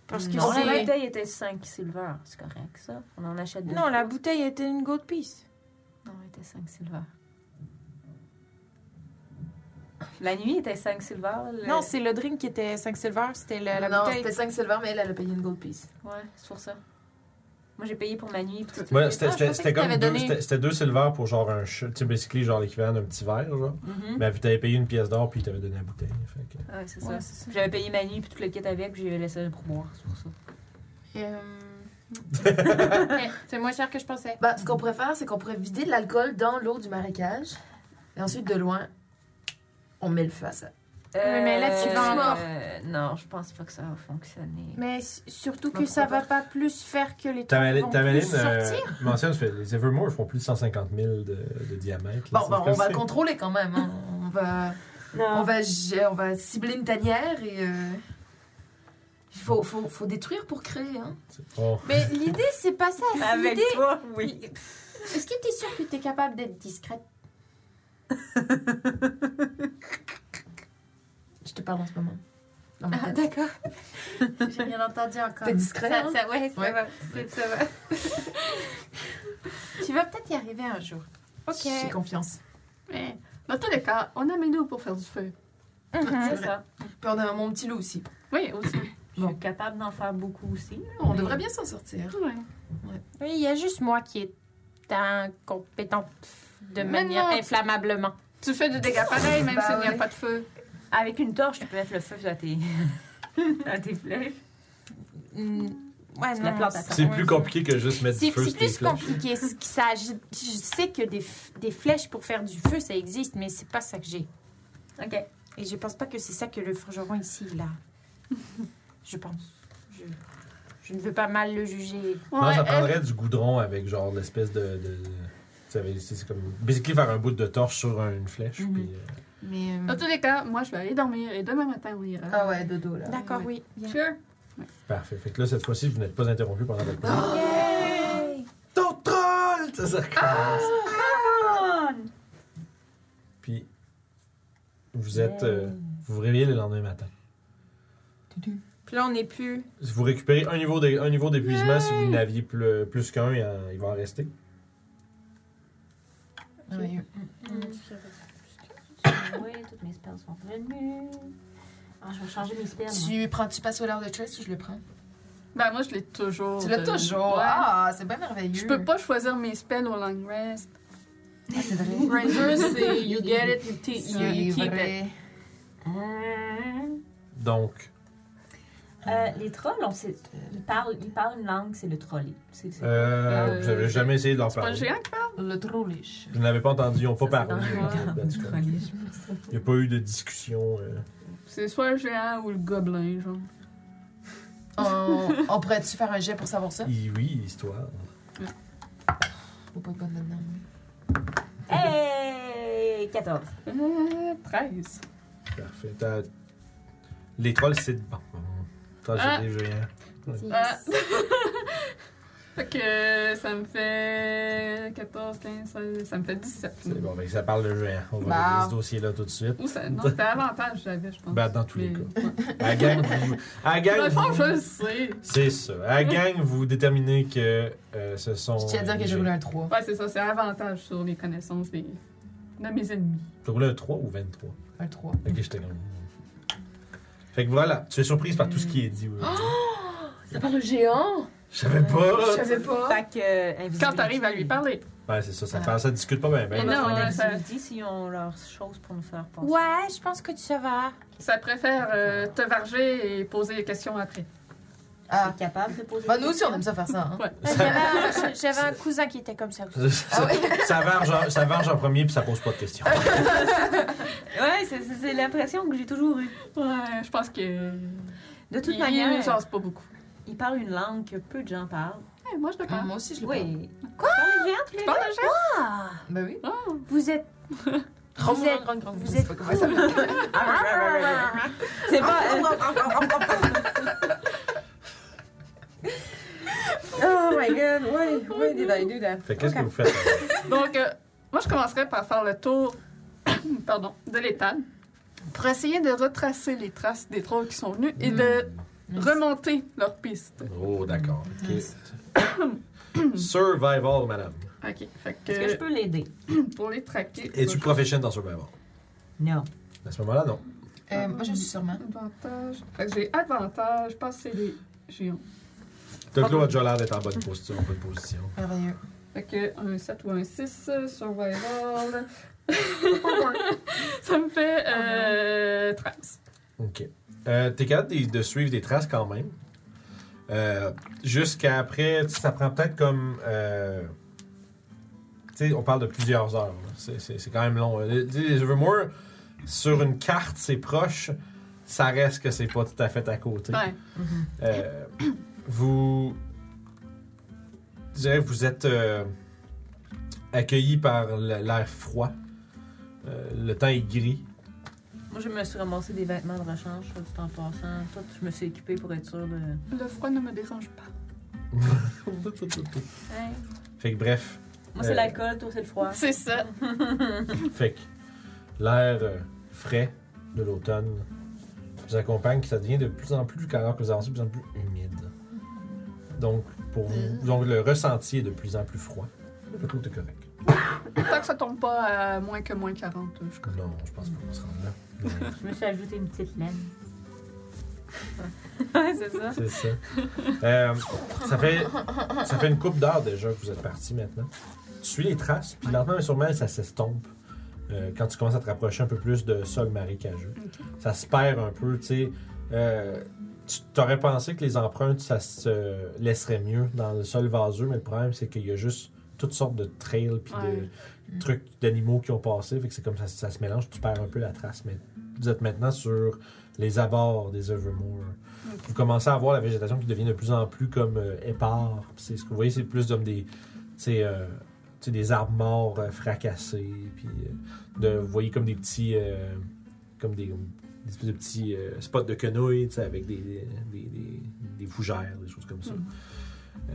Speaker 4: Parce que
Speaker 5: Non,
Speaker 4: c'est-
Speaker 5: la bouteille était 5 silver, c'est correct, ça? On en achète deux.
Speaker 4: Non, la bouteille était une gold piece.
Speaker 5: Non, elle était 5 silver. La nuit était 5 silver. le-
Speaker 4: Non, c'est le drink qui était 5 silver, c'était la, la
Speaker 8: non,
Speaker 4: bouteille.
Speaker 8: c'était 5 silver, mais elle, elle a payé une gold piece.
Speaker 5: Ouais, c'est pour ça. Moi, j'ai payé pour ma nuit. puis tout.
Speaker 2: Ouais, c'était-
Speaker 4: Ah, je
Speaker 2: c'était
Speaker 4: pensais
Speaker 2: c'était
Speaker 4: que
Speaker 2: comme
Speaker 4: t'avais
Speaker 2: deux,
Speaker 4: donné.
Speaker 2: c'était- c'était deux silver pour genre un ch- tu sais, basically genre l'équivalent d'un petit verre, genre.
Speaker 4: Mm.
Speaker 5: Mhm.
Speaker 2: Mais puis t'avais payé une pièce d'or puis t'avais donné la bouteille. Fait que...
Speaker 5: Ouais, c'est
Speaker 7: Ouais,
Speaker 5: ça.
Speaker 7: c'est ça.
Speaker 5: Puis J'avais payé ma nuit, puis tout le kit avec, puis j'ai laissé pour boire, c'est pour ça.
Speaker 8: [laughs]
Speaker 6: C'est moins cher que je pensais.
Speaker 8: Ben, ce qu'on pourrait faire, c'est qu'on pourrait vider de l'alcool dans l'eau du marécage. Et ensuite, de loin, on met le feu à ça.
Speaker 4: mais- mais là, tu vas encore.
Speaker 5: euh, Non, je pense pas que ça va fonctionner.
Speaker 4: Mais s- surtout
Speaker 8: Non,
Speaker 4: que ça
Speaker 8: pourquoi
Speaker 4: va pas plus faire que les trucs
Speaker 2: Tamaline
Speaker 4: vont plus
Speaker 2: euh,
Speaker 4: sortir.
Speaker 2: mentionne, fait, les Evermore font plus de 150 000 de, de diamètre. là,
Speaker 8: Bon,
Speaker 2: c'est
Speaker 8: ben, on
Speaker 2: comme
Speaker 8: va
Speaker 2: ça.
Speaker 8: le contrôler quand même. hein. On va, on va, gé- on va cibler une tanière et euh, il faut, faut, faut détruire pour créer. Hein.
Speaker 2: C'est- bon.
Speaker 4: Mais l'idée, c'est pas ça. c'est
Speaker 5: Avec
Speaker 4: l'idée.
Speaker 5: toi, oui.
Speaker 4: Est-ce que t'es sûre que t'es capable d'être discrète
Speaker 8: Je te parle en ce moment. Dans ma tête.
Speaker 4: D'accord. [laughs] J'ai bien entendu encore.
Speaker 8: T'es discret,
Speaker 4: Ça,
Speaker 8: hein?
Speaker 4: ça- ouais, ça
Speaker 8: Ouais.
Speaker 4: va. c'est- ça va. [laughs] tu vas peut-être y arriver un jour. Ok.
Speaker 8: J'ai confiance.
Speaker 3: Mais Ben, dans tous les cas, on a mes loups pour faire du feu.
Speaker 5: C'est ça.
Speaker 8: Puis on a mon petit loup aussi.
Speaker 3: Oui, aussi.
Speaker 5: Je suis capable d'en faire beaucoup aussi.
Speaker 8: On devrait bien s'en sortir.
Speaker 3: [coughs] Ouais.
Speaker 4: Oui, il y a juste moi qui est incompétente de manière
Speaker 3: non.
Speaker 4: inflammablement.
Speaker 3: Tu fais du dégât pareil, même
Speaker 8: Bah
Speaker 3: s'il n'y a
Speaker 8: ouais.
Speaker 3: pas de feu.
Speaker 5: Avec une torche, tu peux mettre le feu à tes, [laughs] à tes flèches.
Speaker 4: Mm, Ouais,
Speaker 5: C'est la
Speaker 4: non,
Speaker 5: plante à
Speaker 2: C'est plus compliqué que juste mettre
Speaker 4: C'est
Speaker 2: du feu
Speaker 4: c'est
Speaker 2: sur tes
Speaker 4: plus
Speaker 2: flèches.
Speaker 4: compliqué. Ce qui s'agit- Je sais que des, f- des flèches pour faire du feu, ça existe, mais c'est pas ça que j'ai.
Speaker 5: OK.
Speaker 4: Et je pense pas que c'est ça que le forgeron ici, [laughs] il a. je pense. Je, je ne veux pas mal le juger.
Speaker 2: Non, ça
Speaker 3: Ouais,
Speaker 2: prendrait du goudron avec genre l'espèce de. de- tu sais, avec- c'est c'est comme. Basically faire un bout de torche sur une flèche.
Speaker 4: Mhm.
Speaker 2: puis, euh,
Speaker 8: Mais. euh,
Speaker 3: Dans tous les cas, moi, je vais aller dormir et demain matin, on ira.
Speaker 8: Ah ouais, dodo là.
Speaker 4: D'accord, oui.
Speaker 3: Sure.
Speaker 2: parfait. Fait que là, cette fois-ci, vous n'êtes pas interrompu pendant votre.
Speaker 4: Yay!
Speaker 2: Ton troll! Ça, ça recommence.
Speaker 5: Oh,
Speaker 2: Puis, vous êtes. euh, vous vous réveillez le lendemain matin.
Speaker 4: Puis là, on n'est plus.
Speaker 2: euh, Si vous récupérez un niveau, de- un niveau d'épuisement, si vous n'aviez plus, plus qu'un, il, en- il va en rester.
Speaker 6: Ouais,
Speaker 5: Oui, toutes mes spells sont revenues. Ah, je vais changer mes spells. moi.
Speaker 6: Tu prends-tu passes au l'heure de trace ou je le prends?
Speaker 3: Ben, moi, je l'ai toujours.
Speaker 6: Tu l'as
Speaker 3: euh,
Speaker 6: toujours.
Speaker 3: ouais.
Speaker 6: Ah, c'est bien merveilleux.
Speaker 3: Je peux pas choisir mes spells au long
Speaker 6: [laughs]
Speaker 3: rest.
Speaker 1: Ranger, c'est you get it, you, te-
Speaker 6: C'est
Speaker 1: you, you keep it.
Speaker 6: vrai.
Speaker 5: Euh,
Speaker 2: Donc,
Speaker 5: euh, les trolls, on sait- euh, ils, parlent, ils parlent une langue, c'est le trolley. C'est c'est-
Speaker 2: euh, vous n'avez jamais essayé de leur
Speaker 3: C'est pas le
Speaker 2: parler.
Speaker 3: géant qui parle?
Speaker 6: Le trollish.
Speaker 2: Je n'avais pas entendu, ils n'ont pas
Speaker 5: Ça, c'est
Speaker 2: parlé. euh, ben,
Speaker 5: dans le-
Speaker 2: That's correct.
Speaker 5: [laughs]
Speaker 2: Il n'y a pas eu de discussion. euh.
Speaker 3: C'est soit le géant ou le gobelin, genre.
Speaker 6: On, on pourrait-tu faire un jet pour savoir ça?
Speaker 2: Et oui, histoire.
Speaker 6: Faut pas être bonne là-dedans.
Speaker 5: Hey! 14.
Speaker 3: Euh, 13.
Speaker 2: Parfait. T'as- Les trolls, c'est. Bon. T'as
Speaker 3: Ah.
Speaker 2: j'ai des géants.
Speaker 3: Ah. [laughs] fait que ça me fait 14, 15, 16, ça me fait 17.
Speaker 2: C'est bon, ben, ça parle de géants. On va
Speaker 6: Bon.
Speaker 2: régler ce dossier-là tout de suite.
Speaker 3: Ou ça, non, c'était avantage, j'avais, je pense.
Speaker 2: Ben, dans tous les cas.
Speaker 3: Ouais.
Speaker 2: À la gang, vous- à la
Speaker 3: Dans
Speaker 2: gang,
Speaker 3: le fond,
Speaker 2: vous-
Speaker 3: je le sais.
Speaker 2: C'est ça. À la gang, vous déterminez que euh, ce sont.
Speaker 6: Je tiens à dire
Speaker 2: euh,
Speaker 6: que
Speaker 2: des
Speaker 6: j'ai roulé
Speaker 2: géants.
Speaker 6: un 3.
Speaker 3: Ouais, c'est ça, c'est avantage sur les connaissances des... de mes ennemis.
Speaker 2: T'as roulé un 3 ou 23
Speaker 6: Un 3.
Speaker 2: Ok, j'étais comme. Fait que voilà, tu es surprise par tout ce qui est dit. aujourd'hui.
Speaker 6: Ça parle le géant?
Speaker 2: Je savais pas.
Speaker 6: savais pas.
Speaker 5: Fait que. invisibilité.
Speaker 3: Quand t'arrives à lui parler.
Speaker 2: Ouais, c'est ça, ça, parle- ça discute pas bien.
Speaker 5: Mais
Speaker 2: Ben,
Speaker 3: Mais
Speaker 5: non,
Speaker 3: non,
Speaker 5: on
Speaker 3: ouais, ça-
Speaker 5: dit s'ils ont leurs choses pour nous faire penser.
Speaker 4: Ouais, je pense que tu vas.
Speaker 3: Ça préfère euh, te varger et poser des questions après.
Speaker 5: Ah.
Speaker 6: Ah.
Speaker 5: T'es capable de poser.
Speaker 6: Bah,
Speaker 5: des
Speaker 6: nous aussi, on aime
Speaker 5: questions?
Speaker 6: ça faire ça. Hein.
Speaker 4: J'avais un- j'avais un cousin qui était comme ça.
Speaker 2: ça, ça, ça verge en- ça verge en premier puis ça pose pas de questions.
Speaker 5: Ouais, c'est- c'est c'est l'impression que j'ai toujours eue.
Speaker 3: Ouais, je pense que.
Speaker 5: De toute
Speaker 3: il-
Speaker 5: manière,
Speaker 3: Il change pas beaucoup.
Speaker 5: ils parlent une langue que peu de gens parlent.
Speaker 3: Eh, moi, je le parle.
Speaker 6: Ah, Moi aussi, je le parle.
Speaker 5: Oui. Quoi? Ils parlent les géants, tous les
Speaker 3: Parle
Speaker 5: deux?
Speaker 3: le géant.
Speaker 6: Ben oui.
Speaker 4: Vous êtes. Vous êtes. Vous êtes. Ah!
Speaker 5: C'est pas. euh,
Speaker 4: Oh my god, why, why did I do that?
Speaker 2: Fait que qu'est-ce
Speaker 4: Ok.
Speaker 2: que vous faites?
Speaker 3: Donc, euh, moi, je commencerai par faire le tour [coughs] pardon, de l'étable pour essayer de retracer les traces des trolls qui sont venus et
Speaker 2: Mm.
Speaker 3: de remonter leur piste.
Speaker 2: Oh, d'accord. ok. [coughs] survival, madame.
Speaker 3: OK. Fait que,
Speaker 5: Est-ce que je peux l'aider?
Speaker 3: pour les traquer...
Speaker 2: Es-tu professionnel dans survival?
Speaker 5: Non.
Speaker 2: À ce moment-là, non.
Speaker 6: Euh, moi, je suis sûrement.
Speaker 3: Avantage. Fait que j'ai avantage. Je pense que c'est les géants.
Speaker 2: Toclo a déjà l'air d'être en bonne position. En bonne position.
Speaker 6: Merveilleux.
Speaker 3: Fait que un 7 ou un 6, euh, survival... [laughs] Ah, Ça me fait euh, 13.
Speaker 2: OK. Euh, T'es capable de, de suivre des traces quand même. Euh, Jusqu'à après, tu sais, ça prend peut-être comme. euh, tu sais, on parle de plusieurs heures. là. C'est- C'est c'est quand même long. Euh, tu sais, Je veux moi, sur une carte, c'est proche. Ça reste que c'est pas tout à fait à côté.
Speaker 3: Ouais.
Speaker 2: Euh, vous. Je dirais que vous êtes euh, accueilli par l- l'air froid. Euh, le temps est gris.
Speaker 5: Moi, je me suis ramassé des vêtements de rechange, soit tout en passant. Tout, je me suis équipée pour être sûre de.
Speaker 3: Le froid ne me dérange pas.
Speaker 2: Fait que bref,
Speaker 5: Moi, c'est
Speaker 2: Euh.
Speaker 5: l'alcool, toi, c'est le froid.
Speaker 3: C'est ça.
Speaker 2: Fait que l'air euh, frais de l'automne vous accompagne, que ça devient de plus en plus, alors que vous avancez, de plus en plus humide. Donc, pour vous, donc le ressenti est de plus en plus froid. Je trouve que c'est correct.
Speaker 3: Tant que ça tombe pas à moins que moins 40, je crois.
Speaker 2: Non, je pense pas qu'on se rende là. Mais
Speaker 5: Je me suis ajouté une petite laine. [laughs] ouais, c'est ça.
Speaker 2: C'est ça. Euh, ça, fait, ça fait une coupe d'heures déjà que vous êtes parti maintenant. Tu suis les traces, puis lentement mais sûrement, ça s'estompe. euh, quand tu commences à te rapprocher un peu plus de sol marécageux, ça se perd un peu, tu sais. Euh, tu t'aurais pensé que les empreintes, ça se laisserait mieux dans le sol vaseux, mais le problème, c'est qu'il y a juste toutes sortes de trails puis
Speaker 3: Ouais.
Speaker 2: de trucs d'animaux qui ont passé, fait que c'est comme ça, ça se mélange, tu perds un peu la trace. Mais vous êtes maintenant sur les abords des Evermore. Vous commencez à voir la végétation qui devient de plus en plus comme euh, épars. Puis C'est ce que vous voyez, c'est plus comme des, tu sais, euh, tu sais, des arbres morts euh, fracassés. Puis euh, de, vous voyez comme des petits, euh, comme des, des espèces de petits euh, spots de quenouilles, tu sais, avec des, des, des- des fougères, des choses comme ça. Euh,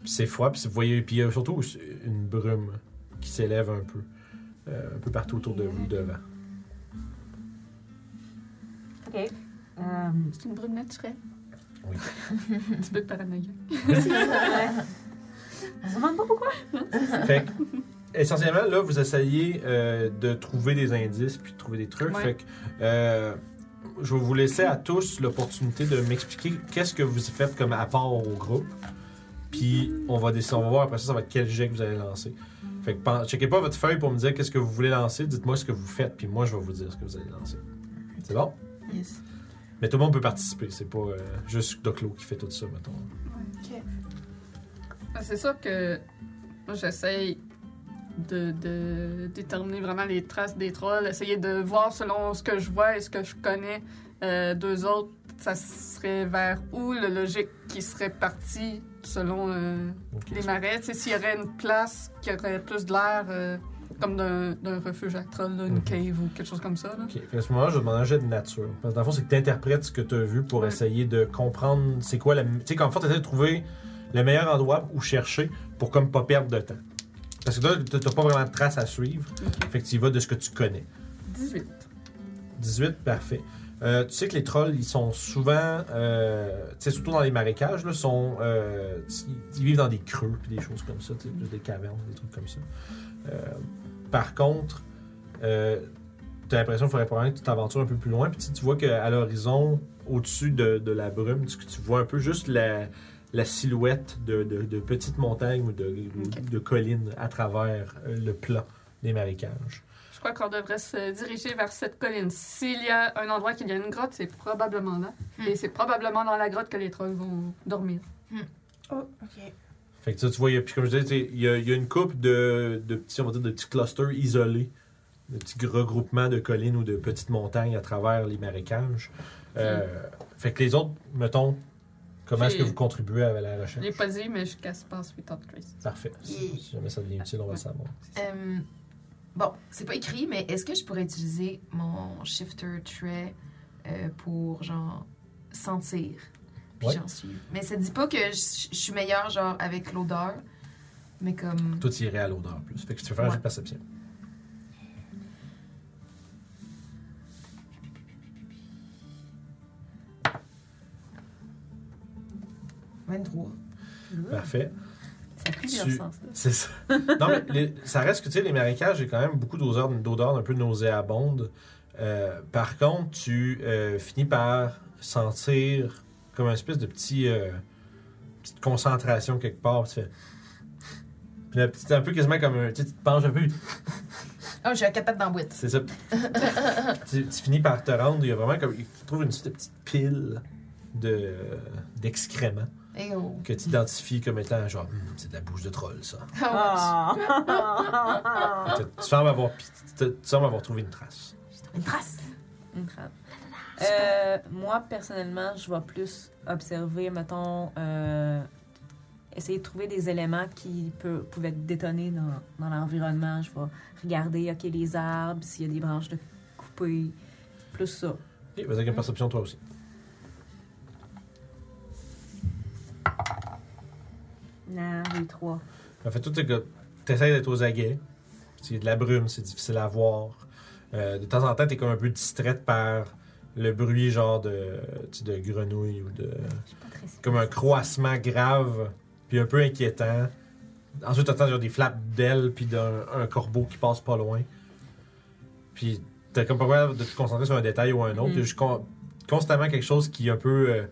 Speaker 2: puis c'est froid, puis vous voyez, puis il y a surtout une brume qui s'élève un peu, euh, un peu partout autour de vous devant.
Speaker 5: OK. Euh,
Speaker 3: C'est une brume naturelle. [laughs]
Speaker 2: Oui.
Speaker 3: Un petit peu paranoïaque.
Speaker 5: on se demande pas pourquoi.
Speaker 2: Fait que essentiellement, là, vous essayez euh, de trouver des indices puis de trouver des trucs.
Speaker 3: Ouais.
Speaker 2: Fait que, euh, je vais vous laisser à tous l'opportunité de m'expliquer qu'est-ce que vous faites comme apport au groupe. Puis on va décider, on va voir après ça, ça va être quel jet que vous allez lancer. Fait que pen- checkez pas votre feuille pour me dire qu'est-ce que vous voulez lancer. Dites-moi ce que vous faites, puis moi je vais vous dire ce que vous allez lancer. C'est bon?
Speaker 6: Yes.
Speaker 2: Mais tout le monde peut participer. C'est pas euh, juste Doclo qui fait tout ça, mettons.
Speaker 3: Ben, C'est sûr que moi, j'essaye de, de déterminer vraiment les traces des trolls, essayer de voir selon ce que je vois et ce que je connais euh, d'eux autres, ça serait vers où le logique qui serait parti selon euh,
Speaker 2: Ok.
Speaker 3: les marais. Tu sais, S'il y aurait une place qui aurait plus de l'air euh, comme d'un d'un refuge à trolls, là, une
Speaker 2: Mhm.
Speaker 3: cave ou quelque chose comme ça. là.
Speaker 2: Ok, puis à ce moment-là, je vais demander un jet de nature. Parce que dans le fond, c'est que tu interprètes ce que tu as vu pour
Speaker 3: Ouais.
Speaker 2: essayer de comprendre c'est quoi la. Tu sais, qu'en fait, tu de trouver le meilleur endroit où chercher pour comme pas perdre de temps. Parce que là, tu pas vraiment de traces à suivre. Fait que tu y vas de ce que tu connais.
Speaker 3: 18.
Speaker 2: 18, parfait. Euh, tu sais que les trolls, ils sont souvent, euh, tu sais, surtout dans les marécages, là, sont, euh, ils vivent dans des creux puis des choses comme ça, tu sais, plus des cavernes, des trucs comme ça. Euh, par contre, euh, t'as l'impression qu'il faudrait probablement que tu t'aventures un peu plus loin. Puis tu- tu vois qu'à l'horizon, au-dessus de, de la brume, tu, tu vois un peu juste la, la silhouette de, de- de petites montagnes ou de, ou
Speaker 3: Ok.
Speaker 2: de collines à travers euh, le plat des marécages.
Speaker 3: Je crois qu'on devrait se diriger vers cette colline. S'il y a un endroit qu'il y a une grotte, c'est probablement là. Et c'est probablement dans la grotte que les trolls vont dormir.
Speaker 4: Oh,
Speaker 2: Fait que ça, tu vois, il y a, puis comme je disais, tu sais, il y a, il y a une coupe de, de petits, on va dire, de petits clusters isolés, de petits regroupements de collines ou de petites montagnes à travers les marécages. Euh, Fait que les autres, mettons, comment est-ce que
Speaker 3: J'ai-
Speaker 2: vous contribuez à la
Speaker 3: Je
Speaker 2: recherche?
Speaker 3: l'ai pas dit, mais je casse pas Sweetheart Grace.
Speaker 2: Parfait. Si si jamais ça devient utile, on va le savoir.
Speaker 8: Euh, bon, c'est pas écrit, mais est-ce que je pourrais utiliser mon shifter trait euh, pour genre sentir puis
Speaker 2: Ouais.
Speaker 8: j'en suis. Mais ça dit pas que je je suis meilleure genre avec l'odeur, mais comme
Speaker 2: Tout irait à l'odeur en plus. Fait que tu peux faire un
Speaker 8: Ouais.
Speaker 2: jeu de perception.
Speaker 8: même trop.
Speaker 2: Parfait.
Speaker 5: Ça a plusieurs
Speaker 2: Tu-
Speaker 5: sens. là.
Speaker 2: C'est ça. Non, mais les- ça reste que, tu sais, les marécages, j'ai quand même beaucoup d'odeurs, d'odeurs un peu nauséabondes. Euh, par contre, tu euh, finis par sentir comme une espèce de petit, euh, petite concentration quelque part. Tu fais... Puis là, c'est un peu quasiment comme un... Tu sais, tu te penches un peu,
Speaker 6: Oh, j'ai la capote dans la boîte.
Speaker 2: c'est ça. tu, tu finis par te rendre, il y a vraiment comme... Tu trouves une petite, petite pile de d'excréments
Speaker 8: Eh oh.
Speaker 2: que tu identifies comme étant genre Hum, c'est de la bouche de troll ça
Speaker 5: Ah.
Speaker 2: tu, tu sembles avoir pi- tu- tu sembles avoir trouvé une trace
Speaker 8: [laughs] Une trace.
Speaker 5: Une trappe. Euh, moi, personnellement, je vais plus observer, mettons, euh, essayer de trouver des éléments qui peu- pouvaient être détonnés dans, dans l'environnement. Je vais regarder, OK, les arbres, s'il y a des branches de coupées, plus ça.
Speaker 2: Ok, vas-y avec une perception toi aussi.
Speaker 5: 1, j'ai trois.
Speaker 2: En fait, tout est que t'essayes d'être aux aguets. Il y a de la brume, c'est difficile à voir. Euh, de temps en temps, t'es comme un peu distraite par le bruit genre de, tu sais, de grenouille ou de...
Speaker 5: Je suis pas très sûre.
Speaker 2: Comme un croissement grave, puis un peu inquiétant. Ensuite, t'entends genre des flaps d'ailes, puis d'un un corbeau qui passe pas loin. Puis t'as comme pas peur de te concentrer sur un détail ou un autre.
Speaker 5: Mhm.
Speaker 2: Il y a juste con- constamment quelque chose qui est un peu... euh,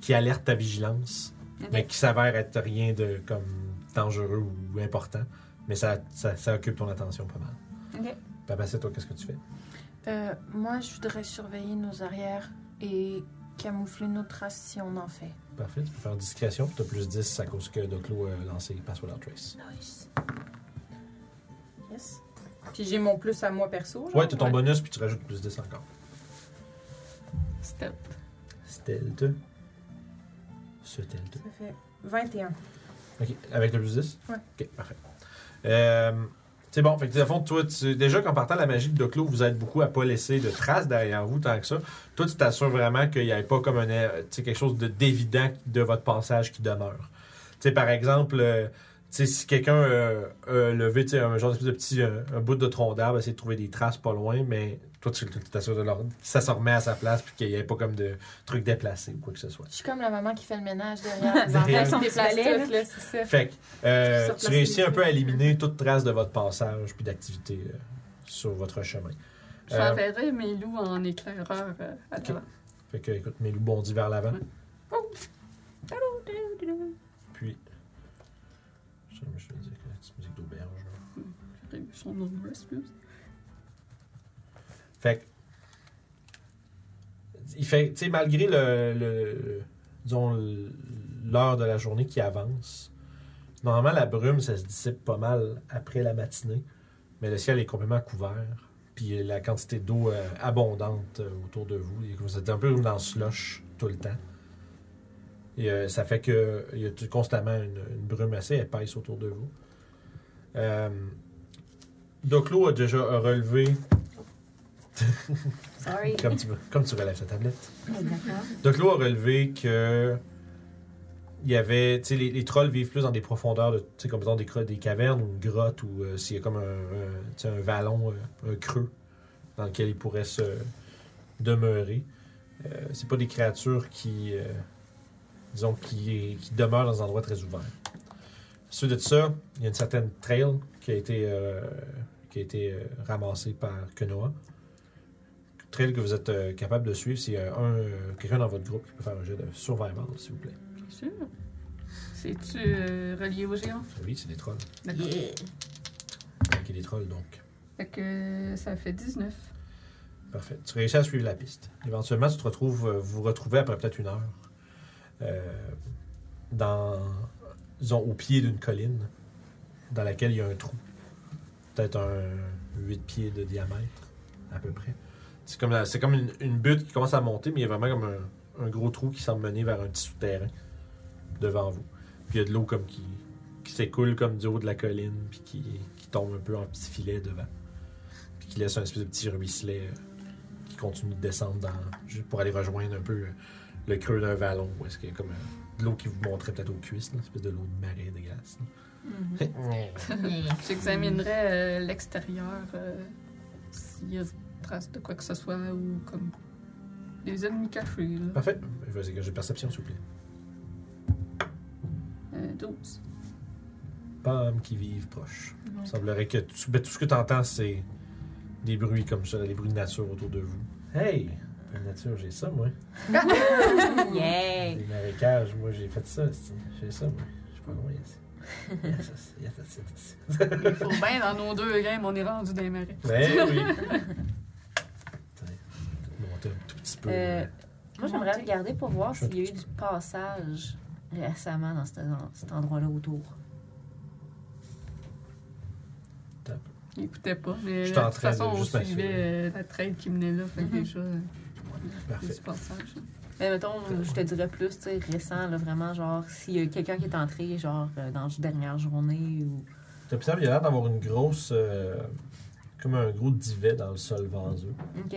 Speaker 2: qui alerte ta vigilance
Speaker 5: Ok.
Speaker 2: mais qui s'avère être rien de comme dangereux ou important. Mais ça, ça, ça occupe ton attention pas mal.
Speaker 5: Ok.
Speaker 2: Papa, c'est toi, qu'est-ce que tu fais?
Speaker 6: Euh, moi, je voudrais surveiller nos arrières et camoufler nos traces si on en fait.
Speaker 2: Parfait, tu peux faire discrétion, puis t'as plus 10 à cause que Doclo a lancé Pass Without Trace.
Speaker 6: Yes.
Speaker 7: Puis j'ai mon plus à moi perso.
Speaker 2: Ouais, t'as ton bonus, puis tu rajoutes plus 10 encore.
Speaker 3: Step.
Speaker 2: Stealth. Stealth.
Speaker 7: Ça fait 21.
Speaker 2: Ok, avec le plus 10?
Speaker 7: Ouais.
Speaker 2: Ok, parfait. Euh, c'est bon, fait que, à fond, toi, tu- déjà qu'en partant, la magie de Doclo vous aide beaucoup à pas laisser de traces derrière vous tant que ça. Toi, tu t'assures vraiment qu'il n'y ait pas comme un, euh, tu sais, quelque chose de d'évident de votre passage qui demeure. Tu sais, par exemple, euh, sais, si quelqu'un euh, a levé tu sais, un genre d'espèce de petit euh, un bout de tronc d'arbre, essayer de trouver des traces pas loin, mais toi, tu tu t'assures de leur... que ça se remet à sa place puis qu'il n'y ait pas comme de truc déplacé ou quoi que ce soit.
Speaker 6: Je suis comme la maman qui fait le ménage
Speaker 4: [laughs]
Speaker 6: derrière les
Speaker 2: Derrière.
Speaker 6: enfants.
Speaker 5: Son
Speaker 6: Ils se
Speaker 5: petit balai,
Speaker 6: déplacent tout, là, c'est ça.
Speaker 2: Fait que euh,
Speaker 6: Sur
Speaker 2: tu
Speaker 6: place,
Speaker 2: réussis
Speaker 6: c'est
Speaker 2: un peu à éliminer toute trace de votre passage puis d'activité euh, sur votre chemin.
Speaker 3: Je
Speaker 2: Euh,
Speaker 3: verrai mes loups en éclaireur euh, à
Speaker 2: Ok.
Speaker 3: l'avant.
Speaker 2: Fait que, écoute, mes loups bondis vers l'avant. Puis. Je me suis dit que la petite musique d'auberge. là.
Speaker 3: Ils sont nombreux, excuse.
Speaker 2: Fait que. Il fait, tu sais, malgré le, le- disons, le- l'heure de la journée qui avance, normalement la brume, ça se dissipe pas mal après la matinée, mais le ciel est complètement couvert, puis la quantité d'eau euh, abondante euh, autour de vous, et vous êtes un peu comme dans le slush tout le temps. Et euh, ça fait que il y a tout- constamment une, une brume assez épaisse autour de vous. Euh, Doclo a déjà relevé
Speaker 5: Sorry.
Speaker 2: comme tu, veux- comme tu relèves ta tablette.
Speaker 5: D'accord. [laughs]
Speaker 2: Doclo a relevé que il y avait, tu sais, les, les trolls vivent plus dans des profondeurs, de, tu sais, comme dans des, cro- des cavernes ou une grotte ou euh, s'il y a comme un, un- tu sais, un vallon, euh, un creux dans lequel ils pourraient se demeurer. Euh, c'est pas des créatures qui, euh, disons, qui, qui demeurent dans des endroits très ouverts. Ensuite de ça, il y a une certaine trail qui a été, euh, qui a été euh, ramassée par Kenoa trail que vous êtes euh, capable de suivre, s'il y a un, euh, quelqu'un dans votre groupe qui peut faire un jet de survival, s'il vous plaît.
Speaker 3: Bien sûr. C'est-tu euh, relié aux géants?
Speaker 2: Oui, c'est des trolls.
Speaker 3: D'accord.
Speaker 2: Ok, des trolls, donc.
Speaker 3: Fait que euh, ça fait 19.
Speaker 2: Parfait. Tu réussis à suivre la piste. Éventuellement, tu te retrouves, euh, vous vous retrouvez après peut-être une heure euh, dans, disons, au pied d'une colline dans laquelle il y a un trou. Peut-être un 8 pieds de diamètre, à peu près. C'est comme, la- c'est comme une, une butte qui commence à monter, mais il y a vraiment comme un, un gros trou qui semble mener vers un petit souterrain devant vous. Puis il y a de l'eau comme qui, qui s'écoule comme du haut de la colline, puis qui, qui tombe un peu en petit filet devant. Puis qui laisse un espèce de petit ruisselet euh, qui continue de descendre dans, juste pour aller rejoindre un peu euh, le creux d'un vallon. Où est-ce qu'il y a comme euh, de l'eau qui vous monterait peut-être aux cuisses, là, une espèce de l'eau de marée de glace. là. Hein?
Speaker 3: J'examinerai euh, l'extérieur euh, s'il y a trace de quoi que ce soit ou comme des ennemis cachés. Là.
Speaker 2: Parfait. Vas-y, que j'ai perception, s'il vous plaît.
Speaker 3: Euh, 12.
Speaker 2: Pam qui vivent proches. Il semblerait que tout, ben, tout ce que tu entends, c'est des bruits comme ça, des bruits de nature autour de vous. Hey! La nature, j'ai ça, moi.
Speaker 5: Yay!
Speaker 2: Les marécages, moi, j'ai fait ça. c'est- J'ai ça, moi. Je sais pas comment il y a ça. [laughs] Il y a ça, il y a ça, il y a ça.
Speaker 3: Il faut bien dans nos deux games, on est rendu dans les marais.
Speaker 2: Ben
Speaker 5: [laughs]
Speaker 2: oui! Attends, peut-être monter un tout petit peu.
Speaker 5: Euh, Moi, j'aimerais
Speaker 7: Monter.
Speaker 5: regarder pour voir s'il y a eu du passage récemment dans, cet- dans cet endroit-là autour.
Speaker 3: Il écoutait pas, mais
Speaker 2: Je suis
Speaker 3: de
Speaker 2: en
Speaker 3: toute
Speaker 2: train de
Speaker 3: façon, on
Speaker 2: juste
Speaker 3: suivait euh, la trade qui menait là. Fait que déjà, euh,
Speaker 2: Parfait.
Speaker 3: du passage.
Speaker 5: Mais mettons, je te dirais plus, tu sais, récent, là, vraiment, genre, s'il y a quelqu'un qui est entré, genre, euh, dans la dernière journée ou.
Speaker 2: T'observes, il y a l'air d'avoir une grosse. euh, comme un gros divet dans le sol vaseux.
Speaker 5: OK.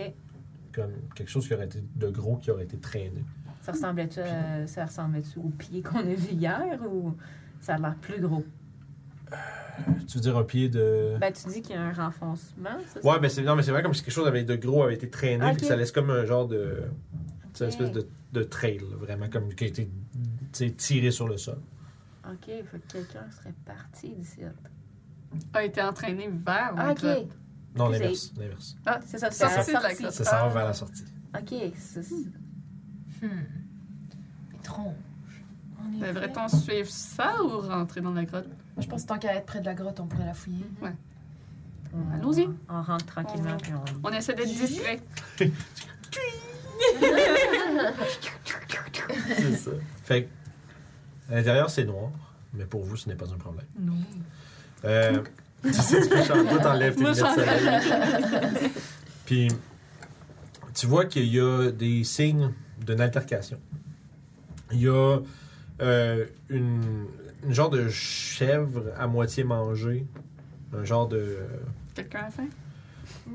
Speaker 2: Comme quelque chose qui aurait été de gros qui aurait été traîné.
Speaker 5: Ça ressemblait-tu à- ça ressemblait-tu au pied qu'on a vu hier ou ça a l'air plus gros?
Speaker 2: Tu veux dire un pied de.
Speaker 5: Ben, tu dis qu'il y a un renfoncement, c'est ça?
Speaker 2: Euh. Ouais, mais c'est non, mais c'est vrai comme si quelque chose avait de gros avait été traîné,
Speaker 5: Ben, Ok.
Speaker 2: puis ça laisse comme un genre de, c'est une
Speaker 5: Ok.
Speaker 2: espèce de, de trail, là, vraiment comme qui a été tu sais, tiré sur le sol.
Speaker 5: OK, fait que quelqu'un serait parti d'ici.
Speaker 3: A été entraîné vers la
Speaker 5: Ah,
Speaker 3: grotte.
Speaker 5: OK. Ah.
Speaker 2: Non,
Speaker 5: Puis
Speaker 2: l'inverse, l'inverse.
Speaker 3: Ah,
Speaker 5: C'est ça, c'est
Speaker 3: Ça,
Speaker 5: la
Speaker 3: c'est de la
Speaker 5: sortie.
Speaker 3: grotte.
Speaker 2: Ça s'en va vers la sortie.
Speaker 5: OK, c'est ça.
Speaker 8: Hmm.
Speaker 7: Tronc.
Speaker 6: On est prêt.
Speaker 3: Devrait-on suivre ça ou rentrer dans la grotte?
Speaker 6: Moi, je pense que tant qu'à être près de la grotte, on pourrait la fouiller.
Speaker 3: Mhm.
Speaker 5: On-
Speaker 3: Allons-y.
Speaker 5: On rentre tranquillement, puis on...
Speaker 3: On essaie d'être discret.
Speaker 2: C'est ça. [laughs] Fait que, à l'intérieur c'est noir, mais pour vous ce n'est pas un problème.
Speaker 3: Non. [laughs]
Speaker 2: Euh, tu sais, tu fais genre, toi, t'enlèves tes
Speaker 3: Moi,
Speaker 2: lunettes de soleil. Puis, tu vois qu'il y a des signes d'une altercation. Il y a euh, une, une genre de chèvre à moitié mangée. Un genre de.
Speaker 3: Quelqu'un a faim?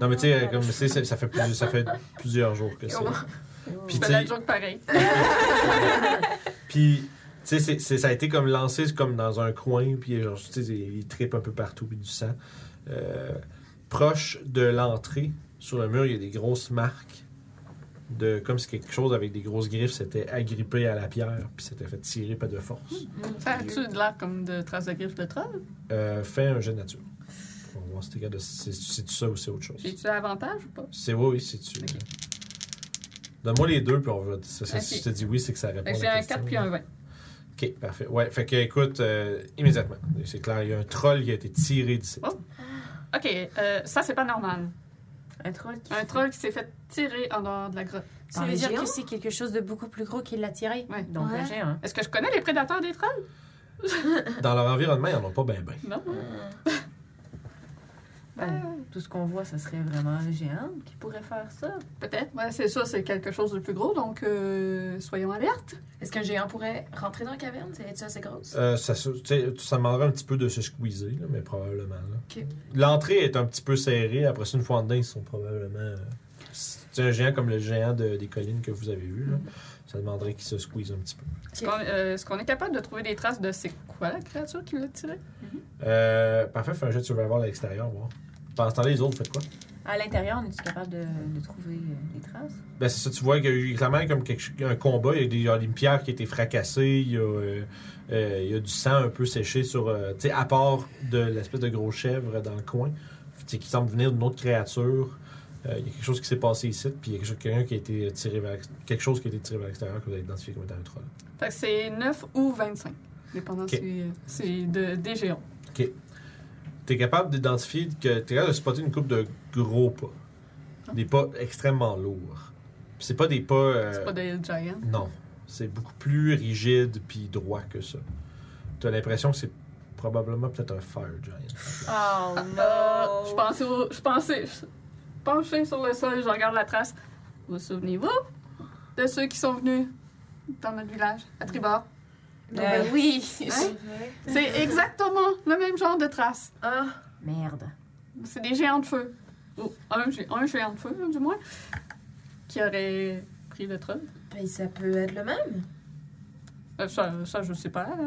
Speaker 2: Non, mais tu sais, comme tu sais, ça, ça fait plus- ça fait
Speaker 3: [laughs]
Speaker 2: plusieurs jours que c'est.
Speaker 3: Oh.
Speaker 2: Puis,
Speaker 3: Je
Speaker 2: tu
Speaker 3: fais la
Speaker 2: sais,
Speaker 3: joke pareil.
Speaker 2: puis sais, c'est- c'est- ça a été comme lancé comme dans un coin, puis euh, genre, tu sais, il tripe un peu partout, puis du sang. Euh, proche de l'entrée, sur le mur, il y a des grosses marques. De, comme si quelque chose avec des grosses griffes s'était agrippé à la pierre, puis s'était fait tirer pas de force.
Speaker 3: Ça a-tu de l'air comme de traces de griffes de troll?
Speaker 2: Euh, fais un jet de nature. On va voir si t'es capable de- c'est- c'est-tu ça ou c'est autre chose.
Speaker 3: J'ai-tu avantage ou pas?
Speaker 2: C'est oui, oui, c'est tu.
Speaker 3: Ok.
Speaker 2: Donne-moi les deux, puis on va. ça, ça,
Speaker 3: Ok.
Speaker 2: Si je te dis oui, c'est que ça répond
Speaker 3: Fait que
Speaker 2: à
Speaker 3: j'ai
Speaker 2: la
Speaker 3: un
Speaker 2: question.
Speaker 3: 4 puis un 20.
Speaker 2: Ok, parfait. Ouais, fait que écoute, euh, immédiatement, c'est clair, il y a un troll qui a été tiré d'ici.
Speaker 3: Oh. Ok, euh, ça c'est pas normal.
Speaker 5: Un troll qui.
Speaker 3: Un troll qui s'est fait tirer en dehors de la grotte.
Speaker 5: Par
Speaker 4: Ça veut
Speaker 5: les
Speaker 4: dire
Speaker 5: géants?
Speaker 4: que c'est quelque chose de beaucoup plus gros qui l'a tiré.
Speaker 3: Ouais.
Speaker 5: Donc
Speaker 4: Ouais.
Speaker 5: un géant.
Speaker 3: Est-ce que je connais les prédateurs des trolls?
Speaker 2: Dans leur environnement, ils n'en ont pas ben ben.
Speaker 3: Non. Euh,
Speaker 5: Ben, tout ce qu'on voit, ce serait vraiment un géant qui pourrait faire ça.
Speaker 3: Peut-être. Ouais, c'est ça, c'est quelque chose de plus gros, donc euh, soyons alertes.
Speaker 7: Est-ce qu'un géant pourrait rentrer dans la caverne? C'est assez grosse?
Speaker 2: Euh, ça, se- tu sais, ça demanderait un petit peu de se squeezer, là, mais probablement. là.
Speaker 7: Ok.
Speaker 2: L'entrée est un petit peu serrée. Après ça, une fois en dedans, ils sont probablement. euh, c'est un géant comme le géant de- des collines que vous avez vu. là. Ça demanderait qu'ils se squeezent un petit peu.
Speaker 3: Est-ce qu'on euh, est-ce qu'on est capable de trouver des traces de c'est quoi la créature qui l'a tiré?
Speaker 2: Euh, parfait, fais un jet de survival à l'extérieur, voir. Pendant ce temps-là, les autres, faites quoi?
Speaker 5: À l'intérieur, on est capable de, de trouver euh, des traces?
Speaker 2: Ben, c'est ça, tu vois qu'il y a eu clairement comme quelque, ch- un combat. Il y a des, il y a une pierre qui a été fracassée, il y a, euh, euh, il y a du sang un peu séché sur. euh, tu sais, à part de l'espèce de gros chèvre dans le coin, tu sais, qui semble venir d'une autre créature. Euh, il y a quelque chose qui s'est passé ici, puis il y a quelque chose- quelqu'un qui a été tiré vers l'ex- quelque chose qui a été tiré vers l'extérieur que vous avez identifié comme étant un troll.
Speaker 3: Fait que c'est 9 ou 25, dépendant
Speaker 2: Ok.
Speaker 3: si euh, c'est de, des géants.
Speaker 2: T'es capable d'identifier que t'es capable de spotter une coupe de gros pas.
Speaker 3: Ah.
Speaker 2: Des pas extrêmement lourds. Puis c'est pas des pas. euh,
Speaker 3: C'est pas des giants.
Speaker 2: Non. C'est beaucoup plus rigide puis droit que ça. T'as l'impression que c'est probablement peut-être un Fire Giant.
Speaker 5: Oh
Speaker 3: Ah, je pensais, au- je pensais, je- penché sur le sol, je regarde la trace. Vous vous souvenez-vous de ceux qui sont venus dans notre village, à Tribord?
Speaker 5: Ben
Speaker 4: oui!
Speaker 3: Hein? C'est exactement le même genre de trace.
Speaker 5: Merde.
Speaker 3: C'est des géants de feu. Ou un, gé- un géant de feu, du moins, qui aurait pris le troll.
Speaker 4: Ben, ça peut être le même.
Speaker 3: Euh, ça, ça, je sais pas. là.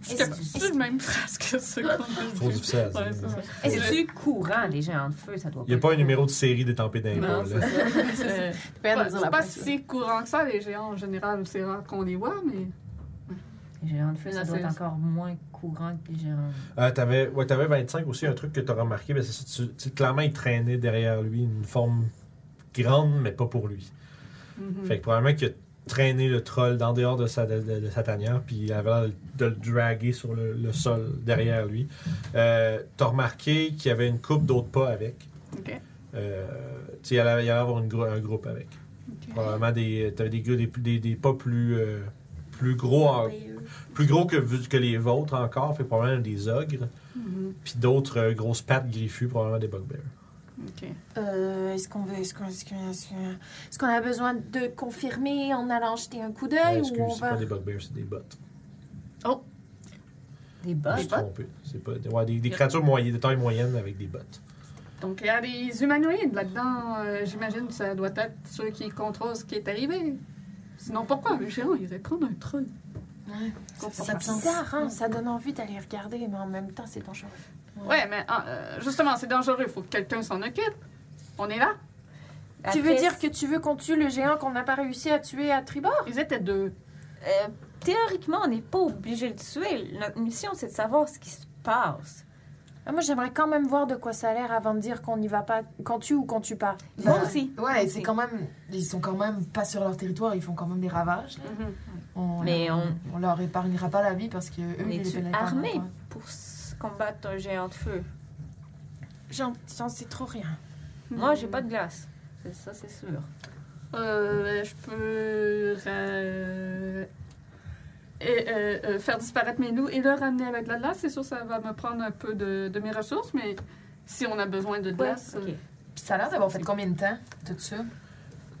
Speaker 3: Je suis
Speaker 4: Est-ce-
Speaker 3: capable- C'est la même trace que ceux qu'on a
Speaker 2: Trop
Speaker 3: vus.
Speaker 2: difficile à
Speaker 3: Ouais,
Speaker 2: dire.
Speaker 3: c'est ça.
Speaker 5: Est-ce que courant, les géants de feu, ça doit
Speaker 2: Il n'y a
Speaker 5: pas
Speaker 2: pas un numéro de série des tempêtes hein. d'impôts.
Speaker 3: Non, c'est
Speaker 2: là.
Speaker 3: ça. C'est-
Speaker 6: Peine de
Speaker 3: Euh, pas-
Speaker 6: dire
Speaker 3: C'est
Speaker 6: la
Speaker 3: pas
Speaker 6: place, là.
Speaker 3: si courant que ça, les géants en général. C'est rare qu'on les voit, mais.
Speaker 5: Les géants de feu, ça
Speaker 3: Non,
Speaker 5: doit
Speaker 3: c'est-
Speaker 5: être encore moins courant que les géants.
Speaker 2: Euh, t'avais, ouais, t'avais 25 aussi, un truc que t'as remarqué. ben, c'est ça, tu- tu- clairement, il traînait derrière lui une forme grande, mais pas pour lui.
Speaker 5: Mm.
Speaker 3: Mhm.
Speaker 2: Fait que probablement qu'il a traîné le troll en dehors de sa, de, de- de sa tanière, puis il avait l'air de le draguer sur le, le sol derrière lui. Euh, t'as remarqué qu'il y avait une coupe d'autres pas avec.
Speaker 3: Ok.
Speaker 2: Euh, tu sais, il y allait il y allait avoir une grou- un groupe avec. Probablement des, t'avais des, gars- des, des, des pas plus, euh, plus gros, en- plus gros que, vu- que les vôtres encore, fait probablement des ogres,
Speaker 3: Mhm.
Speaker 2: puis d'autres euh, grosses pattes griffues, probablement des bugbears.
Speaker 3: Ok.
Speaker 4: Euh, est-ce qu'on veut, est-ce qu'on, est-ce qu'on- est-ce qu'on- est-ce qu'on a besoin de confirmer en allant jeter un coup
Speaker 2: Ah,
Speaker 4: d'œil
Speaker 2: excuse,
Speaker 4: ou on
Speaker 2: c'est pas
Speaker 4: va.
Speaker 2: des bugbears, c'est des bottes.
Speaker 5: Des
Speaker 2: Je me
Speaker 5: bottes?
Speaker 2: suis trompé. C'est pas, ouais, des, des créatures moyennes, de taille moyenne avec des bottes.
Speaker 3: Donc, il y a des humanoïdes là-dedans. euh, J'imagine que ça doit être ceux qui contrôlent ce qui est arrivé. Sinon, pourquoi un géant irait prendre un troll?
Speaker 4: Ouais.
Speaker 3: Comprends
Speaker 4: C'est
Speaker 3: pas.
Speaker 4: bizarre, hein? Ça donne envie d'aller regarder, mais en même temps, c'est dangereux.
Speaker 3: Ouais, mais euh, justement, c'est dangereux. Il faut que quelqu'un s'en occupe. On est là.
Speaker 4: tu veux dire que tu veux qu'on tue le géant qu'on n'a pas réussi à tuer à tribord?
Speaker 3: Ils étaient deux.
Speaker 5: Euh, théoriquement, on n'est pas obligé de le tuer. Notre mission, c'est de savoir ce qui se passe.
Speaker 4: Ah, moi, j'aimerais quand même voir de quoi ça a l'air avant de dire qu'on n'y va pas, qu'on tue ou qu'on tue pas.
Speaker 5: Moi aussi.
Speaker 8: Ouais, c'est quand même. Ils sont quand même pas sur leur territoire, ils font quand même des ravages. là.
Speaker 3: Mm-hmm.
Speaker 8: On,
Speaker 5: Mais on-
Speaker 8: on leur épargnera pas la vie parce que eux,
Speaker 5: On
Speaker 8: ils les
Speaker 5: est-tu
Speaker 8: pénalisent pas,
Speaker 5: armés
Speaker 8: ouais.
Speaker 5: pour s- combattre un géant de feu?
Speaker 4: J'en, j'en sais trop rien.
Speaker 5: Moi, j'ai pas de glace. C'est ça, c'est sûr.
Speaker 3: Euh, je peux euh, et, euh, euh, faire disparaître mes loups et le ramener avec de la glace. C'est sûr, ça va me prendre un peu de, de mes ressources, mais si on a besoin de glace, euh,
Speaker 5: Ok.
Speaker 8: Puis ça a l'air d'avoir fait combien de temps, tout ça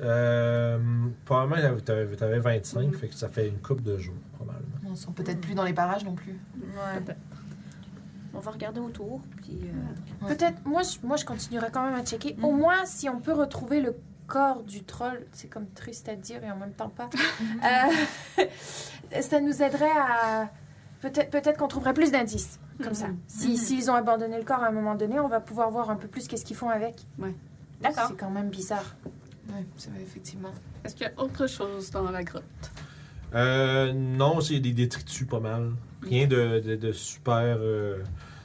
Speaker 2: Euh, probablement, t'avais, t'avais 25, fait que ça fait une coupe de jours, probablement.
Speaker 8: On sont peut-être plus dans les parages non plus.
Speaker 5: Ouais. On va regarder autour, puis... euh,
Speaker 8: Ouais.
Speaker 4: Peut-être, moi je, moi, je continuerai quand même à checker. Au moins, si on peut retrouver le corps du troll, c'est comme triste à dire et en même temps pas, Euh, [laughs] ça nous aiderait à... Peut-être peut-être qu'on trouverait plus d'indices, comme ça. Si- S'ils ont abandonné le corps à un moment donné, on va pouvoir voir un peu plus qu'est-ce qu'ils font avec.
Speaker 3: Ouais.
Speaker 5: D'accord.
Speaker 4: C'est quand même bizarre.
Speaker 6: Oui, c'est vrai, effectivement.
Speaker 3: Est-ce qu'il y a autre chose dans la grotte?
Speaker 2: Euh, non, c'est des détritus pas mal. Rien de, de- de super. euh,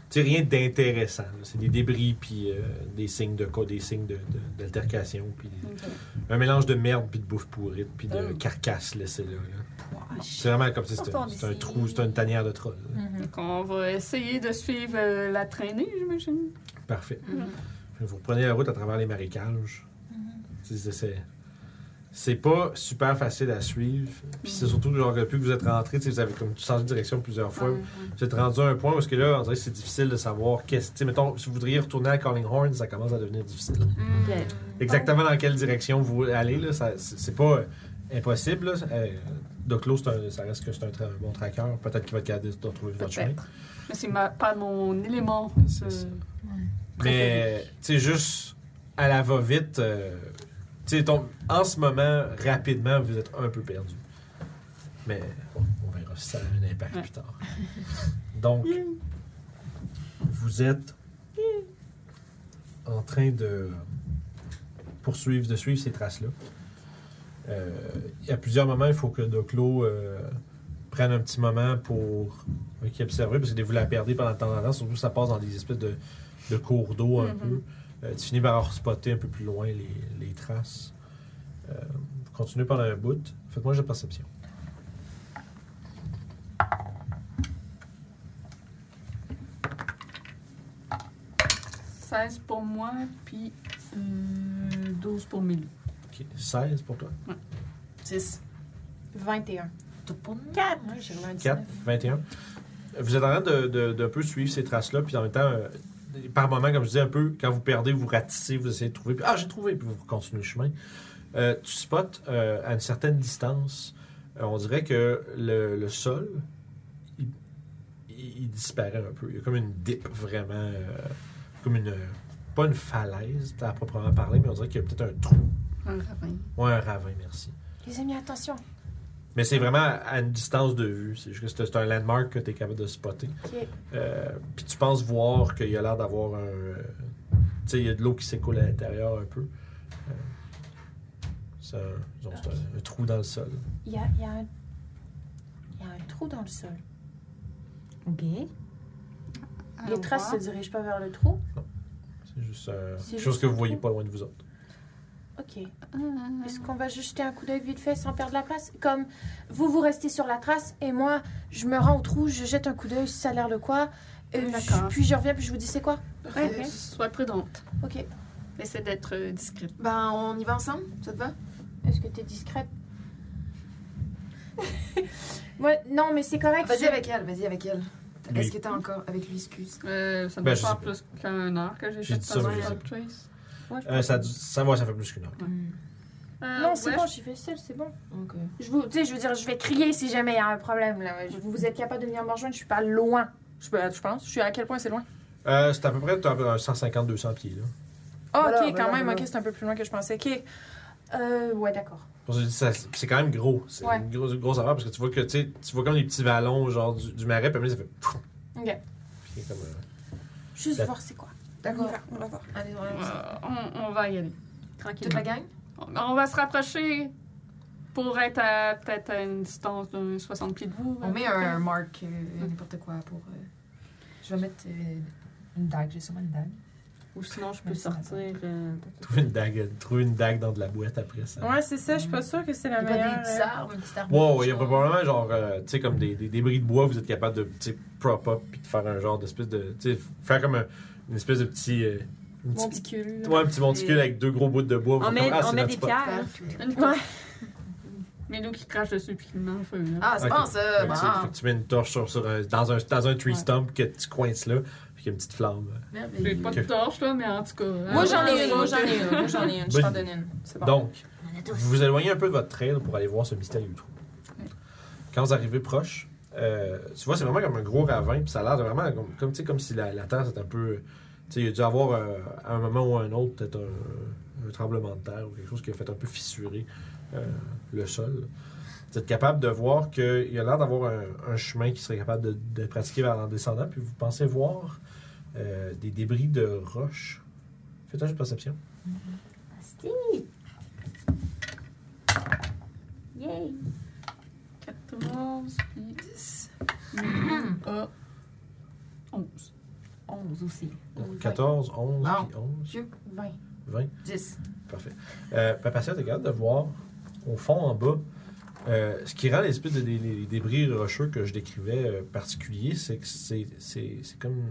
Speaker 2: tu sais, rien d'intéressant. là. C'est des débris, puis euh, des signes de co- des signes de- de- d'altercation, puis des-
Speaker 3: euh,
Speaker 2: un mélange de merde, puis de bouffe pourrite, puis de carcasse laissée là. là. C'est vraiment comme si c'était
Speaker 5: Sortons
Speaker 2: c'était un
Speaker 5: d'ici.
Speaker 2: trou, c'était une tanière de troll. là.
Speaker 3: Donc, on va essayer de suivre euh, la traînée, j'imagine.
Speaker 2: Parfait.
Speaker 3: Mhm.
Speaker 2: Vous prenez la route à travers les marécages. Tu sais, C'est, c'est pas super facile à suivre. Puis c'est surtout genre depuis que vous êtes rentré, tu sais, vous avez comme changé de direction plusieurs fois.
Speaker 3: Euh,
Speaker 2: Vous êtes rendu à un point où est-ce que là, on dirait que c'est difficile de savoir qu'est-ce. tu sais, mettons, si vous voudriez retourner à Callinghorn, ça commence à devenir difficile. Exactement dans quelle direction vous allez, là, ça- c'est, c'est pas euh, impossible. Là. Euh, Doclo, c'est un- ça reste que c'est un, très bon tracker. Peut-être qu'il va te garder de retrouver votre chemin.
Speaker 3: Peut-être. Mais c'est ma- pas mon élément.
Speaker 2: C'est
Speaker 3: euh,
Speaker 2: ça. Mais, tu sais, juste à la va-vite, euh, tu sais, ton- en ce moment, rapidement, vous êtes un peu perdu. Mais on, on verra si ça a un impact
Speaker 3: Ouais.
Speaker 2: plus tard. Donc, vous êtes en train de poursuivre, de suivre ces traces-là. Euh, Il y a plusieurs moments, il faut que Doclo euh, prenne un petit moment pour euh, qu'il observe, parce que vous la perdez pendant le temps en temps, surtout ça passe dans des espèces de, de cours d'eau un
Speaker 3: Mhm.
Speaker 2: peu. Euh, tu finis par spotter un peu plus loin les, les traces. Euh, vous continuez pendant un bout. Faites-moi j'ai perception.
Speaker 3: euh, 16 pour moi, puis euh, 12 pour Milou.
Speaker 2: Ok, 16 pour toi.
Speaker 6: 6. 21.
Speaker 5: Tout pour nous.
Speaker 6: 4. Moi, j'ai roulé un
Speaker 2: 4, 21. Vous êtes en train de, de- d'un peu suivre ces traces-là, puis en même temps, euh, par moment, comme je disais, un peu, quand vous perdez, vous ratissez, vous essayez de trouver, puis ah, j'ai trouvé, puis vous continuez le chemin. Euh, tu spots euh, à une certaine distance, euh, on dirait que le, le sol, il, il- il disparaît un peu. Il y a comme une dip vraiment, euh, comme une, pas une falaise à proprement parler, mais on dirait qu'il y a peut-être un trou,
Speaker 3: Un ravin.
Speaker 2: ou un ravin, merci.
Speaker 4: Les amis, attention.
Speaker 2: Mais c'est vraiment à une distance de vue. C'est juste que c'est- c'est un landmark que tu es capable de spotter.
Speaker 4: Ok.
Speaker 2: Euh, Puis tu penses voir qu'il y a l'air d'avoir un. euh, tu sais, il y a de l'eau qui s'écoule à l'intérieur un peu. Euh, c'est un, disons, c'est un- un trou dans le sol.
Speaker 4: Il y a, il y a un... il y a un trou dans le sol.
Speaker 5: OK.
Speaker 4: Les traces se dirigent pas vers le trou.
Speaker 2: C'est juste euh,
Speaker 4: C'est
Speaker 2: quelque
Speaker 4: juste
Speaker 2: chose que
Speaker 4: un
Speaker 2: vous voyez
Speaker 4: trou.
Speaker 2: pas loin de vous autres.
Speaker 4: Ok.
Speaker 3: Ah.
Speaker 4: Est-ce qu'on va juste jeter un coup d'œil vite fait sans perdre la place Comme vous, vous restez sur la trace et moi, je me rends au trou, je jette un coup d'œil si ça a l'air de quoi. Euh, je-
Speaker 3: D'accord.
Speaker 4: puis je reviens, puis je vous dis c'est quoi.
Speaker 3: Ouais, euh, Sois prudente.
Speaker 4: Ok.
Speaker 3: Essaie d'être euh, discrète.
Speaker 8: Ben, on y va ensemble, ça te va?
Speaker 4: Euh, Est-ce que t'es discrète [laughs] Moi, non, mais c'est correct.
Speaker 8: Ah, Vas-y avec elle, vas-y avec elle.
Speaker 2: Lui.
Speaker 8: Est-ce que t'es encore avec lui, excuse?
Speaker 3: Euh, ça doit
Speaker 2: Ben, je
Speaker 3: faire
Speaker 2: sais
Speaker 3: plus qu'un heure que j'ai
Speaker 2: J'ai
Speaker 3: fait
Speaker 2: dit ça, mais je
Speaker 3: ça
Speaker 2: sais
Speaker 3: Trace.
Speaker 2: Euh, ça, ça, ouais, ça fait plus qu'une heure.
Speaker 6: Hmm,
Speaker 3: Euh,
Speaker 4: Non, c'est
Speaker 3: ouais,
Speaker 4: bon, j'y vais seule, c'est bon.
Speaker 8: Ok.
Speaker 4: Je vous, tu sais, je veux dire, je vais crier si jamais il y a un problème là. Je- vous êtes capable de venir me rejoindre, je suis pas loin.
Speaker 6: Je, peux- je pense. Je suis à quel point c'est loin?
Speaker 2: Euh, c'est à peu près 150-200 pieds. Là.
Speaker 6: Ah,
Speaker 8: Voilà,
Speaker 6: ok, quand
Speaker 8: voilà,
Speaker 6: même.
Speaker 8: voilà.
Speaker 6: Ok, c'est un peu plus loin que je pensais. Ok.
Speaker 4: Euh, ouais, d'accord.
Speaker 2: Pour ça, je dis ça, C'est c'est quand même gros. C'est
Speaker 6: Ouais.
Speaker 2: une grosse, grosse affaire parce que tu vois que tu sais, tu vois comme des petits vallons genre du, du marais, puis après, ça fait. pouf.
Speaker 6: Ok.
Speaker 2: Puis c'est comme, euh,
Speaker 4: Juste
Speaker 2: La-
Speaker 4: voir c'est quoi.
Speaker 8: D'accord.
Speaker 4: On va voir.
Speaker 8: Allez, on
Speaker 3: euh,
Speaker 8: va
Speaker 3: on, on va y aller.
Speaker 8: Toute
Speaker 3: Tranquillement.
Speaker 8: la gang?
Speaker 3: On, on va se rapprocher pour être à peut-être à une distance de 60 pieds de vous.
Speaker 8: On
Speaker 3: euh,
Speaker 8: met un, un mark, euh, n'importe quoi pour. euh, Je vais mettre euh, une dague, j'ai sûrement une dague.
Speaker 3: Ou sinon, je peux sortir. euh,
Speaker 2: Trouver une dague, trouver une dague dans de la boîte après ça.
Speaker 6: Ouais, c'est ça. Je suis pas sûre que c'est la
Speaker 8: Il y a pas
Speaker 6: meilleure.
Speaker 8: des petits
Speaker 6: euh,
Speaker 8: arbres, une petite arbre.
Speaker 2: Wow, il y a probablement genre, euh, tu sais, comme des, des débris de bois, vous êtes capable de, tu sais, prop up puis de faire un genre d'espèce de, tu sais, faire comme un- une espèce de petit, euh, un petit,
Speaker 6: Monticule.
Speaker 2: ouais, un petit monticule avec deux gros bouts de bois. Vous
Speaker 5: On
Speaker 2: êtes
Speaker 5: met,
Speaker 2: comme, ah,
Speaker 5: on
Speaker 2: c'est
Speaker 5: met
Speaker 2: notre
Speaker 5: des
Speaker 2: spot.
Speaker 5: pierres.
Speaker 3: Une torche. Milo qui crache dessus puis qui met en feu. là.
Speaker 8: Ah, c'est
Speaker 2: Ok.
Speaker 8: bon ça!
Speaker 2: Fait que tu- fait
Speaker 8: Bon.
Speaker 2: que tu mets une torche sur, sur un- dans un dans un tree
Speaker 3: Ouais.
Speaker 2: stump que tu coinces là, puis qu'il y a une petite flamme.
Speaker 3: J'ai pas de
Speaker 2: Ok.
Speaker 3: torche, là, mais en tout cas.
Speaker 6: Moi,
Speaker 3: hein,
Speaker 6: j'en ai une.
Speaker 3: euh,
Speaker 6: Moi, j'en ai une. Moi, j'en ai une. Je t'en
Speaker 2: Bonne
Speaker 6: donne une. C'est bon.
Speaker 2: Donc, vous vous éloignez un peu de votre trail pour aller voir ce mystérieux trou. Quand vous arrivez proche, euh, tu vois, c'est vraiment comme un gros ravin, puis ça a l'air de vraiment comme, comme, tu sais, comme si la, la terre c'était un peu. Tu sais, il y a dû avoir euh, à un moment ou à un autre peut-être un, un tremblement de terre ou quelque chose qui a fait un peu fissurer euh, le sol. Vous êtes capable de voir qu'il y a l'air d'avoir un, un chemin qui serait capable de, de pratiquer vers- en descendant, puis vous pensez voir euh, des débris de roches. Faites un jeu de perception.
Speaker 5: Asti! Yay!
Speaker 3: 14, puis 10. 11.
Speaker 5: 11 aussi.
Speaker 2: Donc, 14, 11,
Speaker 8: Non.
Speaker 2: puis 11,
Speaker 8: Dieu.
Speaker 6: 20.
Speaker 2: 20.
Speaker 8: 10.
Speaker 2: Parfait. Euh, Papacia, t'es capable de voir, au fond, en bas, euh, ce qui rend les espèces de les- les débris rocheux que je décrivais euh, particuliers, c'est que c'est c'est- c'est comme.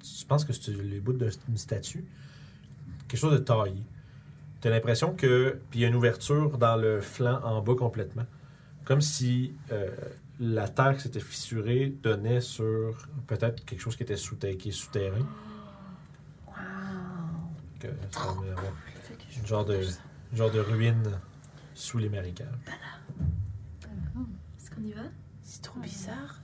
Speaker 2: Tu penses que c'est les bouts d'une statue, quelque chose de taillé. T'as l'impression que. Puis il y a une ouverture dans le flanc en bas complètement. Comme si euh, la terre qui s'était fissurée donnait sur peut-être quelque chose qui était souterrain, qui est souterrain. Que ça permet d'avoir une genre de, une genre de ruine sous les marécages.
Speaker 7: Est-ce qu'on y va?
Speaker 6: C'est trop bizarre.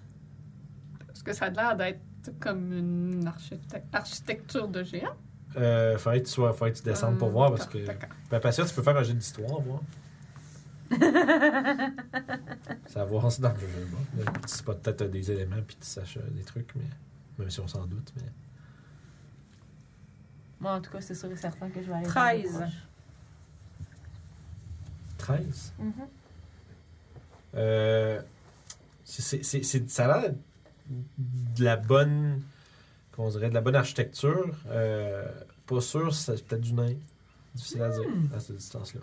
Speaker 3: Parce que ça a l'air d'être comme une architec- architecture de géant. Euh,
Speaker 2: Euh, faudrait que tu sois, faudrait que tu descendes pour voir parce que.
Speaker 3: D'accord.
Speaker 2: Ben, patient, tu peux faire un jeu d'histoire, voir. Savoir si dans le jeu, bon. Là, Tu sais pas peut-être t'as des éléments puis tu saches euh, des trucs, mais. Même si on s'en doute, mais.
Speaker 5: Moi, en tout cas, c'est sûr et certain que je vais aller.
Speaker 4: 13.
Speaker 5: dans les roches.
Speaker 2: 13.
Speaker 4: Mhm.
Speaker 2: Euh, c'est- c'est- c'est- c'est- ça a l'air de la bonne, qu'on dirait, de la bonne architecture. Euh, pas sûr, c'est peut-être du nain. Difficile à dire à cette distance-là.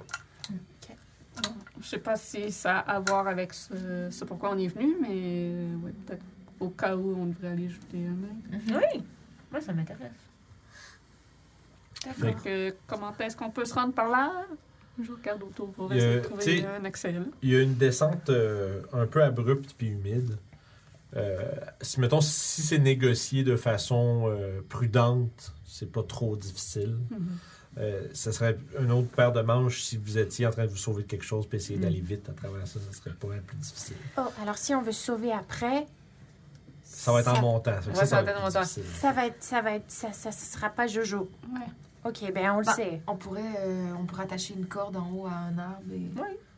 Speaker 3: Je sais pas si ça a à voir avec ce, ce pourquoi on est venu, mais euh, ouais, peut-être au cas où on devrait aller jeter un œil.
Speaker 5: Oui! Moi, ça m'intéresse.
Speaker 3: Fait que, euh, comment est-ce qu'on peut se rendre par là? Je regarde autour pour essayer
Speaker 2: Euh,
Speaker 3: de
Speaker 2: tu sais-
Speaker 3: trouver un accès. là.
Speaker 2: Il y a une descente euh, un peu abrupte puis humide. Euh, si, mettons, si c'est négocié de façon euh, prudente, c'est pas trop difficile.
Speaker 3: Mhm.
Speaker 2: Euh, ça serait une autre paire de manches si vous étiez en train de vous sauver de quelque chose puis essayer d'aller vite à travers ça. Ça serait pas mal plus difficile.
Speaker 11: Oh, alors si on veut se sauver après,
Speaker 2: Ça va être en montant. Ça,
Speaker 5: Ouais,
Speaker 2: ça,
Speaker 5: ça
Speaker 2: va
Speaker 5: va
Speaker 2: être
Speaker 5: être en
Speaker 2: difficile.
Speaker 11: ça va être, ça va être, ça, ça, ça sera pas Jojo.
Speaker 3: Ouais.
Speaker 11: Ok, ben on le
Speaker 8: Bah,
Speaker 11: sait.
Speaker 8: On pourrait, euh, on pourrait attacher une corde en haut à un arbre et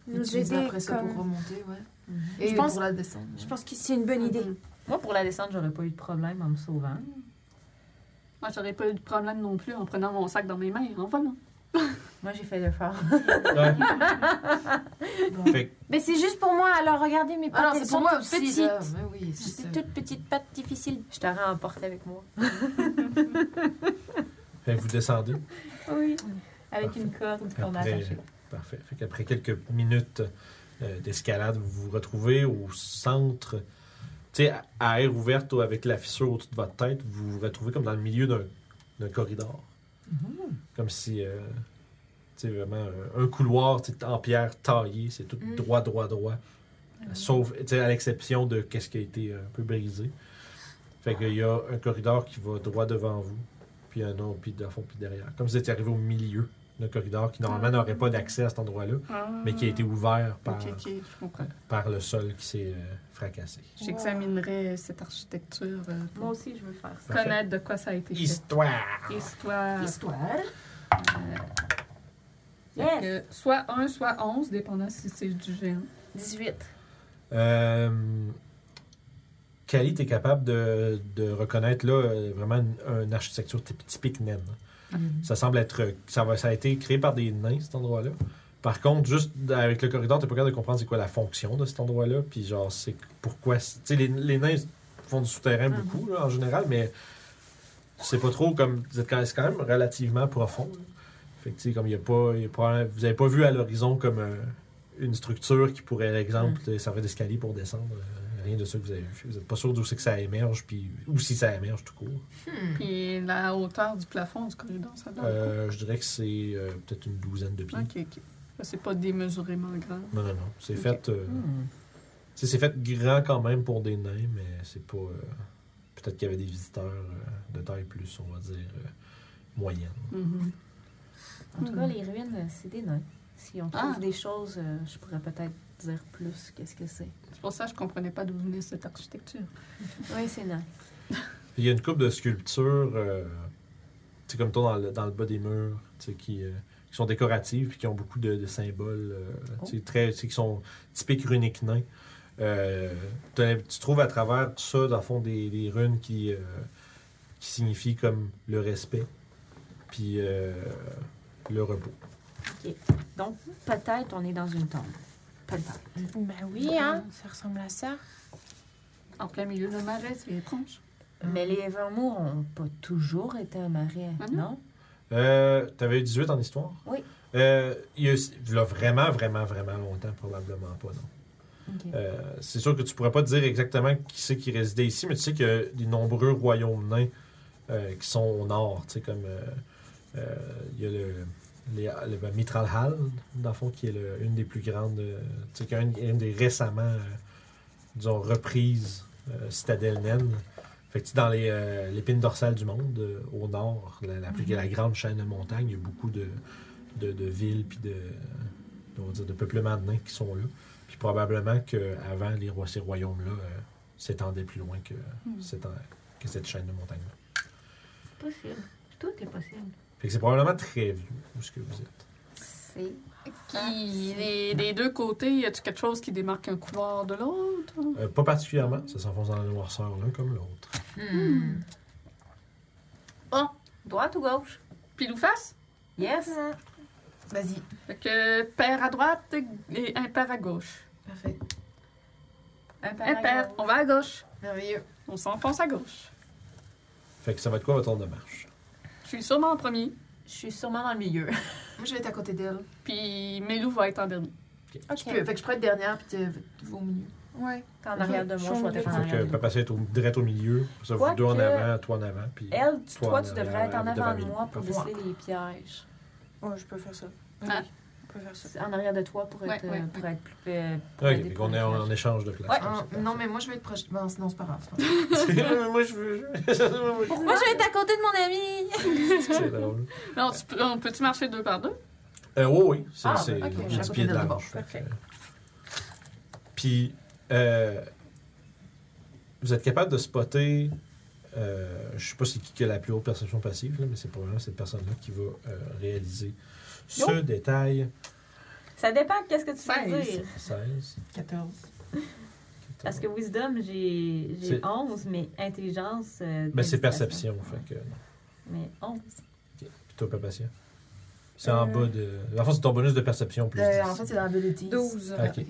Speaker 11: Nous
Speaker 8: utiliser
Speaker 11: aider
Speaker 8: après ça
Speaker 11: comme.
Speaker 8: pour remonter, ouais.
Speaker 5: Mhm.
Speaker 8: Et
Speaker 11: Je pense-
Speaker 8: pour la descendre. [laughs]
Speaker 11: Je pense que c'est une bonne
Speaker 3: Mm-hmm.
Speaker 11: idée.
Speaker 4: Mm-hmm.
Speaker 5: Moi, pour la descente, j'aurais pas eu de problème en me sauvant.
Speaker 3: Moi, j'aurais pas eu de problème non plus en prenant mon sac dans mes mains. En volant.
Speaker 5: Moi, j'ai fait l'effort.
Speaker 2: Ouais. Fait que
Speaker 11: Mais c'est juste pour moi. Alors regardez mes pattes,
Speaker 8: Ah non,
Speaker 11: elles
Speaker 8: c'est
Speaker 11: sont
Speaker 8: pour moi
Speaker 11: toutes
Speaker 8: aussi,
Speaker 11: petites.
Speaker 4: euh,
Speaker 8: là. Mais oui, c'est
Speaker 11: C'est
Speaker 8: ça.
Speaker 11: toutes petites pattes difficiles.
Speaker 5: Je t'aurais emporté avec moi.
Speaker 2: Fait que vous descendez.
Speaker 5: Oui. Avec une corde qu'on a
Speaker 2: Après-
Speaker 5: attachée.
Speaker 2: Parfait. Fait qu'après quelques minutes euh, d'escalade, vous vous retrouvez au centre, tu sais, à- à air ouverte ou avec la fissure au-dessus de votre tête, vous vous retrouvez comme dans le milieu d'un d'un corridor.
Speaker 5: Mm-hmm.
Speaker 2: Comme si, euh, tu sais, vraiment euh, un couloir tu sais, en pierre taillée, c'est tout
Speaker 5: Mm.
Speaker 8: Mhm.
Speaker 2: droit, droit, droit.
Speaker 5: Ah
Speaker 2: Sauf, tu sais, à l'exception de qu'est-ce qui a été euh, un peu brisé. Fait qu'il y a un corridor qui va droit devant vous, puis un autre, puis de fond, puis derrière. Comme vous êtes arrivé au milieu d'un corridor qui normalement n'aurait pas d'accès à cet endroit-là, Ah. mais qui a été ouvert par,
Speaker 3: Ah. Ok, ok, je comprends.
Speaker 2: par le sol qui s'est euh, fracassé.
Speaker 3: J'examinerai cette architecture euh,
Speaker 5: Moi
Speaker 3: pour
Speaker 5: aussi, je veux faire ça.
Speaker 2: Parfait.
Speaker 3: connaître de quoi ça a été fait.
Speaker 2: Histoire!
Speaker 3: Histoire. Euh,
Speaker 8: Histoire.
Speaker 5: Yes!
Speaker 3: Fait que soit 1, soit 11, dépendant si c'est du géant.
Speaker 5: 18.
Speaker 2: Euh, Kali, t'es capable de, de reconnaître là, euh, vraiment une, une architecture typ- typique naine. Ça semble être. euh, Ça, va, ça a été créé par des nains, cet endroit-là. Par contre, juste avec le corridor, t'es pas capable de comprendre c'est quoi la fonction de cet endroit-là. Puis genre, c'est pourquoi. c'est- Tu sais, les, les nains font du souterrain beaucoup, là, en général, mais c'est pas trop comme. vous êtes quand- C'est quand même relativement profond. là. Fait que, tu sais, comme il y a pas. il y a pas- vous avez pas vu à l'horizon comme. euh, une structure qui pourrait, par exemple, servir d'escalier pour descendre. Euh, Rien de ça que vous avez vu. Vous n'êtes pas sûr d'où c'est que ça émerge, puis, ou si ça émerge tout court.
Speaker 5: Hmm.
Speaker 3: Puis la hauteur du plafond du corridor, ça donne.
Speaker 2: Euh, je dirais que c'est euh, peut-être une douzaine de pieds.
Speaker 3: Ok, ok. Ça, C'est pas démesurément grand.
Speaker 2: Non, non, non. C'est
Speaker 3: Ok. Hmm.
Speaker 2: fait. euh,
Speaker 5: Hmm.
Speaker 2: tu sais, C'est fait grand quand même pour des nains, mais c'est pas. euh, peut-être qu'il y avait des visiteurs euh, de taille plus, on va dire, euh, moyenne.
Speaker 5: Mm-hmm.
Speaker 3: Mhm.
Speaker 5: En tout cas, les ruines, euh, c'est des nains. Si on trouve
Speaker 3: Ah.
Speaker 5: des choses, euh, je pourrais peut-être dire plus qu'est-ce que c'est.
Speaker 3: C'est pour ça que je comprenais pas d'où venait cette architecture.
Speaker 5: Oui, c'est nain.
Speaker 2: Il y a une coupe de sculptures euh, c'est comme toi dans le, dans le bas des murs, tu sais, qui, euh, qui sont décoratives puis qui ont beaucoup de, de symboles, euh, tu sais, très, tu sais, qui sont typiques runiques nains. Euh, t'as- tu trouves à travers tout ça, dans le fond, des, des runes qui, euh, qui signifient comme le respect, puis euh, le repos.
Speaker 5: Donc, peut-être on est dans une tombe. Peut-être.
Speaker 11: Bah
Speaker 6: Ben
Speaker 4: Mm-hmm.
Speaker 6: oui, hein, ça ressemble à ça.
Speaker 3: En plein milieu de marais, c'est étrange.
Speaker 5: Mais les Vermours ont pas toujours été un marais,
Speaker 3: Ah non?
Speaker 5: non?
Speaker 2: Euh, T'avais eu 18 en histoire?
Speaker 5: Oui.
Speaker 2: Euh, il y a, il y a vraiment, vraiment, vraiment longtemps, probablement pas, non.
Speaker 5: Ok.
Speaker 2: Euh, c'est sûr que tu pourrais pas te dire exactement qui c'est qui résidait ici, mais tu sais qu'il y a des nombreux royaumes nains euh, qui sont au nord, tu sais, comme... euh, euh, il y a le... les- le- ben, Mithralhal, dans le fond, qui est le- une des plus grandes, euh, tu sais, qui est une, une des récemment, euh, disons, reprises euh, citadelles naines. Fait que, tu sais, dans les, euh, l'épine dorsale du monde, euh, au nord, la, la plus, la grande chaîne de montagnes, il y a beaucoup de, de, de villes puis de, de, on va dire, de peuplements de nains qui sont là. Puis probablement qu'avant, les rois, ces royaumes-là euh, s'étendaient plus loin que,
Speaker 5: Hmm.
Speaker 2: s'étend- que cette chaîne de montagnes-là.
Speaker 5: C'est possible. Tout est possible.
Speaker 2: Fait que c'est probablement très vieux où ce que vous êtes.
Speaker 5: C'est.
Speaker 3: Puis, les- des deux côtés, y a-tu quelque chose qui démarque un couloir de l'autre?
Speaker 2: Euh, pas particulièrement, ça s'enfonce dans la noirceur l'un comme l'autre.
Speaker 5: Hmm. Bon, droite ou gauche?
Speaker 3: Puis, nous face?
Speaker 5: Yes?
Speaker 3: Ah.
Speaker 8: Vas-y.
Speaker 3: Fait que pair à droite et impair à gauche.
Speaker 8: Parfait.
Speaker 5: Un par à
Speaker 3: Impair,
Speaker 5: gauche.
Speaker 3: on va à gauche.
Speaker 8: Merveilleux.
Speaker 3: On s'enfonce à gauche.
Speaker 2: Fait que ça va être quoi votre ordre de marche?
Speaker 3: Je suis sûrement en premier,
Speaker 5: Je suis sûrement dans
Speaker 3: [laughs]
Speaker 5: le milieu.
Speaker 8: Moi, je vais être à côté d'elle.
Speaker 3: puis Melou va être en dernier.
Speaker 8: Je peux. Fait que je pourrais être dernière, puis tu vas au milieu.
Speaker 4: Ouais.
Speaker 5: T'es en arrière de moi, je vais
Speaker 4: Fait
Speaker 5: être en
Speaker 2: Fait que
Speaker 5: arrière. de toi.
Speaker 2: Papa c'est au, direct au milieu, ça vous
Speaker 5: Ah, Quoique-
Speaker 2: deux en avant, toi en avant, puis...
Speaker 5: Elle, tu-
Speaker 2: Toi,
Speaker 5: toi,
Speaker 2: en
Speaker 5: tu
Speaker 2: arrière,
Speaker 5: devrais être en
Speaker 2: devant
Speaker 5: avant de
Speaker 2: Milou.
Speaker 5: moi pour
Speaker 2: Parfait.
Speaker 5: déceler les pièges.
Speaker 4: Ouais, je peux faire ça. Ben
Speaker 3: Ah.
Speaker 4: oui, je peux faire ça.
Speaker 5: En arrière de toi pour être,
Speaker 3: Ouais, ouais,
Speaker 5: euh, pour être plus. euh, pour
Speaker 2: Ok,
Speaker 5: aider
Speaker 2: fait
Speaker 5: pour
Speaker 2: qu'on
Speaker 5: les
Speaker 2: est en, en
Speaker 5: pièges.
Speaker 2: échange de place.
Speaker 5: Ouais.
Speaker 2: comme
Speaker 8: Ah,
Speaker 2: ça.
Speaker 8: non, mais moi, je vais être proche. Ben, sinon, c'est pas grave. [laughs]
Speaker 2: [laughs] Moi, je veux...
Speaker 11: Moi, je vais être à côté de mon
Speaker 4: [laughs]
Speaker 11: ami.
Speaker 2: C'est drôle.
Speaker 3: Non, tu peux- on peut-tu marcher deux par deux?
Speaker 2: Euh, oui, oui, c'est
Speaker 5: Ah,
Speaker 2: c'est
Speaker 5: ok,
Speaker 2: il y a
Speaker 8: j'ai
Speaker 2: du
Speaker 8: raconté
Speaker 2: pied de
Speaker 8: de
Speaker 2: large.
Speaker 8: d'abord.
Speaker 2: fait que-
Speaker 5: Parfait.
Speaker 2: Puis, euh, vous êtes capable de spotter, euh, je sais pas c'est qui qui a la plus haute perception passive, là, mais c'est probablement cette personne-là qui va euh, réaliser ce détail.
Speaker 5: Ça dépend de qu'est-ce que tu veux
Speaker 3: Seize.
Speaker 5: dire.
Speaker 2: 16.
Speaker 8: 14.
Speaker 5: Parce que Wisdom, j'ai j'ai
Speaker 2: C'est-
Speaker 5: 11, mais intelligence. euh,
Speaker 2: Ben, c'est
Speaker 5: distance.
Speaker 2: perception, fait que...
Speaker 5: Mais 11.
Speaker 2: Plutôt pas patient. C'est en bas de... En fait, c'est ton bonus de perception plus
Speaker 8: Euh,
Speaker 2: 10.
Speaker 8: en fait, c'est dans Abilities.
Speaker 4: 12.
Speaker 2: OK.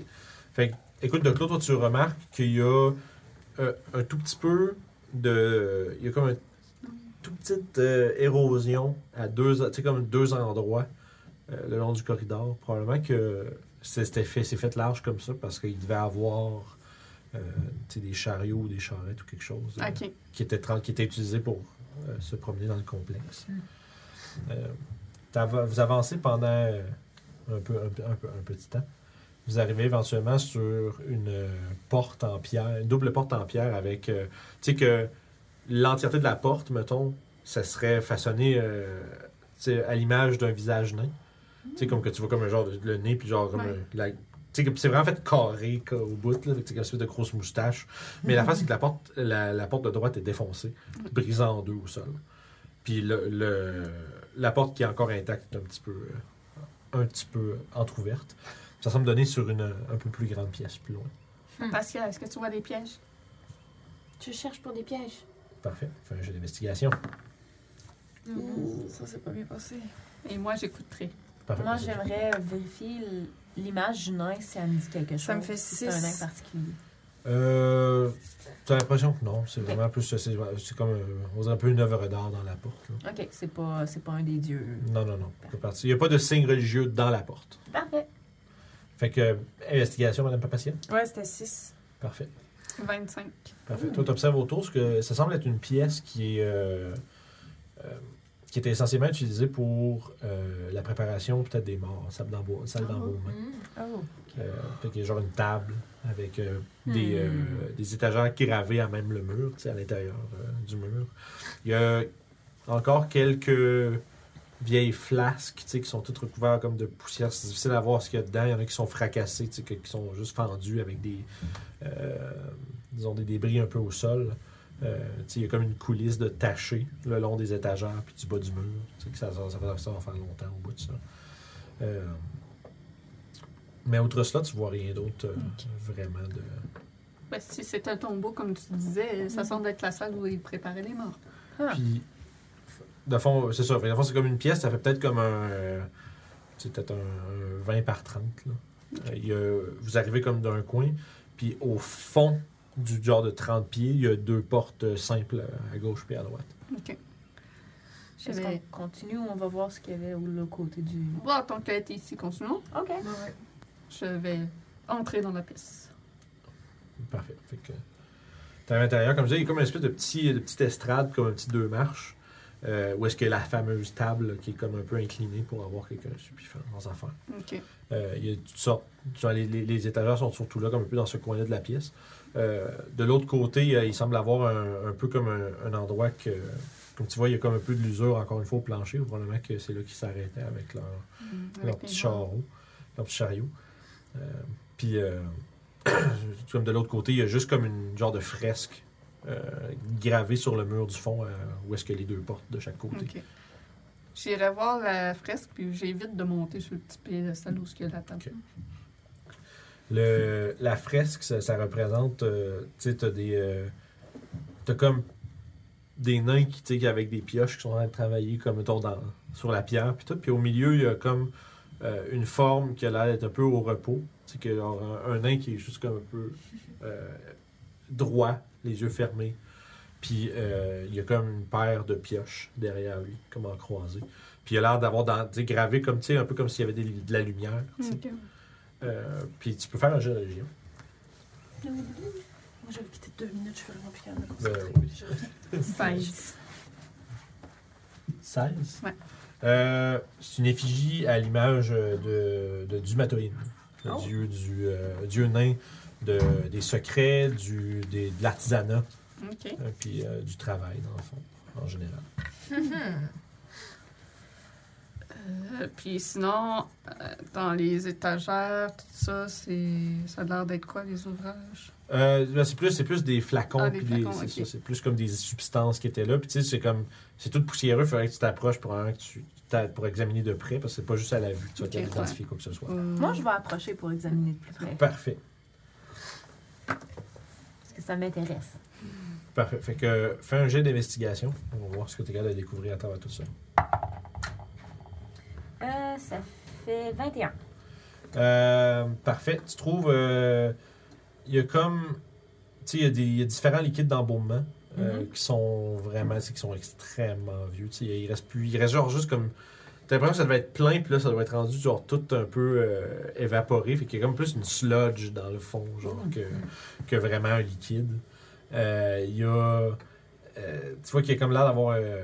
Speaker 2: Fait que, écoute, de toi, tu remarques qu'il y a euh, un tout petit peu de. Il y a comme une tout petite euh, érosion à deux, tu sais, comme deux endroits euh, le long du corridor. Probablement que c'est c'était fait, c'est fait large comme ça parce qu'il devait avoir euh, tu sais, des chariots ou des charrettes ou quelque chose euh,
Speaker 3: Ok.
Speaker 2: qui, était, tra- qui était utilisé pour euh, se promener dans le complexe. Euh, t'ava- vous avancez pendant euh, un, peu, un, peu- un peu- un petit temps. Vous arrivez éventuellement sur une euh, porte en pierre, une double porte en pierre avec. euh, tu sais que l'entièreté de la porte, mettons, ça serait façonné euh, tu sais, à l'image d'un visage nain. Tu sais, comme que tu vois comme un genre de le nez, puis genre comme
Speaker 3: Ouais.
Speaker 2: un- la- tu sais, que- puis c'est vraiment fait carré ca- au bout, là, avec tu sais, comme une espèce de grosse moustache. Mais la face, c'est que la porte, la, la porte de droite est défoncée, brisée en deux au sol. Puis le, le- la porte qui est encore intacte est un petit peu, euh, un petit peu entr'ouverte. Ça semble donner sur une un peu plus grande pièce, plus loin.
Speaker 3: Pascal, est-ce que tu vois des pièges?
Speaker 11: Je cherche pour des pièges.
Speaker 2: Parfait. Fais un jeu d'investigation.
Speaker 7: Ouh, ça s'est pas bien passé.
Speaker 3: Et moi, j'écouterai.
Speaker 2: Parfait.
Speaker 5: Moi, j'aimerais vérifier l- l'image du nain si elle me dit quelque chose.
Speaker 4: Ça me fait
Speaker 5: si C'est un nain
Speaker 4: six.
Speaker 5: particulier.
Speaker 2: Euh, T'as l'impression que non. C'est vraiment plus. C'est c'est comme. euh, On dirait un peu une œuvre d'art dans la porte. là.
Speaker 5: Ok, c'est pas, c'est pas un des dieux.
Speaker 2: Non, non, non. C'est parti. Il n'y a pas de signe religieux dans la porte.
Speaker 5: Parfait.
Speaker 2: Fait que. euh, Investigation, Madame Papassian.
Speaker 4: Ouais, c'était 6.
Speaker 2: Parfait.
Speaker 3: 25.
Speaker 2: Parfait. Toi, tu observes autour ce que ça semble être une pièce qui est euh, euh, qui était essentiellement utilisée pour euh, la préparation peut-être des morts, salle d'embo- salle d'embaumement.
Speaker 5: Oh.
Speaker 2: Euh, fait qu'il y a genre une table avec euh, des, euh, des étagères gravées à même le mur, tu sais, à l'intérieur euh, du mur. Il y a encore quelques vieilles flasques, tu sais, qui sont toutes recouvertes comme de poussière. C'est difficile à voir ce qu'il y a dedans. Il y en a qui sont fracassés, tu sais, que- qui sont juste fendus avec des, euh, disons, des débris un peu au sol. Euh, tu sais, il y a comme une coulisse de tachés le long des étagères puis du bas du mur. Tu sais que ça, ça, ça va ça va faire longtemps au bout de ça. Euh, mais outre cela, tu vois rien d'autre euh, vraiment de.
Speaker 3: Ben, si c'est un tombeau, comme tu disais, ça semble être la salle où ils préparaient les morts.
Speaker 5: Ah.
Speaker 2: Puis, de fond, c'est ça. Fait que, De fond, c'est comme une pièce. Ça fait peut-être comme un. euh, c'est peut-être un, un 20 par 30. Là. Euh, il y a- vous arrivez comme d'un coin. Puis, au fond du genre de 30 pieds, il y a deux portes euh, simples euh, à gauche puis à droite.
Speaker 3: Je
Speaker 5: Est-ce
Speaker 3: vais...
Speaker 5: qu'on continue ou on va voir ce qu'il y avait au l'autre côté du.
Speaker 3: Bon, en tant qu'elle était ici, continuons.
Speaker 5: Ok.
Speaker 3: Je vais entrer dans la pièce.
Speaker 2: Parfait. Fait que t'es à l'intérieur, comme je disais, il y a comme une espèce de, petit, de petite estrade, comme un petit deux marches, euh, où est-ce que la fameuse table là, qui est comme un peu inclinée pour avoir quelqu'un sur puis faire leurs affaires.
Speaker 3: OK.
Speaker 2: Euh, il y a toutes sortes. genre, les, les, les étagères sont surtout là, comme un peu dans ce coin-là de la pièce. Euh, de l'autre côté, euh, il semble avoir un, un peu comme un, un endroit que, comme tu vois, il y a comme un peu de l'usure encore une fois au plancher. Probablement que c'est là qu'ils s'arrêtaient avec leur,
Speaker 3: Mm, avec
Speaker 2: leur
Speaker 3: les
Speaker 2: petit
Speaker 3: morts.
Speaker 2: charreau, leur petit chariot. Euh, puis, euh, [clears throat] comme de l'autre côté, il y a juste comme une genre de fresque euh, gravée sur le mur du fond, euh, où est-ce que les deux portes de chaque côté.
Speaker 3: OK. J'irai voir la fresque, puis j'évite de monter sur le petit piédestal où il y a la table.
Speaker 2: OK. Le, la fresque, ça, ça représente, euh, tu sais, t'as des, euh, t'as comme des nains qui, tu sais, avec des pioches qui sont en train de travailler comme mettons, dans, sur la pierre, puis tout. Puis au milieu, il y a comme euh, une forme qui a l'air d'être un peu au repos, tu sais, que genre, un, un nain qui est juste comme un peu euh, droit, les yeux fermés. Puis euh, il y a comme une paire de pioches derrière lui, comme en croisée. Puis il a l'air d'avoir dans- tu sais, gravé comme, tu sais, un peu comme s'il y avait des- de la lumière. tu sais.
Speaker 3: OK.
Speaker 2: Euh, puis tu peux faire un jeu de religion.
Speaker 11: Moi, j'avais quitté deux minutes, je suis vraiment plus capable de me
Speaker 2: Ben
Speaker 11: concentrer.
Speaker 2: oui.
Speaker 11: Je-
Speaker 3: 16.
Speaker 2: 16.
Speaker 3: Ouais.
Speaker 2: Euh, c'est une effigie à l'image de, de Dumatoïne, le
Speaker 5: Oh.
Speaker 2: dieu, du, euh, dieu nain de, des secrets, du, des, de l'artisanat,
Speaker 3: OK.
Speaker 2: euh, puis euh, du travail, dans le fond, en général.
Speaker 3: Euh, puis sinon, euh, dans les étagères, tout ça, c'est ça a l'air d'être quoi, les ouvrages?
Speaker 2: Euh, là, c'est plus, c'est plus des flacons,
Speaker 3: Ah, des
Speaker 2: puis des-
Speaker 3: flacons,
Speaker 2: c'est
Speaker 3: ok.
Speaker 2: ça, c'est plus comme des substances qui étaient là. Puis tu sais, c'est comme, c'est tout poussiéreux, il faudrait que tu t'approches pour, un- que tu, t'a- pour examiner de près, parce que c'est pas juste à la vue que tu vas
Speaker 3: Ok,
Speaker 2: t'identifier identifier quoi que ce soit.
Speaker 3: Euh,
Speaker 5: Moi, je vais approcher pour examiner de plus près.
Speaker 2: Parfait.
Speaker 5: Parce que ça m'intéresse.
Speaker 2: Parfait. Fait que fais un jet d'investigation. On va voir ce que tu es capable de découvrir à travers tout ça.
Speaker 5: Euh, ça fait 21.
Speaker 2: Euh, parfait. Tu trouves. euh, Il y a comme. Tu sais, il y a des- il y, a différents liquides d'embaumement euh, qui sont vraiment. tu sais, qui sont extrêmement vieux. Tu sais, il reste plus. Il reste genre juste comme. T'as l'impression que ça devait être plein, puis là, ça doit être rendu genre tout un peu euh, évaporé. Fait qu'il y a comme plus une sludge dans le fond, genre, que, que vraiment un liquide. Euh, Il y a. euh, tu vois qu'il y a comme l'air d'avoir. euh,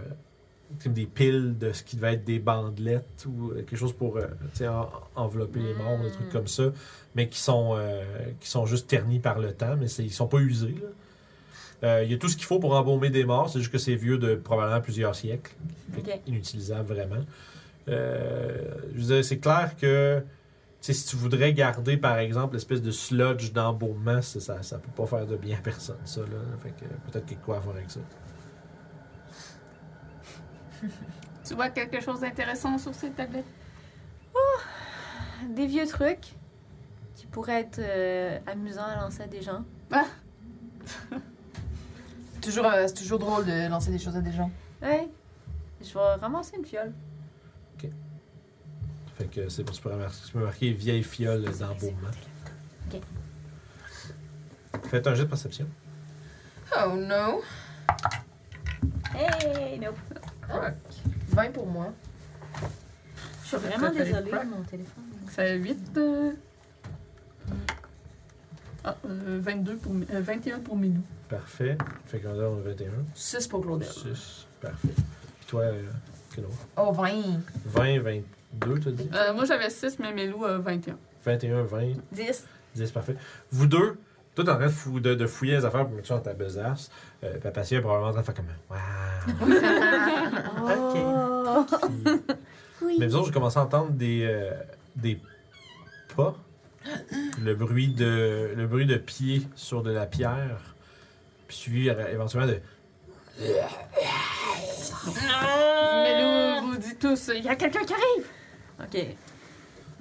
Speaker 2: comme des piles de ce qui devait être des bandelettes ou euh, quelque chose pour euh, tu sais, en- envelopper les morts, des trucs comme ça, mais qui sont, euh, qui sont juste ternis par le temps, mais c'est- ils sont pas usés. là. Euh, Il y a tout ce qu'il faut pour embaumer des morts, c'est juste que c'est vieux de probablement plusieurs siècles. Fait
Speaker 5: Ok.
Speaker 2: Inutilisable vraiment. Euh, je veux dire, c'est clair que tu sais, si tu voudrais garder, par exemple, l'espèce de sludge d'embaumement, c'est- ça ne peut pas faire de bien à personne, ça. Là. Fait que, euh, peut-être qu'il y a de quoi à faire avec ça.
Speaker 3: Tu vois quelque chose d'intéressant sur ces tablettes?
Speaker 5: Des vieux trucs qui pourraient être euh, amusants à lancer à des gens.
Speaker 8: Toujours, euh, c'est toujours drôle de lancer des choses à des gens.
Speaker 5: Ouais. Je vais ramasser une fiole.
Speaker 2: Fait que c'est pour ça que tu peux remarquer- tu peux marquer vieille fiole d'embaumement.
Speaker 5: Ok.
Speaker 2: Faites un jet de perception.
Speaker 8: Oh no!
Speaker 5: Hey, nope.
Speaker 8: 20 pour moi.
Speaker 5: Je suis vraiment
Speaker 3: T'as fait
Speaker 5: désolée,
Speaker 3: quoi?
Speaker 5: mon téléphone.
Speaker 3: Ça a 8. euh, Ah, euh, 22 pour... euh, 21 pour Milou.
Speaker 2: Parfait. Fait qu'on a 21.
Speaker 8: 6 pour Claudel.
Speaker 2: 6. Parfait. Puis toi, euh, quel autre?
Speaker 8: Oh, 20!
Speaker 2: 20, 22, t'as dit?
Speaker 3: Euh, moi, j'avais 6, mais Milou a 21.
Speaker 2: 21, 20,
Speaker 5: 10.
Speaker 2: 10, parfait. Vous deux, tout en train de, fou- de, de fouiller les affaires pour mettre ça dans ta besace. Euh, puis Papacia est probablement en train de faire comme Waouh!
Speaker 5: Oh. Oui.
Speaker 2: Mais vous autres, j'ai commencé à entendre des, euh, des pas, le bruit de le bruit de pieds sur de la pierre. Puis puis suivi euh, éventuellement de.
Speaker 3: Mais nous, vous dites tous, il y a quelqu'un qui arrive!
Speaker 5: Ok.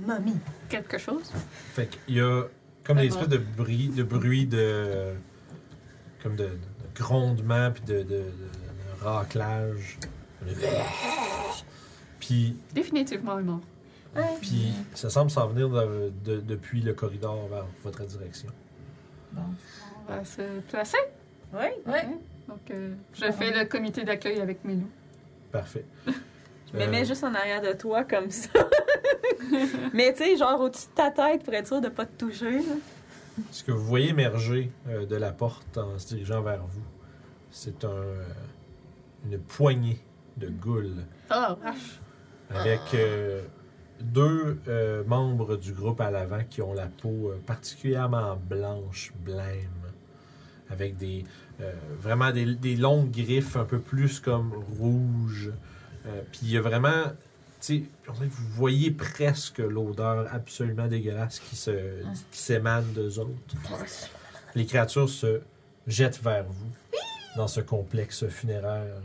Speaker 5: Mamie.
Speaker 3: Quelque chose?
Speaker 2: Fait qu'il y a comme des espèces de bruit, de bruit de. comme de, de grondement, puis de, de, de- de raclage. Puis,
Speaker 3: Définitivement un mort.
Speaker 2: puis ça semble s'en venir de- de- depuis le corridor vers votre direction.
Speaker 3: On va se placer.
Speaker 5: Oui.
Speaker 3: Donc, euh, je fais le comité d'accueil avec Milou.
Speaker 2: Parfait.
Speaker 5: Je me
Speaker 2: Euh,
Speaker 5: mets juste en arrière de toi comme [laughs] ça. Mais tu sais, genre au-dessus de ta tête pour être sûr de pas te toucher. là.
Speaker 2: Ce que vous voyez émerger euh, de la porte en se dirigeant vers vous, c'est un, euh, une poignée de ghouls
Speaker 3: Oh, vache.
Speaker 2: avec euh, deux euh, membres du groupe à l'avant qui ont la peau euh, particulièrement blanche, blême, avec des euh, vraiment des, des longues griffes un peu plus comme rouges. Euh, Puis il y a vraiment, tu sais, on dirait que vous voyez presque l'odeur absolument dégueulasse qui se
Speaker 5: Ah.
Speaker 2: qui s'émane d'eux autres. Les créatures se jettent vers vous dans ce complexe funéraire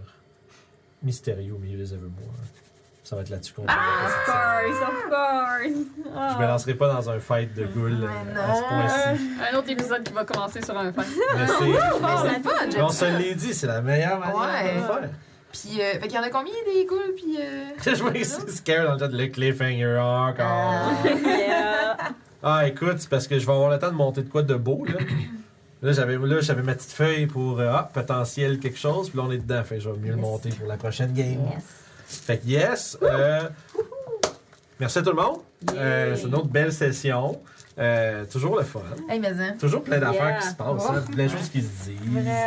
Speaker 2: mystérieux au milieu des abreuvoirs. Ça va être là-dessus qu'on va passer.
Speaker 5: Of course, Ah, of course. Ah.
Speaker 2: Je me lancerai pas dans un fight de ghouls euh, à ce point-ci.
Speaker 3: Un autre épisode qui va commencer sur un fan.
Speaker 2: Mais c'est-
Speaker 8: Mais c'est le fun,
Speaker 2: on
Speaker 8: j'aime
Speaker 2: se
Speaker 8: ça.
Speaker 2: l'est dit, c'est la meilleure manière de
Speaker 8: Ouais.
Speaker 2: le faire. [laughs]
Speaker 8: Puis, euh, fait qu'il y en a combien des ghouls, puis... euh,
Speaker 2: Je vois que c'est scare dans le chat, le cliffhanger encore.
Speaker 5: [laughs] Ah. Yeah.
Speaker 2: Ah, écoute, c'est parce que je vais avoir le temps de monter de quoi de beau, là. Là, j'avais, là, j'avais ma petite feuille pour euh, ah, potentiel quelque chose, puis là, on est dedans. Fait que je vais mieux le
Speaker 5: Yes.
Speaker 2: monter pour la prochaine game.
Speaker 5: Yes.
Speaker 2: Fait que yes. euh, merci à tout le monde. Euh,
Speaker 5: Yay.
Speaker 2: c'est une autre belle session. Euh, toujours le fun.
Speaker 8: Hey, mais hein.
Speaker 2: Toujours plein d'affaires
Speaker 5: Yeah.
Speaker 2: qui se passent, hein, plein de choses qui se disent.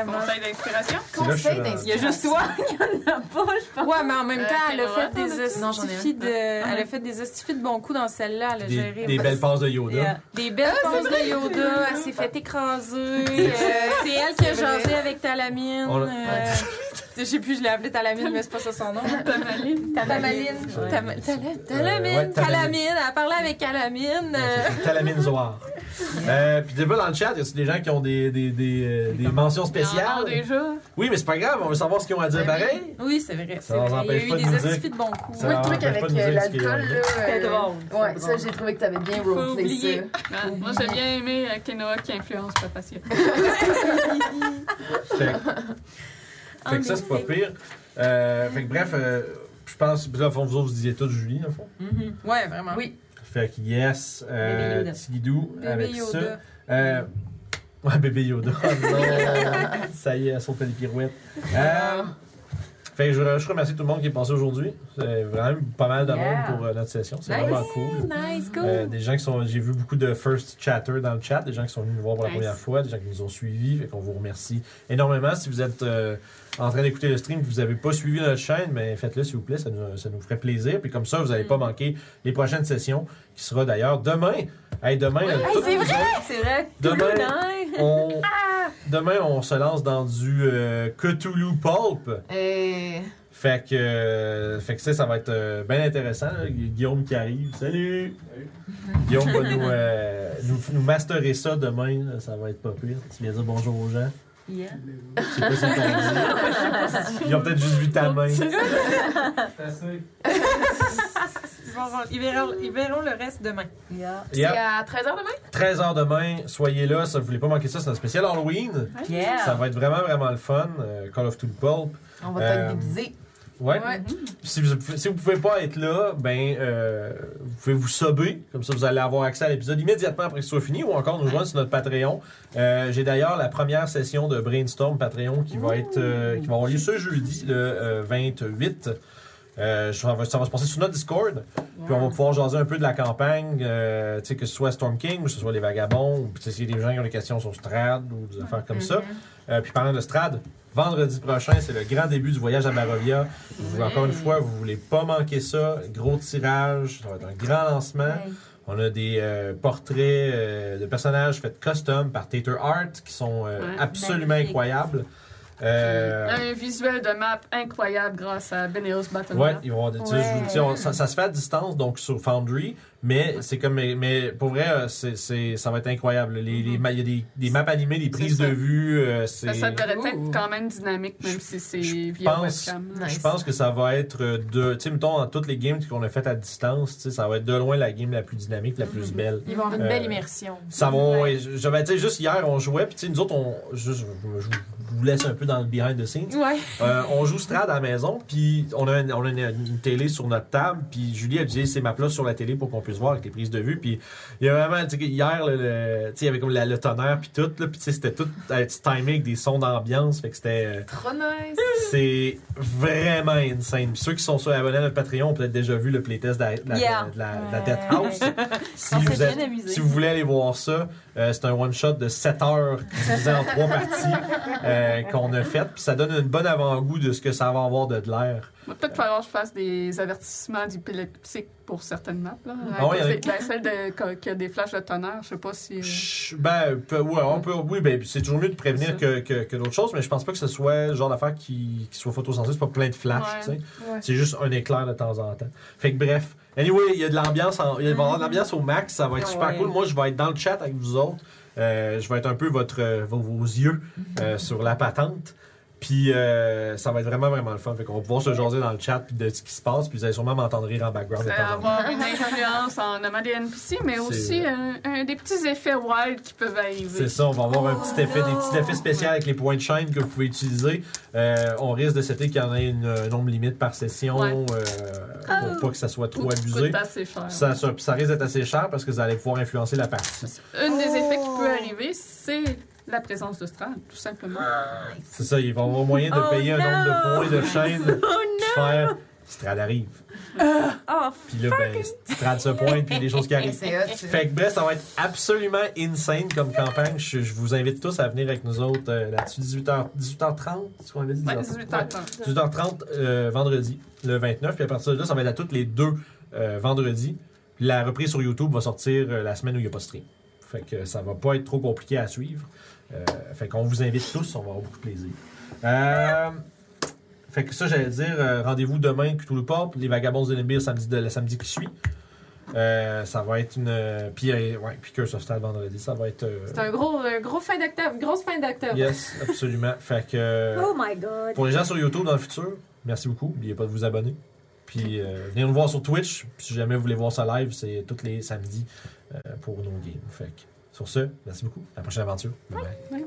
Speaker 3: Conseil d'inspiration?
Speaker 2: C'est là que je suis
Speaker 8: Conseil
Speaker 2: dans-
Speaker 8: d'inspiration.
Speaker 5: Il y a juste toi qui en a pas, je pense.
Speaker 4: Ouais, mais en même
Speaker 3: Euh,
Speaker 4: temps, elle a
Speaker 3: quelle
Speaker 4: fait
Speaker 3: horreur.
Speaker 4: des
Speaker 8: Non, j'en ai Ah,
Speaker 4: hosties
Speaker 8: un.
Speaker 4: de... Elle a fait des hosties de bons coups dans celle-là. Elle a
Speaker 2: Des,
Speaker 4: géré...
Speaker 2: des belles passes de Yoda.
Speaker 5: Yeah.
Speaker 4: Des
Speaker 8: Ah,
Speaker 4: belles poses de Yoda. Elle s'est fait écraser.
Speaker 8: [laughs]
Speaker 4: Euh, c'est elle qui a
Speaker 8: C'est vrai.
Speaker 4: jasé avec Talamine.
Speaker 2: On l'a-
Speaker 4: euh, Je sais plus, je l'ai appelée Talamine, mais c'est pas ça son nom.
Speaker 3: Tamaline.
Speaker 4: Tamaline.
Speaker 2: Ouais. Euh,
Speaker 4: Tama- Tala- Talamine.
Speaker 2: ouais, Talamine.
Speaker 4: Talamine. Elle a parlé avec Talamine. euh,
Speaker 2: Talamine Zoar. Euh, Puis débat dans le chat, y a des gens qui ont des, des, des, euh, des mentions
Speaker 3: Spécial.
Speaker 2: spéciales?
Speaker 3: déjà.
Speaker 2: Oui, mais c'est pas grave, on veut savoir ce qu'ils ont à dire pareil.
Speaker 4: Oui, c'est vrai. c'est
Speaker 2: nous
Speaker 4: vrai. Il y a
Speaker 2: empêche pas
Speaker 4: eu
Speaker 2: de
Speaker 4: des
Speaker 2: nous
Speaker 4: hosties
Speaker 2: dire.
Speaker 4: de bons coups.
Speaker 2: Ça
Speaker 8: Oui, le
Speaker 2: empêche
Speaker 8: truc avec
Speaker 2: pas de nous
Speaker 8: euh,
Speaker 2: dire ce qu'il y a
Speaker 8: l'alcool, là.
Speaker 2: dedans.
Speaker 8: [laughs]
Speaker 5: C'était
Speaker 8: euh,
Speaker 5: drôle. c'était
Speaker 8: Ouais, ça,
Speaker 5: drôle.
Speaker 8: j'ai trouvé que t'avais bien
Speaker 4: faut
Speaker 8: roleplay
Speaker 4: oublier.
Speaker 8: ça.
Speaker 3: Ah, moi, j'ai bien aimé euh, Kenoa qui influence Papa Sia.
Speaker 2: Fait, que- fait que ça, c'est pas pire. Euh, fait que bref, euh, je pense, puis là, au fond, vous autres, vous disiez tout Julie, au fond.
Speaker 5: Mhm.
Speaker 4: Ouais, vraiment.
Speaker 5: Oui.
Speaker 2: Fait que yes,
Speaker 5: Bébé
Speaker 2: euh,
Speaker 5: Yoda.
Speaker 2: petit guidou
Speaker 4: Bébé
Speaker 2: avec
Speaker 4: Yoda.
Speaker 2: ça. Euh, [laughs] ouais, bébé Yoda. [laughs] Oh non. ça y est, elle saute des pirouettes. Euh, fait que je, je remercie tout le monde qui est passé aujourd'hui. C'est vraiment pas mal de
Speaker 5: Yeah.
Speaker 2: monde pour euh, notre session. C'est
Speaker 5: Nice.
Speaker 2: vraiment cool.
Speaker 4: Nice, cool.
Speaker 2: Euh, des gens qui sont. J'ai vu beaucoup de first chatter dans le chat, des gens qui sont venus nous voir pour la
Speaker 3: Nice.
Speaker 2: première fois, des gens qui nous ont suivis. Fait qu'on vous remercie énormément. Si vous êtes euh, en train d'écouter le stream et vous n'avez pas suivi notre chaîne, mais faites-le s'il vous plaît, ça nous, ça nous ferait plaisir. Puis comme ça, vous n'allez
Speaker 5: Mm.
Speaker 2: pas manquer les prochaines sessions qui sera d'ailleurs demain. Hey, demain, là,
Speaker 5: Hey,
Speaker 2: tout-
Speaker 5: c'est vrai! C'est vrai.
Speaker 2: Demain.
Speaker 5: Demain.
Speaker 2: on- demain, on se lance dans du euh, Cthulhu Pulp.
Speaker 8: Et...
Speaker 2: Fait que, euh, fait que ça, ça va être bien intéressant. là. Gu- Guillaume qui arrive. Salut! Guillaume va nous, euh, nous, nous masterer ça demain. là. Ça va être pas pire. Tu viens dire bonjour aux gens.
Speaker 5: Yeah.
Speaker 2: Je sais pas si t'as dit. Ils ont peut-être juste vu ta main.
Speaker 4: Ils vont voir- Ils verront, ils verront le reste demain.
Speaker 5: Yeah.
Speaker 8: C'est
Speaker 2: Yep.
Speaker 8: à 13h demain?
Speaker 2: 13h demain, soyez là. Ça, vous voulez pas manquer ça, c'est notre spécial Halloween.
Speaker 5: Yeah.
Speaker 2: Ça va être vraiment, vraiment le fun. Euh, Call of Duty Pulp.
Speaker 8: On va peut-être
Speaker 2: Euh,
Speaker 8: déguiser.
Speaker 2: Ouais. Si vous, si vous pouvez pas être là, ben euh, vous pouvez vous sober, comme ça vous allez avoir accès à l'épisode immédiatement après que ce soit fini, ou encore nous joindre sur notre Patreon. Euh, J'ai d'ailleurs la première session de Brainstorm Patreon qui va être euh, qui va avoir lieu ce jeudi le euh, 28. Euh, ça, va, ça va se passer sur notre Discord. Puis on va pouvoir jaser un peu de la campagne, euh, tu sais, que ce soit Storm King, ou que ce soit les Vagabonds, ou tu sais, s'il y a des gens qui ont des questions sur Strad ou des affaires comme ça. Euh, puis parlant de Strad, vendredi prochain, c'est le grand début du voyage à Barovia. Vous- Encore une fois, vous voulez pas manquer ça. Gros tirage, ça va être un grand lancement.
Speaker 5: Hey.
Speaker 2: On a des euh, portraits euh, de personnages faits custom par Tater Art qui sont euh,
Speaker 3: Ouais,
Speaker 2: absolument
Speaker 5: magnifique.
Speaker 2: incroyables. Euh,
Speaker 3: Un visuel de map incroyable grâce à Beneos Battle.
Speaker 2: Ouais, ils vont avoir des- tu sais, je vous-
Speaker 5: Ouais.
Speaker 2: tu sais, on- ça, ça se fait à distance, donc sur Foundry. Mais c'est comme. Mais, mais pour vrai, euh, c'est, c'est- ça va être incroyable. Les, les ma- Il y a des, des maps animées, des prises
Speaker 3: Mhm. ça.
Speaker 2: de vue. euh, c'est-
Speaker 3: Ça, ça devrait être
Speaker 6: Ouh.
Speaker 3: quand même dynamique, même si c'est
Speaker 2: je
Speaker 3: via
Speaker 2: pense-
Speaker 3: webcam.
Speaker 6: Nice.
Speaker 2: Je pense que ça va être euh, de. Tu sais, mettons, dans toutes les games qu'on a faites à distance, tu sais, ça va être de loin la game la plus dynamique, la
Speaker 3: Mhm.
Speaker 2: plus belle.
Speaker 6: Ils vont avoir une
Speaker 2: Euh,
Speaker 6: belle immersion.
Speaker 2: Ça va. ouais, je- je- ben, tu sais, juste hier, on jouait, puis tu sais, nous autres, on. Je, je- je vous laisse un peu dans le behind the
Speaker 4: [laughs]
Speaker 2: scenes.
Speaker 6: Ouais.
Speaker 2: Euh, on joue Strad à la maison, puis on a, une, on a une- une télé sur notre table, puis Julie a dit ces maps-là sur la télé pour qu'on puisse voir avec les prises de vue, puis il y a vraiment, tu sais, hier, le- le- tu sais, il y avait comme la- le tonnerre, puis tout, là, puis tu sais, c'était tout euh, timé avec des sons d'ambiance, fait que c'était... euh,
Speaker 8: Trop nice!
Speaker 2: c'est vraiment insane. Puis ceux qui sont sur abonnés à notre Patreon ont peut-être déjà vu le playtest de la, de la-
Speaker 5: Yeah.
Speaker 2: de la- de la Death House. si,
Speaker 5: On s'est
Speaker 2: vous êtes-
Speaker 5: bien amusé.
Speaker 2: si vous voulez aller voir ça, euh, c'est un one-shot de 7 heures divisé en trois parties euh, qu'on a fait. Puis ça donne une bonne avant-goût de ce que ça va avoir de, de l'air.
Speaker 3: Il va peut-être falloir que je fasse des avertissements d'épileptique pour certaines maps. Là.
Speaker 2: Ah ouais,
Speaker 3: Avec
Speaker 2: avec-
Speaker 3: la- celle de- qu'a- qui a des flashs de tonnerre, je sais pas si. euh,
Speaker 2: Ch- Ben, peu- ouais, on peut- oui, ben, c'est toujours mieux de prévenir
Speaker 3: C'est
Speaker 2: que, que- que d'autres choses, mais je pense pas que ce soit le genre d'affaire qui, qui soit photosensible, c'est pas plein de flash,
Speaker 3: Ouais.
Speaker 2: tu sais. C'est juste un éclair de temps en temps. Fait que bref. Anyway, il y a de l'ambiance, en- il va y avoir
Speaker 3: Mm-hmm.
Speaker 2: de l'ambiance au max, ça va être super
Speaker 5: Ouais.
Speaker 2: cool. Moi, je vais être dans le chat avec vous autres. Euh, je vais être un peu votre, euh, vos, vos yeux
Speaker 3: Mm-hmm.
Speaker 2: euh, sur la patente. Puis euh, ça va être vraiment, vraiment le fun. Fait qu'on va pouvoir se jaser dans le chat puis de ce qui se passe. Puis vous allez sûrement m'entendre rire en background. de
Speaker 3: C'est
Speaker 2: temps en temps.
Speaker 3: euh, avoir une influence en nommant des NPC, mais
Speaker 2: C'est-
Speaker 3: aussi un, un des petits effets wild qui peuvent
Speaker 2: C'est
Speaker 3: arriver.
Speaker 2: ça, on va avoir un petit effet, des petits effets spéciaux avec les points de chaîne que vous pouvez utiliser. Euh, on risque de citer qu'il y en a une- un nombre limite par session
Speaker 3: Ouais.
Speaker 2: euh, pour pas que ça soit trop
Speaker 3: Oups,
Speaker 2: abusé.
Speaker 3: coûte assez cher.
Speaker 2: Ça, ça, ça risque d'être assez cher parce que vous allez pouvoir influencer la partie.
Speaker 3: Un des effets qui
Speaker 6: Oh.
Speaker 3: peut arriver, c'est la présence de Strad, tout simplement.
Speaker 2: C'est ça, il va y avoir moyen de
Speaker 5: Oh
Speaker 2: payer
Speaker 5: non!
Speaker 2: un nombre de points de chaîne
Speaker 5: Oh
Speaker 2: puis faire Strad arrive.
Speaker 5: Oh,
Speaker 2: Puis là, ben, Strad se pointe puis les choses qui arrivent.
Speaker 8: Eh, C'est hot, ça.
Speaker 2: Fait que bref, ça va être absolument insane comme campagne. Je, je vous invite tous à venir avec nous autres euh, là-dessus 18h, 18h30, c'est ce qu'on avait dit?
Speaker 3: Ouais,
Speaker 2: 18h30.
Speaker 3: 18 ans. attends.
Speaker 2: 18h30 euh, vendredi, le 29. Puis à partir de là, ça va être à toutes les deux euh, vendredis. Puis la reprise sur YouTube va sortir euh, la semaine où il n'y a pas de stream. Fait que ça va pas être trop compliqué à suivre. Euh, fait qu'on vous invite tous, on va avoir beaucoup de plaisir. Euh, fait que ça, j'allais dire, euh, rendez-vous demain, Cthulhu Pop, les Vagabonds de Nimbir, samedi, de, le samedi qui suit. Euh, ça va être une. euh, Puis, euh, ouais, puis Curse of Style vendredi, ça va être. euh,
Speaker 6: C'est un gros, un gros fin d'octobre, grosse fin d'octobre.
Speaker 2: yes, absolument. Fait que. euh,
Speaker 5: Oh my god.
Speaker 2: Pour les gens sur YouTube dans le futur, merci beaucoup. N'oubliez pas de vous abonner. Puis euh, venez nous voir sur Twitch. Puis si jamais vous voulez voir ça live, c'est tous les samedis euh, pour nos games. Fait que, sur ce, merci beaucoup. À la prochaine aventure. Bye bye.